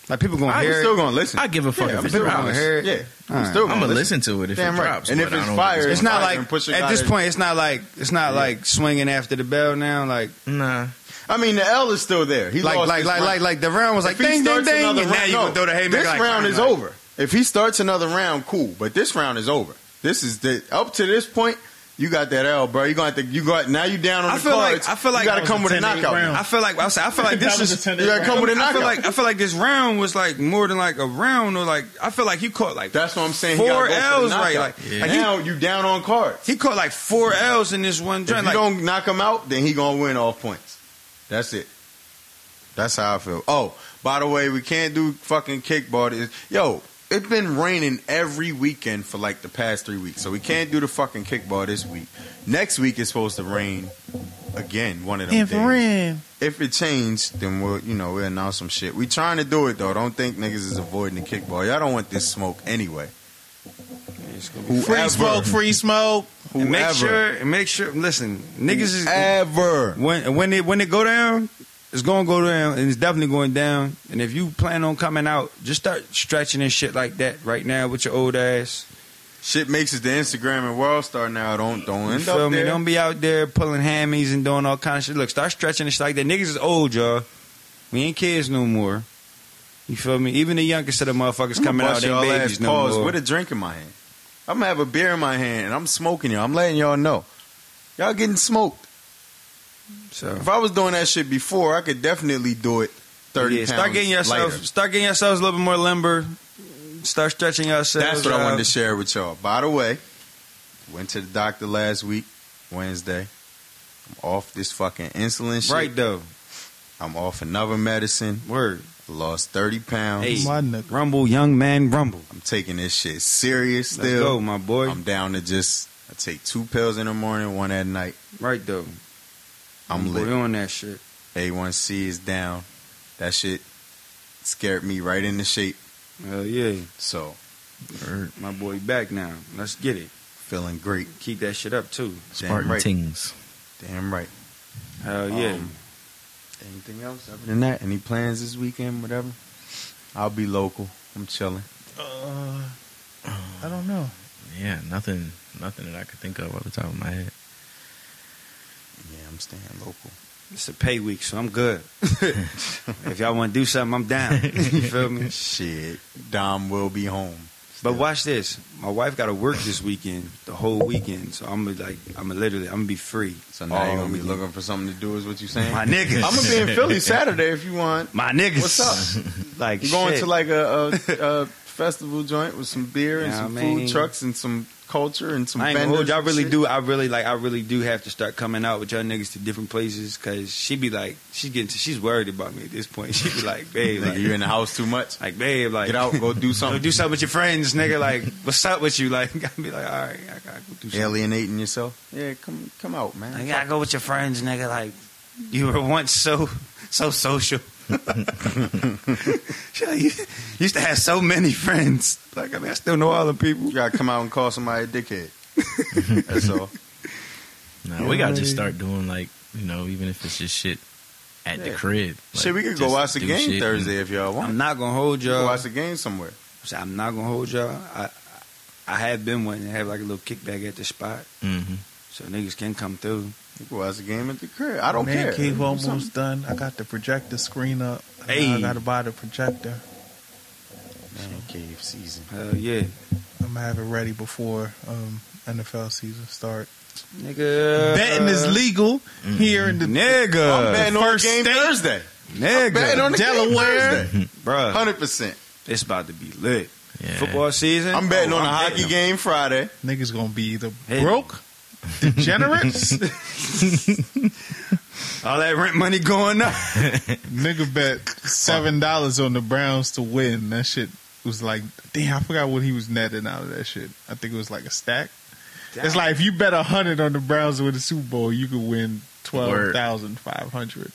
[SPEAKER 6] Like people gonna
[SPEAKER 7] I'm
[SPEAKER 6] hear
[SPEAKER 7] still
[SPEAKER 6] it.
[SPEAKER 7] gonna listen.
[SPEAKER 9] I give a fuck
[SPEAKER 7] yeah,
[SPEAKER 9] if
[SPEAKER 7] I'm
[SPEAKER 9] it
[SPEAKER 7] still
[SPEAKER 9] drops.
[SPEAKER 7] gonna
[SPEAKER 6] hear it.
[SPEAKER 7] Yeah,
[SPEAKER 6] All
[SPEAKER 7] I'm
[SPEAKER 6] right.
[SPEAKER 7] still
[SPEAKER 9] I'm
[SPEAKER 7] gonna
[SPEAKER 9] gonna
[SPEAKER 7] listen.
[SPEAKER 9] listen to it if
[SPEAKER 7] Damn
[SPEAKER 9] it
[SPEAKER 7] right.
[SPEAKER 9] drops.
[SPEAKER 7] And
[SPEAKER 9] but
[SPEAKER 7] if
[SPEAKER 9] I
[SPEAKER 7] it's
[SPEAKER 9] don't
[SPEAKER 7] fire,
[SPEAKER 9] think
[SPEAKER 6] It's not
[SPEAKER 7] Fire
[SPEAKER 6] like
[SPEAKER 7] and Pusha
[SPEAKER 6] at
[SPEAKER 7] got
[SPEAKER 6] this
[SPEAKER 7] it.
[SPEAKER 6] point. It's not like it's not
[SPEAKER 7] Yeah.
[SPEAKER 6] like swinging after the bell now. Like
[SPEAKER 9] Nah,
[SPEAKER 7] I mean, the L is still there. He
[SPEAKER 6] like
[SPEAKER 7] lost
[SPEAKER 6] like
[SPEAKER 7] his
[SPEAKER 6] like,
[SPEAKER 7] round.
[SPEAKER 6] like like the round was like
[SPEAKER 7] If he
[SPEAKER 6] ding ding
[SPEAKER 7] starts
[SPEAKER 6] ding, and
[SPEAKER 7] another
[SPEAKER 6] now
[SPEAKER 7] round-
[SPEAKER 6] you
[SPEAKER 7] no,
[SPEAKER 6] gonna throw the haymaker.
[SPEAKER 7] This
[SPEAKER 6] like,
[SPEAKER 7] round
[SPEAKER 6] bang,
[SPEAKER 7] is
[SPEAKER 6] like-
[SPEAKER 7] over. If he starts another round, cool. But this round is over. This is the up to this point. You got that L, bro. You got to you got now you down on
[SPEAKER 6] I
[SPEAKER 7] the
[SPEAKER 6] feel
[SPEAKER 7] cards.
[SPEAKER 6] like I feel like
[SPEAKER 7] you got
[SPEAKER 6] that
[SPEAKER 7] to
[SPEAKER 6] was
[SPEAKER 7] come
[SPEAKER 8] a
[SPEAKER 7] with a
[SPEAKER 8] 10-8
[SPEAKER 7] knockout.
[SPEAKER 8] round.
[SPEAKER 6] I feel like I feel I feel like this
[SPEAKER 8] That was
[SPEAKER 6] is
[SPEAKER 8] a 10-8
[SPEAKER 7] You gotta come with a
[SPEAKER 6] I feel
[SPEAKER 7] knockout.
[SPEAKER 6] like I feel like this round was like more than like a round or like I feel like he caught like
[SPEAKER 7] That's what I'm saying. He
[SPEAKER 6] four
[SPEAKER 7] gotta go for
[SPEAKER 6] L's
[SPEAKER 7] the
[SPEAKER 6] right like,
[SPEAKER 7] knockout.
[SPEAKER 6] like he-
[SPEAKER 7] now you down on cards.
[SPEAKER 6] he, caught like four L's in this one
[SPEAKER 7] If
[SPEAKER 6] joint
[SPEAKER 7] you
[SPEAKER 6] like
[SPEAKER 7] don't knock him out, then he gonna win off points. That's it. That's how I feel. Oh, by the way, we can't do fucking kickball. This- Yo, it's been raining every weekend for like the past three weeks, so we can't do the fucking kickball this week. Next week is supposed to rain again. One of them days. If it changed, then we'll you know we'll announce some shit. We trying to do it though. Don't think niggas is avoiding the kickball. Y'all don't want this smoke anyway.
[SPEAKER 8] Free
[SPEAKER 7] Whoever-
[SPEAKER 8] smoke, free smoke.
[SPEAKER 7] Whoever.
[SPEAKER 6] And make sure and make sure listen niggas is
[SPEAKER 7] ever.
[SPEAKER 6] when when it when it go down, it's gonna go down, and it's definitely going down. And if you plan on coming out, just start stretching and shit like that right now with your old ass.
[SPEAKER 7] Shit makes it to Instagram and World Star now. Don't don't
[SPEAKER 6] You
[SPEAKER 7] end
[SPEAKER 6] feel
[SPEAKER 7] up
[SPEAKER 6] me?
[SPEAKER 7] there.
[SPEAKER 6] Don't be out there pulling hammies and doing all kind of shit. Look, start stretching and shit like that. Niggas is old, y'all. We ain't kids no more. You feel me? Even the youngest of the motherfuckers
[SPEAKER 7] I'ma
[SPEAKER 6] coming out,
[SPEAKER 7] bust
[SPEAKER 6] they
[SPEAKER 7] y'all
[SPEAKER 6] babies
[SPEAKER 7] ass
[SPEAKER 6] no
[SPEAKER 7] paws
[SPEAKER 6] more.
[SPEAKER 7] with a drink in my hand. I'm gonna have a beer in my hand and I'm smoking y'all. I'm letting y'all know. Y'all getting smoked.
[SPEAKER 6] so.
[SPEAKER 7] If I was doing that shit before, I could definitely do it. Thirty.
[SPEAKER 6] Yeah, start getting
[SPEAKER 7] pounds
[SPEAKER 6] yourself,
[SPEAKER 7] lighter.
[SPEAKER 6] start getting yourselves a little bit more limber. Start stretching yourselves.
[SPEAKER 7] That's what I wanted to
[SPEAKER 6] out.
[SPEAKER 7] share with y'all. By the way, went to the doctor last week, Wednesday. I'm off this fucking insulin shit.
[SPEAKER 6] Right though,
[SPEAKER 7] I'm off another medicine.
[SPEAKER 6] word.
[SPEAKER 7] Lost thirty pounds.
[SPEAKER 6] Hey.
[SPEAKER 8] My nigga.
[SPEAKER 6] Rumble, young man, rumble.
[SPEAKER 7] I'm taking this shit serious still.
[SPEAKER 6] Let's go, my boy.
[SPEAKER 7] I'm down to just I take two pills in the morning, one at night.
[SPEAKER 6] right though.
[SPEAKER 7] I'm
[SPEAKER 6] Boy,
[SPEAKER 7] lit.
[SPEAKER 6] on that shit.
[SPEAKER 7] A1C is down. That shit scared me right into shape.
[SPEAKER 6] Hell yeah,
[SPEAKER 7] So
[SPEAKER 6] my boy back now. Let's get it.
[SPEAKER 7] feeling great.
[SPEAKER 6] Keep that shit up too.
[SPEAKER 7] Damn
[SPEAKER 9] Spartan
[SPEAKER 7] right.
[SPEAKER 9] Tings.
[SPEAKER 7] Damn right.
[SPEAKER 6] Hell yeah.
[SPEAKER 7] Um, anything else other than that? Any plans this weekend? Whatever. I'll be local. I'm chilling.
[SPEAKER 8] Uh, I don't know.
[SPEAKER 9] Yeah, nothing, nothing that I could think of off the top of my head.
[SPEAKER 7] Yeah, I'm staying local.
[SPEAKER 6] It's a pay week, so I'm good.
[SPEAKER 7] [laughs]
[SPEAKER 6] if y'all want to do something, I'm down. you feel me?
[SPEAKER 7] Shit, Dom will be home.
[SPEAKER 6] But watch this. My wife got to work this weekend, the whole weekend. So I'm like, I'm literally, I'm gonna be free.
[SPEAKER 7] So now
[SPEAKER 6] all
[SPEAKER 7] you're gonna be
[SPEAKER 6] weekend.
[SPEAKER 7] looking for something to do? Is what you saying?
[SPEAKER 6] My niggas.
[SPEAKER 7] I'm gonna be in
[SPEAKER 6] [laughs]
[SPEAKER 7] Philly Saturday if you want.
[SPEAKER 6] My niggas.
[SPEAKER 7] What's up?
[SPEAKER 6] [laughs] Like
[SPEAKER 7] You're going
[SPEAKER 6] shit.
[SPEAKER 7] to like a,
[SPEAKER 6] [laughs]
[SPEAKER 7] a, a festival joint with some beer and
[SPEAKER 6] Nah,
[SPEAKER 7] some
[SPEAKER 6] man.
[SPEAKER 7] food trucks and some culture and some.
[SPEAKER 6] I ain't gonna hold
[SPEAKER 7] vendors
[SPEAKER 6] you. I
[SPEAKER 7] and
[SPEAKER 6] really
[SPEAKER 7] shit.
[SPEAKER 6] do. I really like. I really do have to start coming out with y'all niggas to different places because she be like, she's getting, to, she's worried about me at this point. [laughs] She be like, babe,
[SPEAKER 7] Nigga,
[SPEAKER 6] like,
[SPEAKER 7] you in the house too much.
[SPEAKER 6] like babe, like
[SPEAKER 7] Get out, go do
[SPEAKER 6] [laughs] Go
[SPEAKER 7] something.
[SPEAKER 6] do something with your friends, nigga. Like, what's up with you? [laughs] Like, I be like, all right, I gotta go do something.
[SPEAKER 7] Alienating yourself. Yeah, come come out, man.
[SPEAKER 6] I gotta go with your friends, nigga. Like, you were once so so [laughs] social. Shit, you used to have so many friends. Like, I mean, I still know all the people.
[SPEAKER 7] You gotta come out and call somebody a dickhead. [laughs] That's all.
[SPEAKER 9] Nah, we gotta just start doing like you know, even if it's just shit at the
[SPEAKER 7] Yeah.
[SPEAKER 9] crib. Like,
[SPEAKER 7] shit, we could go
[SPEAKER 9] just
[SPEAKER 7] watch the
[SPEAKER 9] do
[SPEAKER 7] game
[SPEAKER 9] shit
[SPEAKER 7] Thursday if y'all
[SPEAKER 6] I'm
[SPEAKER 7] want.
[SPEAKER 6] not gonna hold
[SPEAKER 7] We could
[SPEAKER 6] y'all.
[SPEAKER 7] watch the game somewhere.
[SPEAKER 6] So I'm not gonna hold y'all. I I have been wanting to have like a little kickback at the spot,
[SPEAKER 9] And, hmm
[SPEAKER 6] so niggas can come through.
[SPEAKER 7] We could watch the game at the crib. I don't
[SPEAKER 8] Man
[SPEAKER 7] care.
[SPEAKER 8] cave
[SPEAKER 7] Do
[SPEAKER 8] almost
[SPEAKER 7] something.
[SPEAKER 8] done. I got the projector screen up.
[SPEAKER 6] Hey.
[SPEAKER 8] Now I gotta buy the projector.
[SPEAKER 7] Man cave season.
[SPEAKER 6] Hell yeah,
[SPEAKER 8] I'm gonna have it ready before um, NFL season start. Uh, mm-hmm.
[SPEAKER 6] nigga.
[SPEAKER 8] [laughs] Betting is legal here in the
[SPEAKER 6] Nigga,
[SPEAKER 7] I'm betting on the
[SPEAKER 8] first
[SPEAKER 7] game
[SPEAKER 8] state-
[SPEAKER 7] Thursday.
[SPEAKER 6] nigga,
[SPEAKER 7] Betting on the game
[SPEAKER 8] Delaware.
[SPEAKER 7] Thursday.
[SPEAKER 6] Bruh,
[SPEAKER 7] [laughs] Hundred percent.
[SPEAKER 6] It's about to be lit.
[SPEAKER 9] Yeah.
[SPEAKER 6] Football season.
[SPEAKER 7] I'm betting
[SPEAKER 6] Oh,
[SPEAKER 7] on a hockey
[SPEAKER 6] betting 'em.
[SPEAKER 7] game Friday.
[SPEAKER 8] Niggas gonna be either
[SPEAKER 6] Hey.
[SPEAKER 8] broke, [laughs] degenerates.
[SPEAKER 6] All that rent money going up.
[SPEAKER 8] [laughs] Nigga bet seven dollars on the Browns to win. That shit was like, damn, I forgot what he was netting out of that shit. I think it was like a stack. It's like if you bet a hundred on the Browns to win the Super Bowl, you could win twelve thousand five hundred.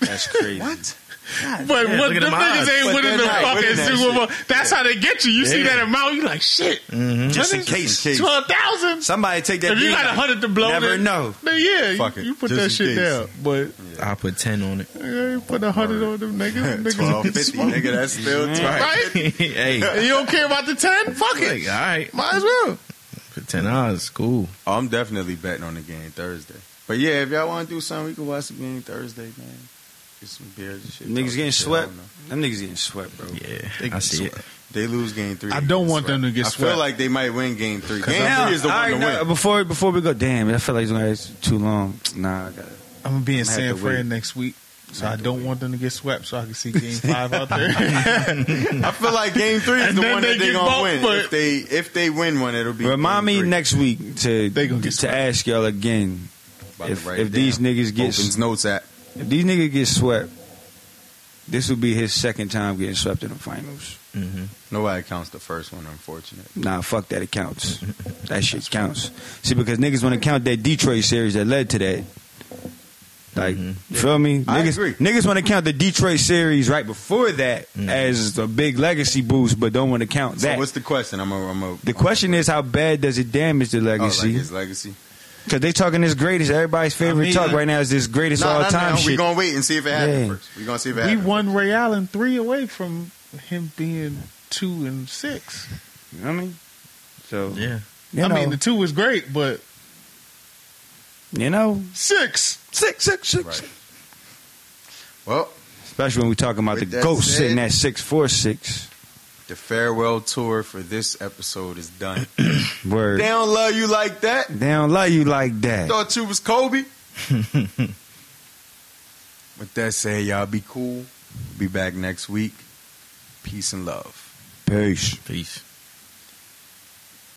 [SPEAKER 6] That's crazy.
[SPEAKER 7] What?
[SPEAKER 8] But
[SPEAKER 9] Yeah,
[SPEAKER 8] what
[SPEAKER 9] look
[SPEAKER 8] the
[SPEAKER 9] at them odds.
[SPEAKER 8] niggas ain't
[SPEAKER 7] But
[SPEAKER 8] winning
[SPEAKER 7] they're
[SPEAKER 8] the
[SPEAKER 7] not
[SPEAKER 8] fucking
[SPEAKER 7] winning that
[SPEAKER 8] Super
[SPEAKER 7] shit.
[SPEAKER 8] Bowl. That's how they get you. You see
[SPEAKER 6] Yeah.
[SPEAKER 8] that amount, you like shit.
[SPEAKER 6] Just in
[SPEAKER 8] Niggas-
[SPEAKER 6] case.
[SPEAKER 8] twelve thousand.
[SPEAKER 6] Somebody take that.
[SPEAKER 8] If you
[SPEAKER 6] beat
[SPEAKER 8] got a
[SPEAKER 6] out.
[SPEAKER 8] hundred to blow,
[SPEAKER 6] Never
[SPEAKER 8] then,
[SPEAKER 6] know.
[SPEAKER 8] Then yeah,
[SPEAKER 7] Fuck
[SPEAKER 8] you,
[SPEAKER 7] it.
[SPEAKER 8] you put
[SPEAKER 7] Just
[SPEAKER 8] that
[SPEAKER 7] in
[SPEAKER 8] shit
[SPEAKER 7] case.
[SPEAKER 8] down. But
[SPEAKER 9] I'll put ten on it.
[SPEAKER 8] yeah, you put a hundred on them niggas. niggas
[SPEAKER 7] Twelve
[SPEAKER 8] get
[SPEAKER 7] fifty,
[SPEAKER 8] smoked.
[SPEAKER 7] nigga. That's still twelve.
[SPEAKER 8] [laughs] right?
[SPEAKER 9] hey, like,
[SPEAKER 8] you don't care about the ten? Fuck
[SPEAKER 9] all
[SPEAKER 8] it.
[SPEAKER 9] right,
[SPEAKER 8] Might as well.
[SPEAKER 9] for ten dollars, cool.
[SPEAKER 7] Oh, I'm definitely betting on the game Thursday. But yeah, if y'all want to do something, we can watch the game Thursday, man. Get some beers and shit.
[SPEAKER 6] Niggas
[SPEAKER 7] Talk
[SPEAKER 6] getting
[SPEAKER 7] shit. I
[SPEAKER 6] swept.
[SPEAKER 7] don't know.
[SPEAKER 6] Them niggas getting swept, bro.
[SPEAKER 9] Yeah,
[SPEAKER 8] They
[SPEAKER 9] I see
[SPEAKER 8] sweat.
[SPEAKER 9] it.
[SPEAKER 7] They lose game three.
[SPEAKER 8] I
[SPEAKER 7] they
[SPEAKER 8] don't
[SPEAKER 7] get
[SPEAKER 8] want them to get
[SPEAKER 7] I
[SPEAKER 8] swept.
[SPEAKER 7] feel like they might win game three. Game
[SPEAKER 6] Now,
[SPEAKER 7] three is the
[SPEAKER 6] all
[SPEAKER 7] one
[SPEAKER 6] right,
[SPEAKER 7] to
[SPEAKER 6] now,
[SPEAKER 7] win.
[SPEAKER 6] before before we go, damn, I feel like it's too long. Nah, I got it.
[SPEAKER 8] I'm gonna be in
[SPEAKER 6] I'm gonna
[SPEAKER 8] San
[SPEAKER 6] have to wait.
[SPEAKER 8] Fran next week, so I don't want them to get swept. So I can see Game Five out [laughs] there.
[SPEAKER 7] I feel like game three is
[SPEAKER 8] And
[SPEAKER 7] the
[SPEAKER 8] then
[SPEAKER 7] one
[SPEAKER 8] they
[SPEAKER 7] that they
[SPEAKER 8] get
[SPEAKER 7] gonna
[SPEAKER 8] both,
[SPEAKER 7] win.
[SPEAKER 8] but-
[SPEAKER 7] If they if they win one, it'll be. game
[SPEAKER 6] Remind me
[SPEAKER 7] three.
[SPEAKER 6] next week to
[SPEAKER 8] They gonna get
[SPEAKER 6] to
[SPEAKER 8] smacked.
[SPEAKER 6] ask y'all again
[SPEAKER 7] About to
[SPEAKER 6] if,
[SPEAKER 7] write
[SPEAKER 6] if
[SPEAKER 7] it
[SPEAKER 6] these
[SPEAKER 7] down.
[SPEAKER 6] niggas get
[SPEAKER 7] Opens notes app.
[SPEAKER 6] if these niggas get swept. This will be his second time getting swept in the finals.
[SPEAKER 9] hmm
[SPEAKER 7] Nobody counts the first one. Unfortunate.
[SPEAKER 6] Nah, fuck that. It counts. That shit counts. See, because niggas want to count that Detroit series that led to that. Like,
[SPEAKER 9] Mhm.
[SPEAKER 6] you feel me?
[SPEAKER 7] I
[SPEAKER 6] niggas,
[SPEAKER 7] agree.
[SPEAKER 6] Niggas want to count the Detroit series right before that
[SPEAKER 9] Mhm.
[SPEAKER 6] as a big legacy boost, but don't want to count
[SPEAKER 7] So
[SPEAKER 6] that.
[SPEAKER 7] what's the question? I'm a. I'm a
[SPEAKER 6] the question is, how bad does it damage the
[SPEAKER 7] oh, like
[SPEAKER 6] legacy?
[SPEAKER 7] his legacy.
[SPEAKER 6] Because they talking this greatest. Everybody's favorite
[SPEAKER 8] mean,
[SPEAKER 6] talk right now is this greatest
[SPEAKER 7] No,
[SPEAKER 6] all
[SPEAKER 7] no,
[SPEAKER 6] time
[SPEAKER 7] no. We
[SPEAKER 6] shit.
[SPEAKER 7] gonna wait and see if it happens
[SPEAKER 6] Yeah.
[SPEAKER 7] first. We gonna see if it
[SPEAKER 8] we
[SPEAKER 7] happens.
[SPEAKER 8] won Ray Allen three away from him being two and six.
[SPEAKER 6] you know what I mean? So,
[SPEAKER 9] Yeah,
[SPEAKER 6] you know,
[SPEAKER 8] I mean, the two was great, but
[SPEAKER 6] you know,
[SPEAKER 8] six.
[SPEAKER 6] six, six, six.
[SPEAKER 7] Right. Well,
[SPEAKER 6] Especially when we talking about
[SPEAKER 7] With
[SPEAKER 6] the
[SPEAKER 7] that
[SPEAKER 6] GOAT
[SPEAKER 7] said-
[SPEAKER 6] sitting at six, four, six.
[SPEAKER 7] the farewell tour for this episode is done.
[SPEAKER 6] Word.
[SPEAKER 7] they don't love you like that.
[SPEAKER 6] They don't love you like that.
[SPEAKER 7] Thought you was Kobe. [laughs] With that said, y'all be cool. Be back next week. Peace and love.
[SPEAKER 6] Peace.
[SPEAKER 9] peace.